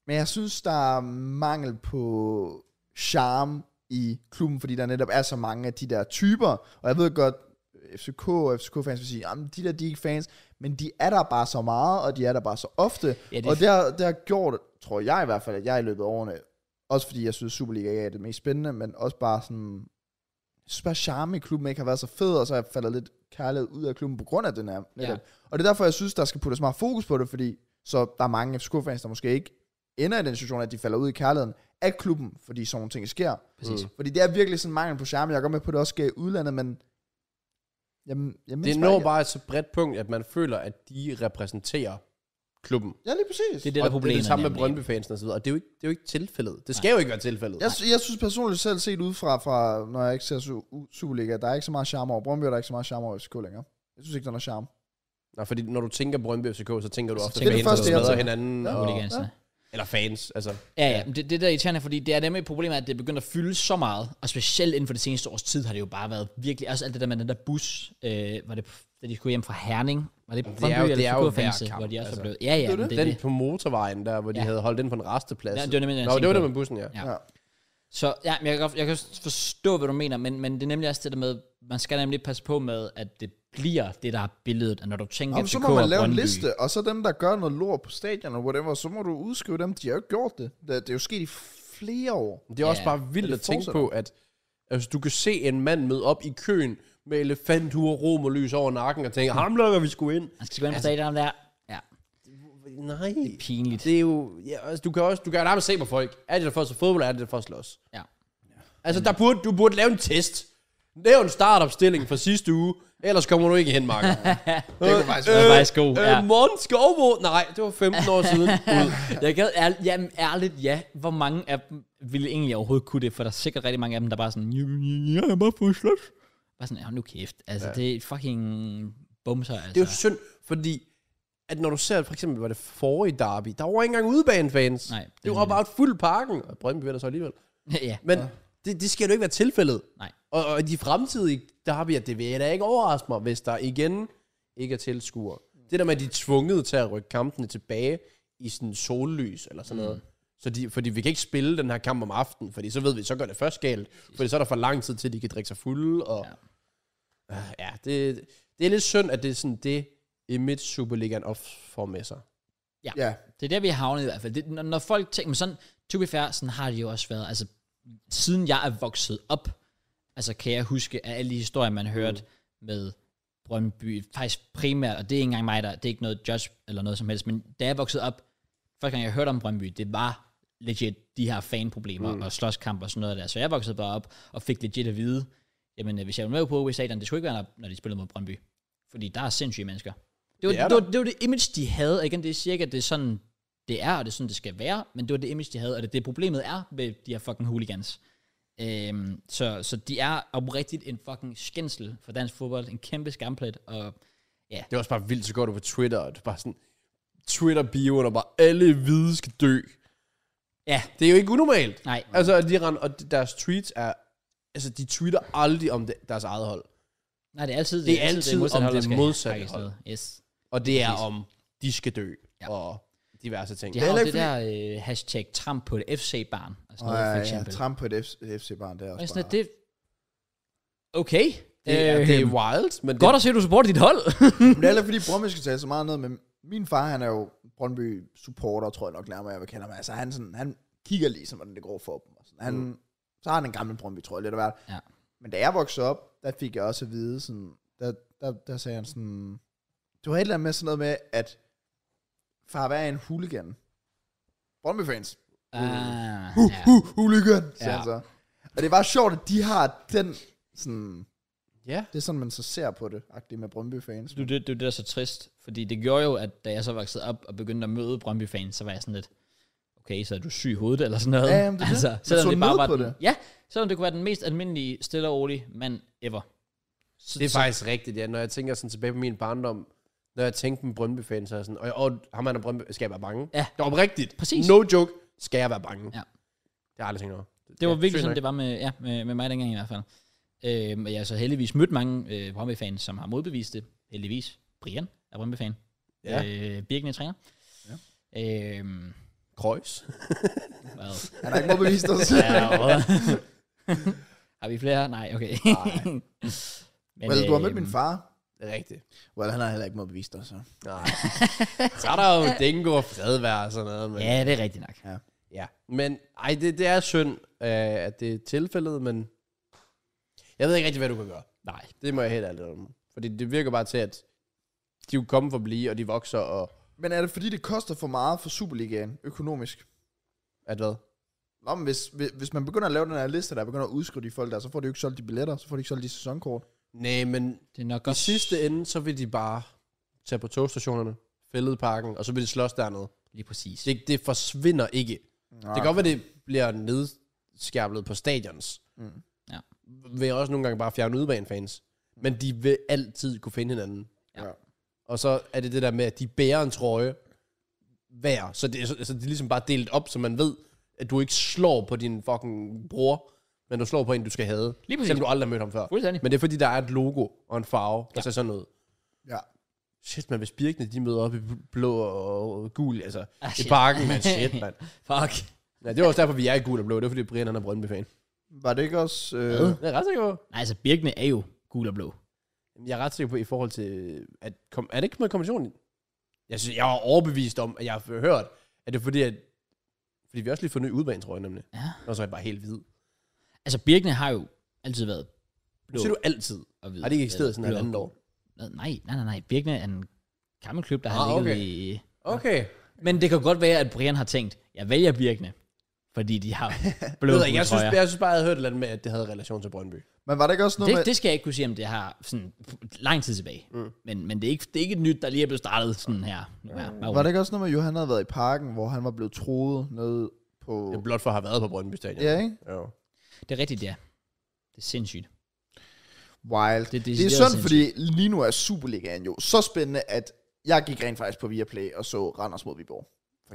men jeg synes, der er mangel på charme i klubben, fordi der netop er så mange af de der typer, og jeg ved godt, FCK og FCK-fans vil sige, jamen de der, de er ikke fans, men de er der bare så meget, og de er der bare så ofte, Ja, det er og det har, det har gjort, tror jeg i hvert fald, at jeg i løbet af årene, også fordi jeg synes, Superliga er det mest spændende, men også bare sådan, jeg synes bare, charme i klubben ikke har været så fed, og så er jeg faldet lidt kærlighed ud af klubben på grund af den her. Ja. Ja. Og det er derfor, jeg synes, der skal puttes meget fokus på det, fordi så der er mange FCK-fans, der måske ikke ender i den situation, at de falder ud i kærligheden af klubben, fordi sådan nogle ting sker. Øhm, Præcis. Mm. Fordi det er virkelig sådan mangel på charme. Jeg er godt med på, at det også sker i udlandet, men... Jamen, jeg Det mindes når ikke- bare et så bredt punkt, at man føler, at de repræsenterer klubben. Ja, lige præcis. Det er det, der er og det er problemet. det samme med nemlig. Brøndby-fansen og så videre. Og det er jo ikke, det er jo ikke tilfældet. Det skal jo ikke være tilfældet. Jeg, sy- jeg synes personligt selv set udefra, fra, når jeg ikke ser su- u- Superliga, der er ikke så meget charme over Brøndby, og der er ikke så meget charme over FCK længere. Jeg synes ikke, der er noget charme. Nej, fordi når du tænker Brøndby FCK, så tænker du Så ofte tænker jeg- fans, Det er det første, der jeg smadrer tænker. hinanden. Ja. Og, Hooligans, eller fans, altså. Ja, ja. Men Det, det der er irriterende, fordi det er nemlig problemet, at det begynder at fylde så meget, og specielt inden for det seneste års tid har det jo bare været virkelig, også alt det der med den der bus, øh, var det, da de skulle hjem fra Herning, var det på er Brøndby jo- eller det er jo FCK fængsel, hver kamp, hvor de også altså. var blevet, ja, ja, men det, det, Den det. på motorvejen der, hvor de Ja. havde holdt ind på en resteplads. Ja, det var nemlig, jeg Nå, det tænkte var det på. med bussen, ja. Ja. Ja. Så ja, men jeg kan, godt- jeg kan også forstå, hvad du mener, men, men det er nemlig også det der med, man skal nemlig passe på med, at det bliver det, der er billedet, at når du tænker Jamen, så FCK må man og lave en Brøndby- liste, og så dem, der gør noget lort på stadion og whatever, så må du udskrive dem. De har jo ikke gjort det. Det, det er jo sket i flere år. Det er også Ja. bare vildt Men at det tænke fortsætter. på, at altså, du kan se en mand møde op i køen med elefanthuer, rom og lys over nakken og tænke, ham lukker vi sgu ind. Man skal gå ind på stadion der. Ja, Nej. pinligt. Det er jo, ja, altså, du kan også, du kan nærmest se på folk. Er det der for at se fodbold, eller er det der for at slås? Ja. Altså, der burde, du burde lave en test. Nævn en startopstilling fra sidste uge, ellers kommer du ikke hen, Mark. Det kunne faktisk Det være. er faktisk god, øh, ja. Morten Skovbo, nej, det var 15 år siden. Ud. Jeg gad ær, jamen, ærligt, ja. Hvor mange af dem ville egentlig overhovedet kunne det? For der er sikkert rigtig mange af dem, der bare sådan, "Jamen, ja, jeg er bare for slås. Bare sådan, ja, nu kæft. Altså, ja. det er fucking bumser, altså. Det er jo synd, fordi at når du ser, for eksempel, var det forrige derby, der var ikke engang udebanefans. Nej, det er det var nemlig bare fuld parken. Og Brøndby vinder så alligevel. ja, Men det, det skal jo ikke være tilfældet. Nej. Og, og de fremtidige derbyer, det vil jeg da ikke overraske mig, hvis der igen ikke er tilskuere. Det der med, at de er tvunget til at rykke kampene tilbage i sådan sollys eller sådan noget. Så de, fordi vi kan ikke spille den her kamp om aftenen, fordi så ved vi, så går det først galt. Fordi så er der for lang tid til, at de kan drikke sig fulde. Og, ja, ja det, det er lidt synd, at det er sådan det, image Superligaen ofte får med sig. Ja, det er der, vi er havnet i hvert fald. Det, når, når folk tænker, men sådan, to be fair, sådan har det jo også været. Altså, siden jeg er vokset op, altså kan jeg huske af alle de historier, man hørte mm. med Brøndby, faktisk primært, og det er ikke engang mig, der, det er ikke noget judge eller noget som helst, men da jeg voksede op, første gang jeg hørte om Brøndby, det var legit de her fanproblemer mm. og slåskamp og sådan noget der. Så jeg voksede bare op og fik legit at vide, jamen øh, hvis jeg var med på OB Stadion, det skulle ikke være, når- når de spillede mod Brøndby. Fordi der er sindssyge mennesker. Det var Det det, det, er der. var, det, var det image, de havde. Og igen, det er cirka, det er sådan, det er, og det er sådan, det skal være, men det var det image, de havde, og det er det, problemet er med de her fucking hooligans. Øhm, så, så de er oprigtigt en fucking skændsel for dansk fodbold, en kæmpe skamplet, og Det er også bare vildt, så går du på Twitter, og du bare sådan, Twitter-bioen, og bare alle hvide skal dø. ja, Det er jo ikke unormalt. nej, Altså, at de render, og deres tweets er... Altså, de tweeter aldrig om det, deres eget hold. nej, det er altid Det er altid om hold, der det skal modsatte hakkes hold. ned. Yes. Og det er om, de skal dø. Ja. Og diverse ting. De har Det er jo det ikke, fordi- der øh, hashtag tramp på et FC-barn, og sådan og noget, for ja, ja, eksempel. tramp på et FC-barn, det er Og jeg er også sådan, bare... at det, okay, det, er, det er Øhm, wild, men godt det, at se, at du supporter dit hold. Men det er heller ikke, fordi Brøndby skal tale så meget ned, men min far, han er jo Brøndby-supporter, tror jeg nok nærmere, jeg vil kende ham. Altså, han, sådan, han kigger ligesom, hvordan det går for dem. Og sådan. Han, mm. Så har han en gammel Brøndby, tror jeg, lidt af hvert. Ja. Men da jeg voksede op, der fik jeg også at vide, sådan, der, der, der sagde han sådan, du har et eller andet med sådan noget med, at far, hvad er en hooligan? Brøndby-fans. ah, ja. Uh, Hu, hooligan, sagde Ja. han så. Og det er bare sjovt, at de har den sådan... Ja. Det er sådan, man så ser på det, agtigt med Brøndby-fans. Det, er jo det, det er jo det, der er så trist, fordi det gjorde jo, at da jeg så voksede op og begyndte at møde Brøndby-fans, så var jeg sådan lidt, okay, så er du syg i hovedet eller sådan noget. Ja, jamen, det er altså, Man så ned på den, det. Ja, selvom det kunne være den mest almindelige, stille og rolige mand ever. Så, Det er faktisk rigtigt, ja. Når jeg tænker sådan tilbage på min barndom, når jeg tænkte på en Brøndby-fan, så er jeg sådan, og, og ham han er Brøndby, skal jeg være bange? Ja. Det er oprigtigt. Præcis. No joke, skal jeg være bange? Ja. Det har jeg aldrig tænkt over. Det var ja, Ja, virkelig sygt sådan, nok. det var med, ja, med, med mig dengang i hvert fald. Øhm, og jeg har så heldigvis mødt mange øh, Brøndby-fans, som har modbevist det. Heldigvis. Brian er Brøndby-fan. Ja. Øh, Birken er træner. Ja. Øhm, Kreuz. hvad? Han har ikke må bevise os. Ja, og- har vi flere? Nej, okay. Nej. Men, Well, du har mødt øhm, min far. Det er rigtigt. Well, han har heller ikke må bevise dig, så. Nej. så er der jo Dingo og Fredvær og sådan noget. Men, Ja, det er rigtigt nok. ja. Men ej, det, det er synd, øh, at det er tilfældet, men jeg ved ikke rigtig, hvad du kan gøre. Nej. Det må jeg helt ærligt om. Fordi det virker bare til, at de er jo kommet for at blive, og de vokser, og Men er det fordi, det koster for meget for Superligaen økonomisk? at hvad? Nå, men hvis, hvis- hvis man begynder at lave den her liste, der begynder at udskrive de folk der, så får de jo ikke solgt de billetter, så får de ikke solgt de sæsonkort. Nej, men Det er nok I godt. sidste ende, så vil de bare tage på togstationerne, fældeparken, og så vil de slås dernede. Lige præcis. Det, det forsvinder ikke. Nej. Det kan godt være, det bliver nedskærpet på stadions. Mm. Ja. Vil jeg også nogle gange bare fjerne udebanefans. Men de vil altid kunne finde hinanden. Ja. Og så er det det der med, at de bærer en trøje hver. Så det, så, så det er ligesom bare delt op, så man ved, at du ikke slår på din fucking bror, men du slår på en, du skal have. Lige præcis. Selvom du aldrig har mødt ham før. Fuldstændig. Men det er fordi, der er et logo og en farve, der ser sådan ud. Ja. Shit, man, hvis Birkene, de møder op i bl- blå og gul, altså, Ah, i shit. parken, man, shit, mand. Fuck. Ja, det var også derfor, vi er i gul og blå, det er fordi Brian, han er Brøndby-fan. Var det ikke også... Øh, Jeg er ret sikker på. Nej, altså Birkene er jo gul og blå. Jeg er ret sikker på, i forhold til, at kom, er det ikke med kommissionen? Jeg synes, jeg er overbevist om, at jeg har hørt, at det er fordi, at, fordi vi har også lige fundet ny udbane, tror jeg nemlig. Ja. Og så er jeg bare helt hvid. Altså Birkene har jo altid været Det siger du altid. og hvid. Har det ikke eksisteret sådan et Blå og andet gul. år? Hvad? Nej, nej, nej, nej. Birkene er en gammel klub, der Ah, har ligget okay. i... Okay. Men det kan godt være, at Brian har tænkt, jeg vælger Birkene, fordi de har blå Jeg, ved, og ikke, gule jeg, synes, trøjer. jeg synes bare, jeg havde hørt et eller andet med, at det havde relation til Brøndby. men var det ikke også noget Det, med... det skal jeg ikke kunne sige, om det har sådan lang tid tilbage. Mm. Men, men det, er ikke, det er ikke et nyt, der lige er blevet startet sådan her. Nu her. Bare Var det rolig. ikke også noget med, at Johan havde været i parken, hvor han var blevet troet nede på... Det er blot for at have været på Brøndby Stadion. Ja, ikke? Jo. det er rigtigt, ja. Det er sindssygt. Det Wild. er Det, det, det er decideret synd, fordi lige nu er Superligaen jo så spændende, at jeg gik rent faktisk på Viaplay og så Randers mod Viborg.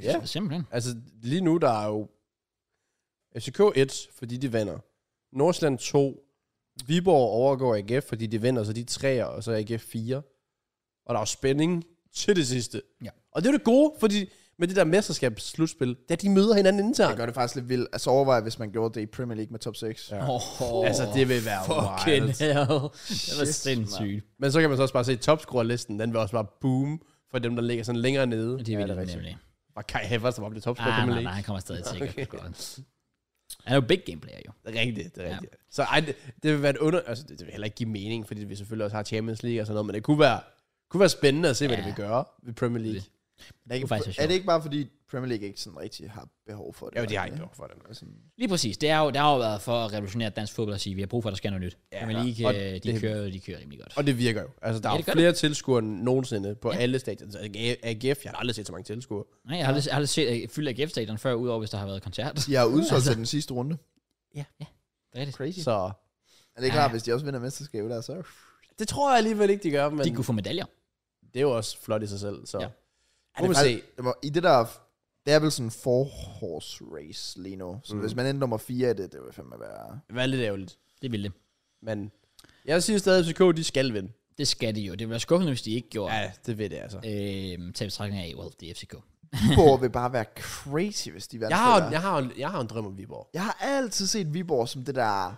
Ja. Ja. Simpelthen. Altså, lige nu, der er jo FCK 1, fordi de vinder. Nordsjælland 2. Viborg overgår AGF, fordi de vinder, så de er 3, og så er AGF 4. Og der er jo spænding til det sidste. Ja. Og det er jo det gode, fordi med det der mesterskabsslutspil, det er, at de møder hinanden Det internt. gør det faktisk lidt vildt. Altså overvej, hvis man gjorde det i Premier League med top 6. Ja. Ja. Oh, Altså, det vil være fucking wild. hell. Det var sindssygt. Men så kan man så også bare se topscorerlisten, den vil også bare boom for dem, der ligger sådan længere nede. Det er Ja, vildt, rigtigt. nemlig. Var Kai Havers, der var blevet topscorer Ah, ah, nej, Premier nej, League. han kommer stadig sikkert. Godt. Han er jo big game player, jo. Det er rigtigt, det er rigtigt. Ja. Så ej, det, det vil være et under... Altså, det, det vil heller ikke give mening, fordi vi selvfølgelig også har Champions League og sådan noget, men det kunne være, kunne være spændende at se, hvad Ja. det vil gøre ved Premier League. Det- Er, ikke, Det er faktisk er sjovt. det ikke bare fordi Premier League ikke sådan rigtig har behov for det? Jo, de har ikke behov for det. Altså, Lige præcis. Det er jo, det har jo været for at revolutionere dansk fodbold og sige, at vi har brug for, at der sker noget nyt. Ja, men lige, øh, og de, det- kører, jo- de kører rimelig godt. Og det virker jo. Altså, der Ja, er det gør jo flere tilskuere end nogensinde på ja. alle stadions. Altså, AGF, jeg har aldrig set så mange tilskuere. Nej, jeg har aldrig, jeg har aldrig set uh, fyldt af GF-stadion før, udover hvis der har været koncert. de har udsolgt altså, til den sidste runde. Ja, ja. Det er rigtigt. Crazy. Så. Så Er det ikke klart, Ja. hvis de også vinder mesterskabet der, så... det tror jeg alligevel ikke, de gør, men De kunne få medaljer. det er jo også flot i sig selv. Så Ja. ja. Ja, må det er vi se. faktisk- det må- I det der, det er vel sådan en four horse race lige nu. Så mm. hvis man ender nummer 4 i det, det vil fandme være... Det var lidt ærgerligt. Det ville det. Men jeg siger stadig, at FCK, de skal vinde. Det skal de jo. Det ville være skuffende, hvis de ikke gjorde. Ja. Ja, det ved det altså. Øhm, tage betragtning af, well, det er FCK. Viborg vil bare være crazy, hvis de vandt Jeg det har, der. jo- jeg, har, jo- jeg har jo en drøm om Viborg. Jeg har altid set Viborg som det der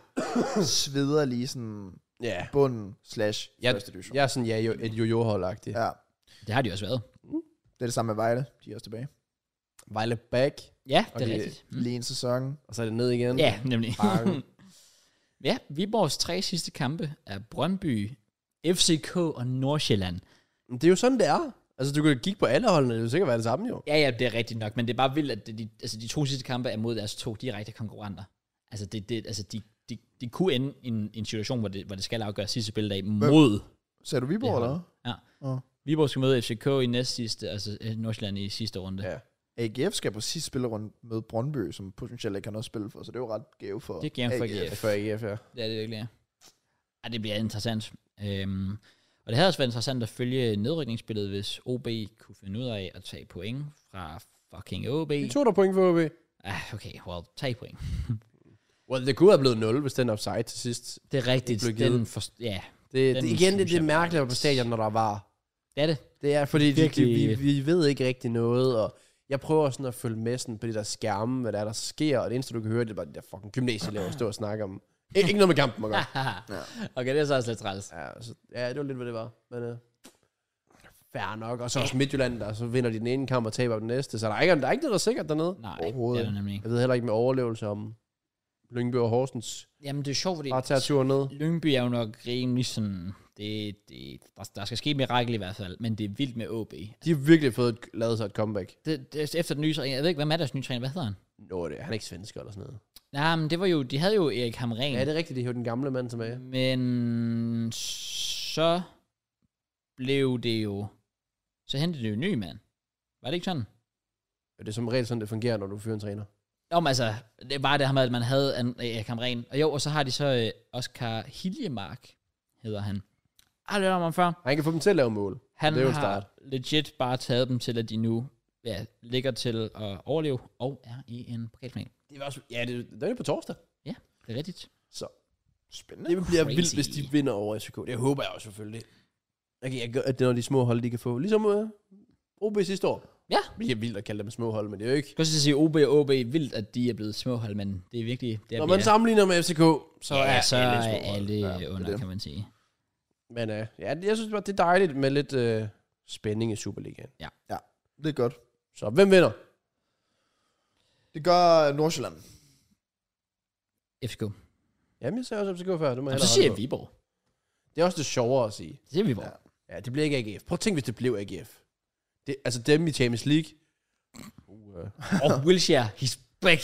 sveder lige sådan Ja. bunden slash Jeg, første division. jeg er sådan, ja, jo, et jojo-hold-agtigt. Ja. Det har de også været. Det er det samme med Vejle. De er også tilbage. Vejle back, Ja, det Og er det- rigtigt. Mm. Lige en sæson. og så er det ned igen. Ja, nemlig. Bang. ja, Viborgs tre sidste kampe er Brøndby, FCK og Nordsjælland. Men Det er jo sådan, det er. Altså, du kan jo kigge på alle holdene, det vil sikkert være det samme jo. Ja, ja, det er rigtigt nok, men det er bare vildt, at de, altså, de to sidste kampe er mod deres to direkte konkurrenter. Altså, det, det, altså de, de, de kunne ende i en, en situation, hvor det, hvor det skal afgøre sidste spilledag mod Sagde du Viborg, Det eller har hvad? Viborg skal møde FCK i næst sidste, altså øh, Nordsjælland i sidste runde. Ja. Ja. AGF skal på sidste spillerunde møde Brøndby, som potentielt ikke har noget spil for, så det er jo ret gave for Det er gave for AGF. For AGF, ja. Det er det virkelig, ja. Ej, det bliver interessant. Øhm, og det havde også været interessant at følge nedrykningsspillet, hvis OB kunne finde ud af at tage point fra fucking OB. De tog der point for OB. Ah, okay, well, tre point. Well, det kunne have blevet 0, hvis den er offside til sidst. Det er rigtigt. Det blev givet. Den for, ja, Det, Den det, igen, det, synes det er jeg var mærkeligt at være på lidt- stadion, når der var. det er det. Det er fordi, vi, virkelig- vi, vi ved ikke rigtig noget, og jeg prøver sådan at følge med sådan på de der skærme, hvad der, er, der sker, og det eneste, du kan høre, det er bare de der fucking gymnasieelever, der står og snakker om. Ik- ikke noget med kampen at gøre. okay, det er så også lidt træls. Ja, så, ja, det var lidt, hvad det var. Men øh, fair nok. Og så også Midtjylland, der så vinder de den ene kamp og taber den næste. Så der er ikke, der er ikke noget, der er sikkert dernede. Nej, det Overhovedet er det nemlig ikke. Jeg ved heller ikke med overlevelse om Lyngby og Horsens. Jamen, det er sjovt, fordi Bare tager turen ned. Lyngby er jo nok rimelig sådan... Det, det, der, der skal ske et mirakel i hvert fald, men det er vildt med OB. De har virkelig fået et, lavet sig et comeback. Det, det, efter den nye træner, jeg ved ikke, hvad er deres nye træner, hvad hedder han? Nå, det, han er ikke svensker eller sådan noget. Nej, men det var jo, de havde jo Erik Hamren. Ja, det er rigtigt, de hævde den gamle mand tilbage. Men så blev det jo... Så hentede det jo en ny mand. Var det ikke sådan? Det er som regel sådan, det fungerer, når du fyrer en træner. Nå, men altså, det var det her med, at man havde an, Erik Hamren. Og jo, og så har de så øh, Oscar Hiljemark, hedder han. Har du hørt om ham før? Han kan få dem til at lave mål. Han Det er jo en har start. legit bare taget dem til, at de nu ja, ligger til at overleve og er i en pokalfinal. Det var også, ja, det, det er jo på torsdag. Det er rigtigt. Så Spændende. det bliver Crazy. vildt, hvis de vinder over FCK. Det håber jeg også selvfølgelig. Okay, jeg gør, at det er, når de små hold, de kan få. Ligesom øh, OB sidste år. Ja. Vi er vildt at kalde dem små hold, men det er jo ikke. Jeg kan også sige, OB og OB vildt, at de er blevet småhold, men det er virkelig... Det er Når man sammenligner med FCK, så så ja, er så alle er små hold. alle Ja, under, det er kan man sige. Men øh, ja, det- jeg synes bare, det er dejligt med lidt øh, spænding i Superligaen. Det er godt. Så hvem vinder? Det gør Nordsjælland. FCK. Jamen, jeg sagde også FCK før. Det må jeg Og så hellere siger jeg holde på. Viborg. Det er også det sjovere at sige. Så siger Viborg. Ja. Ja, det bliver ikke AGF. Prøv at tænke, hvis det blev AGF. Det, altså dem i Champions League. Uh, øh. Og Wilshere, he's back.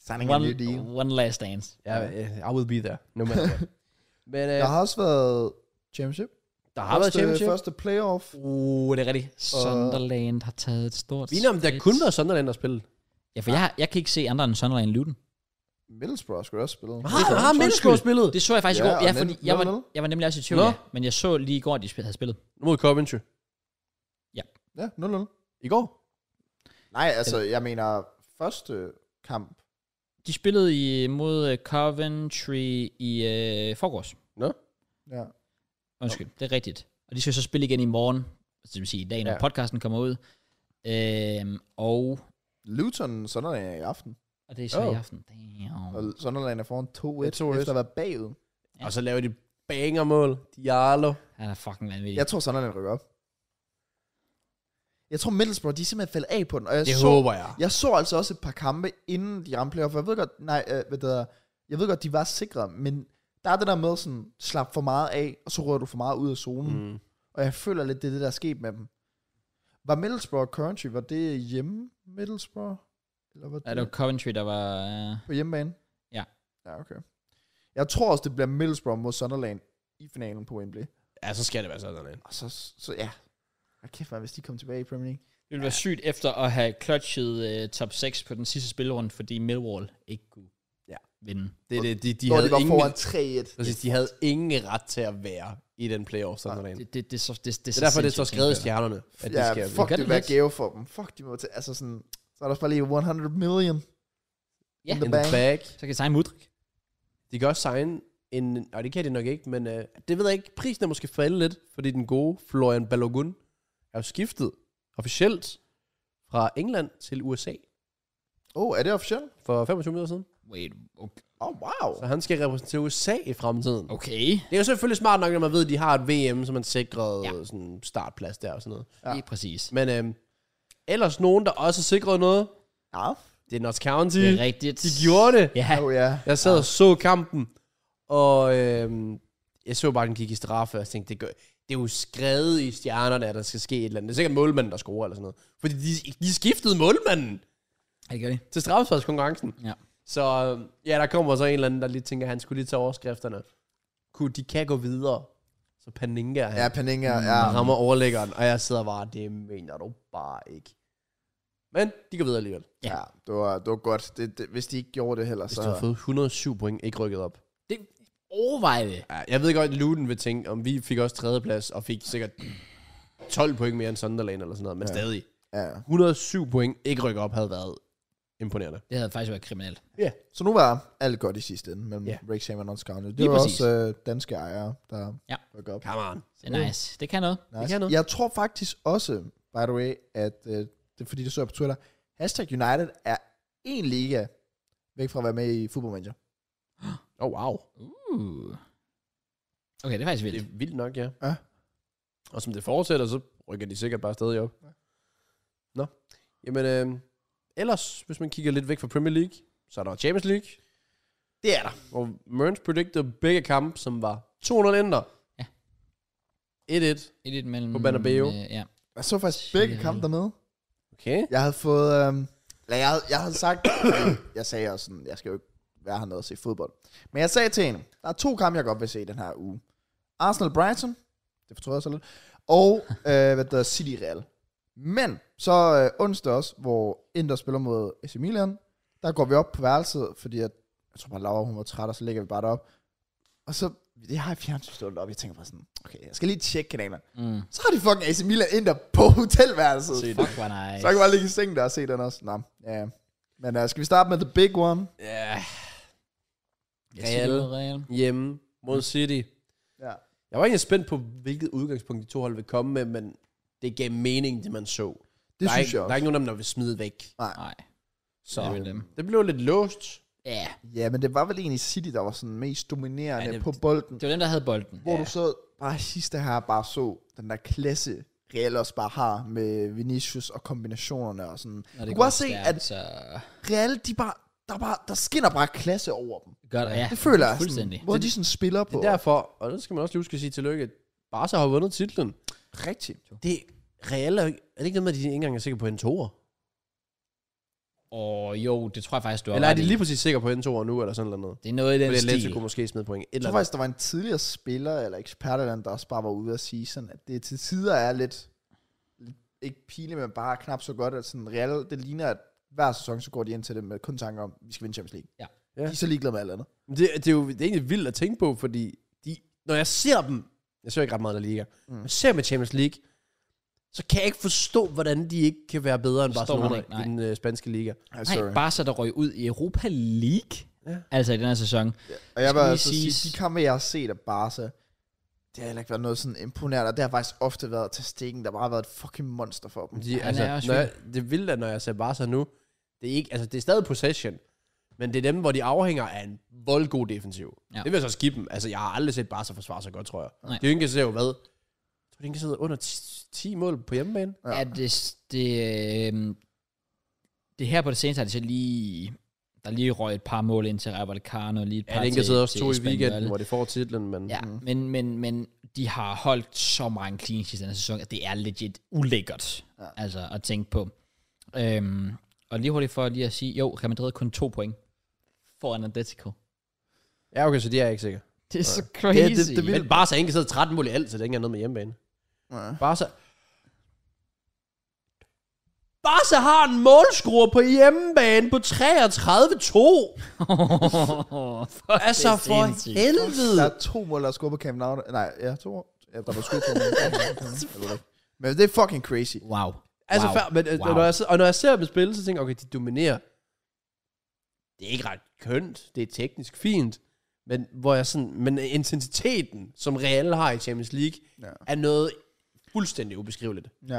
Signing One, one last dance. ja, øh, I will be there. No matter what. Men øh, Der har også været championship. der har været øh, Første- Championship. Først. Første playoff. Uh, det er rigtigt. Sunderland har taget et stort Vi om der skridt. kun var Sunderland, der spillede. Ja, for jeg, jeg kan ikke se andre end Sunderland Luton. Middlesbrough skulle også spille. Har, har Middlesbrough spillet? Det så jeg faktisk Ja, i går. Ja, og fordi nul- jeg var, nul-nul. jeg var nemlig også i tvivl, Nå. ja. Men jeg så lige i går, at de spil- havde spillet. Mod Coventry. Ja, 0-0. I går? Nej, altså, jeg mener første kamp. De spillede i, mod øh, Coventry i øh, forgårs. Ja. Undskyld, det er rigtigt. Og de skal så spille igen i morgen. Altså, det vil sige i dag, når Ja. ja. podcasten kommer ud. Øhm, og, Luton, Sunderland er i aften. og det er så oh. i Oh. aften. Damn. Og Sunderland er foran 2-1, Ja, 2-1. efter at være bagud. Ja. Og så laver de bangermål. Diallo. Han er fucking vanvittig. Jeg tror, Sunderland rykker op. Jeg tror, Middlesbrough, de er simpelthen faldet af på den. Og jeg Det så, håber jeg. Jeg så altså også et par kampe, inden de ramte playoff. Jeg ved godt, nej, øh, hvad det hedder, jeg ved godt, de var sikre, men der er det der med sådan, slap for meget af, og så rører du for meget ud af zonen. Mm. Mm. Og jeg føler lidt, det er det, der er sket med dem. Var Middlesbrough og Coventry, var det hjemme Middlesbrough? Eller var det, Ja, det var Coventry, der var... Øh, på hjemmebane? Ja. Ja, okay. Jeg tror også, det bliver Middlesbrough mod Sunderland i finalen på Wembley. Ja, så skal det være Sunderland. Og så, så ja. Hvad kæft, man, hvis de kom tilbage i Premier League. det ville være sygt efter at have clutchet øh, top 6 på den sidste spilrunde, fordi Millwall ikke kunne Ja. vinde. Det, det, de, de, De havde havde de var ingen, foran 3-1. præcis, de havde ingen ret til at være i den playoff Sunderland. Det, det, det, er så, det, det, Det er derfor, det står sindssygt, skrevet i tænker jeg. stjernerne. At de Ja, skal fuck, Gør det det vil være lidt. gave for dem. Fuck, de må til, altså sådan, så er der også bare lige 100 million. Ja, In the In the bag. bag. så kan jeg tegne Mudrik. De kan også signe en... Nej, det kan de nok ikke, men øh, det ved jeg ikke. Prisen er måske faldet lidt, fordi den gode Florian Balogun er jo skiftet officielt fra England til USA Oh, er det officielt? for 25 minutter siden. Wait, okay. Oh, wow. Så han skal repræsentere USA i fremtiden. Okay. okay. Det er jo selvfølgelig smart nok, når man ved, at de har et VM, som man sikret Ja. ja. sådan startplads der og sådan noget. Ja. Lige præcis. Men øh, ellers nogen, der også har sikret noget, Ja. det er Notts County. Det er rigtigt. De gjorde det. Ja, Oh, ja. Jeg sad og så kampen, og øh, jeg så bare, den gik i straffe, og jeg tænkte, det, gør, det er jo skrevet i stjernerne, at der skal ske et eller andet. Det er sikkert målmanden, der scorer eller sådan noget. Fordi de, de skiftede målmanden Ja, det gør de. til straffesparkskonkurrencen. Ja. Så øh, ja, der kommer så en eller anden, der lige tænker, at han skulle lige tage overskrifterne. Kunne de kan gå videre. Så Paninka, han Ja, Paninga, ja. og rammer overlæggeren, og jeg sidder bare, det mener du bare ikke. Men de går videre alligevel. Ja. Ja, det var, det var godt. Det, det, hvis de ikke gjorde det heller, Hvis så... du har fået 107 point, ikke rykket op. Det, overvej det. Ja, jeg ved godt, Luton vil tænke, om vi fik også tredjeplads, og fik sikkert 12 point mere end Sunderland eller sådan noget, men Ja. ja. stadig. Ja. 107 point, ikke rykket op, havde været imponerende. Det havde faktisk været kriminelt. Så nu var alt godt i sidste ende mellem Ja. yeah. Rexham og Nonscarnet. Det Lige var præcis. også øh, danske ejere, der Ja. rykker op. Come on. Det er nice. Det kan noget. Nice. kan noget. Jeg tror faktisk også, by the way, at øh, det er fordi, det så jeg på Twitter, hashtag United er en liga væk fra at være med i Football Manager. Oh, wow. Uh. Okay, det er faktisk Det vildt. er vildt nok, ja. Ja. Og som det fortsætter, så rykker de sikkert bare stadig op. Nå. Jamen, øh, ellers, hvis man kigger lidt væk fra Premier League, så er der Champions League. Det er der. Og Merns predicted begge kampe, som var 200 ender. Ja. 1-1. I lidt mellem... På Bernabeu. Øh, ja. Jeg så faktisk begge Shit. kampe dernede. Okay. Jeg havde fået... Øh, eller jeg, havde- jeg havde sagt... jeg sagde også sådan, jeg skal jo ikke være hernede og se fodbold. Men jeg sagde til hende, der er to kampe, jeg godt vil se i den her uge. Arsenal-Brighton, det fortrød jeg så lidt, og øh, hvad der City-Real. Men så øh, onsdag også, hvor Inter spiller mod AC Milan, der går vi op på værelset, fordi at, jeg tror bare, Laura hun var træt, og så lægger vi bare derop. Og så, det har jeg fjernsynet op, jeg tænker bare sådan, okay, jeg skal lige tjekke kanalerne. Mm. Så har de fucking AC Milan Inter på hotelværelset. Fuck, hvor nice. Så jeg kan bare ligge i sengen der og se den også. Nå, ja. Men uh, skal vi starte med the big one? Ja. Jeg siger, det var Real. Hjemme mod City. Ja. Jeg var egentlig spændt på, hvilket udgangspunkt de to hold ville komme med, men det gav mening, det man så. Det der er synes ikke, jeg Der er også. ikke nogen af dem, der vil smide væk. Nej. Så Det er vel dem. det blev lidt låst. Ja, Ja, men det var vel egentlig City, der var sådan mest dominerende Ja, ja, det- det, på bolden. det var dem, der havde bolden. hvor du så bare sidste her bare så den der klasse, Real også bare har med Vinicius og kombinationerne og sådan. Når det Du kan går bare se, stærkt, at- Så... Real, de bare, der, bare, der skinner bare klasse over dem. Godt, ja. Det føler jeg Fuldstændig. sådan, hvor de sådan spiller på. Det er derfor, og det skal man også lige huske at sige tillykke, Barca har vundet titlen. rigtigt. Det reelle, er jo ikke- er det ikke noget med, at de ikke engang er sikre på en toer? Åh, jo, det tror jeg faktisk, du har Eller er ret de i. lige præcis sikre på en toer nu, eller sådan noget? Det er noget i den Fordi stil. Atletico kunne måske smide point. Et Jeg eller tror andet. faktisk, der var en tidligere spiller eller ekspert eller andet, der også bare var ude at sige sådan, at det til tider er lidt, lidt ikke pile, men bare knap så godt, at sådan Real, det ligner, at hver sæson, så går de ind til det med kun tanker om, vi skal vinde Champions League. Ja. De Ja. er så ligeglade med alt andet. Det, det, er jo det er egentlig vildt at tænke på, fordi de, når jeg ser dem, jeg ser ikke ret meget af Liga, mm. men ser med Champions League, så kan jeg ikke forstå, hvordan de ikke kan være bedre end Forstår man Barcelona ikke, nej. i den øh, spanske liga. Ja, Nej, Barca, der røg ud i Europa League. Ja. Altså i den her sæson. og skal jeg vil lige altså sige, siges- de kampe, jeg har set af Barca, det har heller ikke været noget sådan imponerende, og det har faktisk ofte været til stikken, der bare har været et fucking monster for dem. De, han altså, er også når jeg, det vilde er, når jeg ser Barca nu, det er, ikke, altså, det er stadig possession, men det er dem, hvor de afhænger af en voldgod defensiv. Ja. Ja. Det vil jeg så også give dem. Altså, jeg har aldrig set Barca forsvare sig godt, tror jeg. Nej. Det er jo ikke, jeg ser jo hvad. Jeg tror, de ikke sidder under 10, 10 mål på hjemmebane. Ja. Ja. At det, det, øh, det her på det seneste har de så lige... Der lige røg et par mål ind til Rabalcano, lige et par Ja, det til, ikke sidder også til to i Espanyol. weekenden, hvor de Mhm. får titlen, men... Ja, men, men, men de har holdt så mange clean sheets i den her sæson, at det er legit ulækkert ja. Ja. altså, at tænke på. Øhm, og lige hurtigt for lige at sige, jo, Real Madrid kun to point foran Atletico. Ja, okay, så de er ikke sikre. Det er så crazy. det- det er vildt. Men Barca har ikke siddet 13 mål i alt, så det er ikke engang noget med hjemmebane. Ja. Barca... Barca har en målskrue på hjemmebane på 33-2. Fuck, Altså, det er for sindssygt. Der helvede. er to mål, der er skudt på Camp Nou. Nej, ja, to ja, der var skudt på Camp Nou. Men det er fucking crazy. Wow. Altså, wow. wow. før, men, wow. Wow. Når jeg, sidder- og når jeg ser dem spille, så tænker jeg, okay, de dominerer. Det er ikke ret kønt, det er teknisk fint, men, hvor jeg sådan, men intensiteten, som Real har i Champions League, Ja. ja. er noget fuldstændig ubeskriveligt. Ja.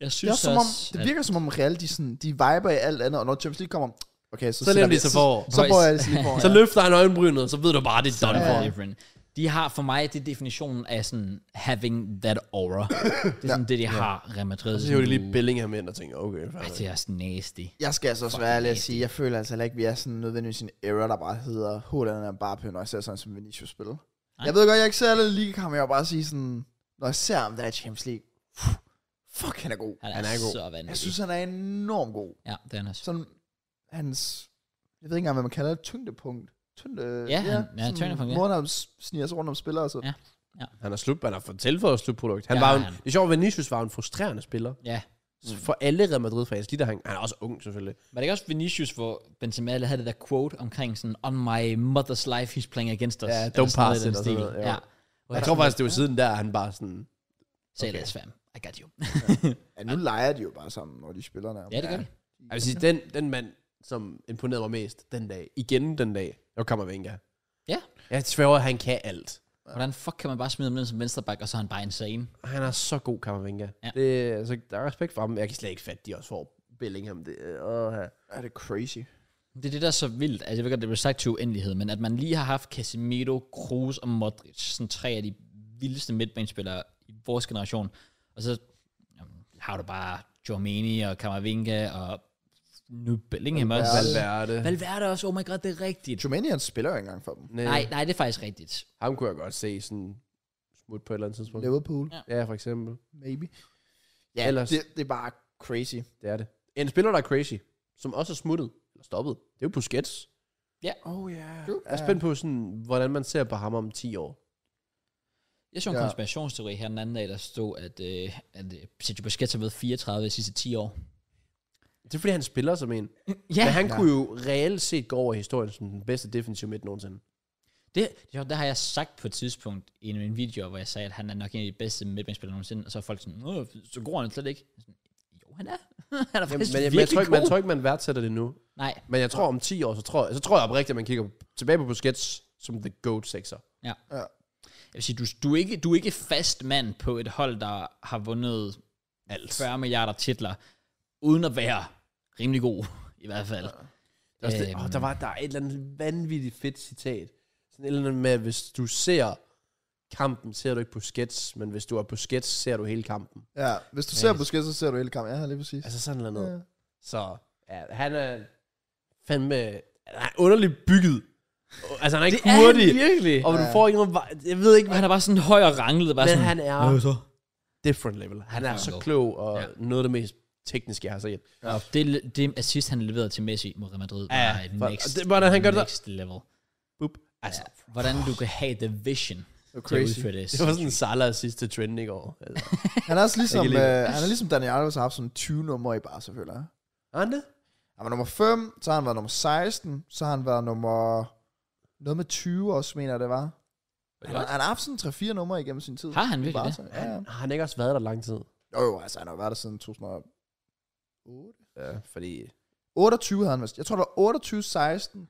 Jeg Det, er synes også, som om, det at- virker som om Real, de, sådan, de viber i alt andet, og når Champions League kommer, okay, så, Så sætter nemt vi- de sig for. Så, så får jeg det lige for. Så løfter han øjenbrynet, så ved du bare, det er done done for. for different. De har for mig, det er definitionen af sådan, having that aura. Det er sådan det, de har, Real Madrid. Så hiver de lige Bellingham ind og tænker, okay, fair nok. Det er også nasty. Jeg skal altså også være ærlig at sige, jeg føler altså heller ikke, vi er sådan nødvendigvis en error, der bare hedder, Holland er bare på, når jeg ser sådan som Vinicius spiller. Jeg ved godt, jeg ikke ser alle lige kan jeg jo bare sige sådan, når jeg ser ham der i Champions League, pff, fuck, han er god. Han er, Han er god. så vanvittig. Jeg synes, han er enormt god. ja, det er han også. Sådan, hans jeg ved ikke engang, hvad man kalder det, tyngdepunkt. Tyngde, Ja, han- ja, sådan tyngdepunkt, ja. Måden, han s- sniger sig rundt om spillere og så. Ja. Han er slut, han har fået tilføjet slutprodukt. Han Ja, ja, var jo en, han. det er sjovt, Vinicius var jo en frustrerende spiller. Ja. Mm. For alle Real Madrid-fans, lige der han, han er også ung selvfølgelig. Var det ikke også Vinicius, hvor Benzema havde det der quote omkring sådan, on my mother's life, he's playing against us. Ja, eller don't sådan noget i pass den it, og sådan stil. noget, ja. Ja, Jeg tror faktisk, det var siden der, han bare sådan... say Okay. okay. this fam, I got you. Ja, nu leger de jo bare sammen, når de spiller nærmest. Ja, det gør vi. Jeg vil sige, den, den mand, som imponerede mig mest den dag, igen den dag, det var Kammervenga. Ja. Jeg sværger, han kan alt. Hvordan fuck kan man bare smide ham ned som venstreback, og så er han bare insane? Han er så god, Kammervenga. Ja. Ja. Det, altså, der er respekt for ham. Jeg kan slet ikke fatte, de også får Bellingham. Det, øh, ja. Ja, det er crazy. Det er det, der er så vildt. Altså, jeg ved godt, det blev sagt til uendelighed, men at man lige har haft Casemiro, Kroos og Modric, sådan tre af de vildeste midtbanespillere i vores generation, og så jamen, har du bare Jormini og Kamavinga og nu Bellingham også. Valverde. Valverde også, oh my god, det er rigtigt. Jomani, han spiller jo ikke engang for dem. Nej, nej, det er faktisk rigtigt. Ham kunne jeg godt se sådan smut på et eller andet tidspunkt. Liverpool, Ja, for eksempel. maybe. Ja, Ellers, Det, det, det er bare crazy. det er det. En spiller, der er crazy, som også er smuttet, eller stoppet, det er jo Busquets. Oh yeah. Jeg er spændt på, sådan, hvordan man ser på ham om 10 år. Jeg så en Ja. ja. konspirationsteori her den anden dag, der stod, at, øh, at øh, Sergio Busquets har været 34 de sidste 10 år. Det er, fordi han spiller som en. Ja, Men han kunne jo reelt set gå over i historien som den bedste defensive midt nogensinde. Det, det, er sjovt, der har jeg sagt på et tidspunkt i en af mine videoer, hvor jeg sagde, at han er nok en af de bedste midtbanespillere nogensinde, og så er folk sådan, Åh, så går han slet ikke. Jeg er Sådan, jo, han er. han er Jamen, faktisk men jeg, men jeg, virkelig tror ikke, man, jeg god. tror ikke, man værdsætter det nu. Nej, Men jeg tror om 10 år, så tror, jeg- så tror jeg oprigtigt, at man kigger tilbage på Busquets som the goat sexer. jeg vil sige, du, du, er ikke, du er ikke fast mand på et hold, der har vundet Alt. 40 milliarder titler, uden at være rimelig god, i hvert fald. Der, øhm. det, åh, der, var, der er et eller andet vanvittigt fedt citat. Sådan et eller andet med, at hvis du ser kampen, ser du ikke på skets, men hvis du er på skets, ser du hele kampen. Ja, hvis du ser Busquets, så ser du hele kampen. Ja, lige præcis. Altså sådan noget. Ja. Ja. Så ja, han er fandme han er underligt bygget. Altså han er ikke Det er han hurtig. virkelig. Og Ja. du får ikke noget, vej- jeg ved ikke, Og hvad han er bare sådan høj og ranglet, bare men sådan, han er så? different level. Han er Ja. så klog, og Ja. noget af det mest tekniske, jeg har set. Ja. Og det, det assist, han leverede til Messi mod Real Madrid, Ja, var et for- next, det- hvordan han gør det der- next level. Boop. Altså, Hvordan du kan have the vision Det er til at crazy. udføre det. det var sådan Salah sidste trend i går. Altså. Han er også ligesom, Jeg kan lide øh, han er ligesom Daniel Alves har haft sådan 20 numre i bare, selvfølgelig. Er han det? Han var nummer 5, så har han været nummer 16, så har han været nummer... Noget med 20 også, mener jeg, det var. Han, har- han har haft sådan 3-4 numre igennem sin tid. Har han i virkelig Barca. Ja, ja. Har han ikke også været der lang tid? Jo, jo, altså han har været der siden 2008. Ja, fordi 28 havde han vist. Jeg tror, det var 28, 16,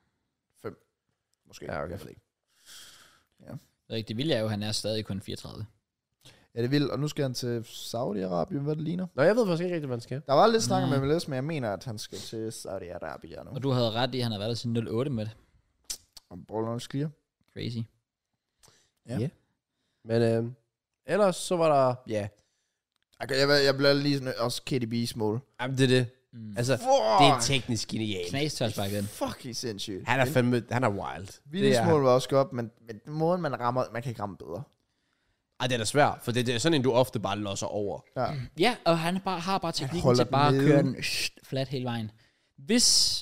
5. Måske. Ja, okay. Jeg ved ikke. Jeg ved ikke, det vilde er jo, at han er stadig kun 34. Ja, det er vildt. Og nu skal han til Saudi-Arabien, hvad det ligner. Nå, jeg ved faktisk ikke rigtig, hvad han skal. Der var lidt snak om Mm. Nej. MLS, men jeg mener, at han skal til Saudi-Arabien nu. Og du havde ret i, at han har været der siden 08 med det. Om ballerne clear. Crazy. Men øh, ellers så var der... Ja, Okay, jeg, jeg bliver lige sådan, også KDB's mål. jamen, det er det. Mm. Altså, Fuck. det er teknisk genialt. Knas touchback den. Fucking sindssygt. Han er fandme... Han er wild. Det Vildes er, mål var også godt, men, men måden man rammer, man kan ikke ramme bedre. Ej, den er svær, for det, det er sådan en, du ofte bare losser over. Ja. Ja, og han bare, har bare teknikken holder til bare den at nede. køre den sht, flat hele vejen. Hvis,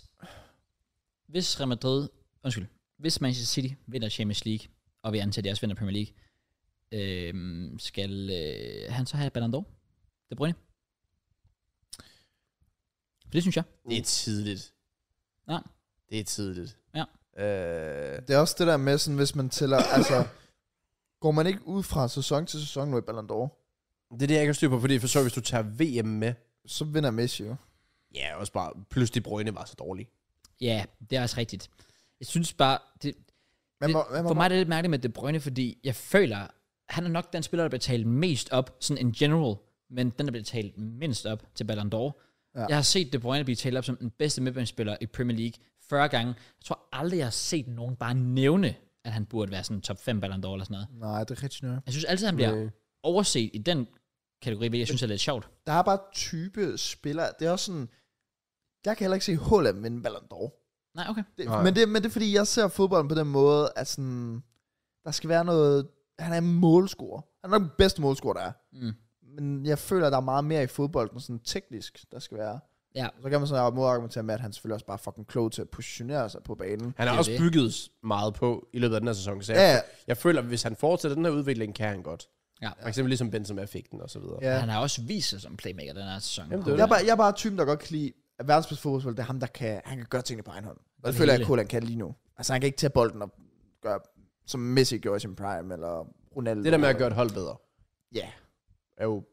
hvis Real Madrid, undskyld, hvis Manchester City vinder Champions League, og vi antager, at de også vinder Premier League, øhm, skal øh, han så have Ballon d'Or? Det Bruyne? For det synes jeg. Det er tidligt. Ja. Det er tidligt. Ja. Øh, Det er også det der med, sådan, hvis man tæller, altså, går man ikke ud fra sæson til sæson nu i Ballon d'Or, det er det, jeg ikke har styr på, fordi for så hvis du tager VM med, så vinder Messi jo. ja, også bare, plus de brøgne var så dårlige. Ja, det er også rigtigt. Jeg synes bare, det, Man Det- må, man må, For mig er det lidt mærkeligt med De Bruyne, fordi jeg føler, han er nok den spiller, der bliver talt mest op, sådan in general, men den, der bliver talt mindst op til Ballon d'Or. Ja. Ja. Jeg har set De Bruyne blive talt op som den bedste midtbanespiller i Premier League 40 gange. Jeg tror aldrig, jeg har set nogen bare nævne, at han burde være sådan top 5 Ballon d'Or eller sådan noget. Nej, det er Øh, rigtigt nok. Jeg synes altid, han bliver Nej. overset i den kategori, hvilket jeg synes er lidt sjovt. Der er bare type spillere, det er også sådan, jeg kan heller ikke se Holland vinde Ballon d'Or. Nej, okay. Det, Nej. men, det, men det er fordi, jeg ser fodbolden på den måde, at sådan, der skal være noget, han er en målscorer. Han er nok den bedste målscorer, der er. Mm. Men jeg føler, at der er meget mere i fodbolden, sådan teknisk, der skal være. Ja. Så kan man så modargumentere med, at han selvfølgelig også bare er fucking klog til at positionere sig på banen. Han har Det er også det. bygget meget på i løbet af den her sæson, så jeg, Ja, jeg føler, at hvis han fortsætter den her udvikling, kan han godt. Ja. For eksempel ligesom Benzema fik den, og så videre. ja. Han har også vist sig som playmaker den her sæson. Jamen, det er Jeg er, bare, jeg er bare typen, der godt kan lide, at verdens bedste fodboldspiller, det er ham, der kan, han kan gøre tingene på egen hånd. Og det Det føler jeg, hele. at Kolan kan lige nu. Altså, han kan ikke tage bolden og gøre, som Messi gjorde i sin prime, eller Ronaldo. Det der med at gøre et hold bedre, Ja, er jo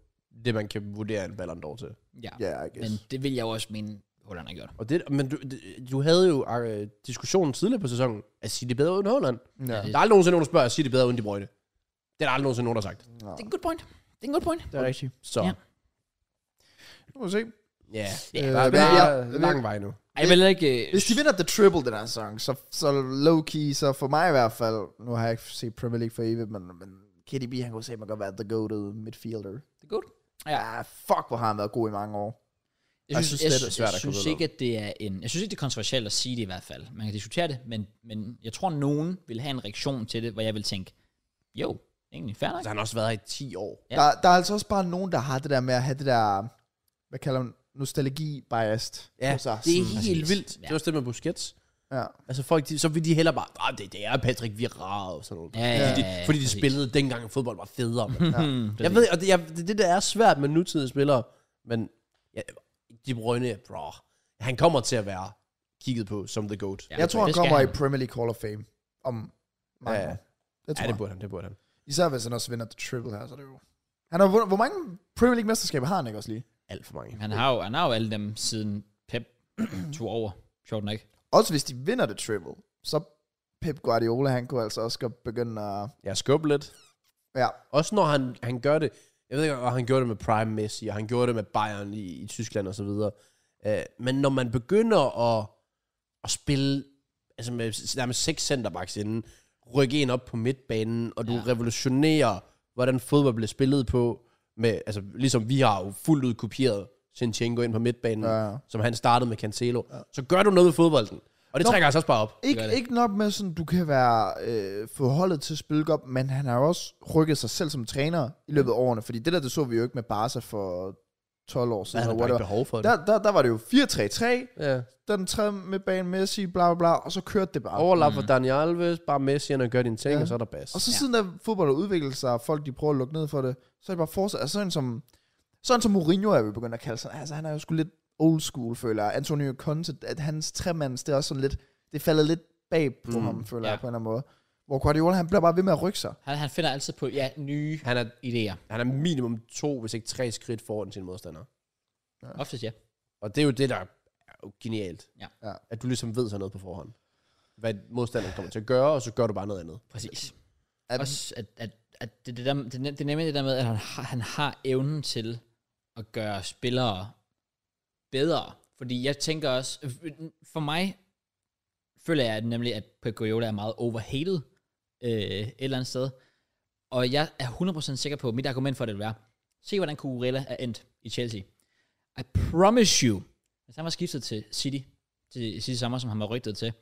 det, man kan vurdere en Ballon d'Or til. Ja. ja. ja, I guess. Men det vil jeg jo også mene, Holland har gjort. Og det, men du, det- du havde jo øh, diskussionen tidligere på sæsonen, at City bedre uden Holland. Men, ja. Der er aldrig nogensinde nogen, der spørger, at City bedre uden De Bruyne. Det er der aldrig nogensinde nogen, der har sagt. Det er en good point. Det er en good point. Det er rigtigt. Så Ja. ja, Nu må vi se. yeah. Ja, der, Øh, der men er jeg- lang vej nu. Ej, jeg vil heller ikke... øh, Hvis de vinder The Triple den her sæson, så, så low-key, så for mig i hvert fald, nu har jeg ikke set Premier League for evigt, men, men KDB, han kunne se, at man godt være the go-to midfielder. Det er godt. Ja, fuck, hvor har han været god i mange år. Jeg synes, jeg synes, det jeg, er svært at jeg komme synes ud ikke, at det er en... Jeg synes ikke, det er kontroversielt at sige det i hvert fald. Man kan diskutere det, men, men jeg tror, nogen vil have en reaktion til det, hvor jeg vil tænke, jo, egentlig fair nok. Så han har også været her i 10 år. Ja. Ja. Der, der er altså også bare nogen, der har det der med at have det der, hvad kalder man, nostalgi-biased. Ja, på sig. det Sådan, er helt præcis. vildt. Ja. Det var også det med Busquets. Ja. Altså folk, de, så vil de heller bare, ah, det, det er Patrick Vieira og sådan noget. Ja, ja, fordi de, ja, ja, fordi de præcis. spillede dengang, at fodbold var federe. Man. Hmm, det er jeg ved, og det, jeg, det, er det, der er svært med nutidige spillere, men ja, De Bruyne, bro, han kommer til at være kigget på som the goat. Ja, Jeg tror, han det skal kommer i han. Premier League Hall of Fame om mange Ja. ja. år. Det tror ja det jeg. burde han, det burde han. Især hvis han også vinder the triple her, så er det jo... Han har vundet, hvor mange Premier League-mesterskaber har han ikke også lige? Alt for mange. Han har jo, han har jo alle dem, siden Pep tog over. Sjovt nok. Også hvis de vinder the triple, så Pep Guardiola, han kunne altså også godt begynde at... Jeg skubber lidt. Ja, Også når han, han gør det, jeg ved ikke, og han gjorde det med Prime Messi, og han gjorde det med Bayern i, i Tyskland og så videre. Uh, men når man begynder at, at spille altså med s- nærmest seks centerbacks inden, rykke en op på midtbanen, og du Ja. ja. revolutionerer, hvordan fodbold bliver spillet på, med, altså, ligesom vi har jo fuldt ud kopieret Sinchenko ind på midtbanen, Ja, ja. som han startede med Cancelo, så gør du noget ved fodbolden. Og det Nå. trækker altså også bare op. gør Ikke, det. ikke nok med, sådan, du kan være øh, forholdet til at spille godt, men han har jo også rykket sig selv som træner i løbet af årene, fordi det der, det så vi jo ikke med Barca for 12 år Der siden. er eller bare Altså, ikke whatever. behov for det. Der, der, der var det jo 4-3-3, ja. den tredje med banen Messi, bla bla bla, og så kørte det bare. Overlap Mm. for Daniel Alves, bare Messi, og gør dine ting, Ja. ja. og så er der bas. Og så siden der fodbold har udviklet sig, og folk de prøver at lukke ned for det, så er det bare fortsat. Altså sådan som, sådan som Mourinho er vi begyndt at kalde sig. Altså han er jo sgu lidt old school, føler jeg. Antonio Conte, at hans tremands, det er også sådan lidt, det falder lidt bag på mm, ham, føler ja. jeg på en eller anden måde. Hvor Guardiola, han bliver bare ved med at rykke sig. Han, han finder altid på, ja, nye Han er, idéer. han er minimum to, hvis ikke tre skridt foran sin modstander. Oftest ja. Og det er jo det, der er jo genialt. Ja. Ja. At du ligesom ved sådan noget på forhånd. Hvad modstanderen kommer til at gøre, og så gør du bare noget andet. Præcis. At, Også, at, at, at det, det, der, det, er nem- det er nemlig det der med, at han har, han har evnen til at gøre spillere bedre. Fordi jeg tænker også, øh, for mig føler jeg nemlig, at Pep Guardiola er meget overhated øh, et eller andet sted. Og jeg er 100% sikker på, at mit argument for det vil være, se hvordan Cucurella er endt i Chelsea. I promise you, hvis han var skiftet til City, til sidste sommer, som han var rygtet til,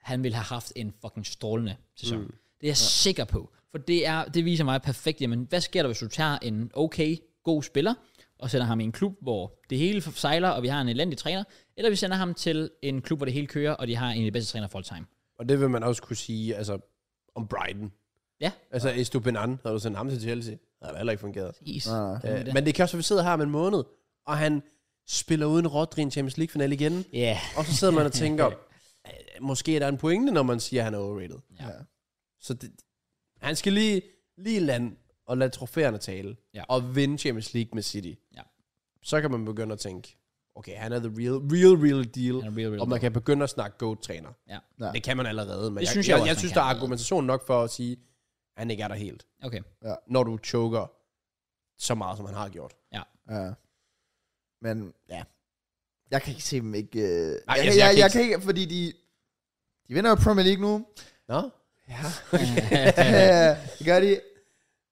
han ville have haft en fucking strålende sæson. Mm. Det er jeg ja. sikker på. For det, er, det viser mig perfekt, jamen hvad sker der, hvis du tager en okay, god spiller, og sender ham i en klub, hvor det hele sejler, og vi har en elendig træner, eller vi sender ham til en klub, hvor det hele kører, og de har en af de bedste træner full time. Og det vil man også kunne sige, altså, om Brighton. Ja. Altså, Estupinan, havde du sendt ham til Chelsea, havde det heller ikke fungeret. Is. nej, nej. er Øh, det. men det kan også være, at vi sidder her om en måned, og han spiller uden Rodri i en Champions League-finale igen. Ja. Og så sidder man og tænker, "Øh, måske er der en pointe, når man siger, at han er overrated. Ja. Så det, han skal lige, lige lande og lade trofæerne tale, Ja. og vinde Champions League med City. Ja. Så kan man begynde at tænke, okay, han er the real, real, real deal, Han er real, real og man kan begynde at snakke GOAT-træner. Ja. Ja. Det kan man allerede, men Det jeg, synes jeg jeg, også, jeg, jeg man synes, kan der er allerede. argumentation nok for at sige, at han ikke er der helt, Okay. når du choker så meget, som han har gjort. Ja. Men ja, jeg kan ikke se dem ikke... Øh, jeg, jeg- jeg, jeg, jeg jeg, kan ikke- kan ikke, fordi de, de vinder jo Premier League nu. Nå? Ja. Okay. Ja, det gør de.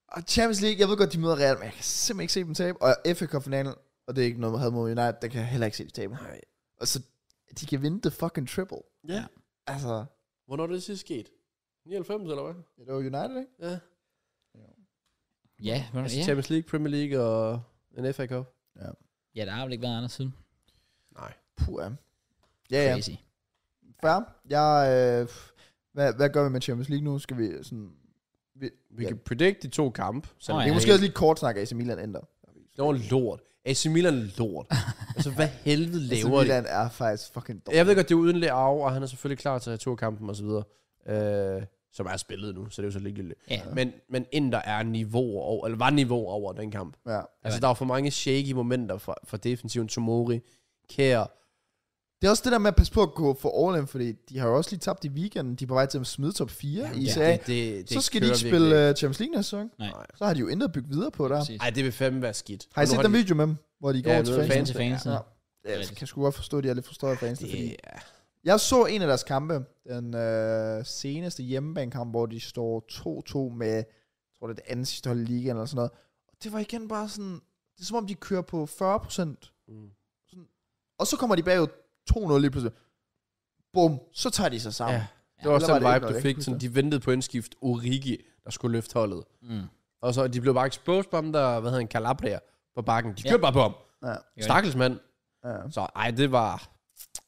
Og Champions League, jeg ved godt, de møder Real, men jeg kan simpelthen ikke se dem tabe. Og FA Cup-finalen, og det er ikke noget, man havde mod United, der kan jeg heller ikke se de tabe. Nej. Og så, de kan vinde the fucking triple. Ja. Altså, Hvornår er det sidst sket? 99, eller hvad? det var United, ikke? Ja. ja, men, Altså ja. Champions League, Premier League og en FA Cup. ja, der har vel ikke været andet siden. Nej. Puh, ja. Ja, ja. Crazy. Fair. Jeg, øh, hvad, hvad gør vi med Champions League nu? Skal vi sådan... Vi, Vi ja. kan predict de to kampe. Så Nå Vi ja. kan måske også lige kort snakke AC Milan ændrer. Det var lort. AC Milan er lort. altså, hvad helvede AC laver de? Milan er faktisk fucking dårlig. Jeg ved godt, det er uden Leao, og han er selvfølgelig klar til returkampen og så videre. Øh, som er spillet nu, så det er jo så ligegyldigt. Ja. Men, men Inter er niveau over, eller var niveau over den kamp. Ja. Altså, der var for mange shaky momenter fra, fra defensiven. Tomori, Kjær. Det er også det der med at passe på at gå for all in, fordi de har jo også lige tabt i weekenden. De er på vej til at smide top 4 Jamen, i ja, CA. det, det, det Så skal de kører ikke virkelig spille uh, Champions League næste sæson. Nej. Så har de jo intet at bygge videre på der. Præcis. Ej, det vil fandme være skidt. Har I Og nu set den video med dem, hvor de går Ja, over til nede ved fansene? Fans til fans. Ja. Ja, jeg Rigtigt. kan sgu godt forstå, at de er lidt frustreret for fansene, fordi Det er Jeg så en af deres kampe, den øh, seneste hjemmebanekamp, hvor de står 2-2 med, jeg tror det er det andet sidste hold i ligaen eller sådan noget. Og det var igen bare sådan, det er som om de kører på 40 procent. Mm. Sådan, og så kommer de bagud 2-0 lige pludselig. Bum, så tager de sig sammen. Ja. Ja. Det var også Eller den var det ikke vibe, du noget, fik. jeg Sådan, ikke de ventede på indskift Origi, der skulle løfte holdet. Mm. Og så de blev bare exposed på ham, der, hvad hedder han, Calabria på bakken. De Ja. kørte bare på ham. Ja. Stakkels mand. Ja. Så ej, det var,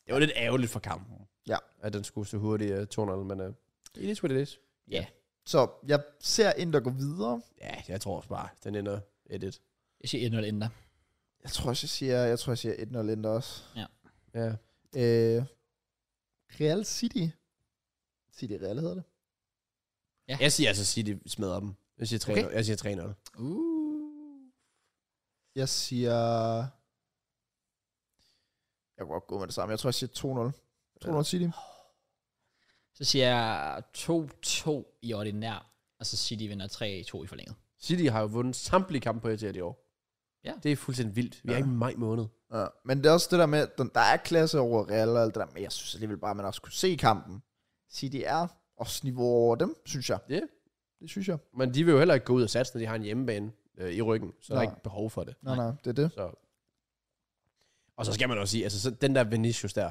det var lidt ærgerligt for kampen. Ja. At den skulle så hurtigt uh, 200, men uh, it is what it is. Så jeg ser Inter gå videre. Ja, jeg tror også bare, den ender edit. Jeg siger 1-0 ender. Jeg tror også, jeg siger, jeg tror, jeg siger 1-0 Inter også. Ja. Øh, Real City. City Real hedder det. Jeg siger altså, City smadrer dem. Jeg siger 3 okay. Jeg siger 3 -0. Uh. Jeg siger... Jeg kunne godt gå med det samme. Jeg tror, jeg siger 2-0. 2-0 City. Så siger jeg 2-2 i ordinær, og så City vinder 3-2 i forlænget. City har jo vundet samtlige kampe på Etihad i år. Ja. Det er fuldstændig vildt. Vi er Ja. i maj måned. Ja. Men det er også det der med, at den- der er klasse over Real og alt det der, men jeg synes alligevel bare, at man også kunne se kampen. City er også niveau over dem, synes jeg. Ja. Det synes jeg. Men de vil jo heller ikke gå ud og satse, når de har en hjemmebane øh, i ryggen. Så der er Nej. ikke behov for det. Nej, nej, det er det. Så. Og så skal man også sige, altså så den der Vinicius der,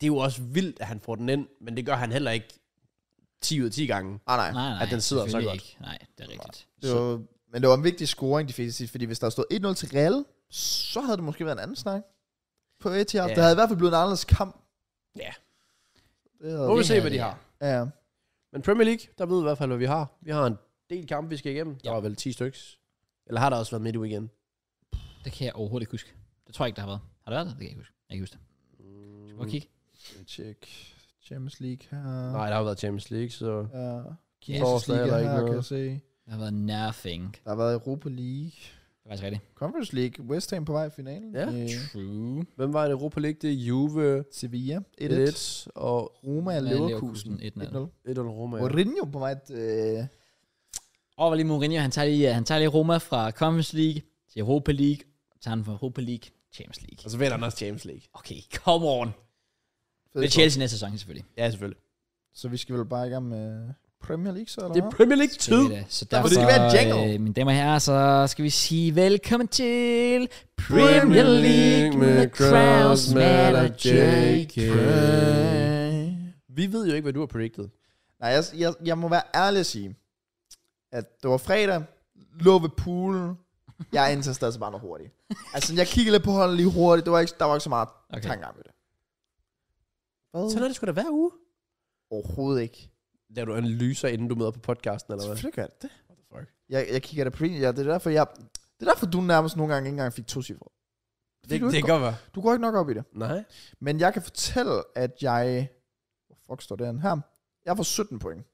det er jo også vildt, at han får den ind, men det gør han heller ikke 10 ud af 10 gange. Ah, nej. Nej, nej. At den sidder så selvfølgelig godt. Ikke. Nej, det er rigtigt. Det var, men det var en vigtig scoring, de fik til sidst, fordi hvis der stod 1-0 til Real, så havde det måske været en anden snak på Etihad. Ja. Yeah. Det havde i hvert fald blevet en anderledes kamp. Ja. Det Nu må havde, vi Det se, her, hvad de det er- har. ja, ja. Men Premier League, der ved vi i hvert fald, hvad vi har. Vi har en del kampe, vi skal igennem. Der var vel 10 stykker. Eller har der også været midt i weekend? Det kan jeg overhovedet ikke huske. Det tror jeg ikke, der har været. Har der været det? Det kan jeg ikke huske. Jeg kan ikke huske det. Skal Mm. vi bare kigge? Tjek. Champions League her. Nej, der har været Champions League, så... Ja. Torsdag Champions League er der her, ikke ikke kan noget. jeg se. Der har været nothing. Der har været Europa League. Det er faktisk rigtigt. Conference League. West Ham på vej i finalen. Ja. Øh, True. Hvem var det? Europa League? Det er Juve, Sevilla. 1-1. 1-1, og Roma og Roma, Leverkusen. Leverkusen, 1-0. 1-0. 1-0 Roma. ja. Mourinho på vej til... Øh, Og lige Mourinho, han tager lige, øh, han tager lige Roma fra Conference League til Europa League. Tager han fra Europa League, Champions League. Og så vinder han også Champions League. Okay, come on. fed Med Chelsea næste sæson selvfølgelig. Ja, selvfølgelig. kamp. Så vi skal vel bare i gang med Premier League, så eller Det er Premier League tid. Det er det. Så Der derfor, må det være en jingle. øh, mine damer og herrer, så skal vi sige velkommen til Premier League med Kraus, Matt og JK. Vi ved jo ikke, hvad du har predicted. Nej, jeg, jeg, jeg må være ærlig og sige, at det var fredag, lå ved poolen, jeg indtastede altså bare noget hurtigt. Altså, jeg kiggede lidt på holdet lige hurtigt, det var ikke, der var ikke så meget okay. Okay. tankegang ved det. Sådan er det sgu da hver uge. Overhovedet ikke. Laver du analyser, inden du møder på podcasten, eller hvad? Selvfølgelig gør det det. What the fuck? Jeg, jeg kigger da på din, ja, det er derfor, jeg... Det er derfor, du nærmest nogle gange ikke engang fik to cifre. Det, det, det gør hvad? Du går ikke nok op i det. Nej. Men jeg kan fortælle, at jeg... Hvor fuck står den her? Jeg får 17 point.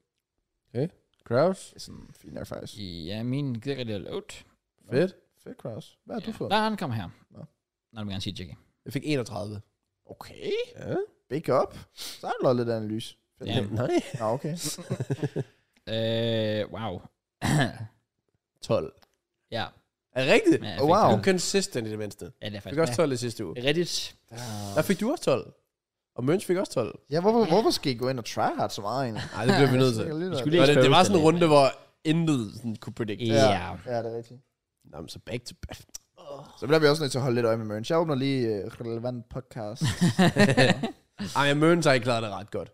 Kraus. Det er sådan fint nok faktisk. Ja, min gider rigtig er lovet. Fedt. Fedt, Kraus. Hvad har du fået? Nej, han kommer her. Nå. Nej, du må gerne sige Jackie. Jeg fik 31. Okay. Ja. Big up. Så er der lidt analyse. Fedt. Ja. Nej. Nå, okay. Øh, wow. 12. ja. Er det rigtigt? ja Ja. jeg fik wow. Du den. er consistent i det mindste. Ja, det er Du faktisk. fik også 12 i sidste uge. Ja. Reddit. Der fik du også 12. Og Møns fik også 12. Ja, hvorfor, hvorfor skal I gå ind og try hard så meget egentlig? Nej, det blev vi nødt til. Vi til. skulle Og lige det, det var expose sådan en den runde, hvor intet sådan, kunne predict. lidt. Ja. Ja. Ja, det er rigtigt. Nå, men så back to back. Så bliver vi også nødt til at holde lidt øje med Mørens. Jeg åbner lige øh, relevant podcast. Ej, Møns har ikke klaret det ret godt.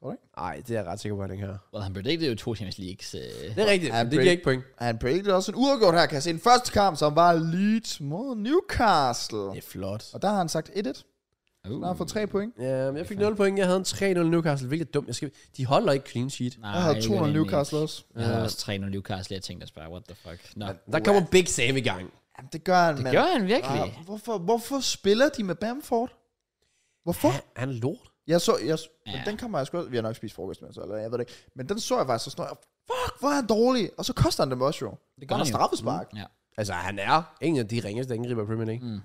Tror du ikke? Nej, det er jeg ret sikker på, at han ikke har. Well, han predicted jo to Champions Leagues. Øh. Det er rigtigt, Ja, men det giver Brady- ikke point. Han predicted også en uafgjort her, kan jeg se. En første kamp, som var Leeds mod Newcastle. Det er flot. Og der har han sagt 1-1. Uh. Der har han fået 3 point. Ja, men jeg fik 0 point. Jeg havde en 3-0 Newcastle, hvilket er dumt. Jeg skal... De holder ikke clean sheet. Nej, Jeg havde det gør 200 det ikke. Newcastle også. Jeg havde også 3-0 Newcastle, jeg tænkte også bare, what the fuck. Nå, Der kommer Big Sam i gang. Jamen, det gør han, det mand. gør han virkelig. Ah, hvorfor, hvorfor spiller de med Bamford? Hvorfor? Han, han er lort. Jeg så, jeg, Ja. ja. den kommer jeg sgu også- vi har nok spist frokost med, så, eller jeg ved det ikke. Men den så jeg faktisk, og sådan noget, fuck, hvor er han dårlig. Og så koster han dem også jo. Det gør gør han han jo. straffespark. Ja. Altså, han er en af de ringeste angriber i Premier League. Mm. Mm.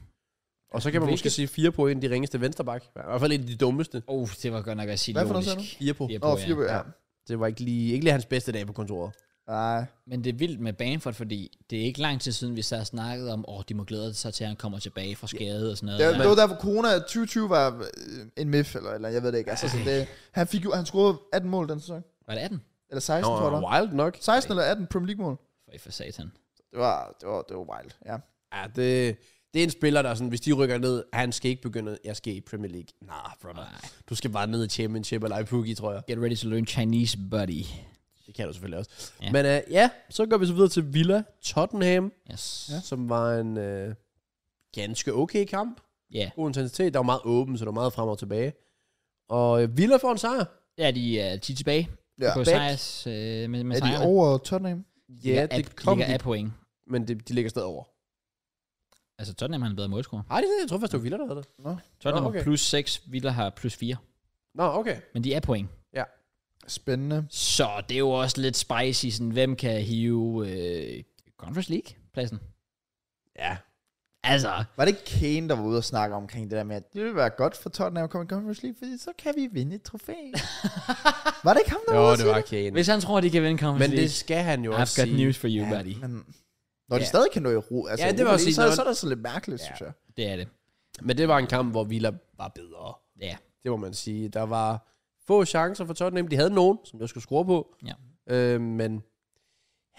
Og så kan man Hvilket- måske sige 4 på en af de ringeste vensterbak. I hvert fald en af de dummeste. Oh, det var godt nok at sige Hvad for noget, logisk. sagde 4 på. Fire Nå, fire bøger. Ja. Ja. Det var ikke lige, ikke lige hans bedste dag på kontoret. Nej. Men det er vildt med Banford, fordi det er ikke lang tid siden, vi så har snakket om, åh, oh, de må glæde sig til, at han kommer tilbage fra skade og sådan noget. Det, var- Ja. det var derfor, corona 2020 var øh, en mif, eller, eller jeg ved det ikke. Altså, sådan, det, han, fik, jo- han scorede 18 mål den sæson. Var det 18? Eller 16, Nå, tror jeg. det var. wild nok. 16 eller 18 Premier League mål. For, for satan. Det var, det var, det var wild, ja. Ja, det, det er en spiller, der er sådan, hvis de rykker ned, han skal ikke begynde, jeg skal i Premier League. Nah, brother. Nej. Du skal bare ned i Championship eller i Pookie, tror jeg. Get ready to learn Chinese, buddy. Det kan du selvfølgelig også. Ja. Ja. Men uh, ja, så går vi så videre til Villa Tottenham, Yes. Ja. Ja. som var en uh, ganske okay kamp. Yeah. God intensitet, der var meget åben, så der var meget frem og tilbage. Og uh, Villa får en sejr. Ja, de er de er tilbage. Ja. på back. sejrs øh, med, med Er de sejrene. over Tottenham? De ligger Ja, det af- de kom ligger de. af point. Men det, de ligger stadig over. Altså Tottenham har en bedre målscore. Har de det? Jeg tror faktisk, det var Villa, der havde det. Tottenham Nå, okay. okay. har plus 6, Villa har plus 4. Nå, okay. Men de er point. Spændende. Så det er jo også lidt spicy, sådan, hvem kan hive øh, Conference League-pladsen? Ja. Altså, Var det ikke Kane, der var ude og snakke omkring det der med, at det ville være godt for Tottenham at komme i Conference League, fordi så kan vi vinde et trofæ. var det ikke ham, der var ude Jo, at det sige var Kane. hvis han tror, de kan vinde Conference Men League, det skal han jo I've også got sige. news for you, Ja, buddy. men når de Ja. stadig kan nå i ro, altså Ja, ja, det det vil var jeg sige, så, når- så er det så lidt mærkeligt, ja. Ja. synes jeg. Det er det. Men det var en kamp, hvor Villa var bedre. Ja. Det må man sige. Der var få chancer for Tottenham. De havde nogen, som jeg skulle score på. Ja. Øh, men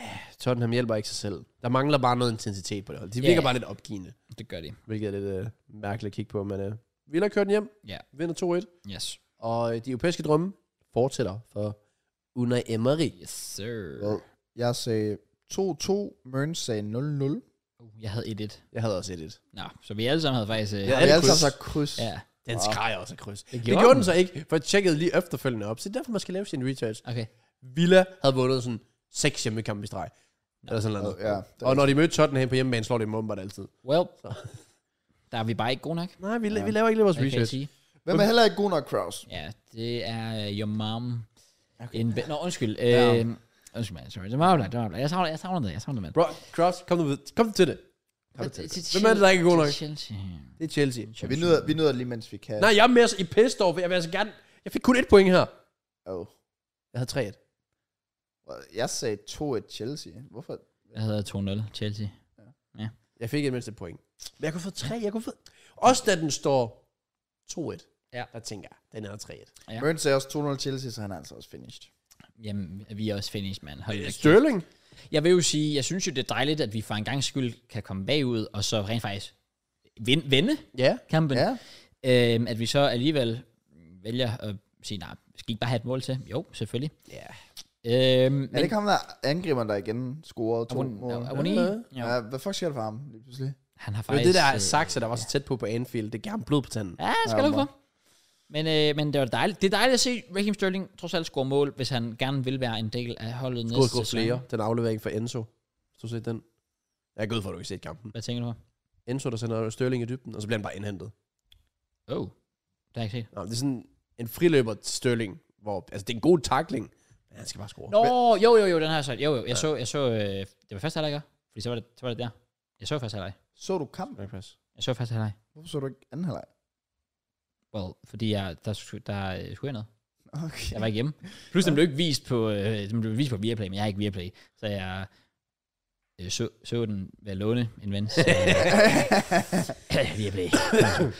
ja, Tottenham hjælper ikke sig selv. Der mangler bare noget intensitet på det hold. De Ja. virker bare lidt opgivende, Det gør de. hvilket er lidt øh, mærkeligt at kigge på. Men øh, Villa kører den hjem, Ja. vinder 2-1. Yes. Og øh, de europæiske drømme fortsætter for Unai Emery. Yes, sir. Well. Jeg sagde 2-2, Mørn sagde 0-0. Uh, Jeg havde 1-1. Jeg havde også 1-1. Nå, så vi alle sammen havde faktisk... Øh, Ja, Ja, det vi er alle kryds. sammen sagt kryds. Ja. ja. Den skrejer også af kryds. Det gjorde gjorde, det gjorde den. den så ikke, for jeg tjekkede lige efterfølgende op. Så det er derfor, man skal lave sin research. Okay. Villa havde vundet sådan seks hjemmekampe i streg. Eller sådan noget. Ja, det er og når de mødte Tottenham på hjemmebane, slår de dem åbenbart altid. Well, Så. der er vi bare ikke gode nok. Nej, vi, ja. vi laver ikke lige vores Hvad kan jeg research. sige? Hvem er heller ikke god nok, Kraus? Ja, det er uh, your mom. Okay. En be- Nå, undskyld. Ja. Øh, undskyld, mand. Sorry. Det var jo det. var jo Jeg savner, jeg savner det. Jeg savner det, mand. Bro, Cross, kom nu ved. Kom til det. Hvem er det, der ikke er god nok? Chelsea. Det er Chelsea. Ja, vi, nyder, vi nyder lige, mens vi kan. Nej, jeg er mere så- i pissed over, for jeg vil altså gerne... Jeg fik kun et point her. Oh. Jeg havde 3-1. Jeg sagde 2-1 Chelsea. Hvorfor? Jeg hedder 2-0 Chelsea. Jeg fik et mindst et point. Men jeg kunne få 3, jeg kunne få... Også da den står 2-1. Ja. Der tænker jeg, den er 3-1. Ja. Ja. Mørn sagde også 2-0 Chelsea, så han er altså også finished. Jamen, vi er også finished, mand. Hold da kæft. Sterling? Jeg vil jo sige, jeg synes jo, det er dejligt, at vi for en gang skyld kan komme bagud, og så rent faktisk vinde, vinde Ja. kampen. Ja, Øhm, at vi så alligevel vælger at sige, nej, skal I ikke bare have et mål til? Jo, selvfølgelig. Ja. Øhm, er det ikke ham, der angriber, der igen scorede to Abon- mål? Abonnee? Ja. Jo. Ja, Øh, hvad fuck sker der for ham lige pludselig? Han har Det var faktisk... det der øh, Saxe, der var så tæt på på Anfield. Det gav ham blod på tanden. Ja, skal Ja, du for. Men, øh, men det var dejligt. Det er dejligt at se Raheem Sterling trods alt score mål, hvis han gerne vil være en del af holdet Skulle næste have sæson. flere. Den aflevering for Enzo. Så set den. Jeg er gået for, at du ikke set kampen. Hvad tænker du på? Enzo, der sender Sterling i dybden, og så bliver han bare indhentet. Oh, det har jeg ikke set. Nå, men det er sådan en friløber til Sterling, hvor, altså det er en god takling, men han skal bare score. Nå, jo, jo, jo, den har jeg set. Jo, jo, jeg så, jeg så, øh, det var første halvleg, ikke? Fordi så var det, så var det der. Jeg så første halvleg. Så du kamp? Jeg så første halvleg. Hvorfor så du ikke anden halvleg? Well, fordi jeg, der, skulle- der øh, skulle jeg noget. Okay. Jeg var ikke hjemme. Plus, den blev ikke vist på, øh, den blev vist på Viaplay, men jeg har ikke Viaplay. Så jeg øh, så, så den ved at låne en ven. øh, Viaplay.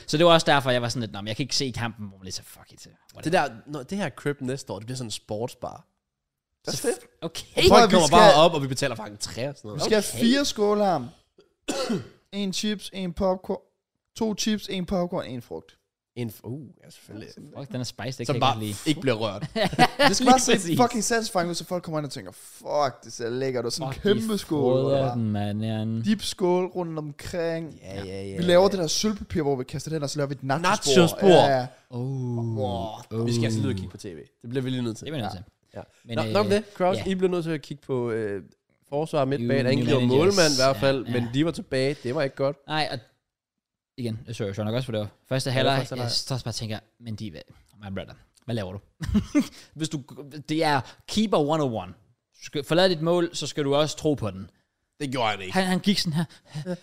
så det var også derfor, jeg var sådan lidt, "Nå, men jeg kan ikke se kampen, hvor man lidt så fuck it. whatever." Det der, når det her crib næste år, det bliver sådan en sportsbar. That's it. Okay. Prøv Folk at vi kommer skal- bare op, og vi betaler faktisk en træ og sådan Vi noget. skal have fire skålarm. en chips, en popcorn. To chips, en popcorn, en frugt. En, uh, ja, selvfølgelig. Fuck, den er spicy, det kan Som jeg bare godt lide. ikke bliver rørt. Det skal Lige bare se præcis. fucking satisfying ud, så folk kommer ind og tænker, fuck, det ser lækkert ud. Sådan en Fuck, kæmpe de skål. hvor der fodrer var den, mand. Ja, en Deep skål rundt omkring. Ja, ja, ja. Vi laver det der sølvpapir, hvor vi kaster det hen, og så laver vi et nachospor. Nachospor. Ja, ja. Oh. Wow. Vi skal altså ned og kigge på tv. Det bliver vi lige nødt til. Uh. Det er vi nødt til. Ja. Men, Men, Nå, øh, nok om det. Kraus, ja. yeah. I blev nødt til at kigge på øh, forsvar midt bag. You Der angriber managers. målmand i hvert Ja, fald, ja, ja. ja. men de var tilbage. Det var ikke godt. Nej, og igen, jeg søger jo nok også, for det var første halvleg. første halvleg. Jeg står også bare og tænker, men de, hvad- my brother, hvad laver du? Hvis du, det er keeper 101. Du skal forlade dit mål, så skal du også tro på den. Det gjorde han ikke. Han, han gik sådan her. Uh,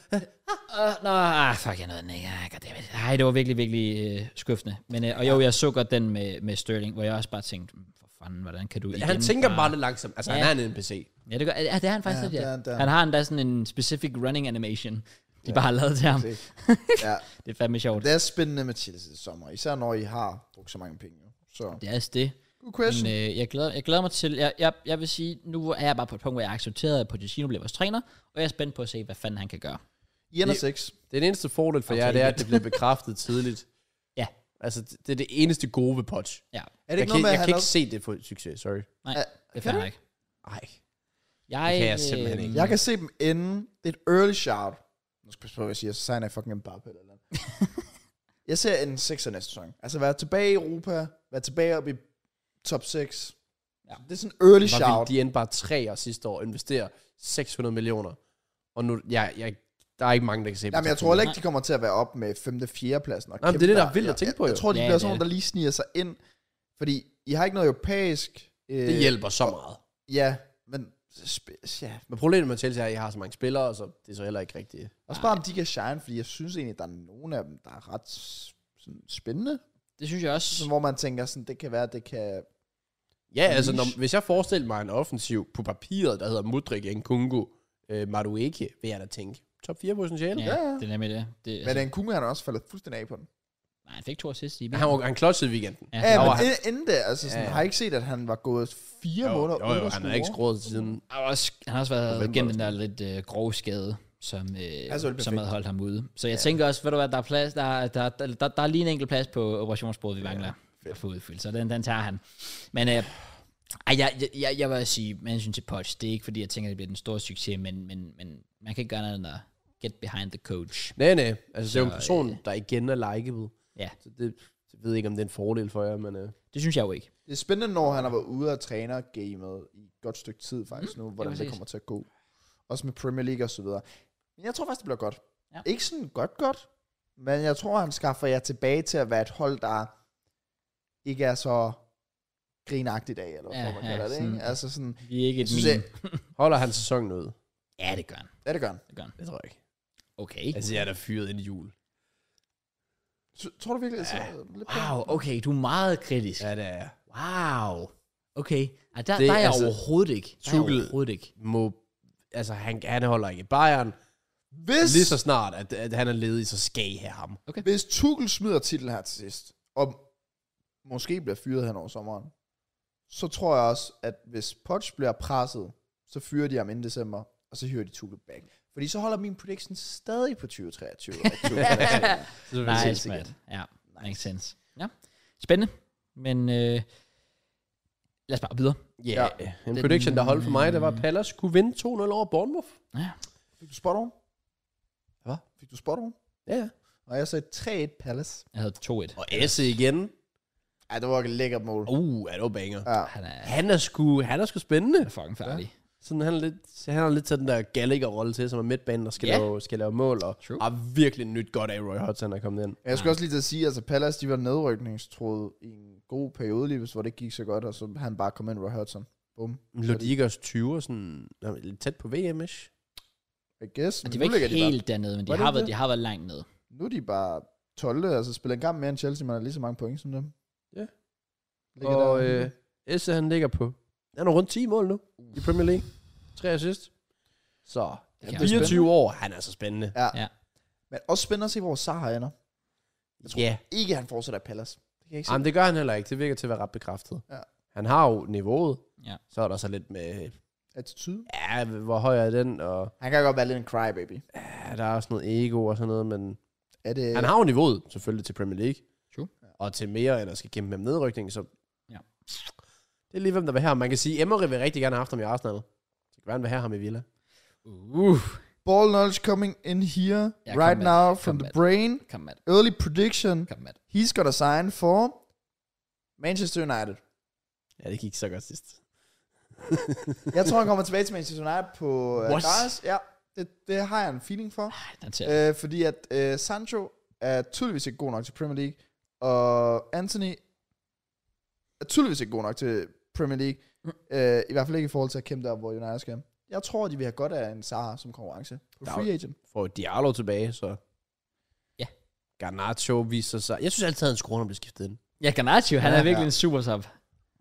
Nå, ah, fuck, jeg nåede den ikke. Ah, goddammit. Nej, det var virkelig, virkelig øh, skuffende. Men, øh, og jo, jeg så godt den med, med Sterling, hvor jeg også bare tænkte, "Mm, for fanden, hvordan kan du igen Han tænker bare bare... lidt langsomt. Altså, Ja. ja. han er en NPC. Ja, det, gør, ja, det er han faktisk Ja, lidt, ja, det er han, det er han. Han har endda sådan en specific running animation, de bare har lavet til ham. Se. ja. Det er fandme sjovt. Det er spændende med Chelsea i sommer, især når I har brugt så mange penge. jo. Så, Det er altså det. good Men, question. øh, jeg, glæder, jeg glæder mig til, jeg, jeg, jeg vil sige, nu er jeg bare på et punkt, hvor jeg accepterer, at Pochettino bliver vores træner, og jeg er spændt på at se, hvad fanden han kan gøre. I ender det- 6. Det er den eneste fordel for Okay. okay. jer, det er, at det bliver bekræftet tidligt. Ja. Altså, det det er det eneste gode ved Poch. Ja, Er det jeg ikke kan, noget med, at jeg han kan ikke også... se det for succes, sorry. nej, Ja, det fandt jeg ikke. Ej. Jeg, øh, Det kan jeg simpelthen ikke. Jeg kan se dem ende. Det er et early shout. Nu skal jeg passe på, hvad jeg siger. Så signer jeg fucking Mbappe eller noget. jeg ser en 6'er næste sæson. Altså være tilbage i Europa. Være tilbage op i top 6. Ja. Ja. Det er sådan en early Hvor ville shout. de endte bare tre år sidste år og investere 600 millioner. Og nu, jeg, jeg, der er ikke mange, der kan se Jamen, jeg tror heller ikke, de kommer til at være op med 5. 4. pladsen. Og Nej, men det kæmpe er det, der er der. vildt at tænke på, Jeg, jo. jeg tror, de Ja, bliver det er sådan nogle, der lige sniger sig ind. Fordi I har ikke noget europæisk... Øh, Det hjælper så meget. Ja, men... sp- Ja, Men problemet med Chelsea er, at I har så mange spillere, så det er så heller ikke rigtigt. Også bare om de kan shine, fordi jeg synes egentlig, der er nogle af dem, der er ret s- sådan spændende. Det synes jeg også. Sådan, hvor man tænker, sådan, det kan være, det kan... Ja, altså, Niche. når, hvis jeg forestiller mig en offensiv på papiret, der hedder Mudrik, Nkunku, øh, Madueke, vil jeg da tænke. Top 4 potentiale. Ja. Ja, Ja. det er nemlig det. det Men altså, den kunne han er også faldet fuldstændig af på den. nej, han fik to assist i Han, var, han klodsede i weekenden. Ja, Ja, han ja var, men det, inden det, altså sådan, Altså, Ja, ja, ja. ja. har I ikke set, at han var gået fire måneder jo, jo, uden at han har score? ikke skruet siden. han, har også, han har også været November igennem den der eller lidt øh, grove skade, som, øh, Altså, det er som perfekt. havde holdt ham ude. Så jeg tænker også, ved du hvad, der er, plads, der, er- der, der, der, der er lige en enkelt plads på operationsbordet, vi mangler at få udfyldt, så den, den tager han. Men øh, Ej, jeg, jeg, jeg, jeg vil også sige, med hensyn til Poch, det er ikke fordi, jeg tænker, det bliver den store succes, men, men, men man kan ikke gøre noget end at get behind the coach. Nej, nej. Altså, det er jo Så, en person, der igen er likeable. Ja. Så det, jeg ved ikke, om det er en fordel for jer, men... Øh. Det synes jeg jo ikke. Det er spændende, når han har været ude og træner gamet i et godt stykke tid faktisk nu, hvordan det Mhm. præcis. kommer til at gå. Også med Premier League og så videre. Men jeg tror faktisk, det bliver godt. Ja. Ja. Ikke sådan godt godt, men jeg tror, han skaffer jer tilbage til at være et hold, der ikke er så grinagtigt af, eller hvad Ja, ja, man ja, kalder det, sådan- ikke? Altså sådan, Vi er ikke et synes, meme. Holder han sæsonen ud? Ja, det gør han. ja, det gør han. Det gør han. Det tror jeg ikke. Okay. Altså, jeg er da fyret ind i jul. Så- Tror du virkelig, at ja. lidt Wow, okay, du er meget kritisk. Ja, det er jeg. Wow. Okay. Ej, der, Det der er jeg er altså- overhovedet ikke. Der er jeg Tuchel. overhovedet ikke. Må, altså, han, han holder ikke i Bayern. Hvis, Lige så snart, at, at han er ledig, så skal I have ham. hvis Tuchel smider titlen her til sidst, og måske bliver fyret hen over sommeren, så tror jeg også, at hvis Poch bliver presset, så fyrer de ham inden december, og så hyrer de Tuchel back. Fordi så holder min prediction stadig på 2023. at Tuchel er træner. Nice, Chelsea man. Ja, makes sense. Ja. Spændende. Men øh, lad os bare videre. Ja, øh, yeah. en prediction, der holdt for mig, det var, at Palace kunne vinde 2-0 over Bournemouth. Ja. Fik du spot on? Hvad? Fik du spot on? Ja, ja. Og jeg sagde 3-1 Palace. Jeg havde 2-1. Og Esse igen. Ej, det var et lækkert mål. Uh, er det var banger. Ja. Han er, Han er sgu, han er sgu han spændende. er fucking færdig. Sådan, han, er lidt, han har lidt taget den der Gallagher-rolle til, som er midtbanen, der skal, Ja. yeah. lave, skal lave mål, og True. har virkelig nyt godt af, Roy Hodgson er kommet ind. Men Jeg skulle også lige til at sige, altså Palace, de var nedrykningstroet i en god periode lige, hvis- hvor det ikke gik så godt, og så han bare kom ind, Roy Hudson. Bum. Lå de ikke også 20 og sådan, nå, lidt tæt på I VM-ish? guess. Og Men Altså, de var nu ligger ikke de bare helt dernede, men de Var det har, ikke været, de det? har været langt nede. Nu er de bare 12, altså spiller en kamp mere end Chelsea, man har lige så mange point som dem. Ja. Ligger Og der. øh, Esse, han ligger på, han er rundt 10 mål nu i Premier League. Tre assist. Så Det kan 24 år, han er så spændende. Men også spændende at se, hvor Saha ender. Jeg tror Ja, ikke, han fortsætter i Palace. Det kan jeg ikke se. Jamen, det gør han heller ikke. Det virker til at være ret bekræftet. Ja. Han har jo niveauet. Ja. Så er der så lidt med, Attitude. ja, hvor høj er den, og Han kan godt være lidt en crybaby. ja, der er også noget ego og sådan noget, men Er det, han har jo niveauet, selvfølgelig, til Premier League. True. og til mere, end at skal kæmpe med nedrykning, så Ja. det er lige, hvem der vil have ham. Man kan sige, Emery vil rigtig gerne have haft ham i Arsenal. Så kan være, han vil have ham i Villa. Uh, Ball knowledge coming in here Ja, right come back. now from Come the back. brain. kom Matt, Early prediction. kom Matt. He's got a sign for Manchester United. Ja, det gik så godt sidst. Jeg tror, han kommer tilbage til Manchester United på uh, What? græs. Ja, det, det har jeg en feeling for. Ej, den ser. Øh, fordi at øh, Sancho er tydeligvis ikke god nok til Premier League, og Anthony er tydeligvis ikke god nok til Premier League. Mm. Øh, I hvert fald ikke i forhold til at kæmpe der, hvor United skal. Jeg tror, de vil have godt af en Zaha som konkurrence. På Der er free agent. Får Diallo tilbage, så... Ja. Garnacho viser sig... Jeg synes altid, at han skruer, når han bliver skiftet ind. Ja, Garnaccio, han Ja, er virkelig ja. en super sub.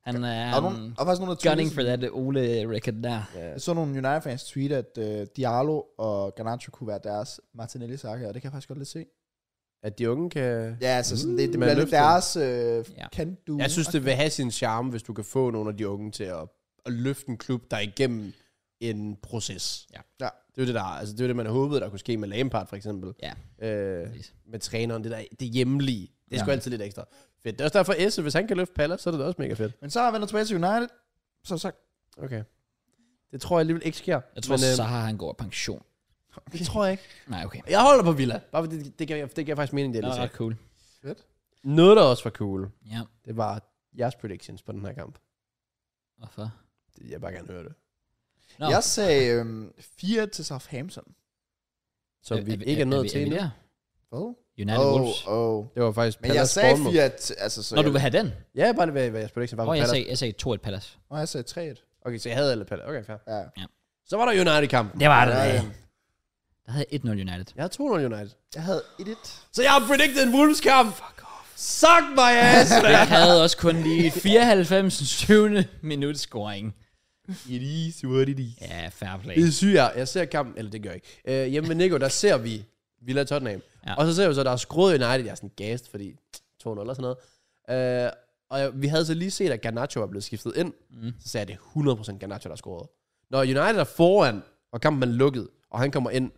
Han er Er der um, nogen, er der faktisk nogen, der gunning tweetede for that Ole record der. Ja. Jeg så nogle United-fans tweete, at øh, Diallo og Garnacho kunne være deres martinelli sakker og det kan jeg faktisk godt lidt se. At de unge kan... Ja, altså sådan, det, det Man bliver lidt løfter. deres øh, Ja. kan du. Jeg synes, det vil have sin charme, hvis du kan få nogle af de unge til at, at løfte en klub, der er igennem en proces. Ja. Ja. Det er jo det, der, altså, det, er jo det man håbede, der kunne ske med Lampard, for eksempel. Ja, Øh, præcis. med træneren, det, der, det hjemlige. Det er sgu Ja. altid lidt ekstra fedt. Det er også derfor, Esse, hvis han kan løfte Palace, så er det da også mega fedt. Men så har han tilbage til United, som sagt. Okay. Det tror jeg alligevel ikke sker. Jeg tror, men, øh, så har han går pension. det tror jeg ikke. Nej, okay. Jeg holder på Villa. Bare fordi det, det, giver, det giver faktisk mening, det Det jeg er lige ret cool. sagde. Noget, der også var cool, Ja, det var jeres predictions på den her kamp. hvorfor? Det- Jeg vil bare gerne høre det. Nå, Jeg sagde øh, fire til Southampton. Så vi Øh, ikke er nået til endnu. der? Hvad? United Åh, Wolves. åh. Det var faktisk Men jeg Palace sagde Bournemouth. 4 altså så Når du jeg, vil have den? Ja, bare lige hvad, hvad jeg prediction var på Åh, jeg Palace. sagde, jeg sagde 2-1 Palace. Nå, jeg sagde 3 1. Okay, så jeg havde alle Palace. Okay, fair. Ja. Så var der United-kampen. Det var det. Ja, ja. Der havde jeg 1-0 United. Jeg havde 200 United. Jeg havde 1 1. Så jeg har predicted en Wolves-kamp. Fuck off. Suck my ass, Jeg havde også kun lige 94. 7. minut scoring. It is what it is. Ja, fair play. Det syger jeg. Jeg ser kampen, eller det gør jeg ikke. Øh, hjemme med Nico, der ser vi Villa Tottenham. Ja. Ja. Og så ser vi så, der er skruet United. Jeg er sådan gast, fordi 2-0 eller sådan noget. Øh, og jeg, vi havde så lige set, at Garnacho var blevet skiftet ind. Mm. Så sagde jeg, det er 100% Garnacho, der scorede. Når United er foran, og kampen er lukket, og han kommer ind,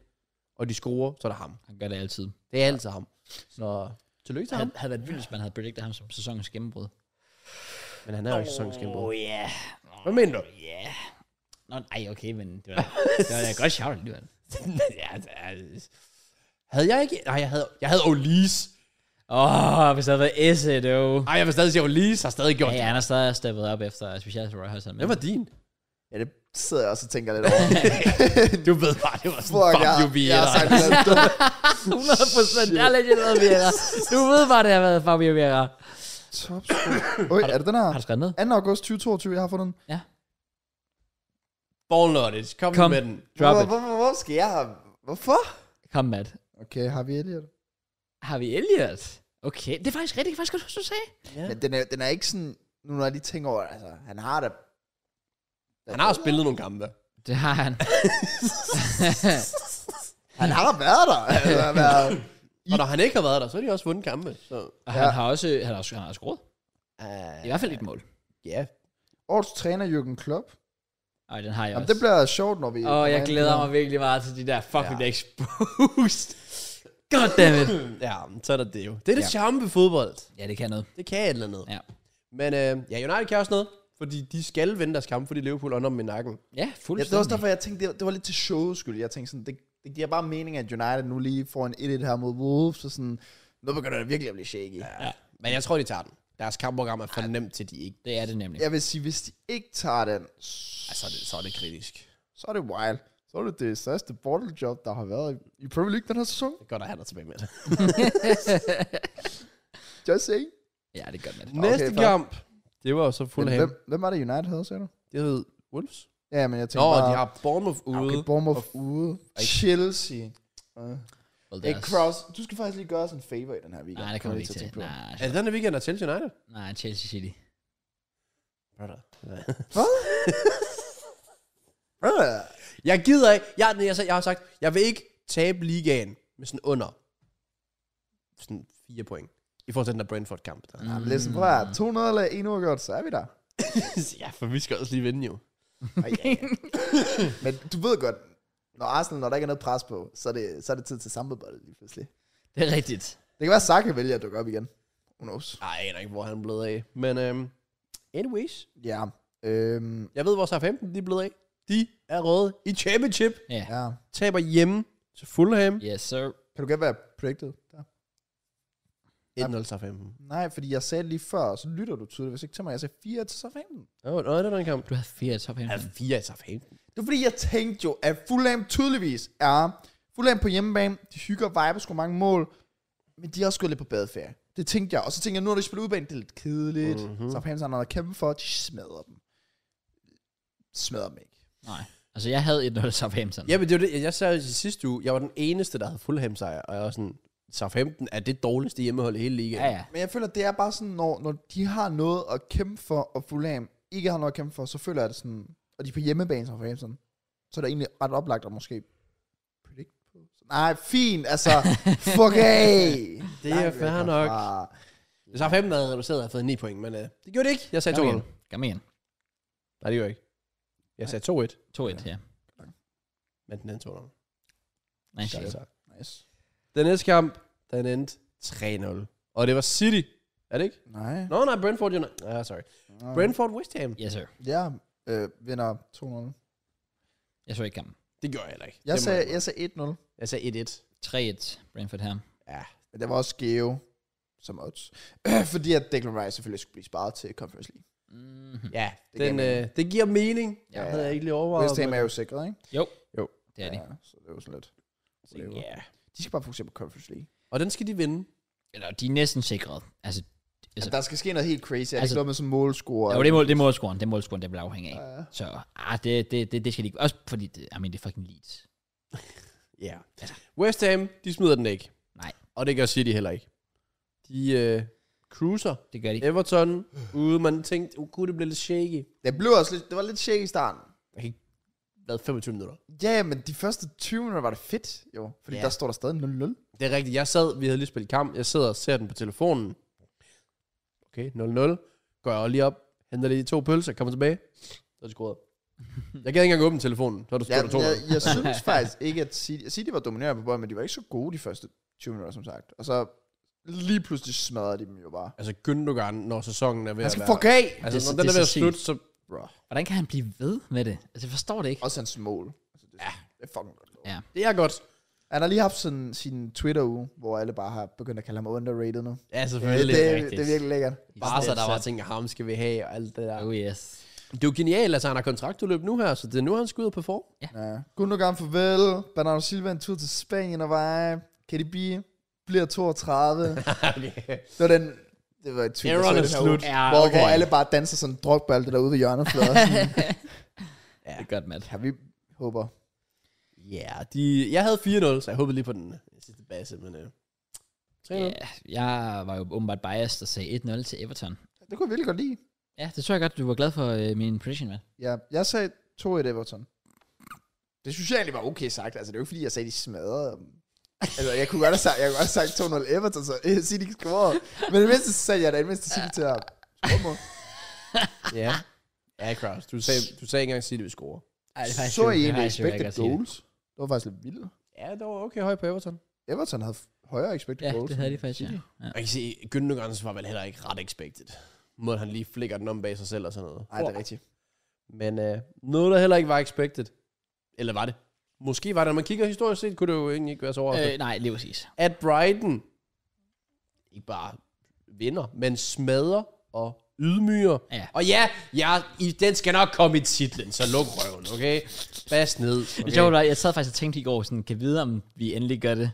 og de scorer, så er det ham. Han gør det altid. Det er altid ham. Så tillykke til Det ham. havde, havde været vildt, hvis man havde predicted ham som sæsonens gennembrud. Men han er jo ikke sæsonens gennembrud. Oh, ja. Hvad mener du? Ja. Nå, nej, okay, men det var, det var da godt sjovt alligevel. ja, det er- havde jeg ikke... Nej, jeg havde, jeg havde Olise. Åh, oh, hvis der havde været Esse, dog. Ej, jeg vil stadig sige, Olise har stadig gjort Ja, det. ja, han har stadig steppet op efter, specielt til Roy Hodgson. Hvem var din? Ja, det sidder jeg også og tænker lidt over. Du ved bare, det var sådan, Fuck, fuck jeg, you, vi jeg har sagt det. 100 procent. Jeg har legit været Vieira. Du ved bare, det har været Fabio Vieira. Top score. Oj, er det den her? Har du skrevet ned? 2. august 2022, jeg har fundet den. Ball knowledge, Kom. kom, kom. med den. Drop Hvor, it. hvor, hvor, hvor skal jeg have... Hvorfor? Kom, Matt. Okay, har vi Elliot? Har vi Elliot? Okay, det er faktisk rigtigt. Det er faktisk godt, du sagde. Men den er, den er ikke sådan... Nu når jeg lige tænker over det, altså, han har det... Han har jo spillet nogle kampe. Det har han. Han har været der. Altså, han har været, Og når han ikke har været der, så har de også vundet kampe. Så. Og han har også han har, han har skruet. Uh, Øh, I hvert fald et mål. ja. årets træner Jürgen Klopp. Ej, den har jeg Jamen, også. det bliver sjovt, når vi... Åh, oh, kommer jeg ind på glæder den her. mig virkelig meget til de der fucking ja. exposed. God damn it. Ja, men så er der det jo. Det er det charme ved fodbold. Ja, det kan noget. Det kan et eller andet. Ja, Men øh, ja, United kan også noget. Fordi de skal vinde deres kampe, fordi Liverpool ånder dem i nakken. ja Ja, det var også fuldstændig. derfor, jeg tænkte, det var, det var lidt til showets skyld. Jeg tænkte sådan, det, det giver bare mening, at United nu lige får en 1-1 her mod Wolves, og sådan, nu begynder det virkelig at blive shaky. Ja. Ja. Men jeg tror, de tager den. Deres kampprogram er for nemt til, de ikke. det er det nemlig. Jeg vil sige, hvis de ikke tager den, Ja, Altså- så, er det, så er det kritisk. så er det wild. Så er det det største bottle job, der har været i- i Premier League den her sæson. Det er godt at have dig tilbage med det. Just saying. Ja, det er godt med det. Næste fair. kamp. Det var jo så Men Fulham. hvem, hvem var det, United havde, sagde du? Det hed Wolves. Ja, men jeg Nå, tænkte bare, de har Bournemouth ude. okay, Bournemouth ude. Chelsea. Uh. Well, det er Hey, også- Kraus, du skal faktisk lige gøre os en favor i den her weekend. Nej, det kommer vi lige ikke til. at tænke på. Nej, Er det denne weekend, der er Chelsea United? nej, Chelsea City. Brother. Ah, Jeg gider ikke. Jeg, jeg, jeg, jeg har sagt, jeg vil ikke tabe ligaen med sådan under sådan fire point. I forhold til den der Brentford-kamp. Der. Jamen, Listen, prøv at høre. 200 eller 1 uafgjort, så er vi der. ja, for vi skal også lige vinde jo. Ej, ja, ja. Men du ved godt, når Arsenal, når der ikke er noget pres på, så er det, så er det tid til samlebold lige pludselig. Det er rigtigt. Det kan være, at Saka vælger at dukke op igen. Who knows? Nej, jeg aner ikke, hvor han er blevet af. Men øhm, anyways, Ja. Øhm, jeg ved, hvor Southampton de er blevet af. De er røde i championship. Ja. ja. Taber hjemme til Fulham. Yes, sir. Kan du godt være predicted? Der? 1-0 Southampton. Nej, fordi jeg sagde det lige før, så lytter du tydeligvis ikke til mig. Jeg sagde 4 til Southampton. Åh, oh, det er den kamp. Du havde fire i top 5. Ja, Mm. 4 Altså, i Southampton. Det var fordi, jeg tænkte jo, at Fulham tydeligvis er... Fulham på hjemmebane, de hygger, viber, scorer mange mål, men de har også gået lidt på badeferie. Det tænkte jeg, og så tænkte jeg, nu har de spillet udebane, det er lidt kedeligt. Mhm. Mm-hmm. Southampton har noget at kæmpe for, de smadrer dem. Smadrer dem ikke. Nej. Altså, jeg havde 1-0 i Southampton. Ja, men det var det, jeg sagde i sidste uge, jeg var den eneste, der havde Fulham sejr, og jeg var sådan, Southampton er det dårligste hjemmehold i hele ligaen. Ja, ja. Men jeg føler, det er bare sådan, når, når de har noget at kæmpe for, og Fulham ikke har noget at kæmpe for, så føler jeg det sådan, og de er på hjemmebane, Southampton, så er det egentlig ret oplagt at måske predict på. Nej, fint, altså, fuck af! Det er fair nok. Hvis Southampton havde reduceret, havde jeg fået 9 point, men øh, det gjorde det ikke. Jeg sagde 2-0. Kom igen. Kom igen. Nej, det gjorde jeg ikke. Jeg sagde 2-1, 2-1, ja. men den endte 2-0. Nej, Så shit. altså. Nice. Den næste kamp, den endte 3-0. Og det var City. Er det ikke? Nej. Nå, nej, Brentford United. Ah, sorry. Nej. Brentford West Ham. Yes, sir. Ja, øh, vinder 2-0. Jeg så ikke kampen. Det gjorde jeg heller ikke. Jeg Det må sagde, jeg, jeg Mm. sagde 1-0, jeg sagde 1-1. 3-1, Brentford her. Ja. men det var også skæve som odds. Fordi at Declan Rice selvfølgelig skulle blive sparet til Conference League. Mm-hmm. Ja, Det giver den, mening. øh, det giver mening. Ja. Ja. Det havde jeg ikke lige overvejet. West Ham men- er jo sikret, ikke? Det er det. så det er jo sådan lidt. Ja. De skal bare fokusere på Conference League. Og den skal de vinde. Eller, de er næsten sikret. Altså, Altså- Altså, der skal ske noget helt crazy. Er det Altså- ikke noget med sådan målscore? ja, det er mål, det er målscoren. Det er målscoren, der bliver afhængig af. Ja, ja. Så, ah, det, det, det, det skal de ikke. Også fordi, det, I mean, det er fucking Leeds. Ja. Altså, West Ham, de smider den ikke. Nej. Og det gør City heller ikke. De øh, cruiser. Det gør de. Everton ude. Man tænkte, uh, kunne det blive lidt shaky. Det blev også lidt, det var lidt shaky i starten. Jeg kan ikke lade 25 minutter. Ja, men de første 20 minutter var det fedt, jo. Fordi Ja. der står der stadig 0-0. Det er rigtigt. Jeg sad, vi havde lige spillet kamp. Jeg sidder og ser den på telefonen. Okay, 0-0. Går jeg lige op, henter lige to pølser, kommer tilbage. Så er det scoret. Jeg gad ikke engang åbne telefonen, så er det Ja, scoret men jeg, ja, jeg synes faktisk ikke, at City, City var dominerende på bolden, men de var ikke så gode de første 20 minutter, som sagt. Og så lige pludselig smadrede de dem jo bare. Altså Gündogan, når sæsonen er ved Han at skal være... fuck af! Altså, Det er- når det den er er ved så at slutte, så... Bro. Hvordan kan han blive ved med det? Altså, jeg forstår det ikke. Også hans mål. Altså, det, ja. det er fucking godt. Ja. Det er godt. Han har lige haft sådan, sin Twitter-uge, hvor alle bare har begyndt at kalde ham underrated nu. Ja, Det, selvfølgelig. Det, det, rigtigt. det er virkelig lækkert. bare så der var ting, ham skal vi have, og alt det der. Oh, yes. Det er jo genialt, altså han har kontraktudløb nu her, så det er nu, han skal ud og performe. Ja. Gundogan farvel. Bernardo Silva en tur til Spanien og vej. KDB bliver 32. okay. Det var den... Det var et tweet, Aaron jeg er så i den her slut. uge, Ja, hvor, okay. hvor alle bare danser sådan en drukbolde derude ved hjørneflader. Ja. Det er godt, Matt. ja, vi håber. Ja, yeah, de, jeg havde 4-0, så jeg håbede lige på den øh, sidste base, men... Øh, 3-0. Ja, jeg var jo åbenbart biased og sagde 1-0 til Everton. Det kunne jeg virkelig godt lide. Ja, det tror jeg godt, du var glad for øh, min prediction, Matt. Ja, jeg sagde 2-1 Everton. Det synes jeg egentlig var okay sagt. Altså, det er jo ikke, fordi jeg sagde, de smadrede dem. altså, jeg kunne godt have sagt, jeg kunne godt have sagt 2-0 Everton, så øh, jeg siger, de ikke scorede. Men i det mindste så sagde jeg da, i det mindste siger de til at score mål. Ja. Ja, Kraus, du sagde, du sagde ikke engang, at City ville score. Ej, det er faktisk Så jo- I det er egentlig faktisk jo, jeg expected kan sige det. goals? Det var faktisk lidt vildt. Ja, det var okay højt på Everton. Everton havde f- højere expected Ja, goals. det havde end de faktisk, ja. City. ja. Jeg kan se, Gündogan var vel heller ikke ret expected. Måden han lige flikker den om bag sig selv og sådan noget. Ej, det er rigtigt. Men øh, noget, der heller ikke var expected. Eller var det? Måske var det. Når man kigger historisk set, kunne det jo egentlig ikke være så overraskende. Øh, nej, lige præcis. at Brighton ikke bare vinder, men smadrer og ydmyger. Ja. Og ja, ja I, den skal nok komme i titlen, så luk røven, okay? Bas ned. Det Okay? sjove var, jeg sad faktisk og tænkte i går, sådan, kan vide, om vi endelig gør det.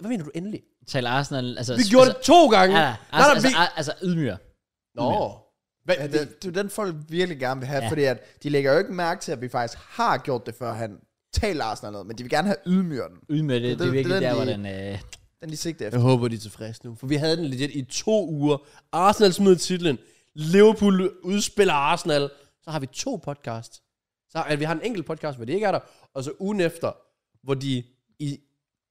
Hvad mener du endelig? Tal Arsenal, altså... Vi gjorde altså, det to gange. Ja, Ja, altså, altså, altså, altså, altså ydmyger. Nå. Hvad, Ja, ja, det, det er jo den, folk virkelig gerne vil have, Ja. ja. fordi at de lægger jo ikke mærke til, at vi faktisk har gjort det, før han taler Arsenal ned, men de vil gerne have ydmyret den. Ydmyger, det, det, Det- det er virkelig det er der, den, hvor de- den... Øh, Den de sigter efter. Jeg håber, de er tilfredse nu, for vi havde den legit i to uger. Arsenal smider titlen. Liverpool udspiller Arsenal. Så har vi to podcast. Så at vi har en enkelt podcast, hvor det ikke er der, og så ugen efter, hvor de i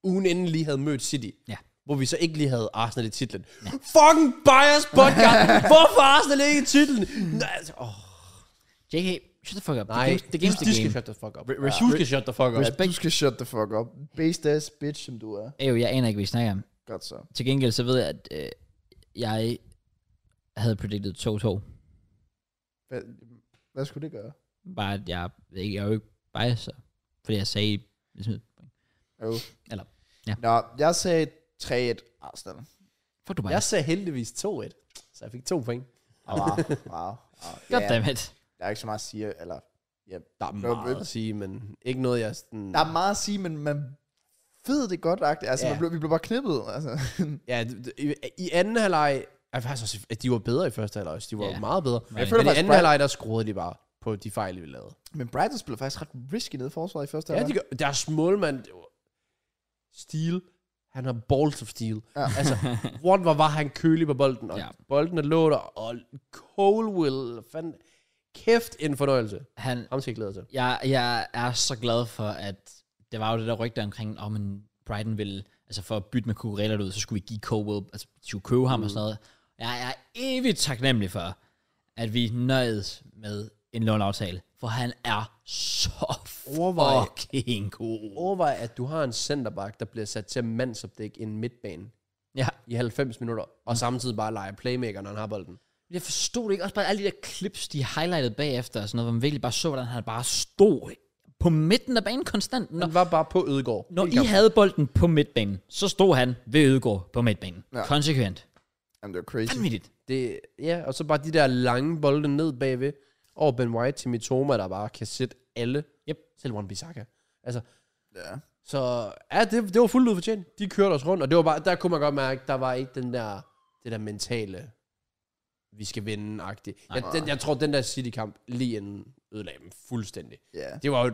ugen inden lige havde mødt City. Ja. Hvor vi så ikke lige havde Arsenal i titlen. Ja. Fucking bias podcast! Hvorfor er Arsenal ikke i titlen? Nej, altså, åh, JK, shut the fuck up. nej. Det games, det games the de skal game. shut the fuck up. Re- Resu skal shut the fuck up. Du skal shut the fuck up. Base ass bitch, som du er. Ej, jo, jeg aner ikke, hvad I snakker om. Godt så. Til gengæld så ved jeg, at øh, jeg havde predicted 2-2. Hvad, hvad skulle det gøre? Bare at jeg, jeg er jo ikke biased, så- fordi jeg sagde... Ligesom, Jo. Eller, ja. Nå, jeg sagde Ah, 3-1 Arsenal. fuck du bare. Jeg sagde heldigvis 2-1, så jeg fik to point. Wow, wow. wow. God ah, Ja, damn it. der er ikke så meget at sige, eller... Ja, Der er meget meget at sige, men ikke noget, jeg sådan... der er meget at sige, men man ved det godt, agtigt. altså, Ja. man blev, vi blev bare knippet. Altså. Ja, d- d- i, i anden halvleg... Jeg faktisk også, at de var bedre i første halvleg. De var Ja. yeah. meget bedre. Jeg Men føler i faktisk, anden Bright- halvleg, der skruede de bare på de fejl, vi lavede. Men Brighton spillede faktisk ret risky nede i forsvaret i første Ja, de gør, deres målmand... det var- Steel. Han har balls of steel. Ja. Ja. Altså, what var, var han kølig på bolden, og Ja. ja. bolden er lå der, og Colwell, fanden, kæft en fornøjelse. Han, Ham skal jeg glæde sig. jeg, jeg er så glad for, at det var jo det der rygte omkring, om oh, men Brighton ville, altså for at bytte med Cucurella ud, så skulle vi give Cowell, altså de skulle købe ham mm. og sådan noget. Jeg er evigt taknemmelig for, at vi nøjedes med en låneaftale, for han er så Overvej. fucking god. Overvej, at du har en centerback, der bliver sat til at mandsopdække en midtbane Ja, i 90 minutter, og samtidig bare lege playmaker, når han har bolden. jeg forstod det ikke. Også bare alle de der clips, de highlightede bagefter og sådan noget, hvor man virkelig bare så, hvordan han bare stod på midten af banen konstant. Når, Han var bare på Ødegård. når I havde bolden på midtbanen, så stod han ved Ødegård på midtbanen. Ja. Ja. Konsekvent. Jamen, det var crazy. Vanvittigt. Det, ja, og så bare de der lange bolde ned bagved, over Ben White til Mitoma, der bare kan sætte alle, Yep. selv Wan Bissaka. Altså, Ja. så ja, det, det var fuldt ud fortjent. De kørte os rundt, og det var bare, der kunne man godt mærke, der var ikke den der, det der mentale, vi skal vinde-agtige. Jeg, den, jeg tror, den der City-kamp lige inden ødelagde dem fuldstændig. Ja. Det var jo,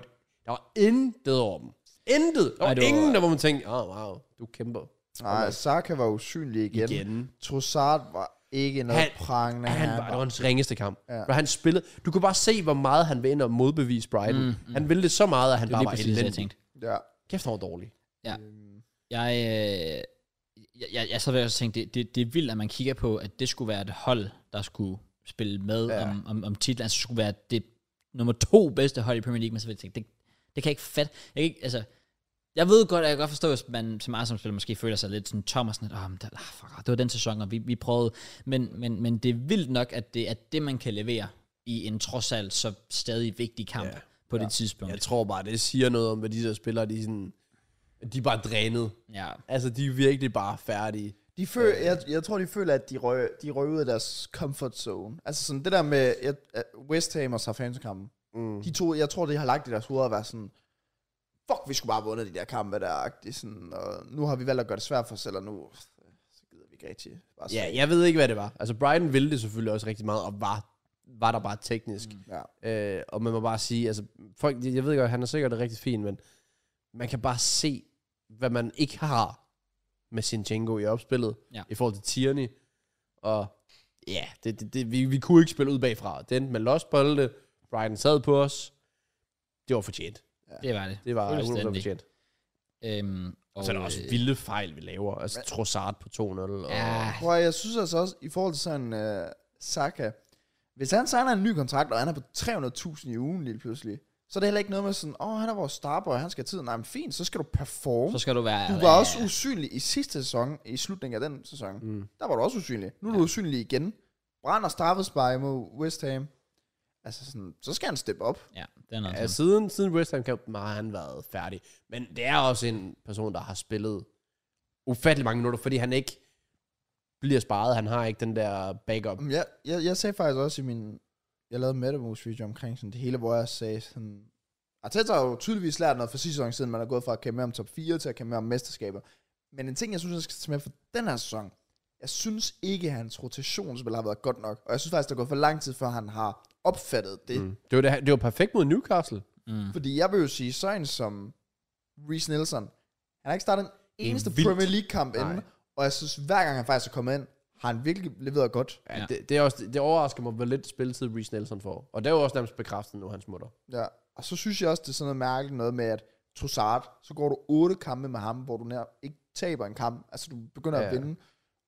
der var intet over dem. Intet! Der var Ej, det var- ingen, der hvor man tænkte, åh, oh, wow, du kæmper Nej, Saka var usynlig igen. igen. igen. Trossard var ikke noget Han- han, prangende. Han var, det var hans ringeste kamp. Ja. Ja. Hvor han spillede. Du kunne bare se, hvor meget han ville ind og modbevise Brighton. Mm, mm. Han ville det så meget, at han Det var bare lige var præcis det, jeg elendig. tænkte. Ja. Kæft, han var dårlig. Jeg, øh, jeg, jeg, jeg så vil jeg også tænke, det, det, det er vildt, at man kigger på, at det skulle være et hold, der skulle spille med ja. Ja. om, om, om titlen. Altså skulle være det nummer to bedste hold i Premier League, men så vil jeg tænke, det, det kan jeg ikke fatte. Jeg, kan ikke, altså, jeg ved godt, at jeg kan godt forstå, hvis man som Arsenal-spiller måske føler sig lidt sådan tom og sådan lidt, oh, men der, ah, fuck, det var den sæson, og vi, vi prøvede. Men, men, men det er vildt nok, at det er det, man kan levere i en trods alt så stadig vigtig kamp ja. Ja. på ja. det tidspunkt. Jeg tror bare, det siger noget om, hvad de der spillere, de er sådan... De er bare drænet. Ja. Altså, de er virkelig bare færdige. De føl, jeg, jeg tror, de føler, at de røg, de røg ud af deres comfort zone. Altså sådan det der med jeg, at West Ham og Southampton-kampen. Mm. De to, jeg tror, de har lagt i deres hoveder at være sådan, fuck, vi skulle bare have vundet de der kampe der. Det sådan, og nu har vi valgt at gøre det svært for os selv, og nu øh, så gider vi ikke rigtig. Bare Ja, jeg ved ikke, hvad det var. Altså, Brighton ville det selvfølgelig også rigtig meget, og var, var der bare teknisk. Mm. ja. Øh, og man må bare sige, altså, folk, jeg ved godt, han er sikkert rigtig fin, men man kan bare se, hvad man ikke har med Sinchenko i opspillet, Ja. i forhold til Tierney. Og ja, det, det, det, vi, vi kunne ikke spille ud bagfra. Den med lost bolde, Brighton sad på os. Det var fortjent. Det var det. Det var 100% Fuldstændig. fortjent. Øhm, Og så er der også øh, vilde fejl, vi laver. Altså Trossard på 2-0. Og, Ja, Prøv at, jeg synes altså også, i forhold til sådan uh, Saka, hvis han signer en ny kontrakt, og han er på 300.000 i ugen lige pludselig, så er det heller ikke noget med sådan, åh, oh, han er vores starboy, han skal have tid. Nej, men fint, så skal du performe. så skal du være... Du var også usynlig i sidste sæson, i slutningen af den sæson. Mm. Der var du også usynlig. Nu er du usynlig igen. Brænder straffespark mod West Ham. Altså sådan, så skal han steppe op. Ja, det er noget Ja, altså, siden, siden West Ham-kampen har han været færdig. Men det er også en person, der har spillet ufattelig mange minutter, fordi han ikke bliver sparet. Han har ikke den der backup. Jamen, Jeg, jeg, jeg sagde faktisk også i min... Jeg lavede en Metamorphs video omkring sådan det hele, hvor jeg sagde sådan... Arteta har jo tydeligvis lært noget for sidste sæson siden, man har gået fra at kæmpe med om top 4 til at kæmpe med om mesterskaber. Men en ting, jeg synes, jeg skal tage med for den her sæson, jeg synes ikke, at hans rotationsspil har været godt nok. Og jeg synes faktisk, der er gået for lang tid, før han har opfattet det. Mm. Det var, det, det var perfekt mod Newcastle. Fordi jeg vil jo sige, sådan en som Reece Nelson, han har ikke startet en eneste vildt. Premier League-kamp Nej. inden. Og jeg synes, hver gang han faktisk er kommet ind, har han virkelig leveret godt. Ja, Ja. Det, det, er også, det overrasker mig, hvor lidt spilletid Reece Nelson får. Og det er jo også nærmest bekræftet nu, han smutter. Ja, og så synes jeg også, det er sådan noget mærkeligt noget med, at Trossard, så går du otte kampe med ham, hvor du nær ikke taber en kamp. Altså, du begynder ja. Altså, Ja. at vinde.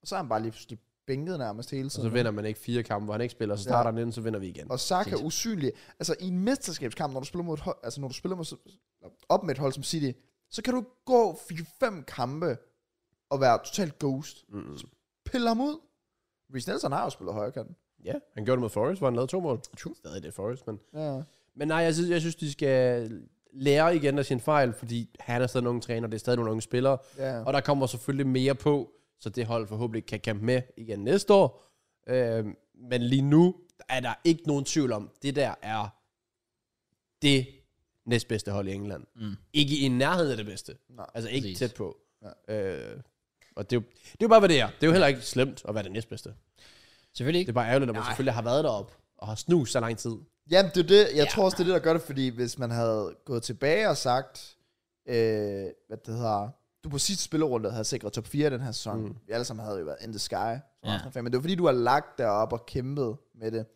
Og så er han bare lige pludselig bænket nærmest hele Og tiden. så vinder man ikke fire kampe, hvor han ikke spiller. Så starter Mhm. ja. han ind, så vinder vi igen. og Saka er usynlig. Altså, i en mesterskabskamp, når du spiller, mod et hold, altså, når du spiller mod, op med et hold som City, så kan du gå 4-5 kampe og være totalt ghost. Mm. Så piller ham ud. Reece Nelson har jo spillet højre kanten. Ja, han gjorde det mod Forrest, hvor han lavede to mål. True. Stadig det er Forrest, men... Ja. Men nej, jeg synes, jeg synes, de skal lære igen af sin fejl, fordi han er stadig en ung træner, det er stadig nogle unge spillere, ja. og der kommer selvfølgelig mere på, så det hold forhåbentlig kan kæmpe med igen næste år. Øh, men lige nu er der ikke nogen tvivl om, det der er det næstbedste hold i England. Mm. Ikke i nærheden af det bedste. Nej. Altså ikke Præcis. Præcis. tæt på. Ja. Øh, og det er, jo, det er jo bare, hvad det er. Det er jo heller ikke slemt at være det næstbedste. Selvfølgelig Det ikke. er bare ærgerligt, at man selvfølgelig har været deroppe og har snus så lang tid. Jamen, det er det. Jeg ja. tror også, det er det, der gør det, fordi hvis man havde gået tilbage og sagt, øh, hvad det hedder, du på sidste spillerunde havde sikret top 4 den her sæson. Mm. Mm. Vi alle sammen havde jo været in the sky. Ja. Ja. Men det var fordi, du har lagt derop og kæmpet med det.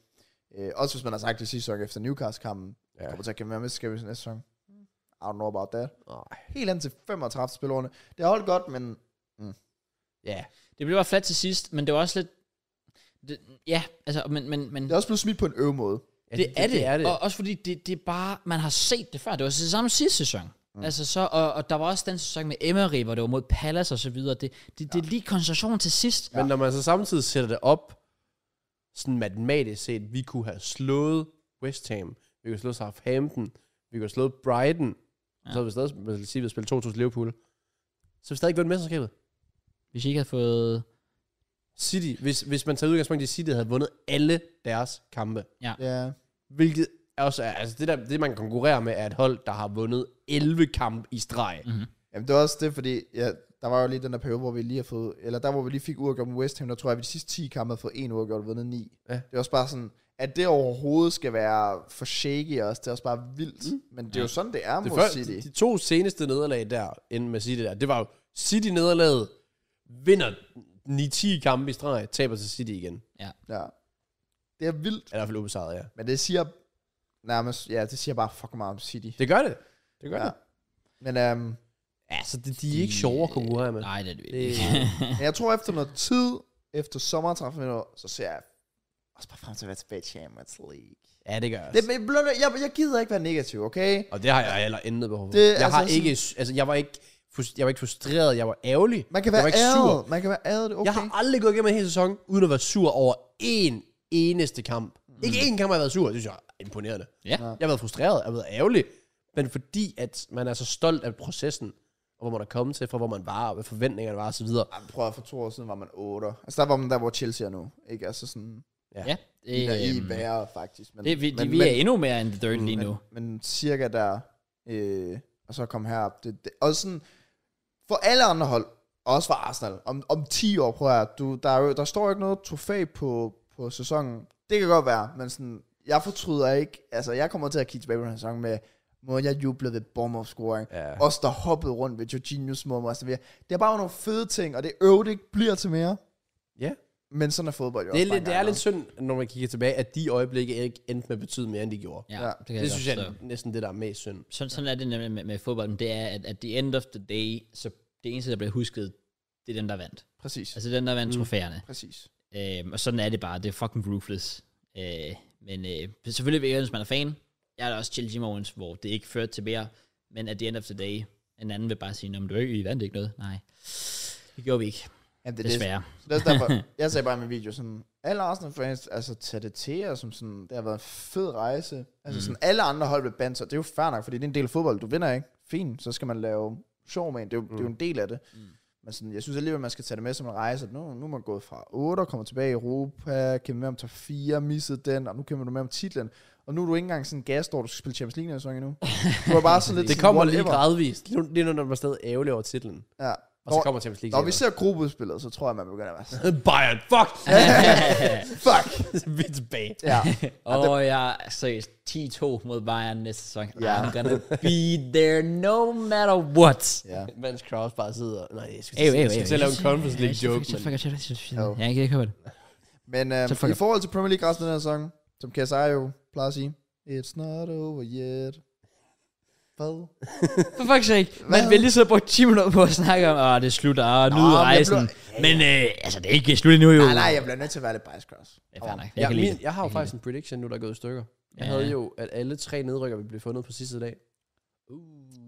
Øh, også hvis man har sagt det sidste sæson efter Newcastle-kampen, ja. Ja. kommer til at kæmpe med mesterskabet næste sæson. I don't know about that. Nej. Helt ind til 35 spillerunde. Det har holdt godt, men Ja. Det blev bare flat til sidst, men det var også lidt... Det, ja, altså, men... men, men det er også blevet smidt på en øv måde. ja det, er det. det er det. Og også fordi det, det er bare, man har set det før. Det var det samme sidste sæson. Mm. Altså så, og, og, der var også den sæson med Emery, hvor det var mod Palace og så videre. Det, det, det er lige koncentration til sidst. Men når man så samtidig sætter det op, sådan matematisk set, vi kunne have slået West Ham, vi kunne have slået Southampton, vi kunne have slået Brighton, ja. så havde vi stadig, man skal sige, vi havde spillet 2-2 til Liverpool, så havde vi stadig ikke vundet mesterskabet. Hvis I ikke havde fået... City, hvis, hvis man tager udgangspunkt i, at City havde vundet alle deres kampe, Ja. hvilket også er, altså det, der, det man konkurrerer med, er et hold, der har vundet 11 kampe i streg. Mm. Jamen, det var også det, fordi ja, der var jo lige den der periode, hvor vi lige har fået, eller der hvor vi lige fik uafgjort med West Ham, der tror jeg, at vi de sidste 10 kampe havde fået en uafgjort og vundet 9. Ja. Det er også bare sådan, at det overhovedet skal være for shaky også, det er også bare vildt. Mm. Men det er jo sådan, det er Det mod første, City. De to seneste nederlag der, inden man siger det der, det var jo City-nederlaget, vinder 9-10 kampe i streg, taber til City igen. Ja. Det er vildt, Er i hvert fald ubesejret, ja. men det siger nærmest, ja, det siger bare fucking meget om City. Det gør det. Det gør Ja. ja. det. Men, øhm, Ja, så det, de er ikke sjove at konkurrere med. Nej, det er det Det, ikke. men jeg tror, efter noget tid, efter sommertrafikken, så ser jeg også bare frem til at være tilbage i Champions League. ja, det gør jeg. Det, Det, men jeg, bliver nødt- jeg, jeg gider ikke være negativ, okay? og det har jeg heller intet behov for. Det er jeg har altså ikke, altså, jeg var ikke, frus- jeg var ikke frustreret, jeg var ærgerlig. Man kan jeg være var ikke sur. æret. Man kan være æret, det er okay. Jeg har aldrig gået igennem en hel sæson, uden at være sur over én eneste kamp. Mm. Ikke én kamp har jeg været sur, det synes jeg er imponerende. Ja. Jeg har været frustreret, jeg har været ærgerlig, men fordi at man er så stolt af processen, og hvor man er kommet til, fra hvor man var, og hvad forventningerne var, og så videre. Ej, men prøv at for to år siden var man 8. Altså der var man der, hvor Chelsea er nu. Ikke altså sådan, ja. det, Det, i øhm, værre faktisk. Men, det, vi, de, men, vi men, er endnu mere end The Dirt lige nu. men, men cirka der, øh, og så kom herop. Det, det, og sådan, for alle andre hold, også for Arsenal, om, om 10 år, prøv at høre, du, der, er jo, der står jo ikke noget trofæ på, på sæsonen. Det kan godt være, men sådan, jeg fortryder ikke, altså jeg kommer til at kigge tilbage på den her sæson med, måden jeg jublede ved Bournemouth scoring, Ja. os der hoppede rundt ved Jorginhos mål, og så videre. Det er bare nogle fede ting, og det øvede ikke bliver til mere. Ja. Men sådan er fodbold jo Det er, også mange lidt, det er gange. lidt synd, når man kigger tilbage, at de øjeblikke ikke endte med at betyde mere, end de gjorde. Ja, Ja, det, kan Det synes jeg godt er næsten det, der er mest synd. sådan, sådan er det nemlig med, med fodbolden, det er, at at the end of the day, så det eneste, der bliver husket, det er dem, der vandt. Præcis. Altså dem, der vandt mm. trofæerne. Præcis. Øhm, og sådan er det bare, det er fucking ruthless. Øh, men øh, selvfølgelig vil jeg, hvis man er fan, jeg er da også Chelsea Morgens, hvor det ikke førte til mere, men at the end of the day, en anden vil bare sige, "Nå, men du er ikke, I vandt ikke noget. Nej, det gjorde vi ikke, Jamen, det, er det, desværre. det er også derfor, jeg sagde bare i min video, sådan, alle Arsenal-fans, altså tag det til jer, som sådan, det har været en fed rejse. Mm. Altså sådan, alle andre hold blev bandt, så det er jo fair nok, fordi det er en del af fodbold, du vinder ikke. Fint, så skal man lave sjov med en, det er jo, det er jo Mm. en del af det. Men sådan, jeg synes alligevel, man skal tage det med som en rejse. at Nu, nu er man gået fra 8 og kommer tilbage i Europa, kæmper med om top 4, missede den, og nu kæmper du med om titlen. Og nu er du ikke engang sådan gas, du skal spille Champions League sæson endnu. Du er bare sådan lidt Det sådan, kommer lige whatever. gradvist. Lige nu- Lige nu, når man er stadig ærgerlig over titlen. Ja. Og så Når, kommer Champions League. når vi ser gruppespillet, så tror jeg, man begynder at være sådan, senere. Bayern, fuck! fuck! vi er tilbage. Ja. Åh, oh, jeg er seriøst 10-2 mod Bayern næste sæson. Ja. I'm gonna be there no matter what. ja. Mens Kraus bare sidder... Nej, jeg skal, Ey, ey, jeg ey, skal ey. til at lave en Conference League joke, men... joke, Jeg kan ikke høre det. Men Så fuck øhm, i it. forhold til Premier League resten af den her sæson, som KSI jo plejer at sige, It's not over yet. Hvad? For fuck's sake. Man vil lige så brugt 10 minutter på at snakke om, ah, det slutter, ah, nu Nå, er men jeg rejsen. Men øh, altså, det er ikke slut endnu, jo. Nej, nej, jeg bliver nødt til at være lidt bias cross. Det er fair nok. Jeg Ja, kan lide min, det. jeg har jo kan faktisk en prediction nu, der er gået i stykker. Jeg Ja. havde jo, at alle tre nedrykker ville blive fundet på sidste dag. Uh,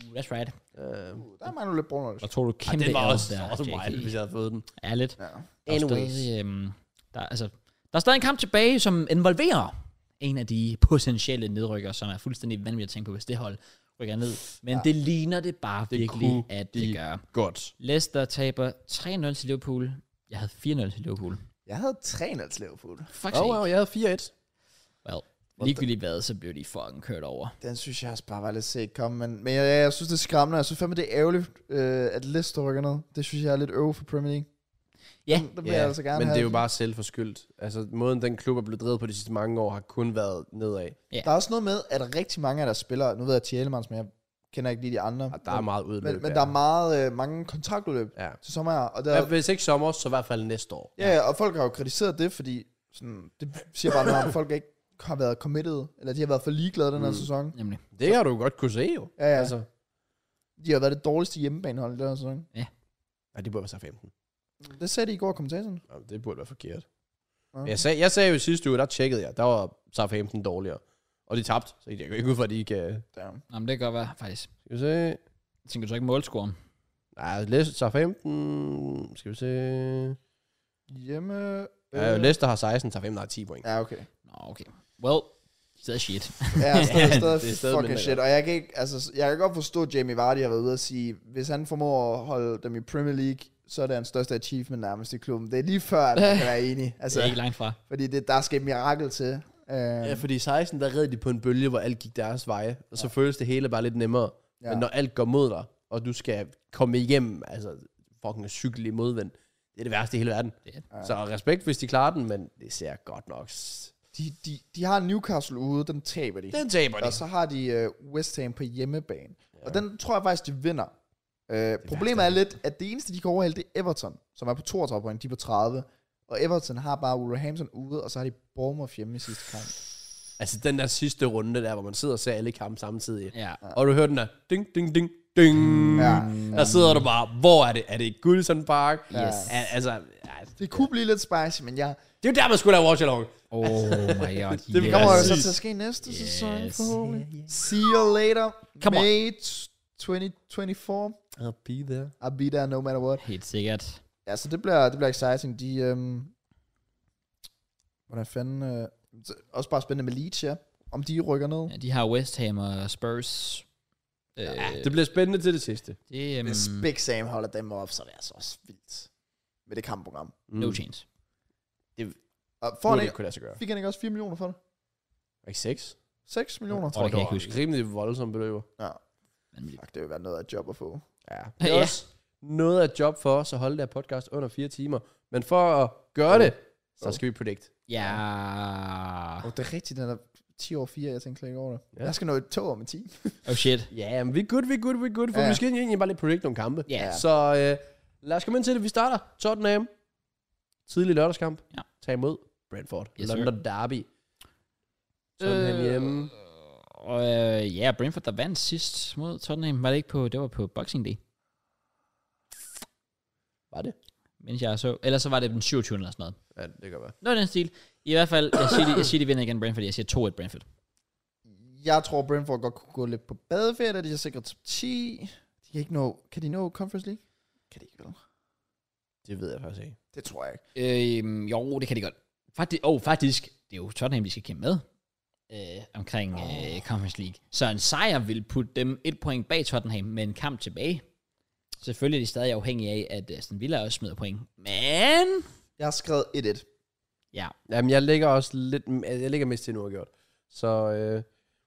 That's right. Uh, Der mangler lidt brun Og tror du kæmpe den var L også, der, også JK. mig, hvis jeg havde fået den. Ja, lidt. Ja. Der er Anyways. stadig, øhm, Der, er- altså, der er stadig en kamp tilbage, som involverer en af de potentielle nedrykker, som er fuldstændig vanvittigt at tænke på, hvis det hold rykker ned. Men ja. det ligner det bare det virkelig, kunne at det de. gør. Godt. Leicester taber 3-0 til Liverpool. Jeg havde 4-0 til Liverpool. Jeg havde 3-0 til Liverpool. Fuck Åh, oh, oh, wow, wow. jeg havde 4-1. well, ligegyldigt hvad, så blev de fucking kørt over. Den synes jeg også bare var lidt set komme, men, men jeg, jeg, jeg synes, det er skræmmende. Jeg synes fandme, det er ærgerligt, øh, at Leicester rykker ned. Det synes jeg er lidt øve for Premier League. Ja. Den, den vil jeg altså gerne men have. det er jo bare selvforskyldt. Altså, måden den klub er blevet drevet på de sidste mange år, har kun været nedad. Der er også noget med, at rigtig mange af deres spillere, nu ved jeg Tjelemans, men jeg kender ikke lige de andre. Og der er meget udløb. men, men der er meget, øh, mange kontraktudløb ja. til sommer, og, der, Ja. Hvis ikke sommer, så i hvert fald næste år. ja, ja, og folk har jo kritiseret det, fordi sådan, det siger bare noget om, at folk ikke har været committed, eller de har været for ligeglade den her Mm. sæson. Nemlig. Det har du jo godt kunne se, jo. Ja, ja. Altså. De har været det dårligste hjemmebanehold i den her sæson. Nej, det burde være så 15. Det sagde de i går kommentatoren. Nå, det burde være forkert. Ja. Men Jeg sagde, jeg sagde jo i sidste uge, der tjekkede jeg, der var Southampton dårligere. Og de tabte, så jeg går ikke ud for, at de kan... Damn. Nå, men det kan godt være, faktisk. Skal vi se... Jeg tænker du så ikke målscoren? Nej, Leicester Southampton... Skal vi se... Hjemme... øh, Ja, Leicester har 16, Southampton har 10 point. Ja, okay. Nå, okay. Well, stadig shit. Ja, stadig, stadig, det er stadig stadig fucking mindre shit. Og jeg kan, ikke, altså, jeg kan godt forstå, at Jamie Vardy har været ude at sige, hvis han formår at holde dem i Premier League, så er det hans største achievement nærmest i klubben. Det er lige før, at man kan være enig. Altså, det Altså, er ikke langt fra. fordi det, der skal et mirakel til. Uh, Ja, fordi i 16, der red de på en bølge, hvor alt gik deres veje, og så ja. føles det hele bare lidt nemmere. Ja. Men når alt går mod dig, og du skal komme igennem, altså fucking cykel i modvind, det er det værste i hele verden. Det er det. Ja. Så respekt, hvis de klarer den, men det ser godt nok... s- de, de, de har Newcastle ude, den taber de. Den taber de. Og så har de uh, West Ham på hjemmebane. Ja. Og den tror jeg faktisk, de vinder. Uh, problemet er lidt, at det eneste, de kan overhælde, det er Everton, som er på 32 point, de er på 30. Og Everton har bare Wolverhampton ude, og så har de Bournemouth hjemme i sidste kamp. Altså den der sidste runde der, hvor man sidder og ser alle kampe samtidig. Ja. Og du hører den der, ding, ding, ding, ding. Mm. Ja. Der sidder du bare, hvor er det? Er det Goodison Park? Yes. Al- altså, altså, Det kunne blive lidt spicy, men jeg det er jo der, man skulle lave watch along. Oh my god. Det yes. kommer jo Præcis. så til at ske næste yes. sæson, Yes. forhåbentlig. See you later, Come on. May 2024. I'll be there. I'll be there no matter what. Helt sikkert. Ja, så det bliver, det bliver exciting. De, øhm, hvordan fanden... Øh, så- også bare spændende med Leeds, ja. Om de rykker ned. Ja, de har West Ham og Spurs. Øh, Ja, det bliver spændende til det sidste. det, um, Hvis Big Sam holder dem op, så er det altså også vildt. Med det kampprogram. Mm. no chance. Og Får får han det ikke, kunne lade sig gøre. fik han ikke også 4 millioner for det? Ikke 6? 6 millioner? tror, det kan jeg ikke huske. rimelig voldsomme beløber. Vanvittigt. Fuck, det vil være noget af et job at få. Ja. Det er Ja. også noget af et job for os at holde der podcast under 4 timer. Men for at gøre det, så skal vi predict. Ja. Og det er rigtigt, den er 10 år 4, jeg tænkte slet ikke over det. Ja. Jeg skal nå et tog om en 10. Oh shit. Ja, men vi er good, vi er good, vi er good. For Ja. vi skal egentlig bare lige predict nogle kampe. Ja. Så øh, lad os komme ind til det. Vi starter Tottenham. Tidlig lørdagskamp. Ja. Tag imod Brentford. Yes, Yes, sir. London Derby. Tottenham Øh, hjemme. Og øh, ja, Brentford, der vandt sidst mod Tottenham, var det ikke på, det var på Boxing Day, Var det? mens jeg så. Ellers så var det den 27. eller sådan noget. Ja, det kan godt være. Noget i den stil. I hvert fald, jeg siger, de, jeg siger, de vinder igen Brentford. Jeg siger 2-1 Brentford. Jeg tror, Brentford godt kunne gå lidt på badeferie, da de er sikret top 10. De kan ikke nå... Kan de nå Conference League? Kan de ikke, vel? Det ved jeg faktisk ikke. Det tror jeg ikke. Øh, jo, det kan de godt. Faktisk, oh, faktisk, det er jo Tottenham, de skal kæmpe med øh, omkring øh, Conference League. Så en sejr vil putte dem et point bag Tottenham med en kamp tilbage. Selvfølgelig er de stadig afhængige af, at Aston Villa også smider point. Men... Jeg har skrevet 1-1. Ja, Jamen, jeg ligger også lidt... altså, Jeg ligger mest til nu gjort. Så... Øh,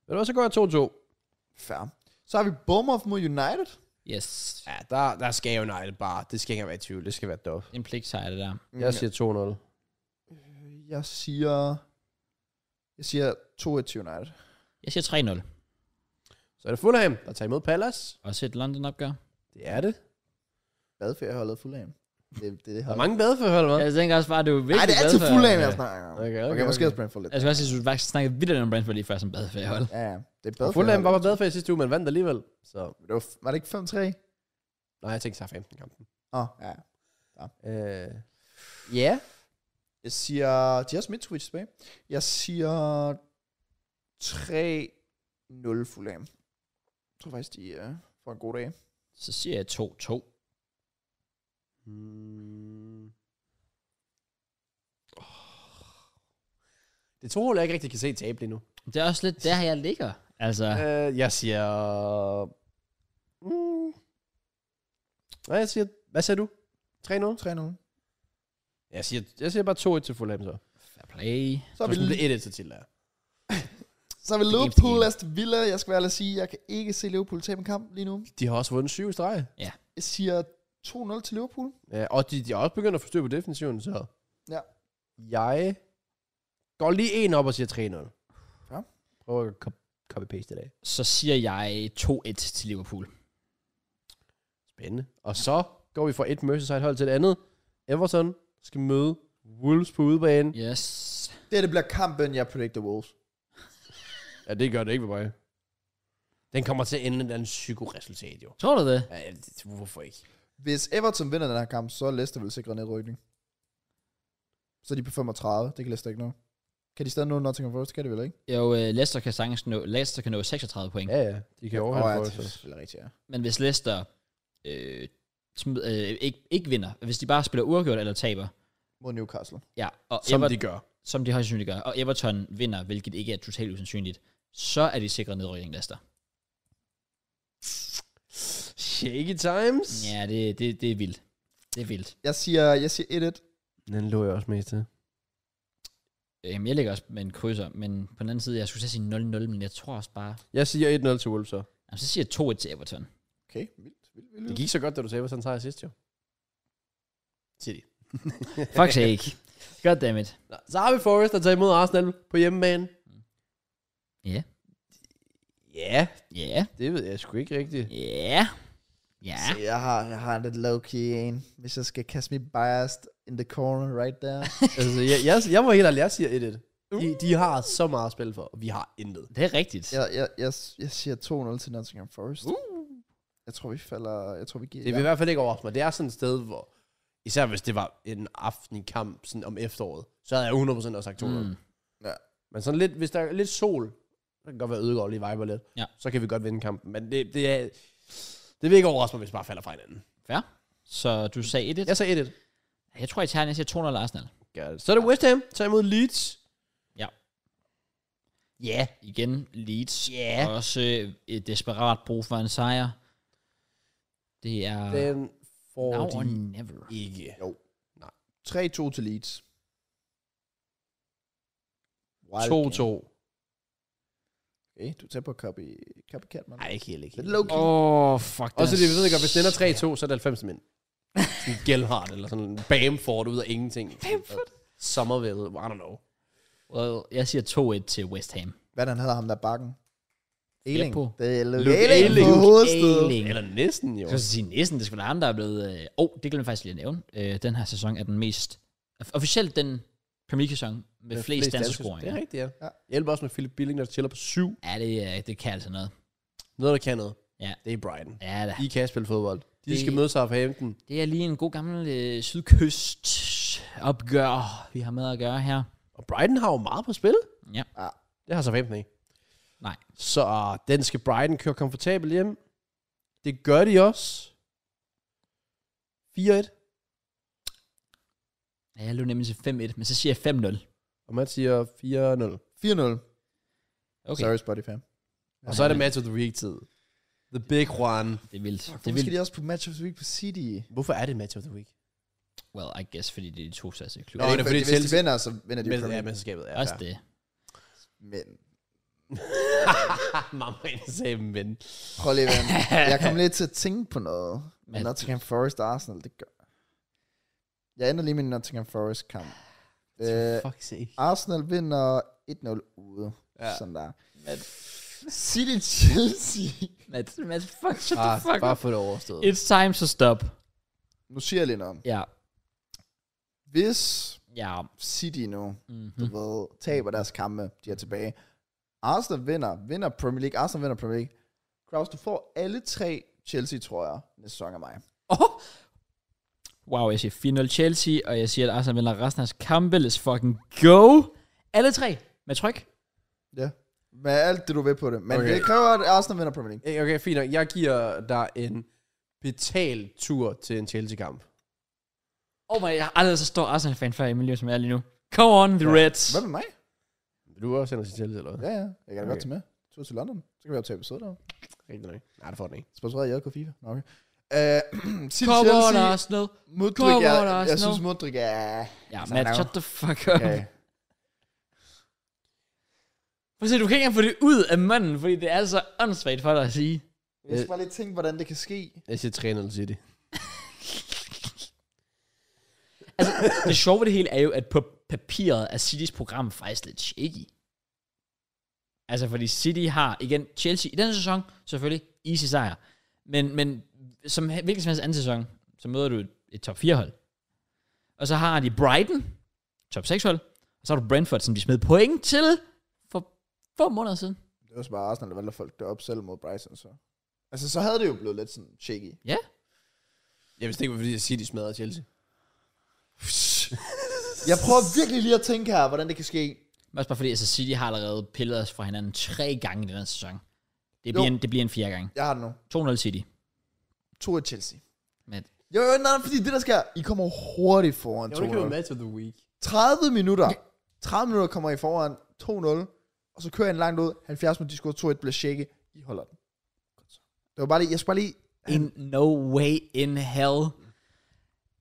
men også så går jeg 2-2. Fair. Så har vi Bournemouth mod United. yes. Ja, der, der skal jo United bare. Det skal ikke engang være i tvivl. Det skal være dog. En pligtsejr, det der. Jeg siger 2-0. Jeg siger... Jeg siger 2-1 til United. Jeg siger 3-0. Så er det Fulham, der tager imod Palace. Også et London-opgør. Det er det. Badeferieholdet Fulham. Det, det er det Der hold. er mange badfører, eller hvad? Jeg tænker også bare, at det er jo Nej, vigtigt. det er altid Fulham, jeg Ja. snakker om. Okay, okay, Okay, måske også Brentford lidt. Jeg skal også sige, at du faktisk snakkede vildt om Brentford lige før som badeferiehold. Ja, ja. Det er Og badeferieholdet. Fulham var på badfører i sidste uge, men vandt alligevel. Så... Det var, var det ikke 5-3? Nej, jeg tænkte sig 15-kampen. Åh, oh, ja. Øh, ja. Jeg siger... De har Smith-Twitch tilbage. Jeg siger... 3-0 Fulham. Jeg tror faktisk, de uh, får en god dag. Så siger jeg 2-2. Hmm. Åh, Det tror jeg ikke rigtig kan se tabe lige nu. Det er også lidt der, jeg ligger. Altså, Uh, jeg siger... Mm. Nej, jeg siger... Hvad siger du? 3-0? 3-0. Jeg siger, jeg siger bare 2-1 til Fulham så. fair play. Så er vi, Så bliver 1-1 til til der. så er vi Liverpool, Aston Villa. Jeg skal være ærlig at sige, jeg kan ikke se Liverpool tabe en kamp lige nu. De har også vundet 7 i streg. Jeg siger 2-0 til Liverpool. Ja, og de, de er også begyndt at forstyrre på defensiven, så... Ja. Jeg går lige en op og siger 3-0. Ja. Prøv at cop- copy-paste i dag. Så siger jeg 2-1 til Liverpool. Spændende. Og så går vi fra et Merseyside-hold til et andet. Everton skal møde Wolves på udebane. Yes. Det her, det bliver kampen, jeg predicter Wolves. Ja, det gør det ikke ved mig. Den kommer til at ende med en psykoresultat, jo. Tror du det? Ja, det- hvorfor ikke? Hvis Everton vinder den her kamp, så er Leicester vil sikre nedrykning. Så er de på 35. Det kan Leicester ikke nå. Kan de stadig nå Nottingham Forest? Det kan de vel ikke? Jo, øh, Leicester kan sagtens nå, Leicester kan nå 36 point. Ja. Ja, ja. De kan Åh, ja, overhælde det er for selvfølgelig rigtigt, ja. Men hvis Leicester øh, smid, øh, ikke, ikke vinder, hvis de bare spiller uafgjort eller taber, Mod Newcastle. ja, og Som Ever- de gør. som de højst sandsynligt gør, og Everton vinder, hvilket ikke er totalt usandsynligt, så er de sikret nedrykning, Leicester. Shaky times. Ja, det, det, det er vildt. Det er vildt. Jeg siger, jeg siger 1-1. Den lå jeg også mest til. Jamen, Øhm, jeg ligger også med en krydser, men på den anden side, jeg skulle til at sige 0-0, men jeg tror også bare... Jeg siger 1-0 til Wolves så. Jamen, så siger jeg 2-1 til Everton. Okay, vildt, vildt, vildt. Det gik så godt, da du sagde, hvad han tager sidst, jo. Siger de. Fuck sake. Goddammit. Nå, Så har vi Forrest, der tager imod Arsenal på hjemmebane. Ja. Ja, Ja. det ved jeg sgu ikke rigtigt. Ja. Ja. Så jeg har, jeg har en lidt low-key en. Hvis jeg skal kaste mit biased in the corner right there. altså, jeg, jeg, jeg må helt ærlig, jeg siger 1-1. De, de har så meget at spille for, og vi har intet. Det er rigtigt. jeg, jeg, jeg, jeg siger 2-0 til Nottingham Forest. Jeg tror, vi falder... Jeg tror, vi giver... Uh. Det vil i hvert fald ikke overraske mig. Det er sådan et sted, hvor... Især hvis det var en aftenkamp sådan om efteråret, så havde jeg 100% også sagt 2 mm. Mm. Men sådan lidt, hvis der er lidt sol, så kan det godt være Ødegaard lige viber lidt. Ja. Så kan vi godt vinde kampen. Men det, det, er, det vil ikke overraske mig, hvis vi bare falder fra hinanden. Fair. Så du sagde 1-1. Jeg sagde 1-1. Jeg tror, jeg tager den. Jeg siger 2-0 Arsenal. Gør det. Så er det West Ham, tager imod Leeds. Ja. Igen, Leeds. Ja. Også øh, et desperat brug for en sejr. Det er... Det Den får now or de never. ikke. Jo. Nej. 3-2 til Leeds. 2-2. Okay, du tager på copy, copycat, man. Nej, ikke helt, ikke Lidt helt. low-key. Åh, oh, fuck. Og så det, vi ved ikke, godt, hvis den er 3-2, så er det 90 mænd. Sådan Gelhardt eller sådan en Bamford ud af ingenting. Bamford? Somerville, I don't know. Well, jeg siger 2-1 til West Ham. Hvad er det, han hedder ham der bakken? Eling. Jeppo. Det er Luke, Luke Eling, Ayling. på Luke hovedstedet. Eller næsten jo. Jeg skal sige næsten, det skal være ham, der er blevet... Åh, øh, oh, det glemte jeg faktisk lige at nævne. Øh, den her sæson er den mest... Officielt den Premier League-sæson med Med flest danske Det er scoringer. rigtigt, ja. Ja. ja. Hjælper også med Philip Billing, der chiller på 7. Ja, det, øh, det kan altså noget. Noget, der kan noget. Ja. Det er Brighton. Ja, da. I kan spille fodbold. De Det- skal møde Southampton. Det er lige en god gammel øh, sydkyst opgør, vi har med at gøre her. Og Brighton har jo meget på spil. Ja. Ja. Det har Southampton ikke. Nej. Så øh, den skal Brighton køre komfortabelt hjem. Det gør de også. 4-1. Ja, Jeg lå nemlig til 5-1, men så siger jeg 5-0. Og man siger 4-0. 4-0. Okay, Sorry, Spotify. Og så er det match of the week tid. The big one. det er vildt. det Det er skal vildt. de også på Match of the Week på City. Hvorfor er det match of the week? Well, I guess, fordi det er de to største Nå, klubber. det er ikke, fordi hvis de Chelsea- vinder, så vinder de Med, Premier ja, League. mesterskabet. Ja, Også fair. det. Men Mamma sagde men. prøv lige at vente. Jeg kom lidt til at tænke på noget. Men Men- Nottingham Forest og Arsenal, det gør. Jeg ændrer lige min Nottingham Forest kamp. Øh, For fuck's sake. Arsenal vinder 1-0 ude. Ja. Ja. Sådan der. City Chelsea. Mads, Mads, fuck, shut the Ah. Bare, fuck bare up. få det overstået. It's time to stop. Nu siger jeg lige noget. Ja, Hvis ja. City nu Mm-hmm. du ved, taber deres kampe, de er tilbage. Arsenal vinder, vinder Premier League, Arsenal vinder Premier League. Kraus, du får alle tre Chelsea, tror jeg, næste sæson af mig. Oh! Wow, jeg siger 4-0 Chelsea, og jeg siger, at Arsenal vinder resten af deres kampe. Let's fucking go! Alle tre med tryk. Ja. Med alt det, du vil på det. Men okay. Okay. det kræver, at Arsenal vinder Premier League. Eh, Okay, fint. nok. Jeg giver dig en betalt tur til en Chelsea-kamp. Oh my, jeg har aldrig været så stor Arsenal-fan før i mit liv, som jeg er lige nu. Come on, the Reds. Hvad med mig? Vil du også sende os til eller hvad? Ja, ja. Jeg kan da godt Okay. tage med. Tur til London. Så kan vi optage episode der. Rigtig nok. Nej, det får den ikke. Sponsoreret i JK FIFA. Nå, okay. Uh, City Come on, Chelsea. Arsenal. Mudrik Come er, on, jeg Arsenal. synes Mudrik er... Ja, Altså, Matt, han er jo- shut the fuck up. Okay. Prøv at se, du kan ikke engang få det ud af manden, fordi det er så åndssvagt for dig at sige. Jeg skal bare lige tænke, hvordan det kan ske. Jeg siger 3 0 City. Altså, det sjove ved det hele er jo, at på papiret er Citys program faktisk lidt shaky. Altså, fordi City har, igen, Chelsea i denne sæson, selvfølgelig, easy sejr. Men, men som he- hvilken som helst anden sæson, så møder du et, et top 4-hold. Og så har de Brighton, top 6-hold. Og så har du Brentford, som de smed point til for få måneder siden. Det var så bare Arsenal, der valgte at folk deroppe selv mod Bryson, så. Altså, så havde det jo blevet lidt sådan shaky. Jeg vidste ikke, fordi City smadrer Chelsea. Jeg prøver virkelig lige at tænke her, hvordan det kan ske. Men også bare fordi, altså City har allerede pillet os fra hinanden tre gange i den her sæson. Det bliver, Jo. en, det bliver en fjerde gang. Jeg har det nu. 2-0 City. 2 Chelsea. Men Jo, jo, nej, fordi det der sker, I kommer hurtigt foran 2-0. match of the week. 30 minutter. 30 minutter kommer I foran 2-0, og så kører I en langt ud. 70 minutter, de scorer 2-1, bliver shaky. I holder den. Godt så. Det var bare lige, jeg skulle bare lige... In no way in hell.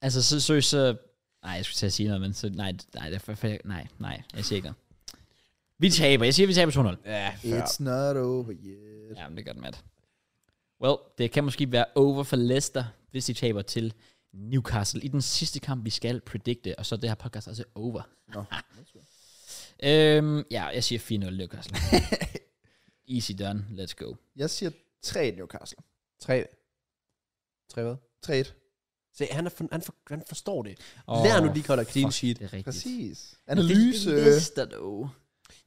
Altså, så, så, så nej, jeg skulle til at sige noget, men så, nej, nej, det er for, for, nej, nej, jeg siger ikke noget. Vi taber. Jeg siger, vi taber 2-0. Ja, fair. It's not over yet. Ja, men det gør det, Matt. Well, det kan måske være over for Leicester, hvis de taber til Newcastle i den sidste kamp, vi skal predikte, og så er det her podcast også over. Nå. Øhm, ja, jeg siger 4-0 Newcastle. Easy done, let's go. Jeg siger 3 Newcastle. 3. 3 hvad? 3-1. Se, han, er for, han, for, han forstår det. Åh, Lær nu, de holder clean fuck, sheet. Det er rigtigt. Præcis. Men det er Analyse. Leicester, dog.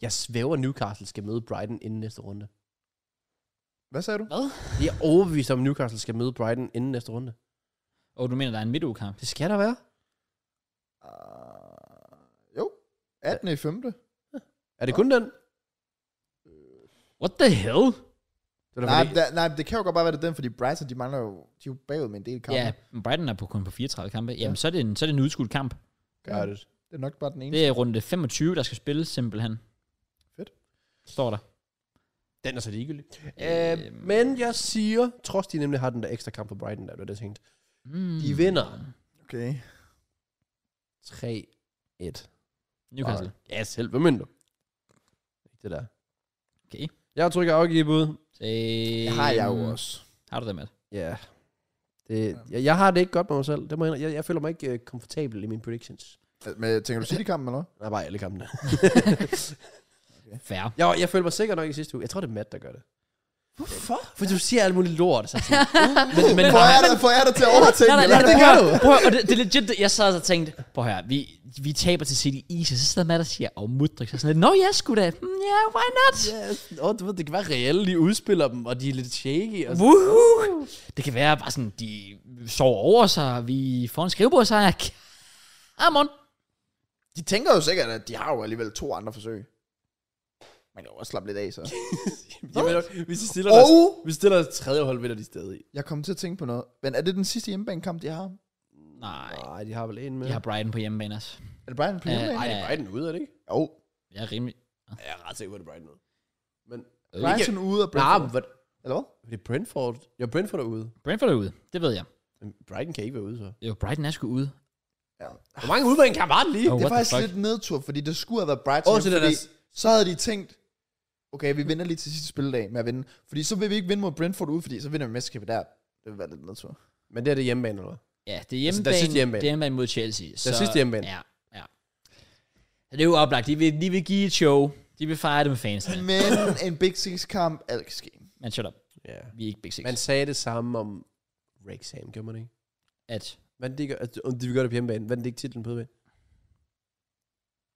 Jeg svæver, Newcastle skal møde Brighton inden næste runde. Hvad sagde du? Hvad? Jeg er overbevist om, at Newcastle skal møde Brighton inden næste runde. Og du mener, der er en midtugekamp? Det skal der være. Uh, jo. 18. i 5. Er det kun den? What the hell? Det er Nej, fordi- da, nej, det kan jo godt bare være, det er den, fordi Brighton, de mangler jo, de er jo bagud med en del kampe. Ja, men Brighton er på kun på 34 kampe. Jamen, så er det en, så er det en udskudt kamp. Got it. Det er nok bare den ene. Det er runde 25, der skal spilles simpelthen. Fedt. Står der. Den er så ligegyldig. Øhm. Øh, men jeg siger, trods de nemlig har den der ekstra kamp på Brighton, der var det, jeg tænkte. Mm. De vinder Okay. 3-1. Newcastle. Ja, selv. Hvad mener du? Ikke det der. Okay. Jeg trykker afgive bud. Øh, Det har jeg jo også. Har du det, Matt? Ja. Det, jeg, jeg har det ikke godt med mig selv. Det må jeg, indrømme. jeg, jeg føler mig ikke uh, komfortabel i mine predictions. Men tænker du City-kampen, eller hvad? Nej, bare alle kampene. Fair. jeg, jeg føler mig sikker nok i sidste uge. Jeg tror, det er Matt, der gør det. Hvorfor? For du siger alt muligt lort. Så sådan, Men, men Får jeg dig, får jeg dig til at overtænke, nej, nej, eller? nej, det gør du. Prøv, at- og det, det, er legit, det- jeg sad og tænkte, prøv her, vi, vi taber til City Easy, så sidder Matt og siger, og Mudrik, så sådan lidt, nå, jeg skulle da, mm, yeah, why not? yes. oh, du ved, det kan være reelt, de udspiller dem, og de er lidt shaky. Og Woohoo! Det kan være bare sådan, de sover over sig, og vi får en skrivebordsejr. Come on. De tænker jo sikkert, at de har jo alligevel to andre forsøg. Man kan jo også slappe lidt af, så. Jamen, okay, hvis de stiller Og- deres, hvis de stiller deres tredje hold, vinder de stadig. Jeg kom til at tænke på noget. Men er det den sidste hjemmebanekamp, de har? Nej, Nej, de har vel en med. jeg har Brighton på hjemmebane også. Er det Brighton på Ja, hjemmebane? Nej, det er Brighton ude, er det ikke? Jo. Jeg er rimelig... Jeg er ret sikker på, at det er Brighton ude. Men, Brighton ude og nej, Brentford. men hvad- Eller hvad? det er Brentford. Ja, Brentford er ude. Brentford er ude, det ved jeg. Men Brighton kan ikke være ude, så. Jo, Brighton er sgu ude. Ja. Hvor mange udbanen kan var det lige? Oh, Det what er the faktisk fuck? lidt nedtur, fordi det skulle have været Brighton. Åh, så det er fordi deres- så havde de tænkt, okay, vi venter lige til sidste spilledag med at vinde. Fordi så vil vi ikke vinde mod Brentford ude, fordi så vinder vi mesterskabet der. Det vil være lidt nedtur. Men det er det hjemmebane, eller hvad? Ja, det er Altså, hjemmebane, der er sidste hjemmebane. Det er hjemmebane mod Chelsea. Så, sidste hjemmebane. Ja, ja. Så det er jo oplagt. De vil, de vil give et show. De vil fejre det med fansene. Men en Big Six-kamp, alt kan ske. Men shut up. Ja. Vi er ikke Big Six. Man sagde det samme om Rexham, gjorde man ikke? At, Vandt de, ikke- altså, om de vil gøre det på hjemmebane, vandt de ikke titlen på hjemmebane?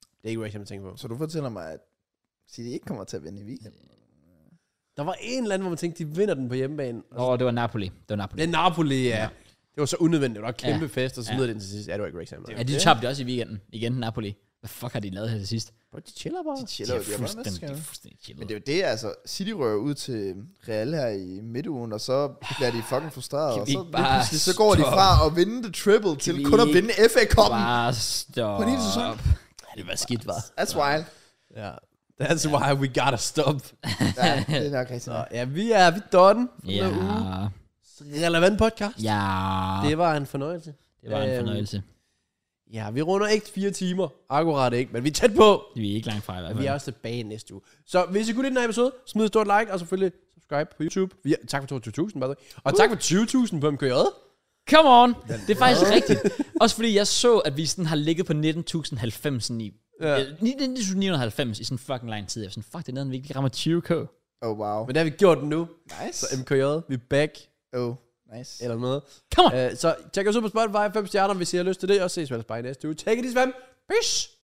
Det er ikke Rexham, jeg tænker på. Så du fortæller mig, at City ikke kommer til at vinde i weekenden. Der var en eller anden, hvor man tænkte, de vinder den på hjemmebane. Og åh, det var Napoli. Det var Napoli. Det er Napoli, ja. ja. Det var så unødvendigt. Det var kæmpe ja. fest, og så Ja. smider ja. den til sidst. Ja, det var ikke Rexham. Ja, de tabte også i weekenden. Igen Napoli. Hvad fuck har de lavet her til sidst? Bro, de chiller bare. De chiller jo, de har vundet de er mesterskabet. fuldstændig Men chillet. det er jo det, altså. City rører ud til Real her i midtugen, og så bliver de fucking frustrerede. Kan Og vi så, ikke lige bare pludselig, så går de stoppe? fra at vinde the triple til vi kun at ikke vinde FA-koppen. Bare stop. På en hel sæson. Ja, det var skidt, var. That's wild. Ja. That's why we gotta stop. Ja, det er nok rigtigt. Så ja, vi er, vi er done. for Ja. denne uge. Relevant podcast. Ja. Det var en fornøjelse. Det var en Øhm, fornøjelse. Ja, vi runder ikke fire timer. Akkurat ikke, men vi er tæt på. Vi er ikke langt fra i hvert Vi fald. er også tilbage næste uge. Så hvis I kunne lide den her episode, smid et stort like, og selvfølgelig subscribe på YouTube. Vi er, tak for 22.000, by the way. Og tak for 20.000 på MKJ. Come on! Det er faktisk rigtigt. Også fordi jeg så, at vi sådan har ligget på 19.090 i... Ja. 19.990 i sådan fucking lang tid. Jeg var sådan, fuck, det er noget, vi ikke rammer 20k. Oh, wow. Men det har vi gjort nu. Nice. Så MKJ, vi er back, Oh, nice. eller noget. Come on! Øh, så tjek os ud på Spotify, 5 stjerner, hvis I har lyst til det, og ses vel bare i næste uge. Take it easy, fam. Peace!